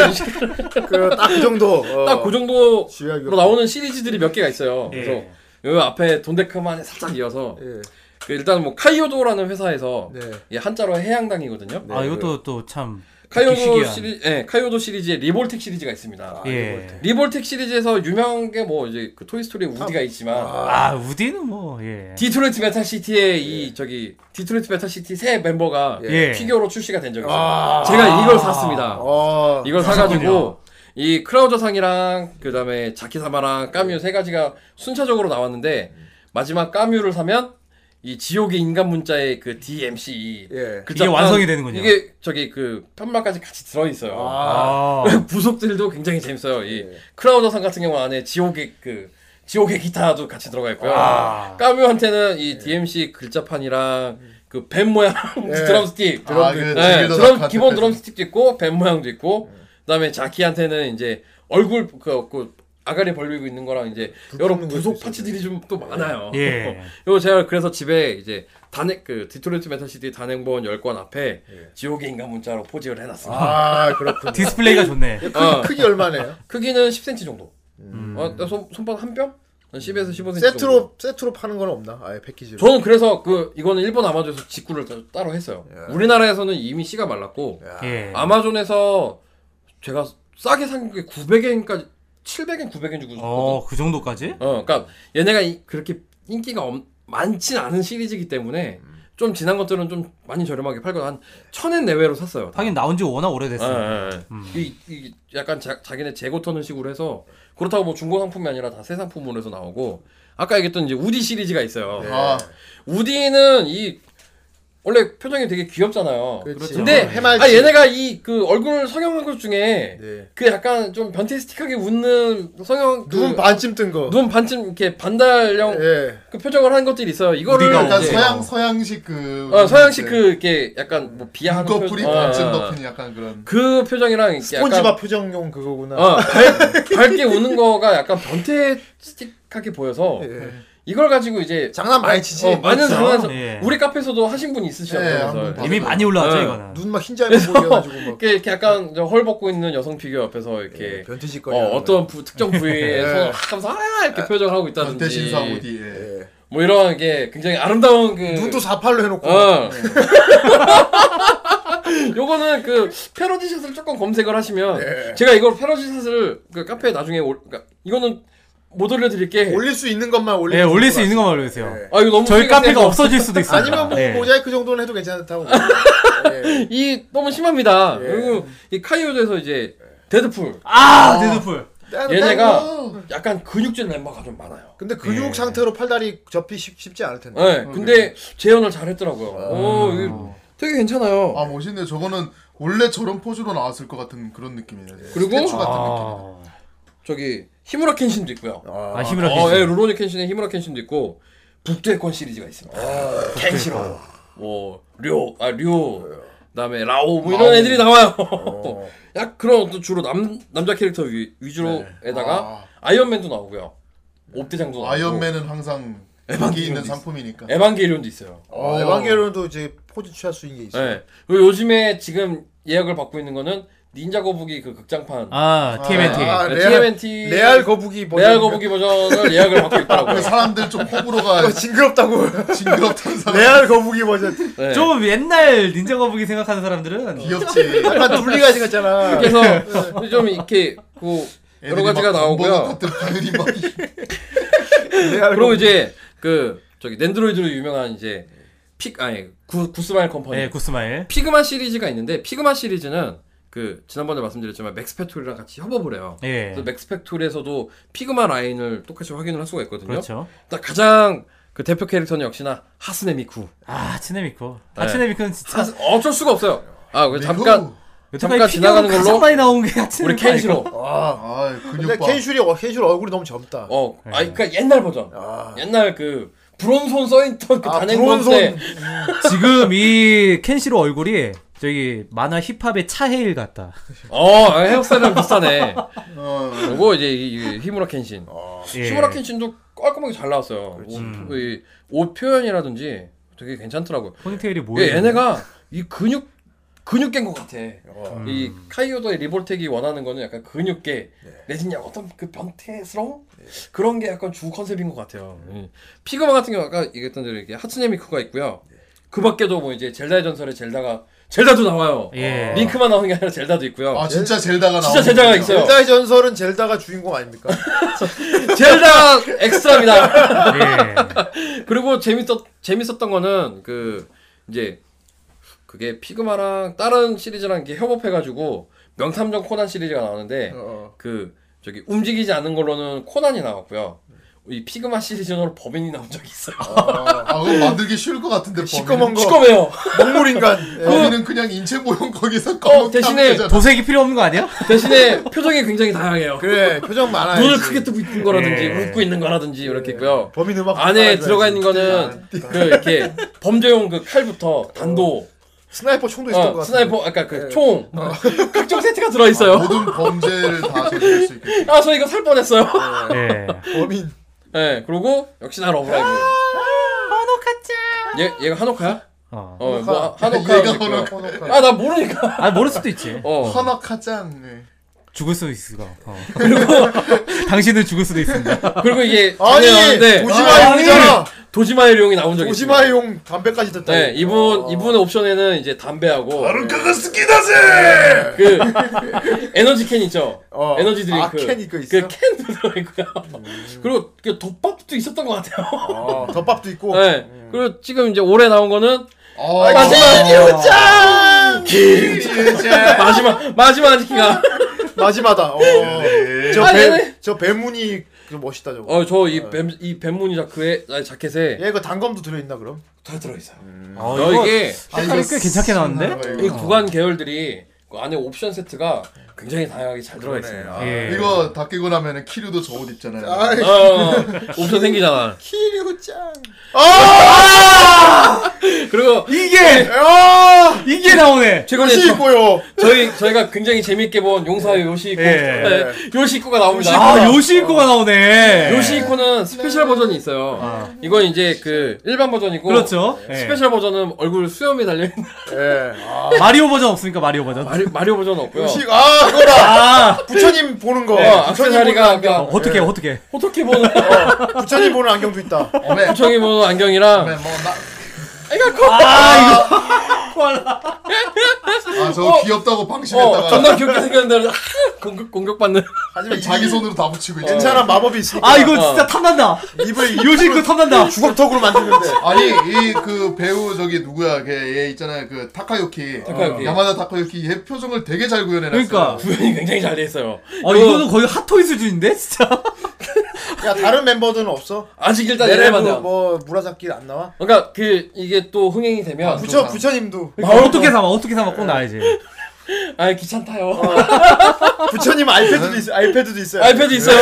그딱그 정도. 어.
딱 그 정도로 나오는 시리즈들이 몇 개가 있어요.
예.
그래서 여기 앞에 돈데크만에 살짝 이어서 그 일단 뭐 카이오도라는 회사에서
예. 네.
이게 한자로 해양당이거든요.
아 이것도 또 참
카이오도
시기한.
시리, 예, 카이오도 시리즈에 리볼텍 시리즈가 있습니다.
예. 리볼텍.
리볼텍 시리즈에서 유명한 게 뭐 이제 그 토이스토리 우디가 있지만
아 우디는 뭐 예.
네. 디트로이트 메탈 시티의 이 저기 디트로이트 메탈 시티 새 멤버가
예.
피규어로 출시가 된 적이 있어요.
아. 어.
제가 이걸 샀습니다.
아.
이걸
그렇군요.
사가지고 이 크라우저상이랑 그다음에 자키사마랑 까뮤 세 가지가 순차적으로 나왔는데 마지막 까뮤를 사면 이 지옥의 인간 문자의 그 DMC
이게 완성이 되는군요.
그 이게 저기 그 편마까지 같이 들어 있어요.
아.
부속들도 굉장히 재밌어요. 이 크라우저상 같은 경우 안에 지옥의 그 지옥의 기타도 같이 들어가 있고요.
아.
까뮤한테는 이 DMC 글자판이랑 그 뱀 모양
예.
드럼 스틱,
드럼 아, 그
네,
즐겨서
드럼
카드
기본
패드.
드럼 스틱도 있고 뱀 모양도 있고 그다음에 자키한테는 이제 얼굴 그, 그 아가리 벌리고 있는 거랑 이제 여러 부속 파츠들이 좀 또 많아요.
예.
이거 제가 그래서 집에 이제 단행 그 디트로이트 메탈 시티 단행본 10권 앞에 지옥의 인간 문자로 포징을 해놨습니다.
아,
어.
그렇군요. 디스플레이가 좋네. 크- 크기
얼마네요?
크기는 10cm 정도. 어, 나 손, 손바닥 한 뼘? 한 10에서 15cm 정도.
세트로 세트로 파는 건 없나? 아예 패키지로.
저는 그래서 그 이거는 일본 아마존에서 직구를 따- 따로 했어요.
예.
우리나라에서는 이미 씨가 말랐고
예.
아. 아마존에서 제가 싸게 산 게 900엔까지 700엔 900엔 주고
어, 그 정도까지?
어, 그러니까 얘네가 이- 그렇게 인기가 엄, 많진 않은 시리즈이기 때문에
음.
좀 지난 것들은 좀 많이 저렴하게 팔고 한 천엔 내외로 샀어요.
하긴 나온 지 워낙 오래됐어요.
예, 예, 예.
음.
이, 이 약간 자, 자기네 재고 터는 식으로 해서 그렇다고 뭐 중고 상품이 아니라 다 새 상품으로 해서 나오고 아까 얘기했던 이제 우디 시리즈가 있어요.
아.
우디는 이 원래 표정이 되게 귀엽잖아요.
그렇지.
근데
그렇죠. 해맑지.
아 얘네가 이 그 얼굴 성형한 것 중에
네.
그 약간 좀 변태스틱하게 웃는 성형 그,
눈 반쯤 네. 뜬 거. 예.
눈 반쯤 이렇게 반달형 그 표정을 한 것들이 있어요. 이거를
우리가 약간
이제-
서양 서양식 그
어,
네.
서양식 그 이렇게 약간 뭐 비하하는
눈꺼풀이
표정-
반쯤
어,
덮인 약간 그런
그 표정이랑 이렇게
스폰지밥
약간-
표정용 그거구나.
어, 밝, 밝게 우는 거가 약간 변태스틱하게 보여서
예.
예.
이걸 가지고 이제 장난
많이 치지.
어, 많은
그렇죠.
장난
예.
우리 카페에서도 하신 분이
예,
있으시잖아요.
한번 이미 봤어요. 많이 올라왔죠,
네.
이거는. 눈막 흰자에 보여가지고 막.
이렇게, 이렇게 약간 저 헐벗고 있는 여성 피규어 옆에서 이렇게
변태짓거리
어,
예, 하는
어떤 부, 특정 부위에
예.
손을 탁 하면서 아 이렇게 표정하고 있다든지
변태 신사 우디, 예.
뭐 이런 게 굉장히 아름다운 그
눈도 사팔로 해놓고.
어. 요거는 그 패러디샷을 조금 검색을 하시면
예.
제가 이걸 패러디샷을 그 카페에 나중에 올 그러니까 이거는 못 올려드릴게
올릴 수 있는 것만 올리.
예, 올릴 수 있는 것만 올려주세요.
아, 이거 너무
저희
소리가
카페가
세서.
없어질 수도 있어요.
아니면 뭐
예.
모자이크 정도는 해도 괜찮다고.
아. 이 너무 심합니다. 그리고 이 카이오드에서 이제 데드풀.
아, 데드풀.
얘네가 예. 약간 근육질 멤버가 좀 많아요.
뭐. 근데 근육 상태로 팔다리 접히 쉽, 쉽지 않을 텐데.
네, 근데 재현을 잘했더라고요. 오,
아.
이거 되게 아. 괜찮아요.
아 멋있네. 저거는 원래 저런 포즈로 나왔을 것 같은 그런 느낌이네.
그리고 아.
스태츄 같은
저기 히무라 켄신도 있고요.
아, 히무라 켄신.
어, 예, 루로니 켄신의 히무라 켄신도 있고 북두의권 시리즈가 있습니다. 아, 켄시로, 뭐 류, 아 류, 그다음에 라오 어. 뭐 이런
라오.
애들이 나와요. 약 그런 어떤 주로 남 남자 캐릭터 위, 위주로에다가 네. 아이언맨도 나오고요. 옵대장도 나오고.
아이언맨은 항상 여기 있는 상품이니까.
에반게리온도 있어요.
어,
아,
에반게리온도 이제 포즈 취할 수 있는
그렇죠.
게 있어.
네. 그리고 요즘에 지금 예약을 받고 있는 거는 닌자 거북이 그 극장판.
아, TMNT.
아,
아,
네,
레알-
TMNT.
레알 거북이 버전.
레알 거북이 버전을 예약을 받고 있더라고요.
사람들 좀 호불호가
징그럽다고.
징그럽다는 사람.
레알 거북이 버전.
네.
좀 옛날 닌자 거북이 생각하는 사람들은
귀엽지.
약간 둘리가 생겼잖아.
그래서 좀 이렇게 그 여러
네. 애들이
가지가
막
나오고요.
건버섯
그리고 이제 그 저기 낸드로이드로 유명한 이제 픽 아니 구, 구스마일 컴퍼니.
예, 구스마일.
피그마 시리즈가 있는데 피그마 시리즈는 그 지난번에 말씀드렸지만 맥스팩토리랑 같이 협업을 해요.
예.
그래서 맥스팩토리에서도 피그마 라인을 똑같이 확인을 할 수가 있거든요.
그렇죠.
일단 가장 그 대표 캐릭터는 역시나 하스네미쿠.
아, 치네미코. 아, 치네미코는 진짜
하스- 어쩔 수가 없어요. 아, 그 잠깐 잠깐
여태까지 피규어가
지나가는 걸로
가장 많이 나온 게 하츠네미코
우리 켄시로.
아닐까?
아, 근데
봐.
켄슈리 어, 켄슈리 얼굴이 너무 젊다.
어, 아, 그러니까 옛날 버전. 옛날 그 브론손 써있던 그
아,
단행본
브론손.
때.
지금 이 켄시로 얼굴이 저기 만화 힙합의 차해일 같다.
어, 헤어스타일이랑 비슷하네.
어.
그리고 이제 이, 이 히무라 켄신.
예.
히무라 켄신도 깔끔하게 잘 나왔어요. 옷, 이, 옷 표현이라든지 되게 괜찮더라고요.
포니테일이 뭐예요?
예, 얘네가 이 근육 근육계인 것 같아. 이 카이오더의 리볼텍이 원하는 거는 약간 근육계 내지는 약간 어떤 그 변태스러운 그런 게 약간 주 컨셉인 것 같아요. 예. 피그마 같은 경우 아까 얘기했던 대로 이렇게 하츠네미쿠가 있고요. 그 밖에도 뭐 이제 젤다의 전설의 젤다가 젤다도 나와요.
예.
링크만 나오는 게 아니라 젤다도 있고요.
아, 진짜 젤다가
진짜
나오는군요.
젤다가 있어요.
젤다의 전설은 젤다가 주인공 아닙니까?
젤다 엑스트라입니다. 그리고 재밌었 재밌었던 거는 그 이제 그게 피그마랑 다른 시리즈랑 이렇게 협업해가지고 명탐정 코난 시리즈가 나오는데 그 저기 움직이지 않는 걸로는 코난이 나왔고요. 이 피그마 시리즈로 범인이 나온 적이 있어요.
아, 그거 만들기 쉬울 것 같은데 범인은.
시꺼먼 거. 시꺼매요.
먹물 인간. 예.
범인은 그냥 인체 모형 거기서
어,
검은
대신에
땀
도색이 필요 없는 거 아니야?
대신에 표정이 굉장히 다양해요.
그래 표정 많아요.
눈을 크게 뜨고 있는 거라든지
예.
웃고 있는 거라든지 이렇게 있고요.
범인 음악
안에
깔아줘야지.
들어가 있는 거는 그 이렇게 범죄용 그 칼부터 단도
스나이퍼 총도 있었던 것 같은데. 예.
어,
어. 아,
스나이퍼 아까 그총 각종 세트가 들어 있어요.
모든 범죄를 다 저지를 수 있게.
아 저 이거 살 뻔했어요.
예.
범인.
네, 그리고 역시나 러브라이브.
아,
한옥카짱. 얘 얘가 한옥카야?
어.
어,
한옥카.
아,
뭐 한옥카.
얘가 한옥카.
아나 모르니까.
아 모를 수도 있지.
뭐.
어.
헌악하짱. 네.
죽을 수도 있어. 어. 당신은 죽을 수도 있습니다.
어. 그리고 이게
아니,
작년에 나왔는데-
도지마의
아니,
용이잖아.
도지마의 용이 나온 적이 있어요.
오시마의 어. 용 담배까지 듣다.
네, 이분 이분의 옵션에는 이제 담배하고
그거 스키다세!
그 에너지 캔 있죠.
어.
에너지 드링크.
아, 캔 이거 있어요? 음.
그 캔도 들어 있고요. 그리고 그 덮밥도 있었던 것 같아요.
어, 덮밥도 있고. 아,
네. 그리고 지금 이제 올해 나온 거는
어,
마지막 기우짱
기우짱!
마지막 마지막 아지키가
마지막이다. 어.
아,
저뱀
네네.
저 뱀무늬 그 멋있다 저거.
어, 어저이뱀이 뱀무늬 자크에 아니, 자켓에
얘 이거 단검도 들어 있나 그럼?
다 들어 있어.
어,
너
이거
이게-
아,
색깔이 꽤 괜찮게 나왔는데?
이 구간 계열들이 그 안에 옵션 세트가 굉장히 다양하게 잘 들어가 있습니다.
예.
아, 이거 다 끼고 나면은 키류도 저 옷 입잖아요.
어, 옵션 생기잖아.
기우짱.
아! 그리고
이게
아,
야!
이게 나오네.
최근에
아, 옷이
저-
있고요.
저희 저희가 굉장히 재미있게 본 용사의 요시이코
예.
네, 요시이코가 나옵니다. 아,
아 요시이코가 나오네.
요시이코는 스페셜 버전이 있어요. 이건 이제 아. 그 일반 버전이고
그렇죠. 예.
스페셜 버전은 얼굴 수염이 달려 있는
예. 아,
네. 마리오 버전 없으니까 마리오 버전.
마리, 마리오 버전 없고요.
음식 아 그거다.
아
부처님 보는 거. 아,
어,
부처님
악세사리가
보는 안경.
그냥
어떻게 어떻게?
호토키 보는
부처님 보는 안경도 있다.
어메,
부청이 보는 안경이랑
어메, 뭐, 나.
애가 커.
아, 저
어.
귀엽다고 방심했다가
어, 존나 귀엽게 생겼는데 아, 공격 공격받는.
어,
하지만 자기 손으로 어. 다 붙이고 있잖아.
괜찮아 마법이 있으니까.
아 이거 진짜 탐난다.
입을
요시이코 탐난다.
주걱턱으로 만드는데.
아니 이 그 배우 저기 누구야 걔얘 있잖아요 그 타카요키 어,
타카유키.
야마다 타카요키 얘 표정을 되게 잘 구현해놨어요
그러니까.
아, 구현이 굉장히 잘 돼 있어요.
어 이거는 거의 핫토이 수준인데 진짜.
야 다른 멤버들은 없어?
아직 일단
내래
얘네만 나와.
뭐 무라사키 안 나와?
그러니까 그 이게 또 흥행이
아,
되면
아, 부처 부처님도
아, 어떻게 삼아 어떻게 삼아 꼭 나야지.
아 귀찮다요.
부처님 아이패드도 있어 아이패드도 있어요.
아이패드 있어요.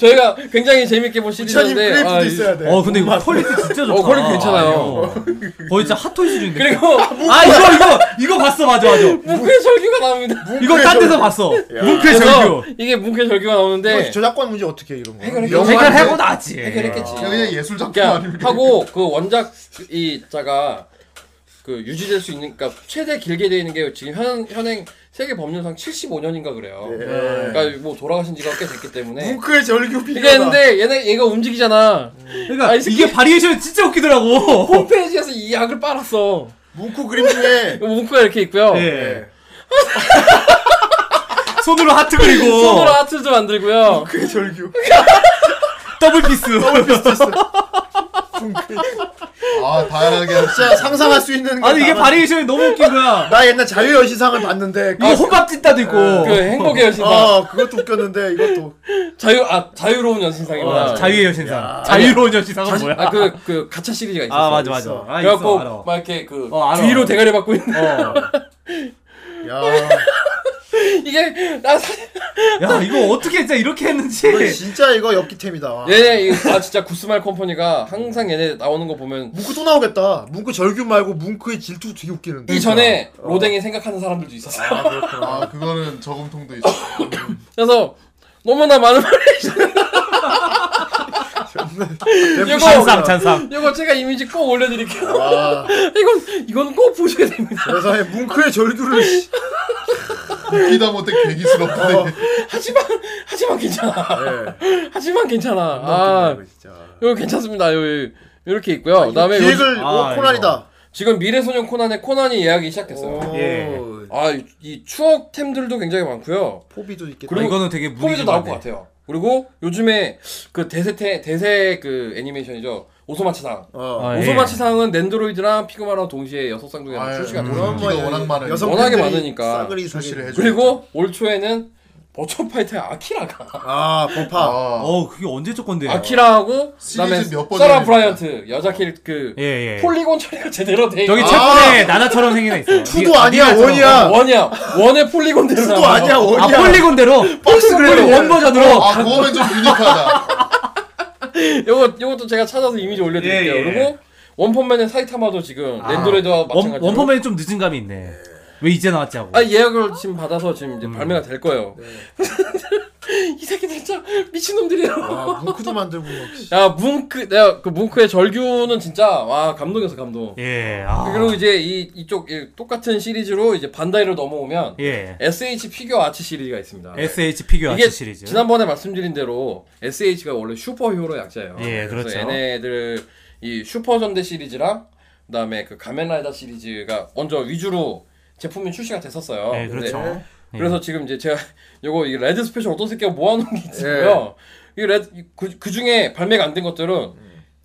저희가 굉장히 재밌게 본
부처님
시리즈인데
크레이프도
아, 이-
있어야 돼. 네.
어 근데 이거 퀄리티 진짜 좋다.
어, 퀄리티 괜찮아요.
아, 이거. 거의 진짜 핫토이 수준인데.
그리고
아 이거 이거 이거 봤어 맞아 맞아.
뭉크의 절규가 나옵니다.
이거 딴 데서 봤어. 뭉크의
그래서
절규.
이게 뭉크의 절규가
이거
나오는데
저작권 문제 어떻게 해, 이런 거?
해결했겠지.
영화
색깔 하고 어, 나왔지.
해결했겠지.
아.
그냥 예술 작품
그러니까
아닙니까
하고 그 원작 이 자가 그 유지될 수 있는 그러니까 최대 길게 돼 있는 게 지금 현 현행 세계 법률상 75년인가 그래요.
네.
그러니까 뭐 돌아가신 지가 꽤 됐기 때문에
뭉크의 절규
이게
비교다.
했는데 얘네 얘가 움직이잖아.
뭐 그러니까
아, 이 새끼.
이게 바리에이션이 진짜 웃기더라고.
홈페이지에서 이 약을 빨았어.
뭉크 그림 중에
이거 문구가 이렇게 있고요.
예. 손으로 하트 그리고
손으로 하트도 만들고요.
뭉크의 절규.
더블 피스.
아 다양하게
진짜 상상할 수 있는 게
아니 이게
많아.
바리에이션이 너무 웃긴 거야.
나 옛날 자유여신상을 봤는데
이거 혼밥 찐따도 있고.
그 행복의 여신상
어.
아 그것도 웃겼는데 이것도
자유 아 자유로운 여신상이구나.
어, 자유의 여신상. 자유로운 여신상은 뭐야?
아그 그 가차 시리즈가 있었어.
아 맞아 맞아. 아,
그래갖고
있어, 알아.
막 이렇게 그
어, 알아.
뒤로 대가리 받고 있는
어.
야
이게 나 사...
야 이거 어떻게 진짜 이렇게
이거
했는지.
진짜 이거 엽기템이다. 와.
예.
얘네 이거 아 진짜 구스말 컴퍼니가 항상 얘네 나오는 거 보면
뭉크 또 나오겠다. 뭉크 절규 말고 뭉크의 질투 되게 웃기는데.
이 전에
어.
로댕이 생각하는 사람들도 있었어.
아 그거는 저금통도 있어
그래서 너무나 많은 말이
찬상 찬상.
이거 제가 이미지 꼭 올려드릴게요.
아,
이건 이건 꼭 보셔야 됩니다.
그래서 이 뭉크의 절규를 씨. 어.
웃기다 못해 괴기스럽네
하지만 하지만 괜찮아.
네.
하지만 괜찮아. 아
진짜.
이거 괜찮습니다. 요- 요 이렇게 있고요. 그다음에
기획을
요즘- 아,
오, 코난이다.
지금 미래소년 코난의 코난이 예약이 시작됐어요.
예.
아, 이- 이 추억템들도 굉장히 많고요.
포비도 있겠다.
아, 이거는 되게
포비도
무리지가
나올 것
않네.
같아요. 그리고 요즘에 그 대세 태, 대세 그 애니메이션이죠. 오소마치상.
어.
아, 예.
오소마치상은 낸드로이드랑 피그마랑 동시에 여섯 상 중에 하나
아유,
출시가
음.
돼요.
그런 거에 워낙 많은 여성
워낙에
팬들이
많으니까.
싸그리 출시를 해주고
그리고 올 초에는 버츄파이터의 아키라가
아, 버파.
어, 그게 언제 적
네.
건데요?
아키라하고 그다음에
시리즈 몇번
사라
했는데.
브라이언트 여자 캐릭터 그
예, 예.
폴리곤 아. 처리가 제대로 돼
저기
있는-
책분에 나나처럼 생긴 애 있어요.
투도 아니야, 원이야.
원이야 원의 폴리곤대로
투도
나와요.
아니야,
아,
원이야.
폴리곤대로
박스
폴리곤
그래요.
원 버전으로
아 그거면 좀 유니크하다
요거 요것도 제가 찾아서 이미지 올려드릴게요
예, 예.
그리고 원펀맨의 사이타마도 지금
아,
랜드레드와
원,
마찬가지로
원펀맨이 좀 늦은 감이 있네. 왜 이제 나왔지 하고.
아 예약을 지금 받아서 지금
음.
이제 발매가 될 거예요 이 새끼들 진짜 미친놈들이야
아, 뭉크도 만들고 막, 씨.
야 뭉크 내가 그 뭉크의 절규는 진짜 와 감동이었어 감동
예. 아.
그리고 이제 이 이쪽 이 똑같은 시리즈로 이제 반다이로 넘어오면
예.
SH 피규어 아츠 시리즈가 있습니다.
SH 피규어
이게
아트 시리즈.
지난번에 말씀드린 대로 SH가 원래 슈퍼히어로 약자예요.
예, 그렇죠.
래서 얘네들 이 슈퍼전대 시리즈랑 그다음에 그 가면라이더 시리즈가 먼저 위주로 제품이 출시가 됐었어요.
예, 그렇죠.
근데
예.
그래서 지금 이제 제가 요거 이 레드 스페셜 어떤 새끼가 모아놓은 게 있고요. 이 레드 그, 그 중에 발매가 안 된 것들은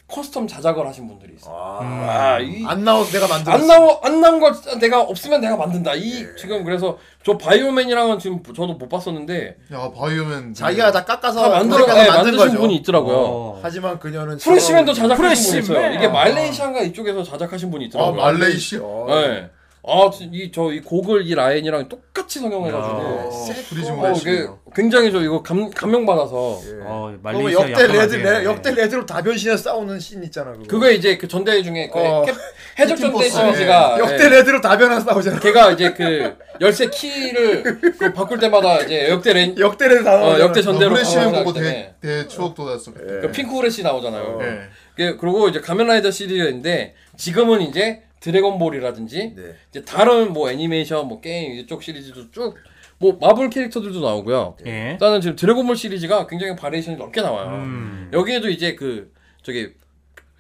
커스텀 자작을 하신 분들이 있어요. 아, 이,
안 나와서 내가 만들었어.
안 나오 안 나온 거 진짜 내가 없으면 내가 만든다. 이 지금 그래서 저 바이오맨이랑은 지금 저도 못 봤었는데
야 바이오맨
자기가 다 깎아서
다 만들어
자기가
예,
만든
만드신
거죠.
분이 있더라고요.
어.
하지만 그녀는
프레시맨도 자작하신
프레시맨.
분이 있어요. 이게
아.
말레이시아인가 이쪽에서 자작하신 분이
아
있더라고요.
말레이시아
어,
예. 아, 이저 이 곡을 이 라인이랑 똑같이
아,
성형해가지고.
브리즈
어, 이게
모레시아 굉장히
굉장히 저 이거 감 감명 받아서
어,
그러면
말레이시아
역대
약간
레드
하게.
레, 역대 레드로 다 변신해서 싸우는 씬 있잖아 그거.
그거에 이제 그 전대 중에 그
어.
캡- 해적 전대
팀포스.
시리즈가
예. 역대
예.
레드로 다 변해서 싸우잖아.
걔가 이제 그 열쇠 키를 그 바꿀 때마다 이제 역대 렌
역대 레드 다
어,
나오잖아.
역대 전대로 네.
브레시맨
바꿔가기
보고
때문에.
대, 대 추억 돋았습니다
그 핑크 후레쉬 나오잖아요.
어.
예.
그- 그리고 이제 가면라이더 시리즈인데 지금은 이제
네.
드래곤볼이라든지
네.
이제 다른 뭐 애니메이션 뭐 게임 이쪽 시리즈도 쭉 뭐 마블 캐릭터들도 나오고요.
예.
일단은 지금 드래곤볼 시리즈가 굉장히 바리에이션이 넓게 나와요. 여기에도 이제 그 저기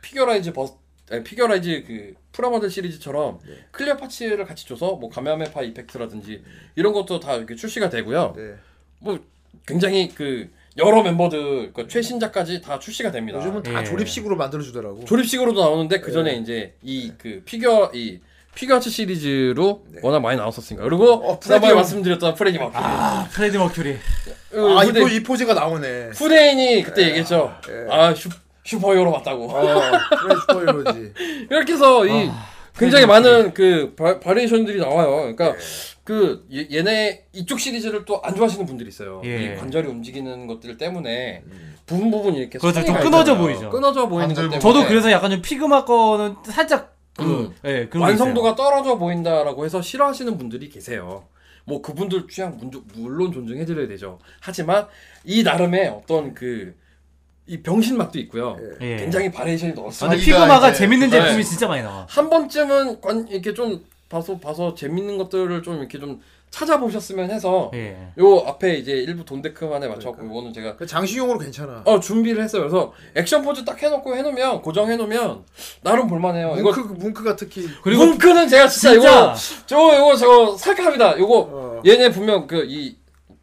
피규어라이즈 버스 아니, 피규어라이즈 그 프라모델 시리즈처럼
네.
클리어 파츠를 같이 줘서 뭐 가메아메파 이펙트라든지 이런 것도 다 이렇게 출시가 되고요.
네.
뭐 굉장히 그 여러 멤버들 그 최신작까지 다 출시가 됩니다.
요즘은 네. 다
예.
조립식으로 만들어 주더라고.
조립식으로도 나오는데 그 전에 이제 이 그 피규어 이 피규어 아츠 시리즈로 워낙 많이 나왔었으니까 그리고
네. 어,
지난번에
프레디
말씀드렸던 그 프레디 마크
아, 프레디 머큐리.
아,
후대,
이거 이 포즈가 나오네.
후대인이
예.
그때 얘기했죠 아 슈, 슈퍼히어로 맞다고
아.
어, 그래 슈퍼히어로지.
이렇게 해서 이
아,
굉장히 많은 그 바, 바리에이션들이 나와요
예.
그러니까 그 얘- 얘네 이쪽 시리즈를 또 안 좋아하시는 분들이 있어요
예.
이 관절이 움직이는 것들 때문에 부분 부분 이렇게
그렇죠. 좀
스프링이
끊어져
있잖아요.
보이죠.
끊어져 보이는 것
음. 관절
때문에
부분.
저도 그래서 약간 좀 피그마 거는 살짝 그 예, 그런 게
완성도가 떨어져 보인다라고 해서 싫어하시는 분들이 계세요. 뭐 그분들 취향 문조- 물론 존중해드려야 되죠. 하지만 이 나름의 어떤 그 이 병신 맛도 있고요.
예.
굉장히 바리에이션이
있어요. 아,
넣었어요.
그러니까
근데
자기가
피그마가
이제-
재밌는
네.
제품이 진짜 많이 나와.
한 번쯤은 관- 이렇게 좀 봐서 봐서 재밌는 것들을 좀 이렇게 좀 찾아보셨으면 해서
예.
요 앞에 이제 일부 돈데크만에 맞춰 고 이거는 제가
네. 그 장식용으로 괜찮아.
어 준비를 했어요. 그래서 액션 포즈 딱 해놓고 해놓으면 고정해놓으면 나름 볼만해요. 어, 이거
뭉크 뭉크가 특히
그리고
문크는 제가 진짜,
진짜.
이거 저거 이거 저거 살갑니다.
어.
이거 얘네 분명 그 이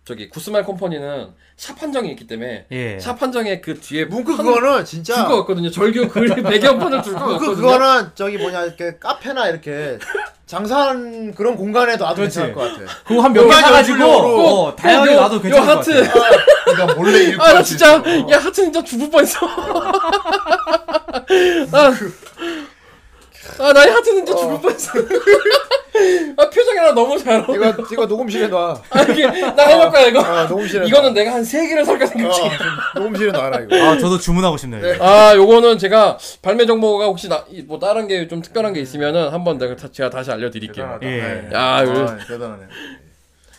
저기 구스말 컴퍼니는 샵 한정이 있기 때문에
예.
샵 한정에 그 뒤에
뭉크 그거는 진짜
줄거 같거든요. 절규 그 배경판을 줄거
그
같거든요.
그거는 저기 뭐냐 이렇게 카페나 이렇게 장사하는 그런 공간에도 아주
그렇지.
괜찮을 것 같아.
그거 한 몇 개
요가죠,
사가지고
훈련으로.
어, 다양하게
요-
놔도
요
괜찮을 것
하트.
같아. 어.
그러니까 몰래 일고
아 나 진짜 야 하트 진짜 죽을 뻔했어. 아, 아나의 하트 진짜 죽을 뻔했어. 아 표정이랑 너무 잘 어울려.
이거 이거 녹음실에 놔.
아, 이게 나 해볼 거야 이거.
아, 녹음실에.
이거는 내가 한 세 개를 살까 생각
놔.
중이야.
어, 녹음실에 놔라 이거.
아, 저도 주문하고 싶네요. 이거.
아, 요거는 제가 발매 정보가 혹시 나, 이뭐 다른 게 좀 특별한 게 있으면은 한번 내가 다- 제가 다시 알려드릴게요.
대단하다
예.
예.
야, 요-
아, 대단하네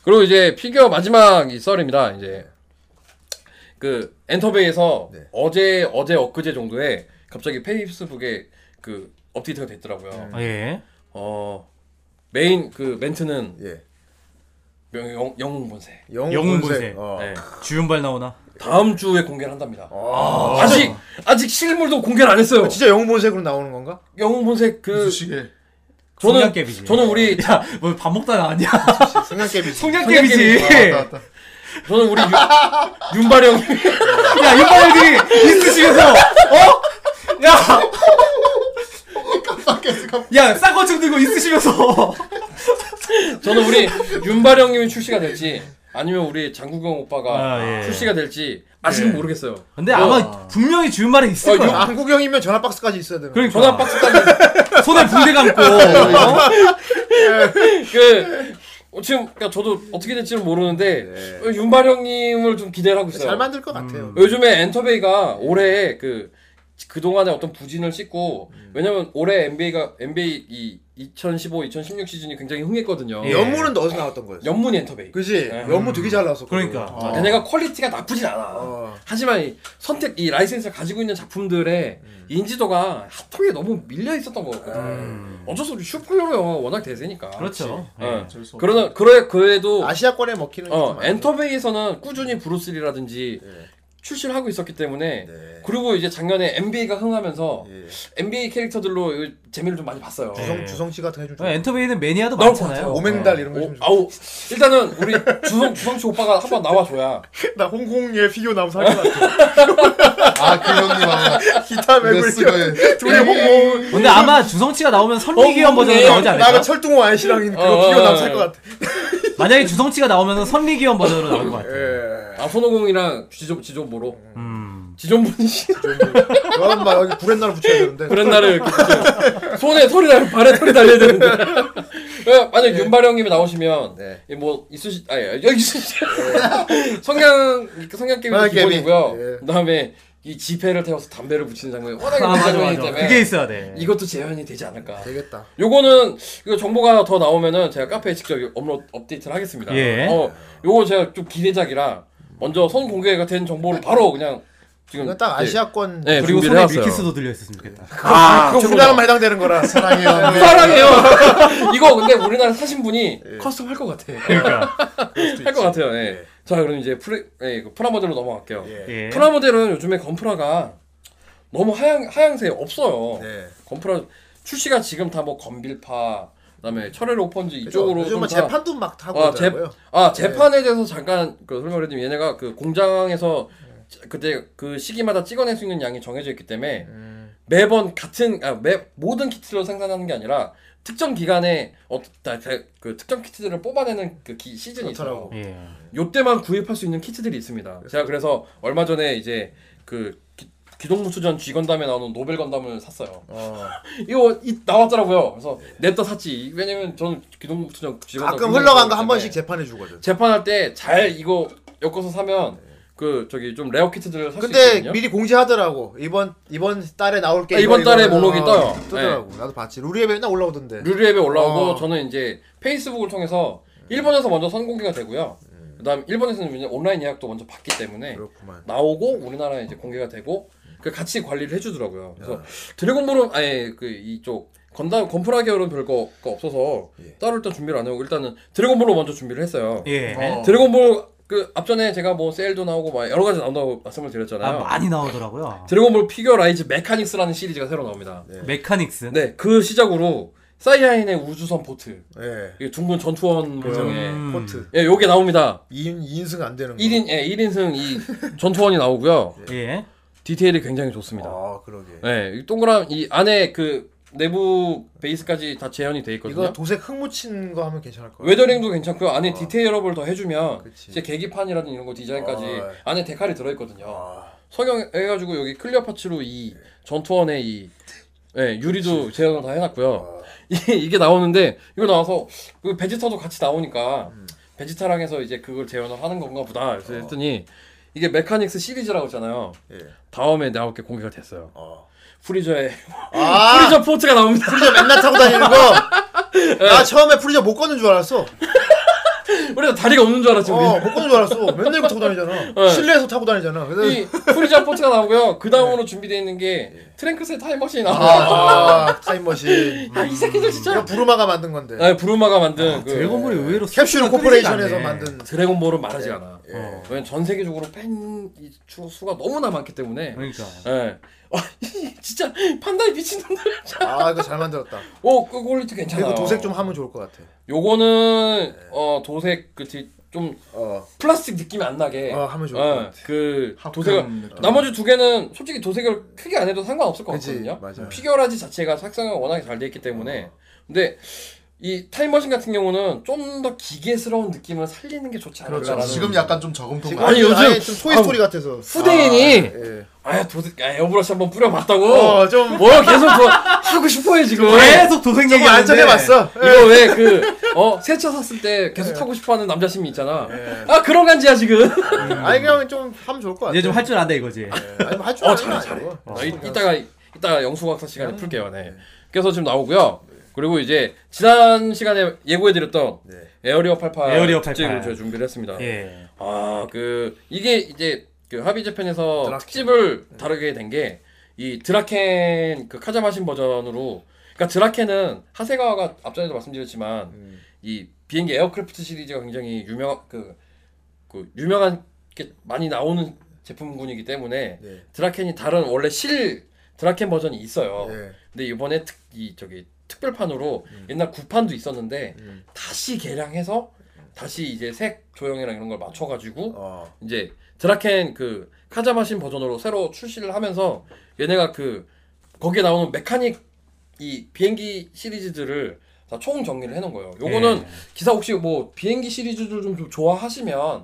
그리고 이제 피규어 마지막 이 썰입니다. 이제 그 엔터베이에서 어제 어제 엊그제 정도에 갑자기 페이스북에 그 업데이트가 됐더라고요.
네.
아, 예.
어 메인 그 멘트는
예.
명- 영, 영웅 본색.
영웅
본색.
본색.
어.
네.
주윤발 나오나?
다음 주에 공개를 한답니다. 아직 아직 실물도 공개를 안 했어요.
그 진짜 영웅 본색으로 나오는 건가?
영웅 본색 그
수식에
저는
성냥개비지.
저는 우리
야뭐밥 먹다 나왔냐?
성냥개비지.
성냥개비지.
저는 우리 윤- 윤발 형이
야 윤발형이 있으시면서 어? 야. 야 쌍권총 들고 있으시면서
저는 우리 윤발 형님이 출시가 될지 아니면 우리 장국영 오빠가
아, 예.
출시가 될지 아직은
예.
네.
모르겠어요.
근데
어.
아마 분명히 주말에 있을
어,
거야.
한국 형이면 전화 박스까지 있어야 되는.
그러니까.
전화 박스까지 어,
손에 붕대 감고. 그렇죠.
그 어, 지금 그러니까 저도 어떻게 될지는 모르는데 어, 윤발 형님을 좀 기대를 하고 있어요.
네. 잘 만들 것
음.
같아요. 그
요즘에 엔터베이가 올해 그 그동안의 어떤 부진을 씻고
음.
왜냐면 올해 NBA가 NBA 이 2015, 2016 시즌이 굉장히 흥했거든요.
예. 연문은 또 어디서 나왔던 거였어?
연문이 엔터베이.
그지? 연문 되게 잘 나왔어. 어.
그러니까.
어. 걔네가 퀄리티가 나쁘진 않아. 하지만 이 선택 이 라이센스를 가지고 있는 작품들의
음.
인지도가 핫토에 너무 밀려 있었던 거거든. 어쩔 수 없이 슈퍼히어로 영화가 워낙 대세니까.
음. 그렇죠.
그렇지.
예.
어. 그러나 그래 그래도
아시아권에 먹히는
어, 엔터베이에서는 꾸준히 브루스리라든지 출시를 하고 있었기 때문에
네.
그리고 이제 작년에 NBA가 흥하면서
예.
NBA 캐릭터들로 이 재미를 좀 많이 봤어요.
네.
예.
주성 주성 씨 같은 해줄 줄.
어, 엔터베이는 매니아도
나올 것 같아요.
많잖아요.
오맹달 이런 거
오, 어, 아우 일단은 우리 주성 주성 씨 오빠가 한번 나와줘야.
나 홍콩의 피규어 나오면 살것 같아.
아그 형님 아마
기타 메고 있어. 둘이 홍콩.
근데 아마 주성치가 나오면 선리기현
어,
버전으로
예.
나오지 않을까?
나가 철둥호 아이시랑 그거
어,
피규어
어,
나오면 살것
어.
같아.
만약에 주성치가 나오면 선리기현 버전으로 나올 것 같아.
아 손오공이랑 지존 지존보로
음.
지존분이 씨
그럼 막 여기 구렛나루 붙여야 되는데.
그런 날을 이렇게 붙여요. 손에 털이 달 발에 털이 달려야 되는데 예, 만약
네.
윤발형님이 나오시면
네.
예, 뭐 있으시 아니 여기 있으시
네.
성냥 성냥 게임이
성냥 게임.
기본이고요.
예.
그다음에 이 지폐를 태워서 담배를 붙이는 장면이 워낙에
아, 맞아,
대장면이기
맞아.
때문에 예.
그게 있어야 네. 돼.
이것도 재현이 되지 않을까.
되겠다.
요거는 이거 정보가 더 나오면은 제가 카페에 직접 업로드 업데이트를 하겠습니다.
예.
어, 요거 제가 좀 기대작이라 먼저 선 공개가 된 정보를 바로 그냥 지금
이건 딱
예.
아시아권.
네,
그리고
준비를
손에
해왔어요.
밀키스도 들려있었으면 좋겠다.
아,
그거
중단만 해당되는 거라. 네,
사랑해요.
사랑해요. 이거 근데 우리나라 사신 분이 커스텀 할 것 같아.
그러니까.
할 것 같아요. 예. 자, 그럼 이제 프레, 예, 그 프라 모델로 넘어갈게요.
예.
프라 모델은 요즘에 건프라가 너무 하향 하향세 없어요.
네.
건프라 출시가 지금 다 뭐 건빌파 그다음에 철회로 오펀지 이쪽으로
요즘은 뭐
좀 다-
재판도 막 타고
아, 재,
있더라고요. 네.
아 재판에 대해서 잠깐 그 설명을 드리면 얘네가 그 공장에서
네.
자- 그때 그 시기마다 찍어낼 수 있는 양이 정해져 있기 때문에
네.
매번 같은 아, 매, 모든 키트를 생산하는 게 아니라 특정 기간에 어떤 그 특정 키트들을 뽑아내는 그 기- 시즌이 있어요.
그렇더라고.
예.
요때만 구입할 수 있는 키트들이 있습니다. 제가 그래서 얼마 전에 이제 그 기, 기동무수전 G 건담에 나오는 노벨 건담을 샀어요.
어.
이거 이, 나왔더라고요. 그래서 냅다 샀지. 왜냐면 저는 기동무수전 G 건담
네. 가끔
굉장히
흘러간 거 한
좋아하기
번씩
때문에
재판해 주거든.
재판할 때 잘 이거 엮어서 사면 그 저기 좀 레어 키트들을 살 수
근데
있거든요.
미리 공지하더라고. 이번 이번 달에 나올 게
아, 이번
이거,
달에
이거는.
목록이
어,
떠요.
뜨더라고. 나도 봤지. 루리앱에 맨날 올라오던데.
룰앱에 올라오고
어.
저는 이제 페이스북을 통해서 일본에서 먼저 선공개가 되고요. 그다음 일본에서는 이제 온라인 예약도 먼저 받기 때문에
그렇구만.
나오고 우리나라에 이제 공개가 되고 그 같이 관리를 해주더라고요. 그래서 드래곤볼은 아예 그 이쪽 건담 건프라 계열은 별거가 없어서
예.
따로 일단 준비를 안 하고 일단은 드래곤볼로 먼저 준비를 했어요.
예.
어.
드래곤볼 그 앞전에 제가 뭐 세일도 나오고 막 여러 가지 나온다고 말씀을
아,
드렸잖아요.
많이 나오더라고요.
드래곤볼 피규어 라이즈 메카닉스라는 시리즈가 새로 나옵니다.
메카닉스.
네, 그 시작으로 사이아인의 우주선 보트,
예.
이 둥근 전투원 모형의
음.
포트.
예, 요게 나옵니다.
2인 2인승 안 되는 거.
1인 예, 1인승 이 전투원이 나오고요.
예.
디테일이 굉장히 좋습니다.
아, 그러게.
예, 이 동그란 이 안에 그 내부 베이스까지 다 재현이 돼 있거든요.
이거 도색 흙 묻힌 거 하면 괜찮을 것 같아.
웨더링도 괜찮고요. 안에 디테일업을 더 해주면
그치.
이제 계기판이라든 이런 거 디자인까지
아.
안에 데칼이 들어있거든요.
아,
성형해가지고 여기 클리어 파츠로 이 전투원의 이 예, 유리도 재현을 다
아.
해놨고요. 이게, 이게 나오는데 이거 나와서 그 베지터도 같이 나오니까
음.
베지타랑 해서 이제 그걸 재현을 하는 건가 보다. 그래서 했더니 이게 메카닉스 시리즈라고 했잖아요.
아. 예.
다음에 나올 게 공개가 됐어요.
어.
프리저의
아,
프리저 포트가 나옵니다.
프리저 맨날 타고 다니는 거. 나 처음에 프리저 못 걷는 줄 알았어.
우리가 다리가 없는 줄 알았지 우리.
어, 못 걷는 줄 알았어. 맨날 이거 타고 다니잖아.
네.
실내에서 타고 다니잖아. 그래서
이 프리저 포트가 나오고요. 그 다음으로 준비되어 있는 게 트랭크스의 타임머신
예. 아,
아,
아, 타임머신.
아, 이 새끼들 진짜.
이거 부르마가 만든 건데.
네, 부르마가 만든
아,
그
드래곤볼이 의외로
캡슐
수가
코퍼레이션에서
끌리지 않네.
만든-
드래곤볼은 말하지
예.
않아. 어, 왜냐면 전 세계적으로 팬 이 수- 수가 너무나 많기 때문에.
그러니까.
예. 와, 진짜 판다이 미친놈들.
아 이거 잘 만들었다.
오, 그 퀄리티 괜찮아.
이거 도색 좀 하면 좋을 것 같아.
요거는 어 도색 그좀
어.
플라스틱 느낌이 안 나게
어, 하면 좋을
예,
것 같아.
그
합금
도색을
느낌.
나머지 두 개는 솔직히 도색을 크게 안 해도 상관없을 것
어. 그치,
같거든요.
맞아요.
피규어라지 자체가 색상이 워낙에 잘 돼 있기 때문에 근데 이 타임머신 같은 경우는 좀 더 기계스러운 느낌을 살리는 게 좋지 않을까라는
그렇죠. 지금 약간 좀 저금통.
지금 아니, 요즘-
아예 좀 토이스토리
아우,
같아서.
후대인이
아, 예.
아 도색 아 에어브러시 한번 뿌려봤다고
어, 좀-
뭐 계속 더 하고 싶어해 지금
계속 도색
조금 얘기하는데. 안전해봤어.
이거 왜 그 어 세차 샀을 때 계속 타고 싶어하는 남자심이 있잖아 아 그런 간지야 지금
아니 그냥 좀 하면 좋을 것 같아. 예.
이제 좀 할 줄 안다 이거지.
아니 뭐 할줄 아는 건 아니고.
어, 이, 이따가 이따가 영수학사 시간에 풀게요. 네. 그래서 지금 나오고요. 그리고 이제 지난 시간에 예고해드렸던 에어리어 88
네. 에어리어
특집을
88.
저희 준비를 했습니다.
예.
아그 이게 이제 그 하비 재팬에서 특집을
네.
다루게 된 게 이 드라켄 그 카자마신 버전으로. 그러니까 드라켄은 하세가와가 앞전에도 말씀드렸지만
음,
이 비행기 에어크래프트 시리즈가 굉장히 유명 그, 그 유명한 게 많이 나오는 제품군이기 때문에
네.
드라켄이 다른 원래 실 드라켄 버전이 있어요.
예.
근데 이번에 특 이 저기 특별판으로 옛날 구판도 있었는데 다시 개량해서 다시 이제 색 조형이랑 이런 걸 맞춰가지고
어.
이제 드라켄 그 카자마신 버전으로 새로 출시를 하면서 얘네가 그 거기에 나오는 메카닉 이 비행기 시리즈들을 다 총 정리를 해놓은 거예요. 요거는 기사 혹시 뭐 비행기 시리즈들 좀, 좀 좋아하시면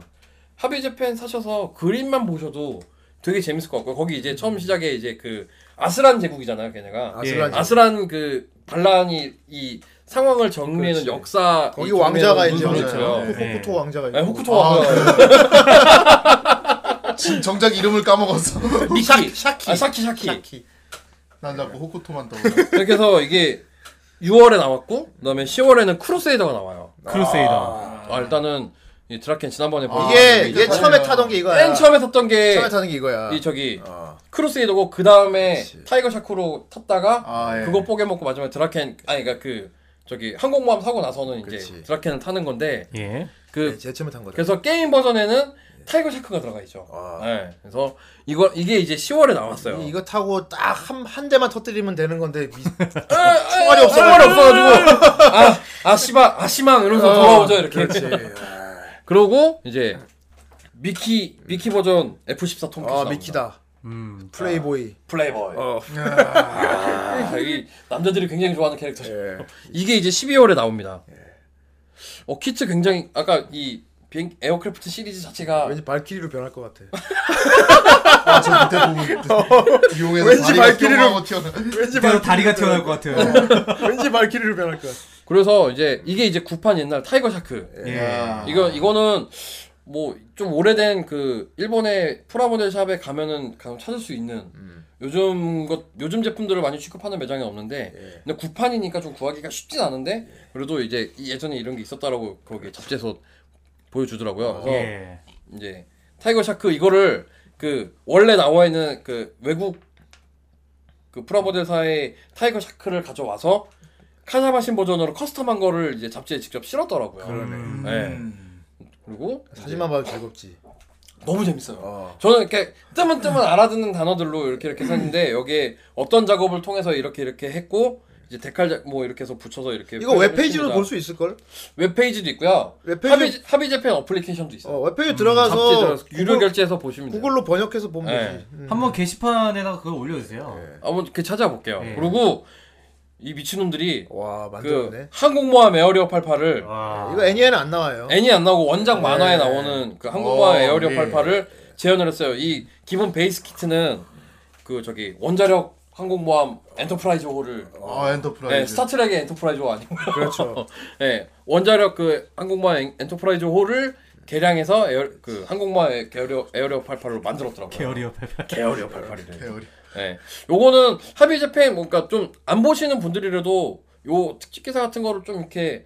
하비 재팬 사셔서 그림만 보셔도 되게 재밌을 것 같고 거기 이제 처음 시작에 이제 그 아스란 제국이잖아요, 걔네가.
예. 아스란 그렇죠. 제국.
아스란 그 반란이 이 상황을 정리하는 역사
거기
이
왕자가
정리하는
이제
문서들처럼.
음, 그렇죠. 예. 맞아요. 아, 호- 호쿠토 왕자가
네,
있고.
호쿠토 왕자.
진- 정작 이름을 까먹었어.
미키 샤키 아, 샤키 샤키
난 자꾸 호쿠토만 떠.
이렇게 해서 이게 6월에 나왔고 그다음에 10월에는 크루세이더가 나와요.
크루세이더.
아 일단은 이 드라켄 지난번에 본
아, 이게 얘 처음에 타던 게 이거야.
맨 처음에 탔던 게
처음에 타던 게 이거야.
이 저기 크루세이더고 그 다음에 타이거 샤크로 탔다가
아, 예.
그거 뽀개 먹고 마지막에 드라켄 아니 그러니까 그 저기 항공모함 사고 나서는 이제 드라켄을 타는 건데
예.
그
네, 제일 처음에 탄 거죠.
그래서 게임 버전에는 타이거 샤크가 들어가 있죠. 네, 그래서 이거 이게 이제 10월에 나왔어요.
아. 이- 이거 타고 딱 한 한 대만 터뜨리면 되는 건데 미...
총알이
없어.
총알이 없어가지고 아, 아 씨발 아 씨망 이러면서
어,
돌아오죠 이렇게
그렇지.
그러고 이제 미키 미키 버전 F14 톰크스
아 미키다.
음.
플레이보이.
플레이보이
어.
아, 이 남자들이 굉장히 좋아하는 캐릭터
예.
이게 이제 12월에 나옵니다 어 키트 굉장히 아까 이 비행 에어크래프트 시리즈 자체가
왠지 발키리로 변할 것 같아.
아, 저 밑에 보면 이용해서
왠지 발키리로
튀어나.
왠지
그대로
발
다리가 튀어나올 것 같아요.
왠지 발키리로 변할 것 같아.
그래서 이제 이게 이제 구판 옛날 타이거 샤크
예.
아.
이거 이거는 뭐 좀 오래된 그 일본의 프라모델 샵에 가면은 가끔 찾을 수 있는 요즘 것 요즘 제품들을 많이 취급하는 매장이 없는데 근데 구판이니까 좀 구하기가 쉽진 않은데 그래도 이제 이 예전에 이런 게 있었다라고 거기 잡지에서 보여주더라고요. 그래서
예.
이제 타이거 샤크 이거를 그 원래 나와 있는 그 외국 그 프라모델사의 타이거 샤크를 가져와서 카자마신 버전으로 커스텀한 거를 이제 잡지에 직접 실었더라고요.
그러네.
네. 그리고
사진만 봐도 즐겁지.
너무 재밌어요.
어.
저는 이렇게 뜸은 뜸은 알아듣는 단어들로 이렇게 이렇게 썼는데 여기에 어떤 작업을 통해서 이렇게 이렇게 했고 이제 데칼 자- 뭐 이렇게 해서 붙여서 이렇게
이거 웹페이지로 볼 수
있
있을 걸?
웹페이지도 있고요.
웹페이지-
하비 하비 재팬 어플리케이션도 있어요.
어,
음,
웹페이지 들어가서
잡지 들어가서 유료
구글-
결제해서 보시면 돼요.
구글로 번역해서 보면
네.
되지. 음.
한번 게시판에다가 그걸 올려주세요.
한번 그 찾아볼게요.
예.
그리고 이 미친놈들이
와 네. 어, 만들었네.
그 항공모함 에어리어 88을
와.
이거 애니에는 안 나와요.
애니 안 나오고 원작 만화에 나오는 그 항공모함
어,
에어리어
예.
88을 재현을 했어요. 이 기본 베이스 키트는 그 저기 원자력 항공모함 엔터프라이즈호를
아, 엔터프라이즈.
네, 스타트랙의 엔터프라이즈호 아니고요.
그렇죠.
네, 원자력 그 항공모함 엔- 엔터프라이즈호를 개량해서 에어, 그 항공모함 에어리어, 에어리어 88로 만들었더라고요.
게어리어 팔팔.
개어리어 88이래.
개어리.
네. 요거는 합의 재팬 뭔가 좀 안 보시는 분들이라도 요 특집 기사 같은 거를 좀 이렇게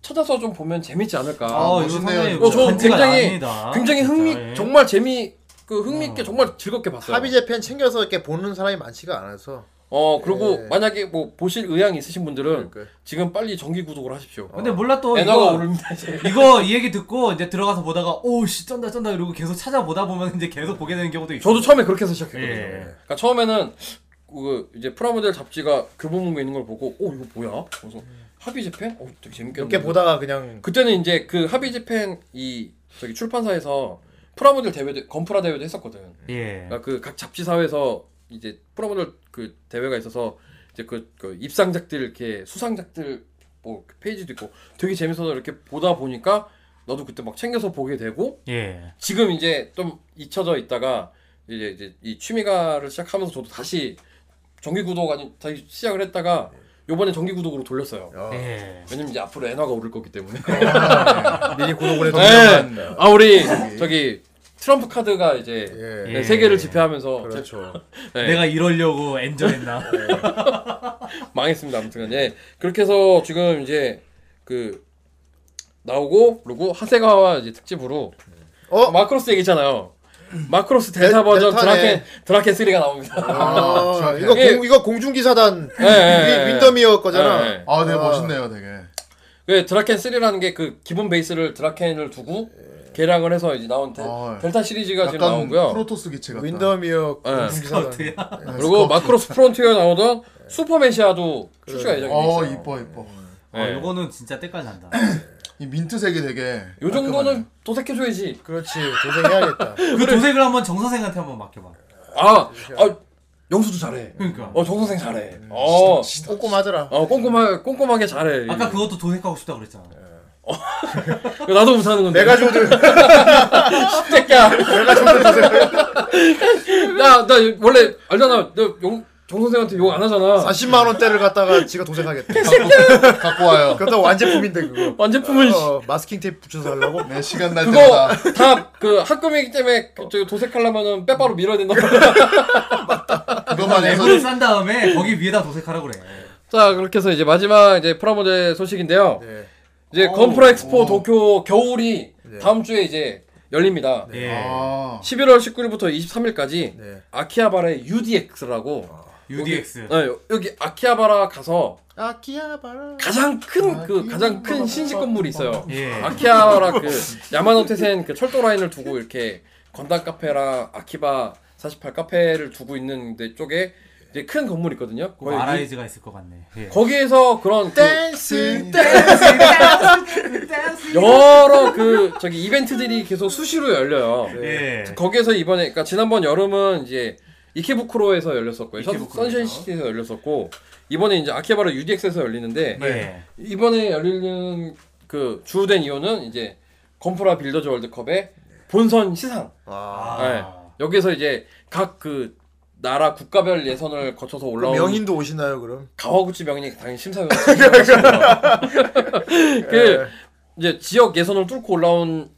찾아서 좀 보면 재밌지 않을까.
아,
멋있네요,
이거 상당히
진짜.
어, 저
반지가
굉장히
아닙니다.
굉장히
진짜,
흥미
예.
정말 재미 그 흥미있게 정말 즐겁게 봤어요.
합의제 편 챙겨서 이렇게 보는 사람이 많지가 않아서
어 그리고
예. 네, 그
만약에 뭐 보실 그러니까 의향이 있으신 분들은 지금 빨리 정기 구독을 하십시오.
어.
어,
근데 몰라 또
엔화가
이거
오릅니다. 이제.
이거 이 얘기 듣고 이제 들어가서 보다가 오씨 쩐다 쩐다 이러고 계속 찾아보다 보면 이제 계속 보게 되는 경우도 있어.
저도 처음에 그렇게 해서 시작했거든요.
예.
그러니까 처음에는 그 이제 프라모델 잡지가 교보문고에 있는 걸 보고 오 이거 뭐야? 그래서 합의 재팬? 어 되게 재밌겠는데.
몇개 보다가 그냥
그때는 이제 그 합의 재팬 이 저기 출판사에서 프라모델 대회 건프라 대회도 했었거든.
예.
그러니까 그 각 잡지사에서 이제 프라모델 그 대회가 있어서 이제 그, 그 입상작들 이렇게 수상작들 뭐그 페이지도 있고 되게 재밌어서 이렇게 보다 보니까 나도 그때 막 챙겨서 보게 되고
예.
지금 이제 좀 잊혀져 있다가 이제 이제 이 취미가를 시작하면서 저도 다시 정기 구독 아니 다시 시작을 했다가 요번에 정기 구독으로 돌렸어요.
예.
왜냐면 이제 앞으로 엔화가 오를 거기 때문에.
미리 구독을 해도
네.
위험한-
아 우리 저기 트럼프 카드가 이제 네, 세계를 지배하면서
예. 그렇죠.
내가 이러려고 엔저했나?
망했습니다. 아무튼 예. 그렇게 해서 지금 이제 그 나오고 그리고 하세가와 이제 특집으로
어?
마크로스 얘기잖아요. 마크로스
델-
델타 버전
델타네.
드라켄 드라켄 3가 나옵니다.
아, 이거 공, 이거 공중기사단
예, 예,
윈-
예.
윈더미어 거잖아.
예, 예.
아, 되게 멋있네요, 되게.
그 드라켄 3라는 게 그 기본 베이스를 드라켄을 두고
예.
개량을 해서 이제 나온 데,
아,
델타 시리즈가 지금
약간
나오고요.
프로토스 기체 같다. 네.
윈더미어
예.
공중기사단.
그리고
예.
마크로스 프론티어 나오던 슈퍼메시아도 출시가 예정돼 있어요.
어, 이뻐, 이뻐.
아,
예.
요거는 진짜 때깔 난다.
이 민트색이 되게.
요 정도는 도색해줘야지.
그렇지, 도색해야겠다.
그 조색을 한번 정 선생한테 한번 맡겨봐.
아, 아 영수도 잘해.
그러니까.
어, 정 선생 잘해. 어,
꼼꼼하더라.
어, 꼼꼼하게 꼼꼼하게 잘해.
아까 그것도 도색하고 싶다 그랬잖아.
예. 나도 못하는 건데.
내가 줘도
새끼야. 내가 나나 원래 알잖아. 나용 선생한테 욕 안 하잖아.
40만 원대를 갖다가 지가 도색하겠다.
갖고 와요.
그렇다 완제품인데 그거.
완제품을
어, 마스킹 테이프 붙여서 하려고?
내 네, 시간 날
그거
때마다.
다 그 학금이기 때문에 그 저기 도색하려면은 빼바로 밀어야 된다.
그것만 해서.
랩을 싼 다음에 거기 위에다 도색하라 그래.
자 그렇게 해서 이제 마지막 이제 프라모델 소식인데요.
네.
이제 건프라 엑스포 도쿄 겨울이 다음 주에 이제 열립니다.
예.
아.
11월 19일부터 23일까지
네.
아키하바라의 UDX라고 네,
UDX.
여기 아키하바라 가서
아키야바라.
가장 큰 그 가장 큰 신식 건물이 있어요.
예.
아키하바라 그 야마노테센 그 철도 라인을 두고 이렇게 건담 카페랑 아키바 48 카페를 두고 있는 데 쪽에 이제 큰 건물이 있거든요.
그 아라이즈가 있을 것 같네. 예.
거기에서 그런 그
댄스.
여러 그 저기 이벤트들이 계속 수시로 열려요.
예.
거기에서 이번에 그러니까 지난번 여름은 이제 이케부쿠로에서 열렸었고요. 선-
이케부쿠로에서.
선샤인 시티에서 열렸었고 이번에 이제 아키바라 UDX에서 열리는데
예.
이번에 열리는 그 주된 이유는 이제 건프라 빌더즈 월드컵의 본선 시상.
아.
네. 여기서 이제 각 그 나라 국가별 예선을 거쳐서 올라온
명인도 오시나요 그럼?
가와구치 명인이 당연히 심사위원. 그 이제 지역 예선을 뚫고 올라온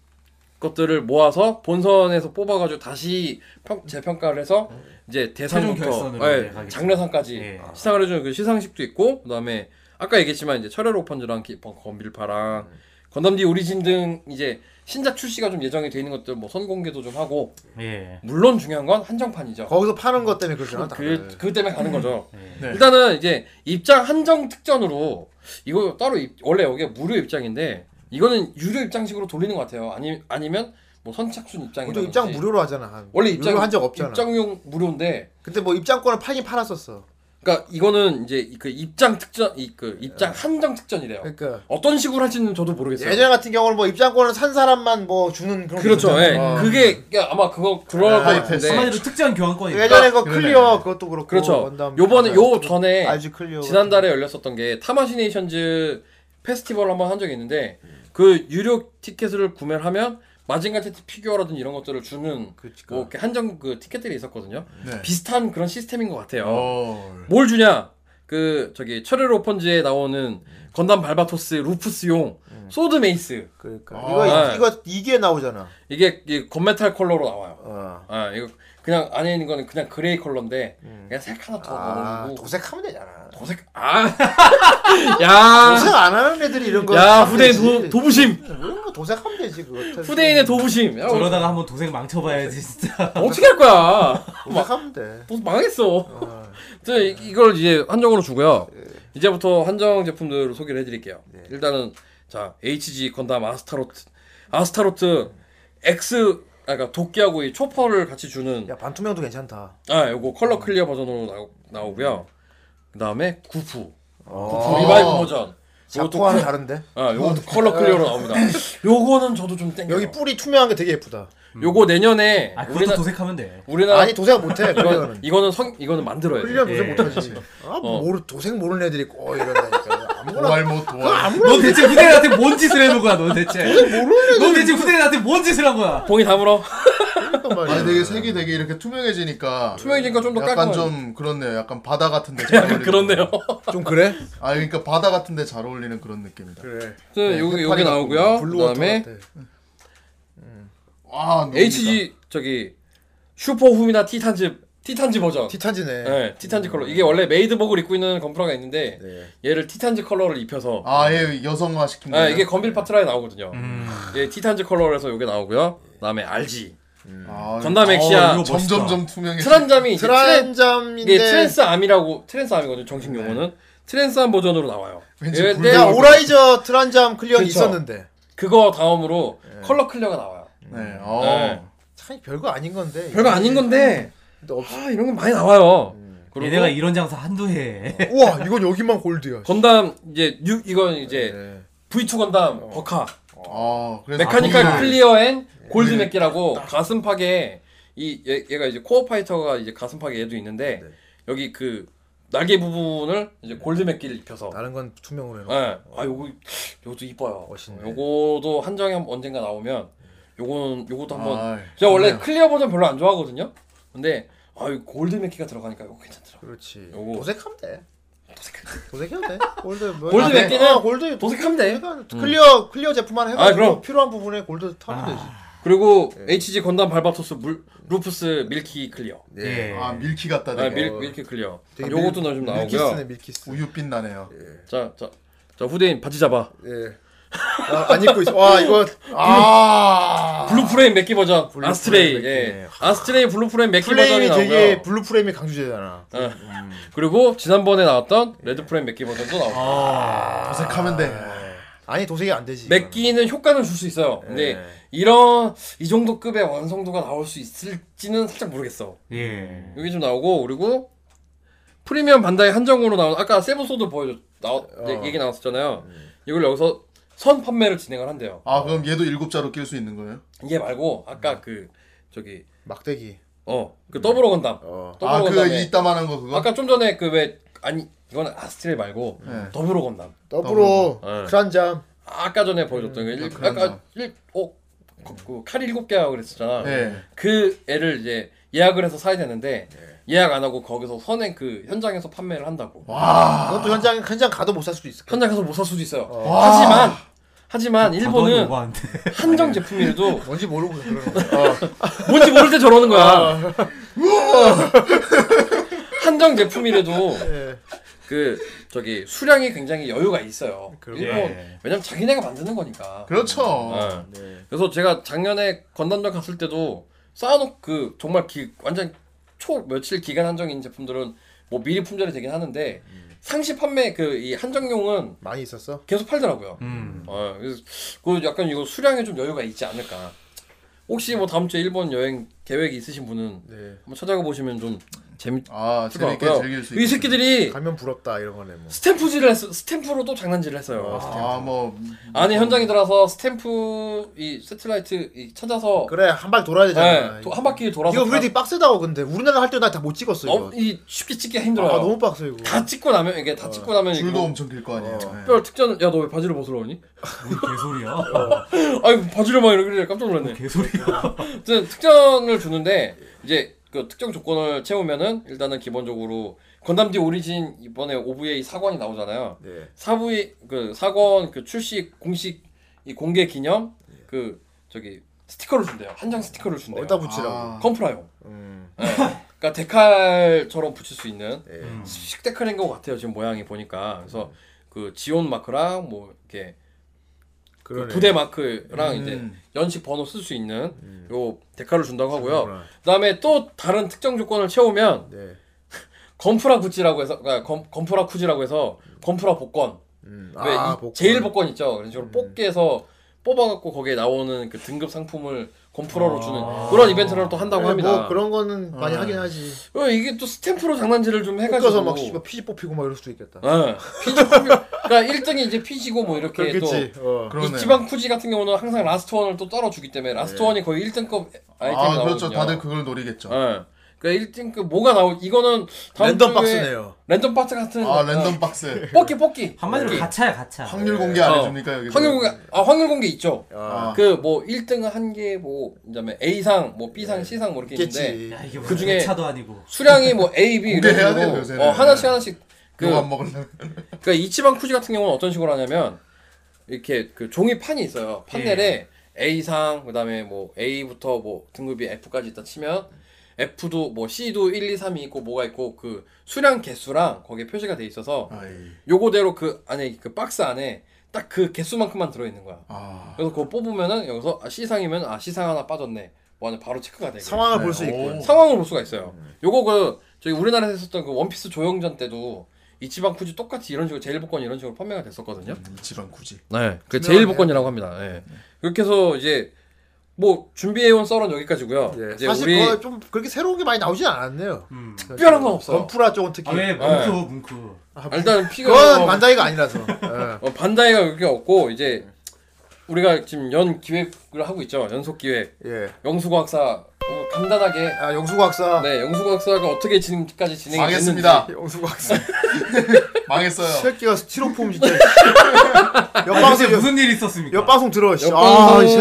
것들을 모아서 본선에서 뽑아가지고 다시 평, 재평가를 해서 이제 대상부터 예,
최종 결선으로 이제 가겠죠.
장례상까지
예.
시상을 해주는 그 시상식도 있고 그다음에 아까 얘기했지만 이제 철혈 오펀즈랑 기- 번- 건빌파랑
음.
건담 디 오리진 등 이제 신작 출시가 좀 예정이 돼 있는 것들 뭐 선공개도 좀 하고
예.
물론 중요한 건 한정판이죠.
거기서 파는 것 때문에 그러잖아.
그,
다들.
그 때문에 가는 거죠.
네.
일단은 이제 입장 한정 특전으로 이거 따로 입- 원래 여기 무료 입장인데 이거는 유료 입장식으로 돌리는 것 같아요. 아니 아니면 뭐 선착순
우리도
입장이라든지.
입장 무료로 하잖아. 한.
원래 입장
유료 한적 없잖아.
입장용 무료인데
근데 뭐 입장권을 팔긴 팔았었어.
그러니까 이거는 이제 이- 그 입장 특전 이 그 입장 한정 특전이래요.
그러니까
어떤 식으로 할지는 저도 모르겠어요.
네. 예전 같은 경우는 뭐 입장권을 산 사람만 뭐 주는 그런 거
그렇죠.
있었잖아. 네. 아,
예.
어.
그게 아마 그거 그럴 것
하이패스.
같은데.
한마디로 특전 교환권이.
예전에 그
그러네.
클리어 그것도 그렇고
그렇죠.
건담
요번에 요 전에
알지 클리어
지난달에 열렸었던 게 타마시네이션즈 페스티벌 한번 한 적이 있는데 그 유료 티켓을 구매를 하면 마징가 테트 피규어라든지 이런 것들을 주는 뭐 이렇게 한정 그 티켓들이 있었거든요.
네.
비슷한 그런 시스템인 것 같아요.
어.
뭘 주냐? 그 저기 철혈 오펀즈에 나오는 건담 발바토스, 루프스용,
음.
소드 메이스.
그러니까 이거
네.
이거 이게 나오잖아. 어.
이게, 이게 건메탈 컬러로 나와요. 아, 이거 그냥 안에 있는 거는 그냥 그레이 컬러인데 그냥 색 하나 더 넣어주고
음. 아, 도색하면 되잖아.
도색 아. 야.
도색 안 하는 애들이 이런 거
야,
하면
후대인
되지.
도, 도부심.
그런 거 도색하면 되지 그거.
후대인의 도부심. 야,
저러다가 한번 도색 망쳐봐야지 진짜.
어떻게 할 거야?
도색하면 돼.
또 망했어. 저 이- 이걸 이제 한정으로 주고요. 이제부터 한정 제품들을 소개를 해드릴게요. 일단은 자 HG 건담 아스타로트, 아스타로트 X 아, 그러니까 도끼하고 이 초퍼를 같이 주는
야 반투명도 괜찮다.
아 요거 컬러 클리어 버전으로 나, 오고요 그다음에 구프,
아.
구프 리바이브 버전.
자쿠와는 다른데?
아 요것도 컬러 클리어로 나옵니다. 요거는 저도 좀 땡겨.
여기 뿔이 투명한 게 되게 예쁘다.
요거 내년에
아, 그것도
우리나-
도색하면 돼.
우리나라
아니, 도색 못해,
이건
클리어는.
이거는 성 이거는 만들어야 돼.
클리어 도색
그러니까 예.
못하지. 아
어.
모르 도색 모르는 애들이 꼭 이런다니까. 아무거나
도알 못 도알.
넌 대체 후대인한테 뭔 짓을 해놓은 거야 넌 대체.
모르는
넌 대체 후대인한테 뭔 짓을 한 거야.
봉이 다물어.
아니 되게 색이 되게 이렇게 투명해지니까
투명해지니까 좀더
약간
깔끔하게.
좀 그렇네요. 약간 바다 같은데 잘
약간
어울리는.
그렇네요.
좀 그래?
아 그러니까 바다 같은데 잘 어울리는 그런 느낌이다.
그래.
네, 여기 여기 나오고요. 그다음에 어.
와 누굽니까?
HG 저기 슈퍼 후미나 티탄즈 티탄즈 버전.
티탄지네.
네, 티탄즈 컬러. 이게 원래 메이드복을 입고 있는 건프라가 있는데 얘를 티탄즈 컬러를 입혀서
아예 여성화 시킨
아,
거예요?
이게 건빌 파트라에 나오거든요. 예, 티탄즈 컬러에서 요게 나오고요. 그다음에 RG.
아,
건담 엑시아
이거 점점점 투명해.
트란잠이 이제 트랜- 이게
트랜잠인데
트랜스 암이라고 트랜스 암이거든요. 정식 용어는 트랜스 암 버전으로 나와요.
왠지
예,
불-
야 오라이저 트랜잠 클리어
그쵸.
있었는데
그거 다음으로 컬러 클리어가 나와요.
네. 어.
네.
참 별거 아닌 건데.
별거 아닌 건데 아 이런 건 많이 나와요.
음.
그리고
얘네가 이런 장사 한두 해.
우와 이건 여기만 골드야.
건담 이제 뉴 이건 이제
네.
V2 건담 버카
아 어. 그래서 네.
메카니컬
거기를-
클리어 앤 골드 맥기라고 가슴팍에 이 얘, 얘가 이제 코어 파이터가 이제 가슴팍에 얘도 있는데
네.
여기 그 날개 부분을 이제 골드 맥기를 입혀서
다른 건 투명으로 해놓고.
예. 아 요거 요것도
어,
이뻐요.
멋있네.
요거도 한정에 한- 언젠가 나오면 요거는 요것도 한번
아이,
제가 원래
좋네요.
클리어 버전 별로 안 좋아하거든요. 근데 아 골드 맥기가 들어가니까 요거 괜찮더라고.
그렇지.
요거.
도색하면 돼. 도색해도 돼. 골드 뭐
골드
아, 네.
몇 개는
어, 골드
도색하면 돼.
해가- 클리어 클리어 제품만 해가지고
그럼.
필요한 부분에 골드 타면 되지.
아,
그리고
네.
HG 건담 발바토스 물 루프스 밀키 클리어.
예.
아 밀키 같다 되게
아, 밀, 밀키 클리어. 아,
되게 밀-
요것도 나좀
밀키스네
나오고요.
밀키스.
우유빛 나네요.
자, 자, 자 후대인 바지 잡아.
예. 아, 안 입고 있어. 와 이거 아
블루 프레임 맥기 버전.
블루
아스트레이.
프레임
예.
맥기.
아스트레이 블루 프레임 맥기 버전이
프레임이 되게
나오고요.
블루 프레임이 강조제잖아.
예. 그리고 지난번에 나왔던 레드
네.
프레임 맥기 버전도 나오고.
아.
요
아, 도색하면 돼.
아니 도색이 안 되지. 이거는.
맥기는 네. 효과는 줄 수 있어요. 근데
예.
이런 이 정도 급의 완성도가 나올 수 있을지는 살짝 모르겠어.
예.
여기 좀 나오고 그리고 프리미엄 반다이 한정으로 나온 아까 세븐 소드 보여줬 나 네, 얘- 얘기 나왔었잖아요. 이걸 여기서 선 판매를 진행을 한대요.
아 그럼 얘도 일곱자로 낄 수 있는 거예요?
이게 말고 아까 그 저기
막대기.
어 그 더블로 건담
어.
더블로
아그
건담에
이따만한 거 그거?
아까 좀 전에 그 왜 아니 이건 아스트레이 말고
네.
더블로 건담
더불어
더불어.
크란잠.
아까 전에 보여줬던 그 일,
그
아까
건담.
일어그칼 일곱 개라고 그랬잖아.
네.
그 애를 이제 예약을 해서 사야 되는데 예약 안 하고 거기서 선행 그 현장에서 판매를 한다고.
아. 그것도 현장 현장 가도 못 살 수도 있을 거야.
현장 가서 못 살 수도 있어요. 하지만 하지만 일본은
오버한데.
한정 제품이라도
뭔지 모르고 그러는 거야.
뭔지 모를 때 저러는 거야. 한정 제품이라도
예.
그 저기 수량이 굉장히 여유가 있어요.
그러게요.
일본 왜냐면 자기네가 만드는 거니까.
그렇죠.
예. 그래서 제가 작년에 건담전 갔을 때도 쌓아놓 그 정말 기, 완전 초 며칠 기간 한정인 제품들은 뭐 미리 품절이 되긴 하는데
음.
상시 판매 그 이 한정용은
많이 있었어?
계속 팔더라고요.
음.
어, 그래서 그 약간 이거 수량에 좀 여유가 있지 않을까. 혹시 뭐 다음 주에 일본 여행 계획이 있으신 분은
네.
한번 찾아가 보시면 좀 재밌을
아
것
재밌게
같고요.
즐길 수
이
있게.
새끼들이
가면 부럽다 이런 거네 뭐.
스탬프질을 했어. 스탬프로 또 장난질을 했어요.
아뭐
안에 현장에 들어가서 스탬프 이 새틀라이트 이 찾아서
그래 한 바퀴 돌아야 되잖아.
네, 또 한 바퀴 돌아서
이거 우리
다-
되게 빡세다고 근데 우리나라 할 때나 다 못 찍었어 이거.
어, 이 쉽게 찍기가
아
힘들어요.
너무 아, 빡세 이거. 어.
다 찍고 나면 이게 다 찍고 나면
줄도
이거
엄청 길 거 아니에요. 네.
특별 특전 야너 왜 바지를 벗으러 오니?
뭔 개소리야.
아니 바지를 막 이렇게 이래. 깜짝 놀랐네.
개소리야.
아무튼 특전을 주는데 이제 그 특정 조건을 채우면은 일단은 기본적으로 건담 디 오리진 이번에 오브웨이 사관이 나오잖아요.
네.
사부의 그 사건 그 출시 공식 이 공개 기념 그 저기 스티커를 준대요. 한 장 스티커를 준대요.
어디다 붙이라고? 아.
컴프라용.
음.
예. 그러니까 데칼처럼 붙일 수 있는
예.
식 데칼인 것 같아요. 지금 모양이 보니까
음.
그래서 그 지온 마크랑 뭐 이렇게 그
그러네.
부대 마크랑
음.
이제 연식 번호 쓸 수 있는 요 데칼을 준다고 하고요. 그다음에 또 다른 특정 조건을 채우면
네.
건프라 구찌라고 해서 아, 건, 건프라 쿠지라고 해서 건프라 복권. 왜
아,
이
복권. 음.
제일 복권 있죠. 그런 식으로 뽑기해서 뽑아갖고 거기에 나오는 그 등급 상품을 건프라로 주는 그런 이벤트를 또 한다고
네,
합니다.
뭐 아. 그런 거는 많이
아.
어.
하긴 하지.
어, 이게 또 스탬프로 장난질을 좀 해가지고
묶어서 막 씨발 피지 뽑히고 막 이럴 수도 있겠다.
예. 피지 뽑혀- 그러니까 1등이 이제 피지고 뭐 이렇게
그렇겠지. 어.
또이
그러네.
지방 쿠지 같은 경우는 항상 라스트 원을 또 떨어주기 때문에 라스트
네.
원이 거의 1등급 아이템이
아,
나오거든요.
그렇죠. 다들 그걸 노리겠죠.
예. 그러니까 1등급 뭐가 나오 이거는 다음
랜덤
주에
박스네요.
랜덤 박스 같은
아, 랜덤
어,
박스.
뽑기
아,
뽑기.
한마디로
뽑기.
가차야, 가차. 확률 공개 안
어,
해줍니까, 여기서?
확률 공개 아 확률 공개 있죠.
아.
그 뭐 1등은 한개뭐 그다음에 A상, 뭐 B상, C상 뭐 이렇게
있겠지.
있는데
야, 이게 뭐
그 중에
차도 아니고.
수량이 뭐 A, B 이런
공개해야 돼요,
식으로
요새는.
어, 하나씩 하나씩 그
욕안 먹으려면.
그러니까 이치방 쿠지 같은 경우는 어떤 식으로 하냐면 이렇게 그 종이 판이 있어요. 판넬에 A상 그다음에 뭐 A부터 뭐 등급이 F까지 있다 치면 F도 뭐 C도 1, 2, 3이 있고 뭐가 있고 그 수량 개수랑 거기에 표시가 돼 있어서
아.
요거대로 그 안에 그 박스 안에 딱 그 개수만큼만 들어 있는 거야.
아.
그래서 그거 뽑으면은 여기서 아, C상이면 아 C상 하나 빠졌네. 뭐 하면 바로 체크가 되고
상황을 볼수 있고.
어. 상황을 볼 수가 있어요.
음.
요거 그 저희 우리나라에서 했었던 그 원피스 조영전 때도 이치방 쿠지 똑같이 이런 식으로 제일 복권 이런 식으로 판매가 됐었거든요.
음, 이치방 쿠지. 네.
네, 그 제일 복권이라고 합니다. 예. 그렇게 해서 이제 뭐 준비해온 썰은 여기까지고요. 이제
예, 사실
예, 우리
그거 좀 그렇게 새로운 게 많이 나오진 않았네요.
특별한 건 없어요.
건프라 쪽은
아,
특히.
네.
예. 아, 일단 피가
그건 반다이가 아니라서. 예.
어, 반다이가 그렇게 없고 이제 우리가 지금 연 기획을 하고 있죠. 연속 기획. 영수과학사 어, 간단하게.
예. 아 영수과학사.
네, 영수과학사가 어떻게 지금까지 진행이
망했습니다.
됐는지.
영수과학사.
망했어요.
새끼가 스티로폼 진짜.
요새 무슨
일이 있었습니까? 옆방송 들어. 씨. 아, 이 새끼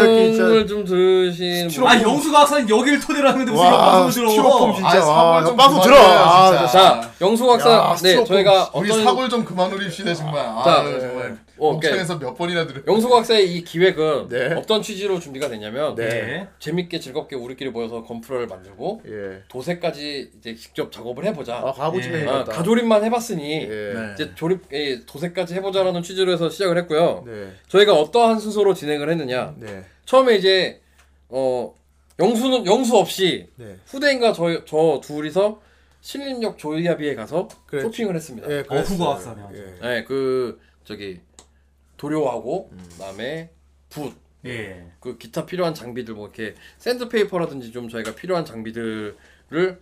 진짜.
옆방송을 좀 들으신
아 영수가 학사는 여기를 토대로 하는데 무슨
와,
방송 들어?
스티로폼 진짜. 와,
좀
방송
그만해요,
들어. 아,
진짜.
자, 영수 박사, 네, 저희가
우리
어떤-
아, 사골 좀 그만 노립시다 정말. 아,
자,
네.
정말.
어,
목청에서 몇 번이나 들어.
영수과학사의 이 기획은 어떤 취지로 준비가 됐냐면
예.
네.
재밌게 즐겁게 우리끼리 모여서 건프라를 만들고
예.
도색까지 이제 직접 작업을 해보자. 아,
과부지네,
아,
이거다.
가조립만 해봤으니 이제 조립 예, 도색까지 해보자라는 취지로 해서 시작을 했고요.
네.
저희가 어떠한 순서로 진행을 했느냐?
네.
처음에 이제 어 영수는 영수 없이
네.
후대인과 저, 저 둘이서 신림역 조이아비에 가서
그랬죠.
쇼핑을 했습니다.
예, 그랬어요. 어후가 왔어요. 예.
네, 그 저기 도료하고 그다음에 붓.
예.
그 기타 필요한 장비들 뭐 이렇게 샌드페이퍼라든지 좀 저희가 필요한 장비들을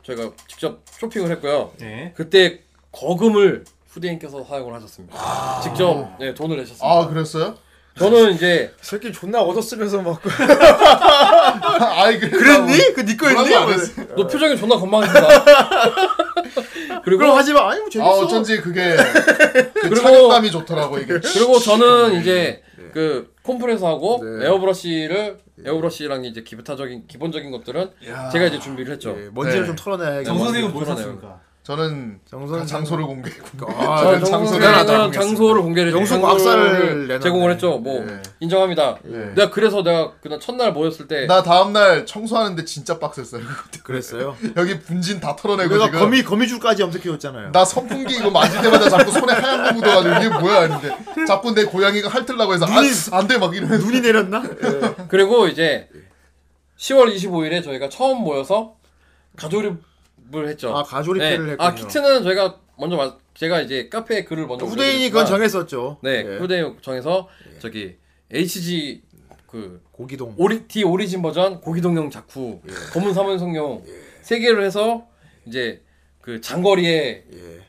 저희가 직접 쇼핑을 했고요.
네.
그때 거금을 후대인께서 사용을 하셨습니다. 직접 예, 돈을 내셨습니다.
아, 그랬어요?
저는 이제
그 새끼 존나 얻어쓰면서 막
아이 그래.
그랬니? 그네 거였니?
뭐라고 안 했어?
너 표정이 존나 건망합니다. 그리고
그럼 하지 마. 아니 뭐 재밌어.
아, 어쩐지 그게 그
그리고-
착용감이 좋더라고 이게.
그리고 저는 이제 그 콤프레서 하고 에어브러쉬를 에어브러쉬랑 이제 기타적인 기본적인 것들은
야.
제가 이제 준비를
예.
했죠.
먼지를 좀 털어내야겠다. 정 선생님은 뭐 뭘 샀습니까?
저는
정선
장소를 공개. 공개.
아,
저는
정선
장소를 안
저는
공개했습니다.
장소를 공개를
영수
장소를
곽사를 내놨네. 예.
제공을 했죠. 뭐 인정합니다. 내가 그래서 내가 그날 첫날 모였을 때
나 다음 날 청소하는데 진짜 빡셌어요.
그랬어요?
여기 분진 다 털어내고
내가
지금.
거미 거미줄까지 염색해줬잖아요.
나 선풍기 이거 만질 때마다 자꾸 손에 하얀 거 묻어가지고 이게 뭐야 했는데 자꾸 내 고양이가 핥으려고 해서 아, 안돼 막 이러면
눈이 내렸나?
그리고 이제 10월 25일에 저희가 처음 모여서 가조립을 했죠.
아, 가조립회를 했군요.
아 키트는 저희가 먼저 마- 제가 이제 카페에 글을 먼저
네, 후대인이
올려드렸지만
그건 정했었죠.
네,
예.
후대인 정해서 저기 HG 그
고기동
오리 디 오리진 버전 고기동용 자쿠
예.
검은 사면성용 세 개를 해서 이제 그 장거리에
예.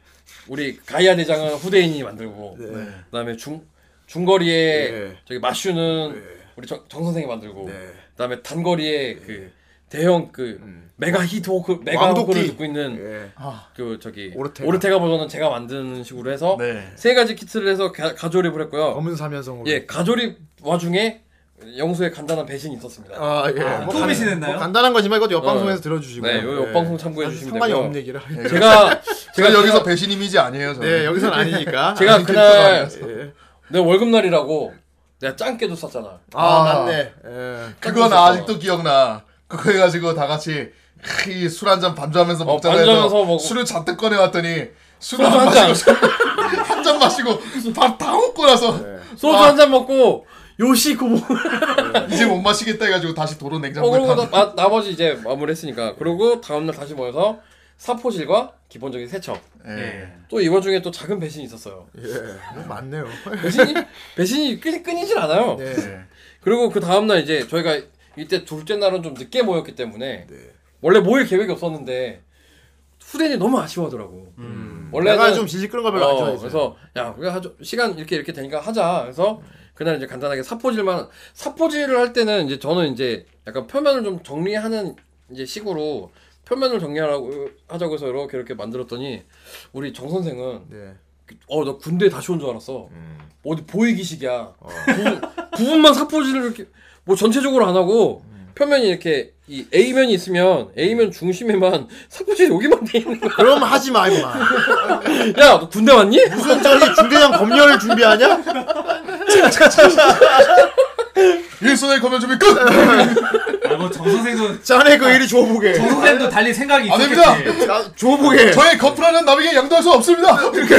우리 가이아 대장은 후대인이 만들고
네.
그다음에 중 중거리에
예.
저기 마슈는 우리 정, 정 선생이 만들고
네.
그다음에 단거리에 그 대형 그 메가 히트호크 메가
예. 음. 왕도끼.
호크를 듣고 있는
아.
그 저기
오르테가. 네.
오르테가. 버전은 제가 만드는 식으로 해서 세 가지 키트를 해서 가, 가조립을 했고요.
검은 사면성으로.
예, 가조립 와중에 영수의 간단한 배신이 있었습니다.
아, 예. 아, 또
간-
배신했나요? 뭐 간단한 거지만 이것도 옆방송에서
어,
들어주시고요.
네, 요
예.
옆방송 참고해 주시면
상관이
되고요.
없는 얘기라.
제가
제가 네. 여기서 배신 이미지 아니에요. 저는.
네,
아닌
제가
캐릭터가
그날
아니어서.
내 월급 날이라고 내가 짱깨도 쐈잖아.
아, 맞네.
예,
그거 나 아직도 기억나. 그거 해가지고 다 같이 술 한잔 반주하면서 먹자 해서
어, 반주하면서 먹고.
술을 잔뜩 꺼내왔더니 술을
소주
한
한 잔.
마시고 한 잔 마시고 밥다 먹고 나서
네.
소주
아,
한 잔 먹고 요시 고모
이제 못 마시겠다 해가지고 다시 도로
어,
냉장고에
그리고
어,
나, 나, 나머지 이제 마무리했으니까 그리고 다음날 다시 모여서 사포질과 기본적인 세척
예.
또 이번 중에 또 작은 배신이 있었어요
예, 많네요.
배신이 배신이 끊, 끊이질 않아요
네.
그리고 그 다음날 이제 저희가 이때 둘째 날은 좀 늦게 모였기 때문에
네.
원래 모일 계획이 없었는데 후대니 너무 아쉬워하더라고
음.
음. 내가 좀 질질 끄는 걸 별로 안 좋아해서.
어, 그래서 야 우리가 하죠 시간 이렇게 이렇게 되니까 하자 그래서 그날 이제 간단하게 사포질만 사포질을 할 때는 이제 저는 이제 약간 표면을 좀 정리하는 이제 식으로 표면을 정리하라고 하자고 해서 이렇게 이렇게 만들었더니 우리 정 선생은
네.
어 나 군대 다시 온 줄 알았어
음.
어디 보이기식이야 부분, 부분만 사포질을 이렇게 뭐 전체적으로 안 하고
음.
표면이 이렇게 이 A면이 있으면 A면 중심에만 사포질 여기만 돼 있는 거야
그럼 하지 마 임마
야, 너 군대 왔니?
무슨 저기 중대장 검열을 준비하냐?
일선의 검열 준비 끝!
아뭐 정선생도
자네 그 일이 줘보게
정선생도 달리 생각이
네. 안
있었겠지.
됩니다!
줘보게
저의 커플하는 남에게 양도할 수 없습니다! 이렇게.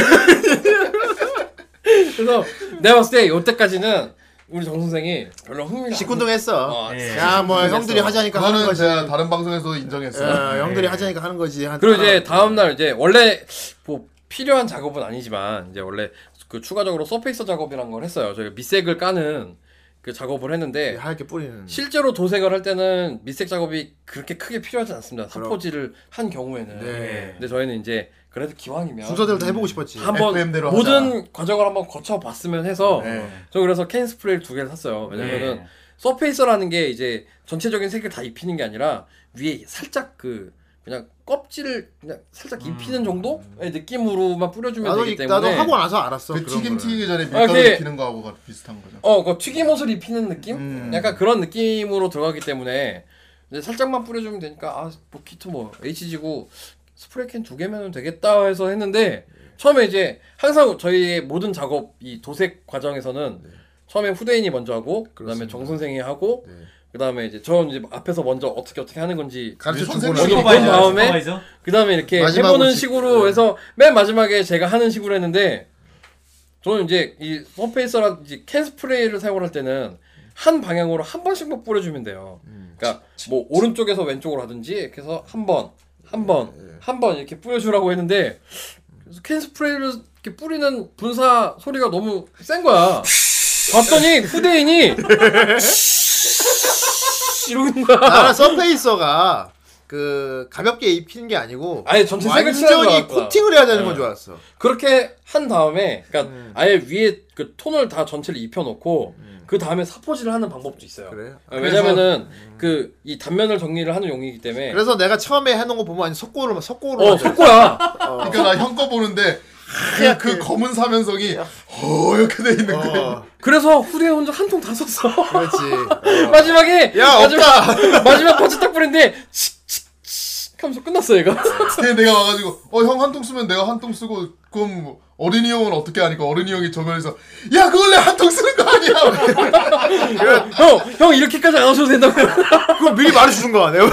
그래서 내가 봤을 때 이때까지는 우리 정 선생이 별로 흥미가
직군동 했어
안- 아,
야 뭐
흥미가
형들이
없어. 네.
하자니까 하는
그거는
거지
제가 다른 방송에서 인정했어요.
예, 형들이 하자니까 하는 거지 한-
그리고 이제 다음 날 이제 원래 뭐 필요한 작업은 아니지만 이제 원래 그 추가적으로 서페이서 작업이란 걸 했어요. 저희가 밑색을 까는 그 작업을 했는데
예, 하얗게 뿌리는
실제로 도색을 할 때는 밑색 작업이 그렇게 크게 필요하지 않습니다. 사포질을 한 경우에는.
네.
근데 저희는 이제 그래도 기왕이면
순서대로 다 해보고 싶었지
한번
FM대로
모든 과정을 한번 거쳐봤으면 해서
네.
저 그래서 캔 스프레이를 두 개를 샀어요. 왜냐면은
네.
서페이서라는 게 이제 전체적인 색을 다 입히는 게 아니라 위에 살짝 그 그냥 껍질을 그냥 살짝 입히는 정도의 느낌으로만 뿌려주면
음. 나도,
되기
이-
때문에
나도 하고 나서 알았어
그
그런
튀김
거를.
튀기 전에
아,
밀가루
그게-
튀는 거하고가 비슷한 거죠.
어, 그 튀김옷을 입히는 느낌? 약간 그런 느낌으로 들어가기 때문에 이제 살짝만 뿌려주면 되니까 아, 뭐 키트 뭐 HG고 스프레이 캔 두 개면 되겠다 해서 했는데 처음에 이제 항상 저희의 모든 작업 이 도색 과정에서는 처음에 후대인이 먼저 하고 그다음에 정 선생이 하고 그다음에 이제 저 이제 앞에서 먼저 어떻게 어떻게 하는 건지
가르쳐
본
주고
슈퍼바이저,
다음에
슈퍼바이저?
그다음에 이렇게
마지막으로
해보는
지- 네.
식으로 해서 맨 마지막에 제가 하는 식으로 했는데 저는 이제 이 서페이서라든지 캔 스프레이를 사용할 때는 한 방향으로 한 번씩만 뿌려주면 돼요.
음,
그러니까 뭐 오른쪽에서 왼쪽으로 하든지 이렇게 해서 한 번, 한
네,
번, 한 번 이렇게 뿌려주라고 했는데 그래서 캔 스프레이를 이렇게 뿌리는 분사 소리가 너무 센 거야. 봤더니 후대인이 이러는 거야.
나라 서페이서가 그 가볍게 입히는 게 아니고
아예 전체 색을 칠하는 거
완전히
같구나.
코팅을 해야 되는 건
네.
줄 알았어
그렇게 한 다음에 그러니까 아예 위에 그 톤을 다 전체를 입혀놓고 그 다음에 사포질을 하는 방법도 있어요.
그래요? 음.
아, 왜냐면은 그 이 단면을 정리를 하는 용이기 때문에
그래서 내가 처음에 해놓은 거 보면 아니 석고로 석고로
어 속고야.
그러니까 나 형 거 보는데 그, 그 검은 사면성이 어 이렇게 돼 있는 거예요.
그래서 후대 혼자 한 통 다 썼어.
그렇지
마지막에
야,
마지막 마지막 버츠 딱 뿌린데 칙칙칙 하면서 끝났어 얘가.
근데 내가 와가지고 어 형 한 통 쓰면 내가 한 통 쓰고 그럼 어린이 형은 어떻게 하니까 어린이 형이 저면에서 야 그걸 내 한 통 쓰는 거 아니야.
형, 형 이렇게까지 안 하셔도 된다고.
그거 미리 말해주는 거야 내가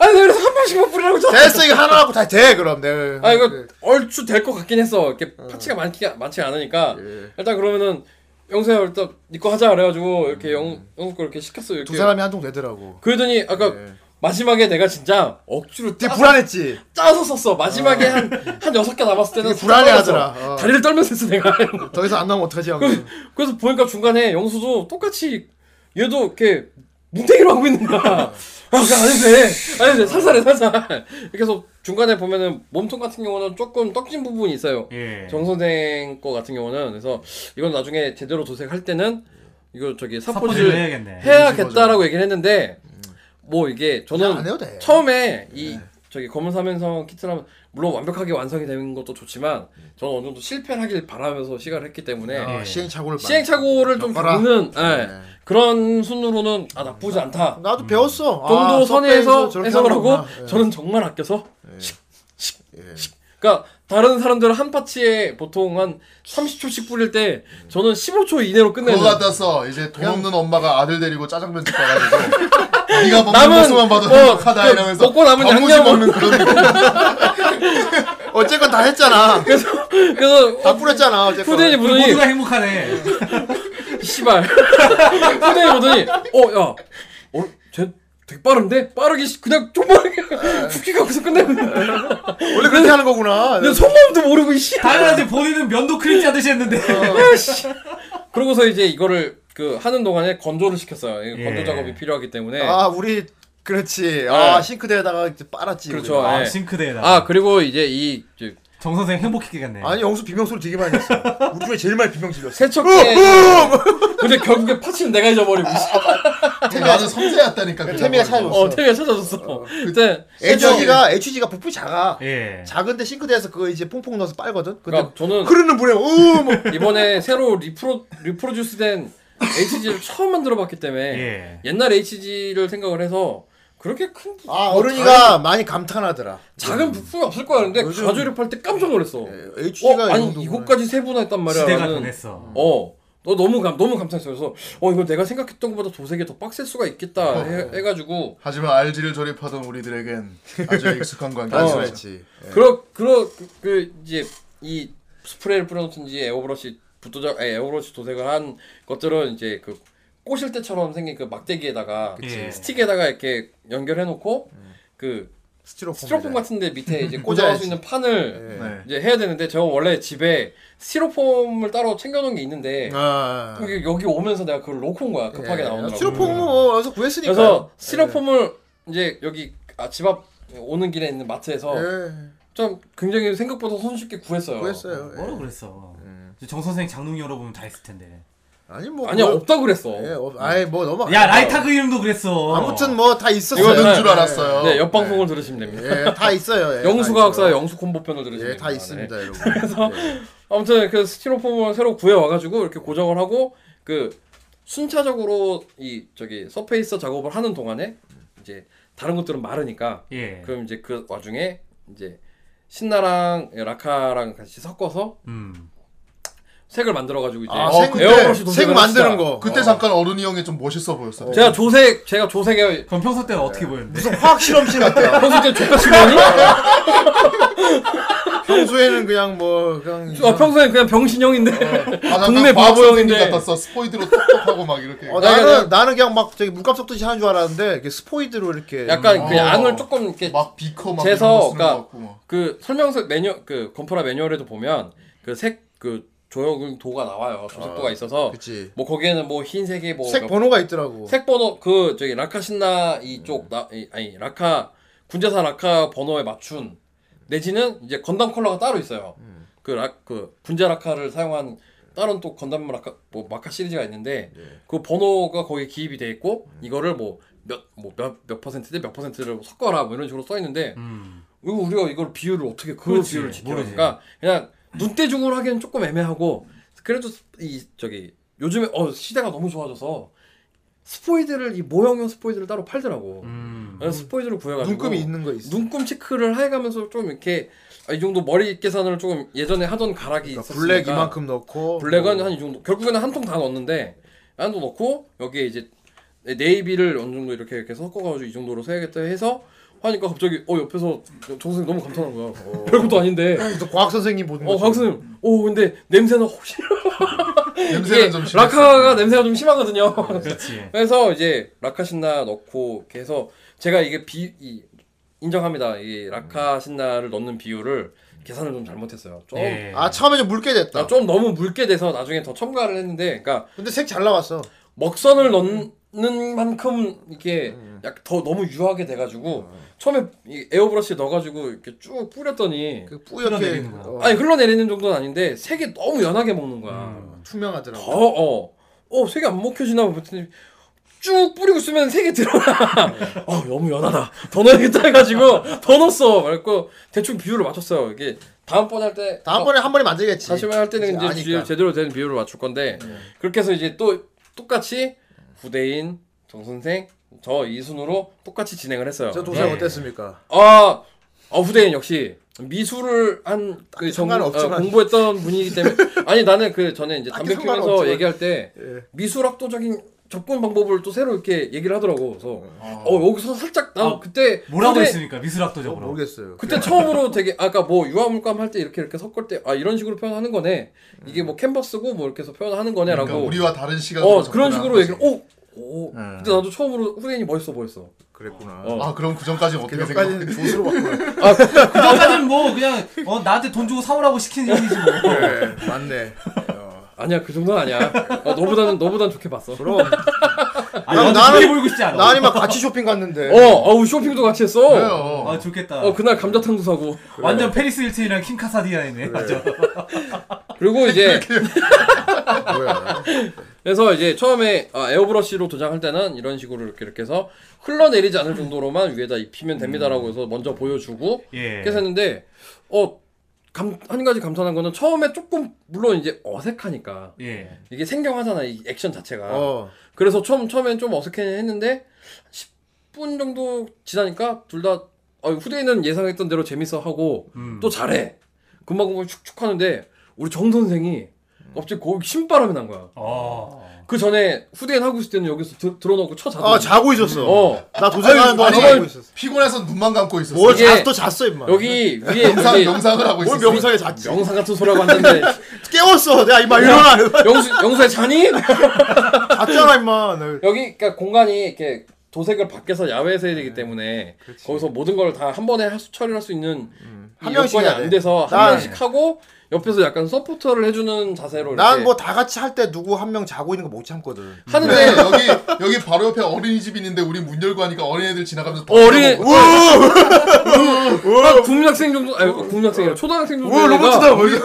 아니 그래서 한 번씩만 뿌리라고 했잖아.
됐어 이거 하나 하고 다 돼 그럼 내가
아 이거 얼추 될 것 같긴 했어. 이렇게 파츠가 많기가 많지 않으니까
예.
일단 그러면은 영수야 일단 니거 하자 그래가지고 이렇게 영 영수 거 이렇게 시켰어.
음.
이렇게
두 사람이 예. 한 통 되더라고
그러더니 아까 마지막에 내가 진짜 억지로
되게
짜서,
불안했지
짜서 썼어. 마지막에 한한 여섯 개 남았을 때는
되게 불안해하더라.
떨면서,
어.
다리를 떨면서 했어 내가.
더 이상 안 나오면 어떡하지 하고
그래서 보니까 중간에 영수도 똑같이 얘도 이렇게 뭉탱이로 하고 있는 거야. 아, 그냥 안 해도 돼. 안 해도 돼. 살살해, 살살. 이렇게 해서 중간에 보면은 몸통 같은 경우는 조금 떡진 부분이 있어요.
예.
정선생 거 같은 경우는. 그래서 이건 나중에 제대로 도색할 때는 이거 저기
사포질을
사포질
해야겠네.
해야겠다라고 얘기를 했는데 뭐 이게 저는
안 네. 해도 돼
처음에 이 저기 검은 사면성 키트라면 물론 완벽하게 완성이 되는 것도 좋지만 저는 어느 정도 실패를 하길 바라면서 시작을 했기 때문에
아, 예.
어, 시행착오를 많이-
아, 시행착오를 좀
겪어라.
겪는 예. 그런 순으로는 아 나쁘지 않다
나도 배웠어
정도
아,
선에서
서페이서 저렇게
해석을 하고
하는구나. 예.
저는 정말 아껴서 씩, 씩, 씩. 그러니까 다른 사람들은 한 파츠에 보통 한 30초씩 뿌릴 때 저는 15초 이내로 끝내요.
그거 같았어. 이제 돈 없는 엄마가 아들 데리고 짜장면 집 가가지고 네가 먹는
남은-
모습만 봐도
어,
행복하다
그
이러면서
먹고 남은
단무지
양념
먹는 그런
어쨌건 다 했잖아.
그래서 그래서
다 뿌렸잖아. 어쨌건.
후대인이 보더니
모두가 행복하네.
씨발. 후대인이 보더니 어 야, 어, 쟤 되게 빠른데 빠르게 시- 그냥 좀 빠르게 후기 가고서 끝내는. 원래
그렇게 하는 거구나.
내 속마음도 모르고 씨.
당연하지 본인은 면도 크림치 하듯이 했는데.
아, 씨. 그러고서 이제 이거를 그 하는 동안에 건조를 시켰어요. 이
예.
건조 작업이 필요하기 때문에.
아 우리 그렇지. 아
네.
싱크대에다가 이제 빨았지.
그렇죠.
우리가.
예. 아 그리고 이제 이
정 선생 행복했게 갔네.
아니 영수 비명 소리 되게 많이 냈어. 우리 중에 제일 많이 비명 질렀어. 아,
세척기에 근데 결국에 파츠는 내가 잊어버리고
아, 나는 섬세였다니까. 그냥.
태미가 찾아줬어.
어 태미가 찾아줬어 그때
HG가 HG가 부품이 작아.
예.
작은데 싱크대에서 그 이제 퐁퐁 넣어서 빨거든. 근데
그러니까 저는
흐르는 물에 으 뭐.
이번에 새로 리프로 리프로듀스된 HG를 처음 만들어봤기 때문에 옛날 HG를 생각을 해서 그렇게 큰 부-
아
뭐
어른이가 많이 감탄하더라.
작은, 작은 부품이 없을 거야 근데
요즘- 예,
가조립할 때 깜짝 놀랐어
HG가
어, 아니 이것까지 세분화했단 말이야
시대가
나는.
변했어.
어. 너 너무 감 너무 감탄했어. 그래서 어 이거 내가 생각했던 것보다 도색이 더 빡셀 수가
어.
있겠다
네.
해, 해가지고
하지만 RG를 조립하던 우리들에겐 아주 익숙한
어.
관계였죠.
네.
그러 그러 그, 그 이제 이 스프레이를 뿌려놓든지 에어브러시 붓도작 에, 에어브러시 도색을 한 것들은 이제 그 꼬실 때처럼 생긴 그 막대기에다가
그치.
예. 스틱에다가 이렇게 연결해놓고 그
스티로폼,
같은데 밑에 이제 꽂아할
음. 어, 네. 꽂아야지.
수 있는 판을
네.
이제 해야 되는데 저 원래 집에 스티로폼을 따로 챙겨놓은 게 있는데
아.
여기, 여기 오면서 내가 그걸 놓고 온 거야 급하게
예.
나오느라고
스티로폼은 뭐 어디서 구했으니까.
그래서 스티로폼을 이제 여기 아, 집 앞 오는 길에 있는 마트에서
예.
좀 굉장히 생각보다 손쉽게 구했어요.
구했어요. 예.
뭐라 그랬어.
음.
정 선생 장롱 열어보면 다 있을 텐데.
아니 뭐
아니야, 없다 그랬어.
예, 없, 아예 뭐 너무.
어.
야 라이타 그 이름도 그랬어.
아무튼 뭐 다 있었어요.
네, 옆 방송을 들으시면 됩니다.
예, 다 있어요. 예,
영수가
다
학사 영수 콤보편을 들으시면
예, 다 있습니다, 여러분. 예.
그래서 아무튼 그 스티로폼을 새로 구해 와가지고 이렇게 고정을 하고 그 순차적으로 이 저기 서페이서 작업을 하는 동안에 이제 다른 것들은 마르니까
예.
그럼 이제 그 와중에 이제 신나랑 예, 라카랑 같이 섞어서
음.
색을 만들어가지고 이제
아,
어,
그때
에어브러시 도색을 합시다.
그때 잠깐 어른이 형이 좀 멋있어 보였어.
제가 조색 제가 조색에
그럼 평소 때는 어떻게
네.
보였는데?
무슨 화학 실험실 같아요.
평소 때 조카 실험이?
평소에는 그냥 뭐 그냥
아, 평소에 그냥 병신형인데
아,
동네 바보 형인데
같았어. 스포이드로 톡톡하고 막 이렇게.
어, 나는 나는 그냥 막 저기 물감 섞듯이 하는 줄 알았는데 이게 스포이드로 이렇게
약간 그 양을 조금 이렇게 막
비커
막 이런 거
재서
쓰는 것
그러니까
같고 막.
그 설명서 매뉴 그 건프라 매뉴얼에도 보면 그 색 그 조형 도가 나와요 조색도가
아,
있어서
그치.
뭐 거기에는 뭐 흰색에 뭐색
색 번호가 있더라고.
색 번호 그 저기 라카 신나 이쪽 나 이- 아니 라카 군제사 라카 번호에 맞춘 내지는 이제 건담 컬러가 따로 있어요. 그라그 군제 라카를 사용한 다른 또 건담 라카 뭐 마카 시리즈가 있는데 그 번호가 거기 기입이 돼 있고 이거를 뭐 몇 뭐 몇 몇 퍼센트 대몇 퍼센트를 섞어라 뭐 이런 식으로 써 있는데 이거 우리가 이걸 비율을 어떻게 그
그렇지,
비율을 지켜?
모르지.
그러니까 그냥 눈대중으로 하기엔 조금 애매하고 그래도 이 저기 요즘에 어 시대가 너무 좋아져서 스포이드를 이 모형용 스포이드를 따로 팔더라고.
음.
그래서 스포이드를 구해가지고
눈금이 있는 거 있어.
눈금 체크를 해가면서 좀 이렇게 아, 이 정도 머리 계산을 조금 예전에 하던 가락이 있었으니까
그러니까 블랙 이만큼 넣고 어,
블랙은 한 이 정도 결국에는 한 통 다 넣었는데 한 통 넣고 여기에 이제 네이비를 어느 정도 이렇게 이렇게 섞어가지고 이 정도로 써야겠다 해서 하니까 갑자기 어 옆에서 정선생 너무 감탄한 거야
어.
별것도 아닌데
또 과학 선생님 보는
어
거지.
과학 선생님 오 근데 냄새는 혹시
냄새는 좀 심했어.
라카가 냄새가 좀 심하거든요
그렇지.
그래서 이제 라카 신나 넣고 이렇게 해서 제가 이게 비 이, 인정합니다 이 라카 신나를 넣는 비율을 계산을 좀 잘못했어요 좀
예. 아, 처음에 좀 묽게 됐다.
아, 좀 너무 묽게 돼서 나중에 더 첨가를 했는데, 그러니까.
근데 색 잘 나왔어.
먹선을 넣는 만큼 이게
음.
약 더 너무 유하게 돼가지고
아.
처음에 이 에어브러시 넣어가지고 이렇게 쭉 뿌렸더니
그 뿌옇게- 흘러내리는구나. 어.
아니 흘러내리는 정도는 아닌데 색이 너무 연하게 먹는 거야.
음. 투명하더라고.
더 어, 어 색이 안 먹혀지나 보더니 쭉 뿌리고 쓰면 색이 드러나.
네.
어 너무 연하다. 더 넣어야겠다 해가지고 더 넣었어. 그래갖고 대충 비율을 맞췄어요. 이게 다음번에 할 때
다음번에 한 번에 만들겠지.
다시만 할 때는 이제
아니까.
제- 제대로 된 비율을 맞출 건데 그렇게 해서 이제 또 똑같이 후대인 정 선생 저 이 순으로 똑같이 진행을 했어요. 네.
저 동생 어땠습니까?
아, 어, 후대인 역시 미술을 한그
상관은
전공- 어,
없지만.
공부했던 분이기 때문에 아니 나는 그 전에 이제 담배
딱히 상관은
피면서
없지만.
얘기할 때
예.
미술학도적인 접근 방법을 또 새로 이렇게 얘기를 하더라고. 그래서
아.
어 여기서 살짝 나
아,
그때
뭐라고
근데
했습니까? 미술학도적으로.
모르겠어요.
그때 처음으로 되게 아까 뭐 유화물감 할 때 이렇게 이렇게 섞을 때 아 이런 식으로 표현하는 거네 이게 뭐 캔버스고 뭐 이렇게 해서 표현하는 거네라고
그러니까 우리와 다른 시각으로
어 그런
접근하는
식으로
거지.
얘기를 오, 오.
네.
근데 나도 처음으로 후대인이 멋있어 보였어
그랬구나
아 그럼 그 전까지는 어떻게
그전까지는
생각해?
조수로
아,
그 전까지는 뭐 그냥 어, 나한테 돈 주고 사오라고 시키는 일이지 뭐.
네, 맞네.
아니야 그 정도는 아니야 어, 너보다는 너보단 좋게 봤어
그럼
아니, 나는 보이고 싶지 않아.
나는 막 같이 쇼핑 갔는데.
어 아우 쇼핑도 같이 했어
네,
그래요.
아 좋겠다.
어 그날 네. 감자탕도 사고
완전 페리스 힐튼이랑 킴 카사디안이네. 맞아.
그리고 이제 그래서 이제 처음에 아, 에어브러시로 도장할 때는 이런 식으로 이렇게 이렇게 해서 흘러내리지 않을 정도로만 위에다 입히면 됩니다라고
음.
해서 먼저 보여주고
예.
그래서 했는데 어. 감, 한 가지 감탄한 거는 처음에 조금 물론 이제 어색하니까
예.
이게 생경하잖아 이 액션 자체가
어.
그래서 처음 처음엔 좀 어색했는데 10분 정도 지나니까 둘 다 어, 후대인은 예상했던 대로 재밌어 하고 또 잘해 금방 금방 축축 하는데 우리 정 선생이 갑자기 거기 신바람이 난 거야. 그 전에 후대인 하고 있을 때는 여기서 드, 들어놓고 쳐 자고.
아, 자고 있었어.
어.
나 도전하는 동안
아니,
자고 있었어.
피곤해서 눈만 감고 있었어.
뭘 자, 또 잤어 임마.
여기 위에
명상-
여기-
명상을 하고
뭘
있었어.
명상에 잤지.
명상 같은 소리하고 앉았는데
깨웠어. 내가 임마 일어나.
영수 영수야 자니?
잤잖아 임마. 나
여기 그러니까 공간이 이렇게 도색을 밖에서 야외에서 해야 되기 때문에 거기서 모든 걸 다 한 번에 할 수- 처리할 수 있는
한
한
명씩
명씩이
해야 돼.
안 돼서 한
난-
명씩 하고 옆에서 약간 서포터를 해주는 자세로
난
이렇게
뭐 다 같이 할 때 누구 한 명 자고 있는 거 못
음.
참거든.
하는데 어,
여기 여기 바로 옆에 어린이집 있는데 우리 문 열고 하니까 어린애들 지나가면서 더
어린
쳐다보고.
한 아, 국민학생 정도 아니 국민학생이라 초등학생 정도
우와, 로봇이다, 뭐
어, 이리 봐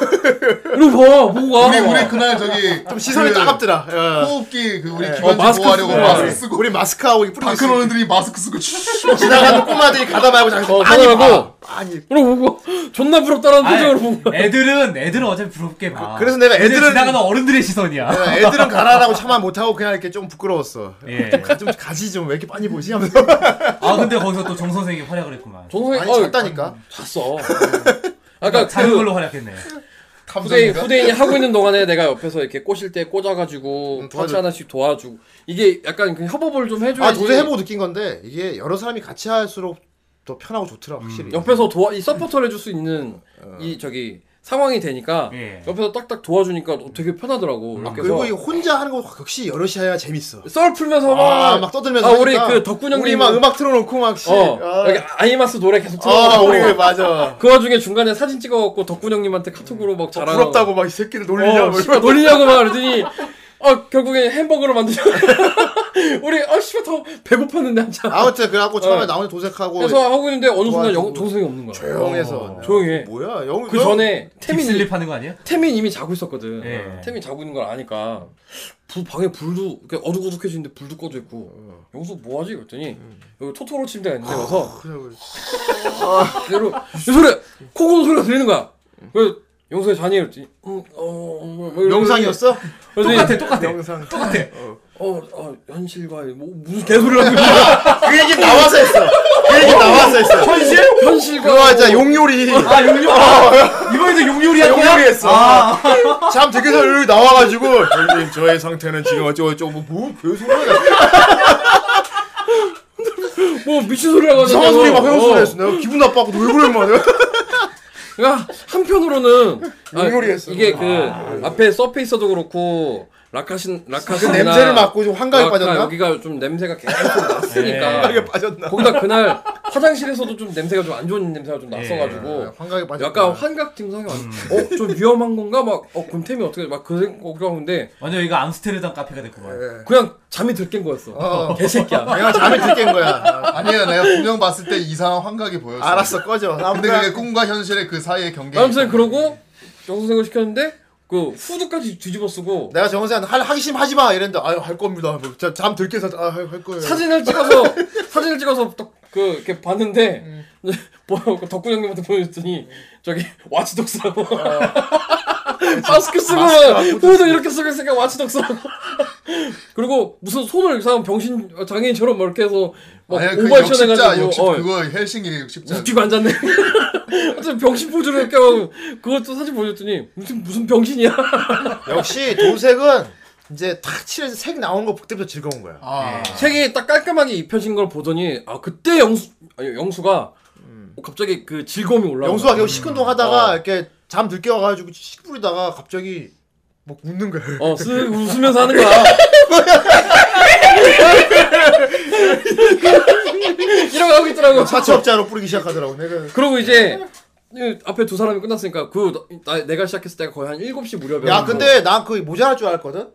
보고 가
우리 우리 그날 저기
좀 시선이
그
따갑더라. 예.
호흡기 그 우리
예.
기관지 보호하려고 마스크 쓰고
우리 마스크하고 뿌리고
밖으로 오는 들이 마스크 쓰고 슈슈
지나가는 꼬마들이 가다 말고 자기
어,
많이
가다
봐.
말고.
많이.
그럼 보고 존나 부럽다라는
아이,
표정으로 보고
애들은 애들은 어차피 부럽게 봐.
그- 그래서 내가
근데
애들은-
지나가는 어른들의 시선이야.
네.
예, 애들은 가라라고 참아 못하고 그냥 이렇게 좀 부끄러웠어.
예.
좀, 가, 좀 가지 좀 왜 이렇게 많이 보지 하면서.
아 근데 거기서 또 정 선생이 활약을 했구만.
정성이
어,
많이 잤다니까.
잤어 아까
작은
그
걸로 활약했네.
후대인,
탐정인가?
후대인이 하고 있는 동안에 내가 옆에서 이렇게 꼬실 때 꽂아가지고 같이 하나씩 도와주고 이게 약간 그 협업을 좀 해줘야지
음, 아 도저히 해보고 느낀 건데 이게 여러 사람이 같이 할수록 더 편하고 좋더라 확실히.
음, 옆에서 도와 이 서포터를 해줄 수 있는
어,
이 저기 상황이 되니까
예.
옆에서 딱딱 도와주니까 되게 편하더라고 이렇게 해서
그리고 이 혼자 하는 거 역시 여럿이 해야 재밌어.
썰 풀면서 막,
아, 막 떠들면서
아, 우리
하니까
그 덕군 형님
우리 막 음악 틀어놓고 막 씨.
어
아,
여기 아이마스 노래 계속
아,
틀어놓고
우리 그 맞아.
그 와중에 중간에 사진 찍어갖고 덕군 형님한테 카톡으로 막 자랑
어, 부럽다고 막 이 새끼를 놀리냐
어,
뭐
씨발, 놀리냐고 막 그러더니 아 결국에 햄버거를 만드자 우리 아 씨발 더 배고팠는데 한참
아무튼 그래갖고 처음에
어.
나오는 도색하고
그래서 하고 있는데 어느
뭐
순간
도와주고.
영, 정성이 없는 거야
조용해서
조용해
뭐야 영
그 전에 태민이
딥슬립하는 거 아니야?
태민 이미 자고 있었거든
예.
태민 자고 있는 걸 아니까 불, 방에 불도 이렇게 어둑어둑해지는데 불도 꺼져 있고 영수 뭐하지 그랬더니
음.
여기 토토로 침대가
아,
있는데 와서 그대로 이 소리 코 고는 소리가 들리는 거야
음.
그래서 영수야 자니 그랬더니 음, 어, 어, 어,
영상이었어?
그랬더니
똑같아 똑같아.
영상.
어, 어, 현실과 뭐 무슨 개소리를 하는 거야?
그 얘기 나와서 했어. 그 얘기 나와서 했어.
현실?
현실과 뭐.
그거 진짜 용요리.
아 용요. 아, 이번에도 용요리 한 거야?
용요리 했어.
아,
잠 되게 잘 나와가지고 선생님 저의 상태는 지금 어쩌고 저쩌고 뭐, 뭐 개소리야.
뭐 미친 소리라고 하는
이상한 소리 막 회원수를 했어. 내가 기분 나빠갖고 왜 그래 임마 내가.
그러니까 한편으로는 아,
용요리했어. 아.
이게 그 앞에 서페이서도 그렇고 라카신
그
라카신
냄새를 맡고 좀 환각에 빠졌나? 네.
여기가 좀 냄새가 계속 났으니까 네.
환각에 빠졌나?
거기다 그날 화장실에서도 좀 냄새가 좀 안 좋은 냄새가 좀 났어가지고
환각에 네. 아, 빠졌나?
약간 환각 증상이 왔. 어좀 위험한 건가 막어 곰템이 어떻게 막그 생각하는데
완전 이거 암스테르담 카페가 됐구만.
네.
그냥 잠이 들깬 거였어. 개새끼야.
내가 잠을 들깬 거야.
아니야 내가 분명 봤을 때 이상한 환각이 보였어
알았어 꺼져. 나
근데
뭔가-
그게 꿈과 현실의 그 사이의 경계
아무튼 그러고 정선생을 시켰는데 그 후드까지 뒤집어 쓰고
내가 정선생한테 할- 하기 싫으면 하지 마 이랬는데 아유 할 겁니다. 뭐, 자- 잠 들깨서 아할 거예요.
사진을 찍어서 사진을 찍어서 딱 그 이렇게 봤는데
음.
뭐, 그 보 덕구 형님한테 보여줬더니 저기 와치독스라고 마스크 쓰고 후드 이렇게 쓰고 있으니까 와치독 쓰고 그리고 무슨 손을 이상한 병신 어, 장애인처럼 막 이렇게 해서 막
아니, 그
오버액션
역십자,
해가지고
역십,
어,
그거 헬싱이 역십자.
웃기고 앉았네 하여튼 병신 포즈로 이렇게 하고 그것도 사진 보여줬더니 무슨 무슨 병신이야
역시 도색은 이제 탁 칠해서 색 나온 거 그때부터 즐거운 거야.
아. 색이 딱 깔끔하게 입혀진 걸 보더니 아 그때 영수 아니, 영수가 갑자기 그 즐거움이 올라.
음. 영수가 계속 뭐 시큰둥
어.
하다가 이렇게 잠 들게 와가지고 씩 뿌리다가 갑자기 막 웃는 거야.
어, 쓱 웃으면서 하는 거야. 이러고 하고 있더라고.
사채업자로 뿌리기 시작하더라고. 내가
그러고 이제 이 앞에 두 사람이 끝났으니까 그 나, 내가 시작했을 때가 거의 한 7시 무렵이야.
야 근데 난 그 모자랄 줄 알았거든.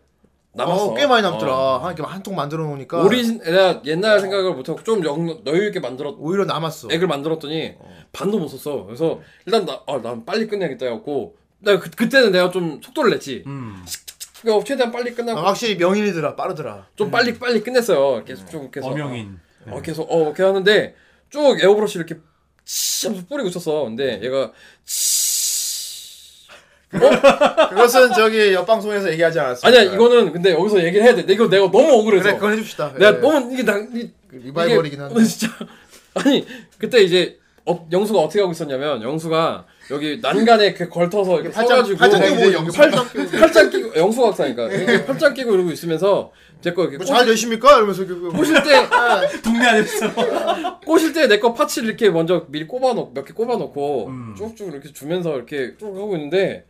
남았어.
어, 꽤 많이 남더라.
어.
한통 한 통 만들어 놓으니까.
오리진 내가 옛날 생각을 못하고 좀 영, 여유 있게 만들었
오히려 남았어
액을 만들었더니 반도 못 썼어 그래서 일단 나, 아, 난 빨리 끝내야겠다 해갖고 내가 그, 그때는 내가 좀 속도를 냈지 그러니까 최대한 빨리
음.
끝나고
아, 음. 확실히 명인이더라 빠르더라
좀 빨리 빨리 끝냈어요
음.
계속 좀 계속
어명인.
어,
네.
어, 계속 어 이렇게 하는데 쭉 에어브러시 이렇게 치 하면서 뿌리고 있었어 근데 얘가
그것은 저기 옆 방송에서 얘기하지 않았어.
아니야 이거는 근데 여기서 얘기를 해야 돼 이거 내가 너무 억울해서
그래 그건 해줍시다.
내가
예.
너무 이게 나 이,
리바이벌이긴 한데.
진짜 아니 그때 이제 어, 영수가 어떻게 하고 있었냐면 영수가 여기 난간에 그 걸터서 이렇게
팔짱-
서가지고
팔짱 끼고
팔-
영수
팔- 팔짱 끼고 예, 영수 각사니까 이렇게 팔짱 끼고 이러고 있으면서 제거 이렇게
뭐잘 되십니까? 이러면서 그-
꼬실 때
동네 아저씨처럼
꼬실 때 내 거 파츠를 이렇게 먼저 미리 꼽아놓고 몇 개 꼽아놓고
음.
쭉쭉 이렇게 주면서 이렇게 쭉 하고 있는데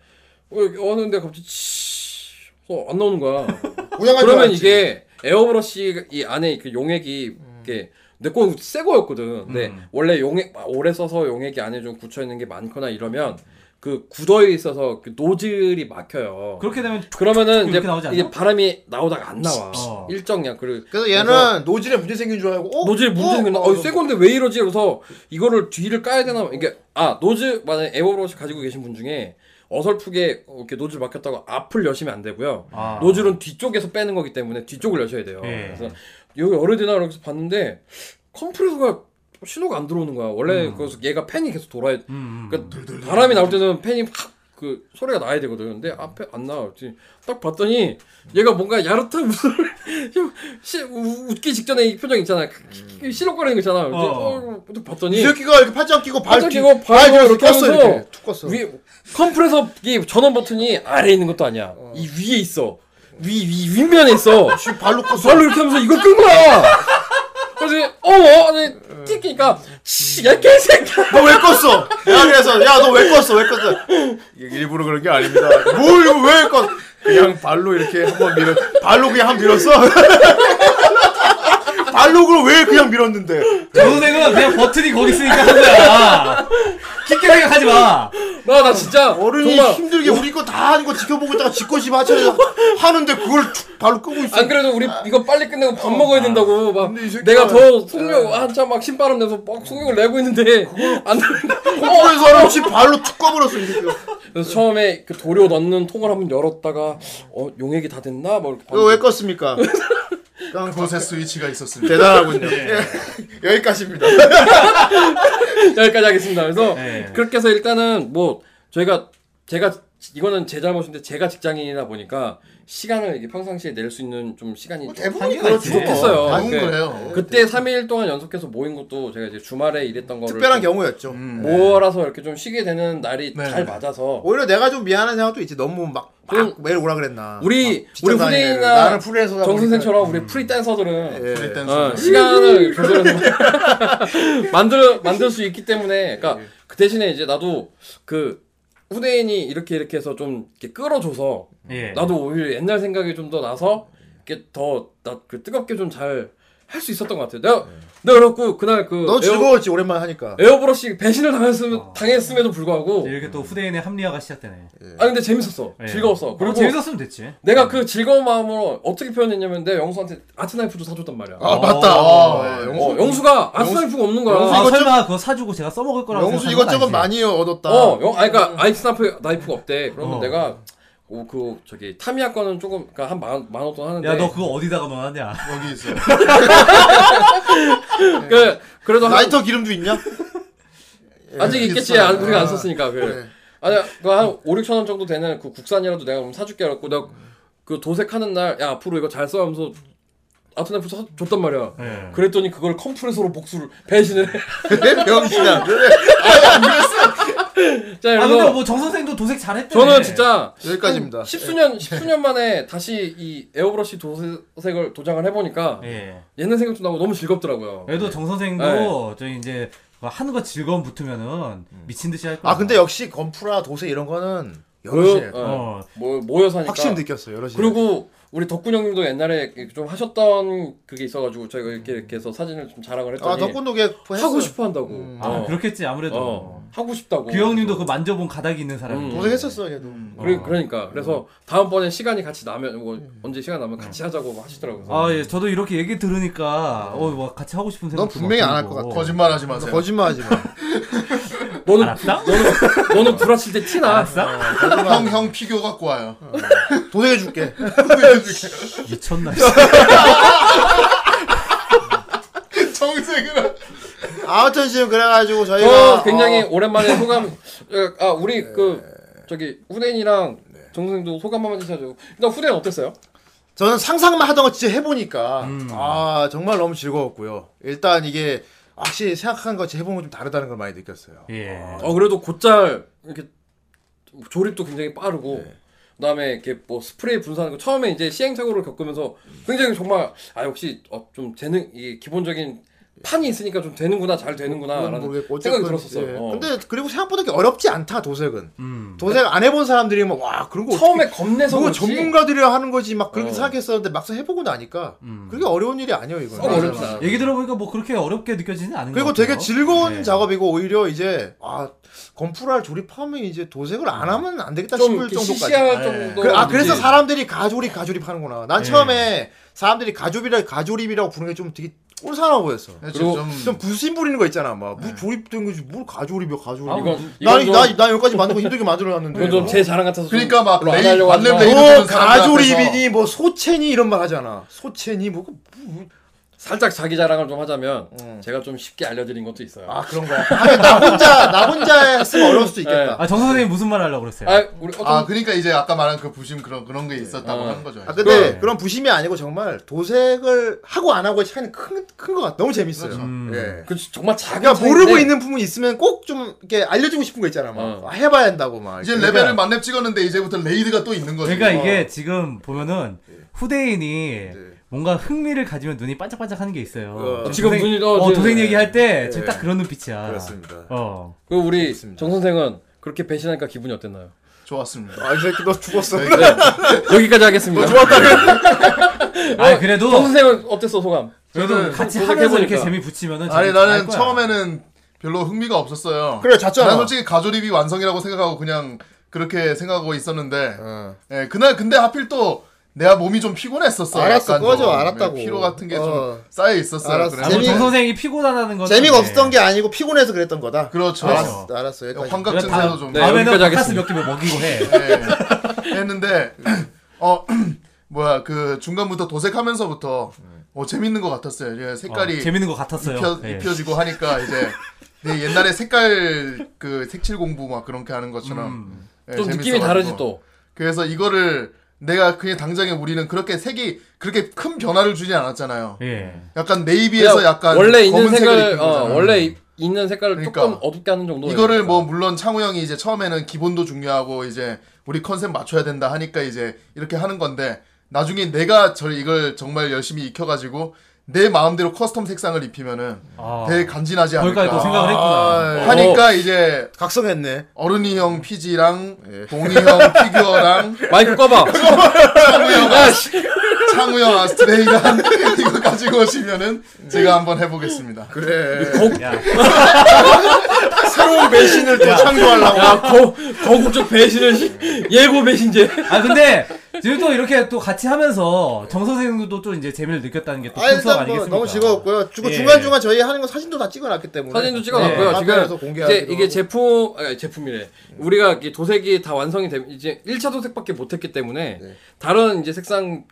어, 이렇게 하는데 갑자기 치안 나오는 거야.
음.
우양한 줄
그러면
알았지.
이게 에어브러시 이 안에 그 용액이 이렇게 내건새 거였거든. 근데
음.
원래 용액 아, 오래 써서 용액이 안에 좀 굳혀 있는 게 많거나 이러면 그 굳어 있어서 그 노즐이 막혀요.
그렇게 되면 툭툭
그러면은 이제
이렇게 나오지 않나?
이게 바람이 나오다가 안 나와.
어.
일정량 그리고
그래서 얘는 노즐에 문제 생긴 줄 알고 어?
노즐 문제 생겼나?
어?
어, 새 건데 왜 이러지? 그래서 이거를 뒤를 까야 되나? 이게 아 노즐 만약 에어브러시 가지고 계신 분 중에 어설프게 이렇게 노즐 막혔다고 앞을 여시면 안 되고요.
아.
노즐은 뒤쪽에서 빼는 거기 때문에 뒤쪽을 여셔야 돼요.
예.
그래서 여기 어려되나 이렇게 봤는데 컴프레서가 신호가 안 들어오는 거야. 원래
음.
그래서 얘가 팬이 계속 돌아야. 그러니까 바람이 나올 때는 팬이 확그 소리가 나야 되거든. 근데 앞에 안 나왔지. 딱 봤더니 얘가 뭔가 야릇한 웃음을 좀 시- 우- 웃기 직전에 이 표정 있잖아. 음. 실룩거리는 거 있잖아. 근데
어.
어. 또
이
봤더니
새끼가 이렇게 팔짱 끼고 발
발짝
뒤-
끼고
발
발
뒤로
이렇게
꼈어,
하면서
이렇게. 툭 꼈어.
위에 컴프레서 이 전원 버튼이 아래에 있는 것도 아니야. 이 위에 있어. 위 위 윗면에 있어.
발로 꼈어.
발로 이렇게 하면서 이걸 끈 거야. 그래서 어머 아니 뛰니까 씨야 개새끼야.
너왜 껐어? 야 그래서 야 너 왜 껐어? 왜 껐어? 이게 일부러 그런 게 아닙니다. 뭘 이거 왜 껐? 그냥 발로 이렇게 한번 밀어. 발로 그냥 한 번 밀었어. 발로 그걸 왜 그냥 밀었는데?
전생은 그냥 버튼이 거기 있으니까 한 거야. 깊게 생각하지 마.
나, 나 진짜.
어른이
정말-
힘들게 우리 거 다 하는 거 지켜보고 있다가 지꼬집 하차를 하는데 그걸 툭 발로 끄고 있어.
안 아, 그래도 우리 이거 빨리 끝내고 밥 먹어야 된다고 막
새끼가- 네.
내가 더 속력 한참 막 신바람 내서 막 속력을 내고 있는데 안 된다.
그래서 사람이 발로 툭 꺼버렸어 이 새끼가.
그래서 처음에 그 도료 넣는 통을 한번 열었다가 어 용액이 다 됐나 뭐 이렇게
이거 어, 왜 껐습니까?
그곳에 스위치가 있었습니다.
대단하군요.
예.
예. 여기까지입니다.
여기까지 하겠습니다. 그래서
네.
그렇게 해서 일단은 뭐 저희가 제가 이거는 제 잘못인데 제가 직장인이다 보니까 시간을 이게 평상시에 낼 수 있는 좀 시간이 좀
대부분이
한계가
그렇죠.
있지.
부족했어요.
다른
그-
거예요.
그때 3일 동안 연속해서 모인 것도 제가 이제 주말에 일했던 거를
특별한
좀
경우였죠.
음. 모아라서 이렇게 좀 쉬게 되는 날이
네.
잘 맞아서
오히려 내가 좀 미안한 생각도 있지. 너무 막,
그럼
막 매일 오라 그랬나.
우리
막
우리
아, 직장 다니는 애를.
후대인이나
나는 프리랜서다
정
보니까.
선생처럼 우리 프리댄서들은
예.
어,
프리댄서.
시간을 조절해서 만들 만들 수 있기 때문에
예,
그러니까 그 대신에 이제 나도 그 후대인이 이렇게 이렇게 해서 좀 이렇게 끌어줘서
예.
나도 오히려 옛날 생각이 좀 더 나서 이렇게 더나그 뜨겁게 좀 잘 할 수 있었던 것 같아요. 내가
예.
내가 그래갖고 그날 그
너
에어,
즐거웠지 오랜만에 하니까.
에어브러시 배신을
아.
당했음 당했음에도 불구하고
이렇게 또 후대인의 합리화가 시작되네.
아 근데 재밌었어
예.
즐거웠어 그리고
그리고 재밌었으면 됐지. 아,
내가 그 즐거운 마음으로 어떻게 표현했냐면 내가 영수한테 아트나이프도 사줬단 말이야.
아 맞다. 아, 영수,
어, 영수가 아트나이프가 없는 거야.
아,
이것저것-
설마 그거 사주고 제가 써먹을 거라고
영수
생각한
이것저것
건 아니지.
많이 얻었다.
어, 영, 아, 그러니까 아이스나이프 나이프가 없대. 그러면
음. 어.
내가 오, 그 저기 타미야 거는 조금 그러니까 한만만 원돈 하는데.
야, 너 그거 어디다가 넣어놨냐? 아,
여기 있어.
그 그래도 한,
그
라이터 기름도 있냐?
아직 있겠지.
있어요.
예,
안, 우리가 안
아.
네.
썼으니까. 그. 아니야 그한 5, 6천 원 정도 되는 그 국산이라도 내가 그럼 사줄게 해갖고 내가 그 도색하는 날 야 앞으로 이거 잘 써 하면서 아트네프 사 줬단 말이야
네.
그랬더니 그걸 컴프레서로 복수를 배신을 해
병신아.
자,
아
그래서
근데 뭐 네. 정 선생도 도색 잘했대.
저는 진짜
여기까지입니다.
십수년 십수년 만에 다시 이 에어브러시 도색을 도장을 해보니까
예.
옛날 생각도 나고 너무 즐겁더라고요.
그래도 정 선생도 저희 이제 하는 거 즐거움 붙으면은 미친 듯이 할 거야.
아 근데 역시 건프라 도세 이런 거는 여럿이
그, 어. 뭐 모여서 하니까
확실히 느꼈어요. 여럿이
그리고 우리 덕군 형님도 옛날에 좀 하셨던 그게 있어가지고 저희가 이렇게 이렇게 해서 사진을 좀 자랑을 했더니
아, 덕군도 걔
하고
했어요. 음.
싶어 한다고.
아
어.
그렇겠지 아무래도.
어, 하고 싶다고.
규 형님도 그 만져본 가닥이 있는 사람.
음.
도색했었어 걔도.
그래, 그러니까 그래서 다음번에 시간이 같이 나면 뭐
음.
언제 시간 나면 같이 하자고 뭐 하시더라고요.
아, 예, 저도 이렇게 얘기 들으니까, 어, 뭐, 같이 하고 싶은 생각.
넌 분명히 안할것 같아. 거짓말 하지 마세요.
거짓말 하지 마.
너는, 너는, 너는 불화칠 때 티나.
형, 형 피규어 갖고 와요.
도색해줄게.
미쳤나.
정색이라.
아무튼 지금 그래가지고 저희가
저 굉장히
어, 네.
오랜만에 소감 아 우리 그 저기 후대인이랑 정선생도 소감 한마디 해줘. 일단 후대인 어땠어요?
저는 상상만 하던 거 진짜 해보니까
음.
아 정말 너무 즐거웠고요. 일단 이게 확실히 생각한 거 진짜 해보면좀 다르다는 걸 많이 느꼈어요.
예.
어 그래도 곧잘 이렇게 조립도 굉장히 빠르고
네.
그다음에 이렇게 뭐 스프레이 분사하는 거 처음에 이제 시행착오를 겪으면서 굉장히 정말 아 역시 어, 좀 재능 이 기본적인 판이 있으니까 좀 되는구나 잘 아, 되는구나라는 생각이 들었었어요.
예.
어.
근데 그리고 생각보다 이렇게 어렵지 않다 도색은.
음.
도색 안 해본 사람들이면 와 그런 거뭐
처음에
어떻게-
겁내서
그거
그렇지.
전문가들이 하는 거지 막 그렇게
어.
생각했었는데 막상 해보고 나니까
음.
그렇게 어려운 일이 아니에요 이거.
얘기 들어보니까 뭐 그렇게 어렵게 느껴지진 않은
그리고
것 같아요.
되게
그렇죠.
즐거운
네.
작업이고 오히려 이제 아 건프라를 조립하면 이제 도색을 안 하면 안 되겠다
음. 좀
싶을
이렇게
정도까지.
시시할 정도로
그래, 아
이제-
그래서 사람들이 가조립 가조립 하는구나. 난
예.
처음에 사람들이 가조립이라 가조립이라고 부르는 게 좀 되게 꼴사나워 보였어.
그리고 네.
좀, 좀 부심 부리는 거 있잖아. 막 뭐 조립된 거지 뭘 가조립이야 가조립.
아, 이건-
나,
이건
나,
좀-
나 여기까지 만든 거 힘들게 만들어놨는데.
이건 좀제 자랑 같아서 좀 그러니까
어,
막 별로 안 레이- 하려고 하지 마. 만렙 레이드
뭐
주는 사람들
가조립이니 뭐 소체니 이런 말 하잖아. 소체니 뭐
살짝 자기 자랑을 좀 하자면 제가 좀 쉽게 알려드린 것도 있어요.
음. 아 그런 거야. 나 혼자 나 혼자 했으면 어려울 수도 있겠다.
네.
아, 정 선생님 무슨 말 하려고 그랬어요?
아, 우리 어떤-
아, 그러니까 이제 아까 말한 그 부심 그런 그런 게 있었다고 한 거죠.
아 근데 그런 부심이 아니고 정말 도색을 하고 안 하고의 차이는 큰큰 것 같아. 너무 재밌어요.
음.
예.
그 정말 작은
그러니까 모르고
차이인데-
있는 부분 있으면 꼭 좀 이렇게 알려주고 싶은 거 있잖아. 막
어.
아, 해봐야 한다고 막.
이제
이렇게.
레벨을 만렙 찍었는데 이제부터 레이드가 또 있는 뭐. 거죠.
그러니까 이게 지금 보면은 후대인이 뭔가 흥미를 가지면 눈이 반짝반짝 하는 게 있어요.
어, 지금
지금 도생-
눈이- 어,
어,
지금-
도생
네.
얘기할 때
네.
지금 딱 그런 눈빛이야.
그렇습니다.
어.
그 우리 정 선생은 그렇게 배신하니까 기분이 어땠나요?
좋았습니다.
아, 이 새끼 너 죽었어.
여기까지
어,
너
하겠습니다.
좋았다.
아,
어, 정 선생은 어땠어 소감?
저는
도색해보니까.
아니 나는 처음에는 별로 흥미가 없었어요.
그래, 잤잖아.
난 솔직히 가조립이 완성이라고 생각하고 그냥 그렇게 생각하고 있었는데, 예 그날 근데 하필 또 내가 몸이 좀 피곤했었어.
알았어,
약간
꺼져,
좀.
알았다고.
예, 피로 같은 게 좀
어.
쌓여 있었어요.
알았어.
그래서
재미-
선생이 피곤하다는 건 네.
재미가 없었던 게 아니고 피곤해서 그랬던 거다.
네. 그렇죠.
알았어, 알았어. 여기까지.
환각 증세도 좀.
네. 뭐
네. 했는데 어 뭐야 그 중간부터 도색하면서부터 어 재밌는 것 같았어요. 이제 색깔이
어, 재밌는 것 같았어요.
입혀,
예.
입혀지고 하니까 이제 내 옛날에 색깔 그 색칠 공부 막 그렇게 하는 것처럼
음.
예,
좀 느낌이
재밌어가지고.
다르지 또.
그래서 이거를 내가 그냥 당장에 우리는 그렇게 색이 그렇게 큰 변화를 주진 않았잖아요.
예.
약간 네이비에서
그냥
약간
원래 있는
검은 색을
색을
입힌
어,
거잖아요. 그러니까.
원래 이- 있는 색깔을 조금 어둡게 하는 정도.
이거를 뭐 물론 창호 형이 이제 처음에는 기본도 중요하고 이제 우리 컨셉 맞춰야 된다 하니까 이제 이렇게 하는 건데 나중에 내가 저 이걸 정말 열심히 익혀가지고 내 마음대로 커스텀 색상을 입히면은
아.
되게 간지나지 않을까.
거기까지 또 생각을 했구나.
아, 하니까
어.
이제
각성했네.
어른이 형 피지랑 동이 형 피규어랑
예. 마이크 꺼봐.
창우 형 아스- 창우 형 아스트레이랑 이거 가지고 오시면은 제가 한번 해보겠습니다.
그래.
어?
새로운
배신을 또 창조하려고.
야, 거, 거국적 배신을 시- 예고 배신제.
아 근데 지금 또 이렇게 또 같이 하면서 정 선생님도 또 이제 재미를 느꼈다는 게또
아
풍서
일단 뭐
그 아니겠습니까?
너무 즐거웠고요. 주고
예.
중간중간 저희 하는 거 사진도 다 찍어놨기 때문에
네.
사진도 찍어놨고요.
카페에서
지금 이제
공개하기로
이게 제품 아, 제품이래. 우리가 이게 도색이
네.
다 완성이 되면 이제 1차 도색밖에 못했기 때문에 다른 이제 색상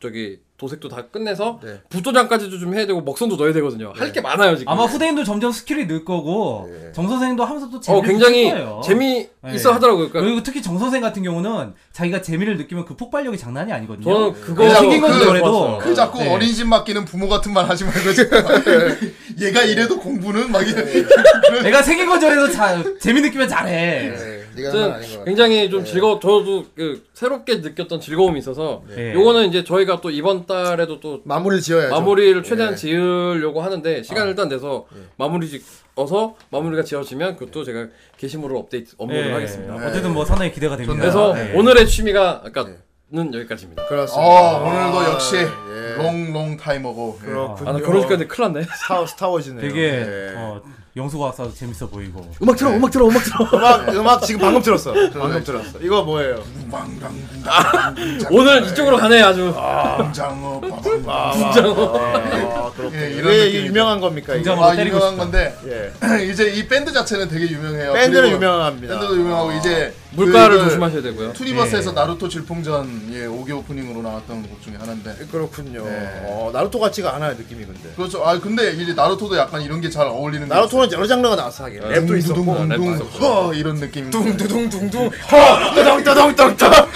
저기 도색도 다 끝내서
네.
붓도장까지도 좀 해야 되고 먹선도 넣어야 되거든요. 할 게 많아요 지금.
아마 후대인도 점점 스킬이 늘 거고
예.
정 선생도 하면서 또
어,
재미를
굉장히
느낄 거예요.
재미
네.
있어 하더라고요. 그러니까
그리고 특히 정 선생 같은 경우는 자기가 재미를 느끼면 그 폭발력이 장난이 아니거든요.
저는 그거-
생긴 건
그-
그래도 예.
그 자꾸
예.
어린 집 맡기는 부모 같은 말 하지 말고 예. 얘가 이래도 공부는 막
예,
이래.
내가 생긴 건 저래도 자, 재미 느끼면 잘해.
예.
아무튼 굉장히 좀 즐거워 저도 그 새롭게 느꼈던 즐거움이 있어서
네.
요거는 이제 저희가 또 이번 달에도 또
마무리를 지어야죠.
마무리를 최대한
예.
지으려고 하는데 시간을 일단 내서 마무리 지어서 마무리가 지어지면 그것도 제가 게시물로 업데이트 업로드를
예.
하겠습니다.
어쨌든 뭐 사나이 기대가 됩니다.
그래서
네.
오늘의 취미가 아까는 네. 여기까지입니다.
그렇습니다.
어, 오늘도 역시
아, 예.
롱롱 타이머고. 예.
아, 나 그러니까 큰일 났네.
스타, 스타워즈네요. 예.
되게 어, 영수가 와서 재밌어 보이고.
음악 틀어, 음악 틀어, 음악 틀어. 음악, 음악 지금 방금 들었어. 예, 방금
그러네.
들었어. 이거 뭐예요?
오늘 이쪽으로 가네 아주.
장어
아,
군장어.
아, 아, 그렇군요.
예,
왜
이런
이게
느낌이죠.
유명한 겁니까? 이게?
아, 유명한 건데
예.
이제 이 밴드 자체는 되게 유명해요.
밴드는
아, 그리고
유명합니다. 아.
밴드도 유명하고 이제
물가를
그
조심하셔야 되고요.
투니버스에서
예.
나루토 질풍전 예 5개 오프닝으로 나왔던 곡 중에 하나인데.
그렇군요.
네.
어, 나루토 같지가 않아요 느낌이 근데.
그렇죠. 아 근데 이제 나루토도 약간 이런 게 잘 어울리는. 게
나루토는 여러 장르가 나왔어 하긴.
네. 음.
랩도 있었고.
둥둥둥둥
랩도 있었고.
허 이런 느낌.
둥두둥둥둥 허 따당따당따당.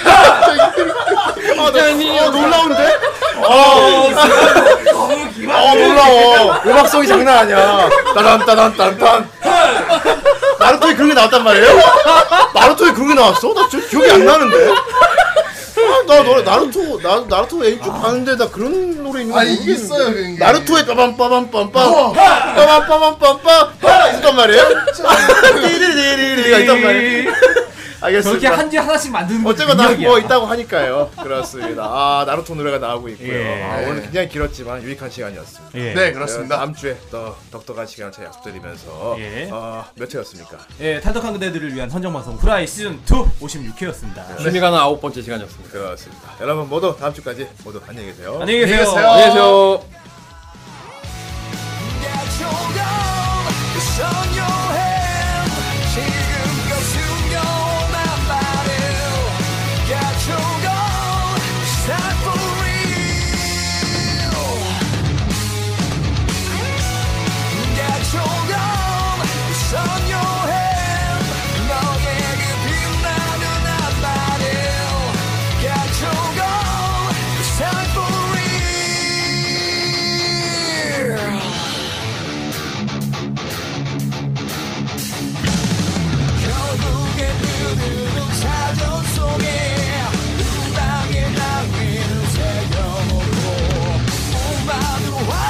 어, 나- 어, 놀라운데? 어, 어 놀라워. 음악성이 장난 아니야. 따란따란따란. 나루토에 그런 게 나왔단 말이에요? 나루토에 그런 게 나왔어? 나 진짜 기억이 안 나는데. 아, 나 노래 나루토 나 나루토 애인 쭉 봤는데 나 그런 노래 있는 거
아니,
모르겠는데.
있어요, 그런 게.
나루토의 빠밤 빠밤 빰빰 빠밤 빠밤 빰빰 빠 있단 말이에요. 띠리리리리가 있단 말이에요. 알겠습니다.
저렇게 한지 하나씩 만드는 거
그러니까 어쨌건 나뭐 있다고 하니까요. 그렇습니다. 아 나루토 노래가 나오고 있고요.
예.
아, 오늘 굉장히 길었지만 유익한 시간이었습니다.
예.
네, 그렇습니다.
어, 다음 주에 또 덕덕한 시간을 제가 약속드리면서
예.
어, 몇 회였습니까?
예, 탈덕한 그대들을 위한 선정방송 후라이 시즌 2 56회였습니다.
취미 가는 아홉 번째 시간이었습니다.
그렇습니다. 여러분 모두 다음 주까지 모두 안녕히 계세요.
안녕히 계세요.
아.
안녕히 계세요.
안녕히 계세요.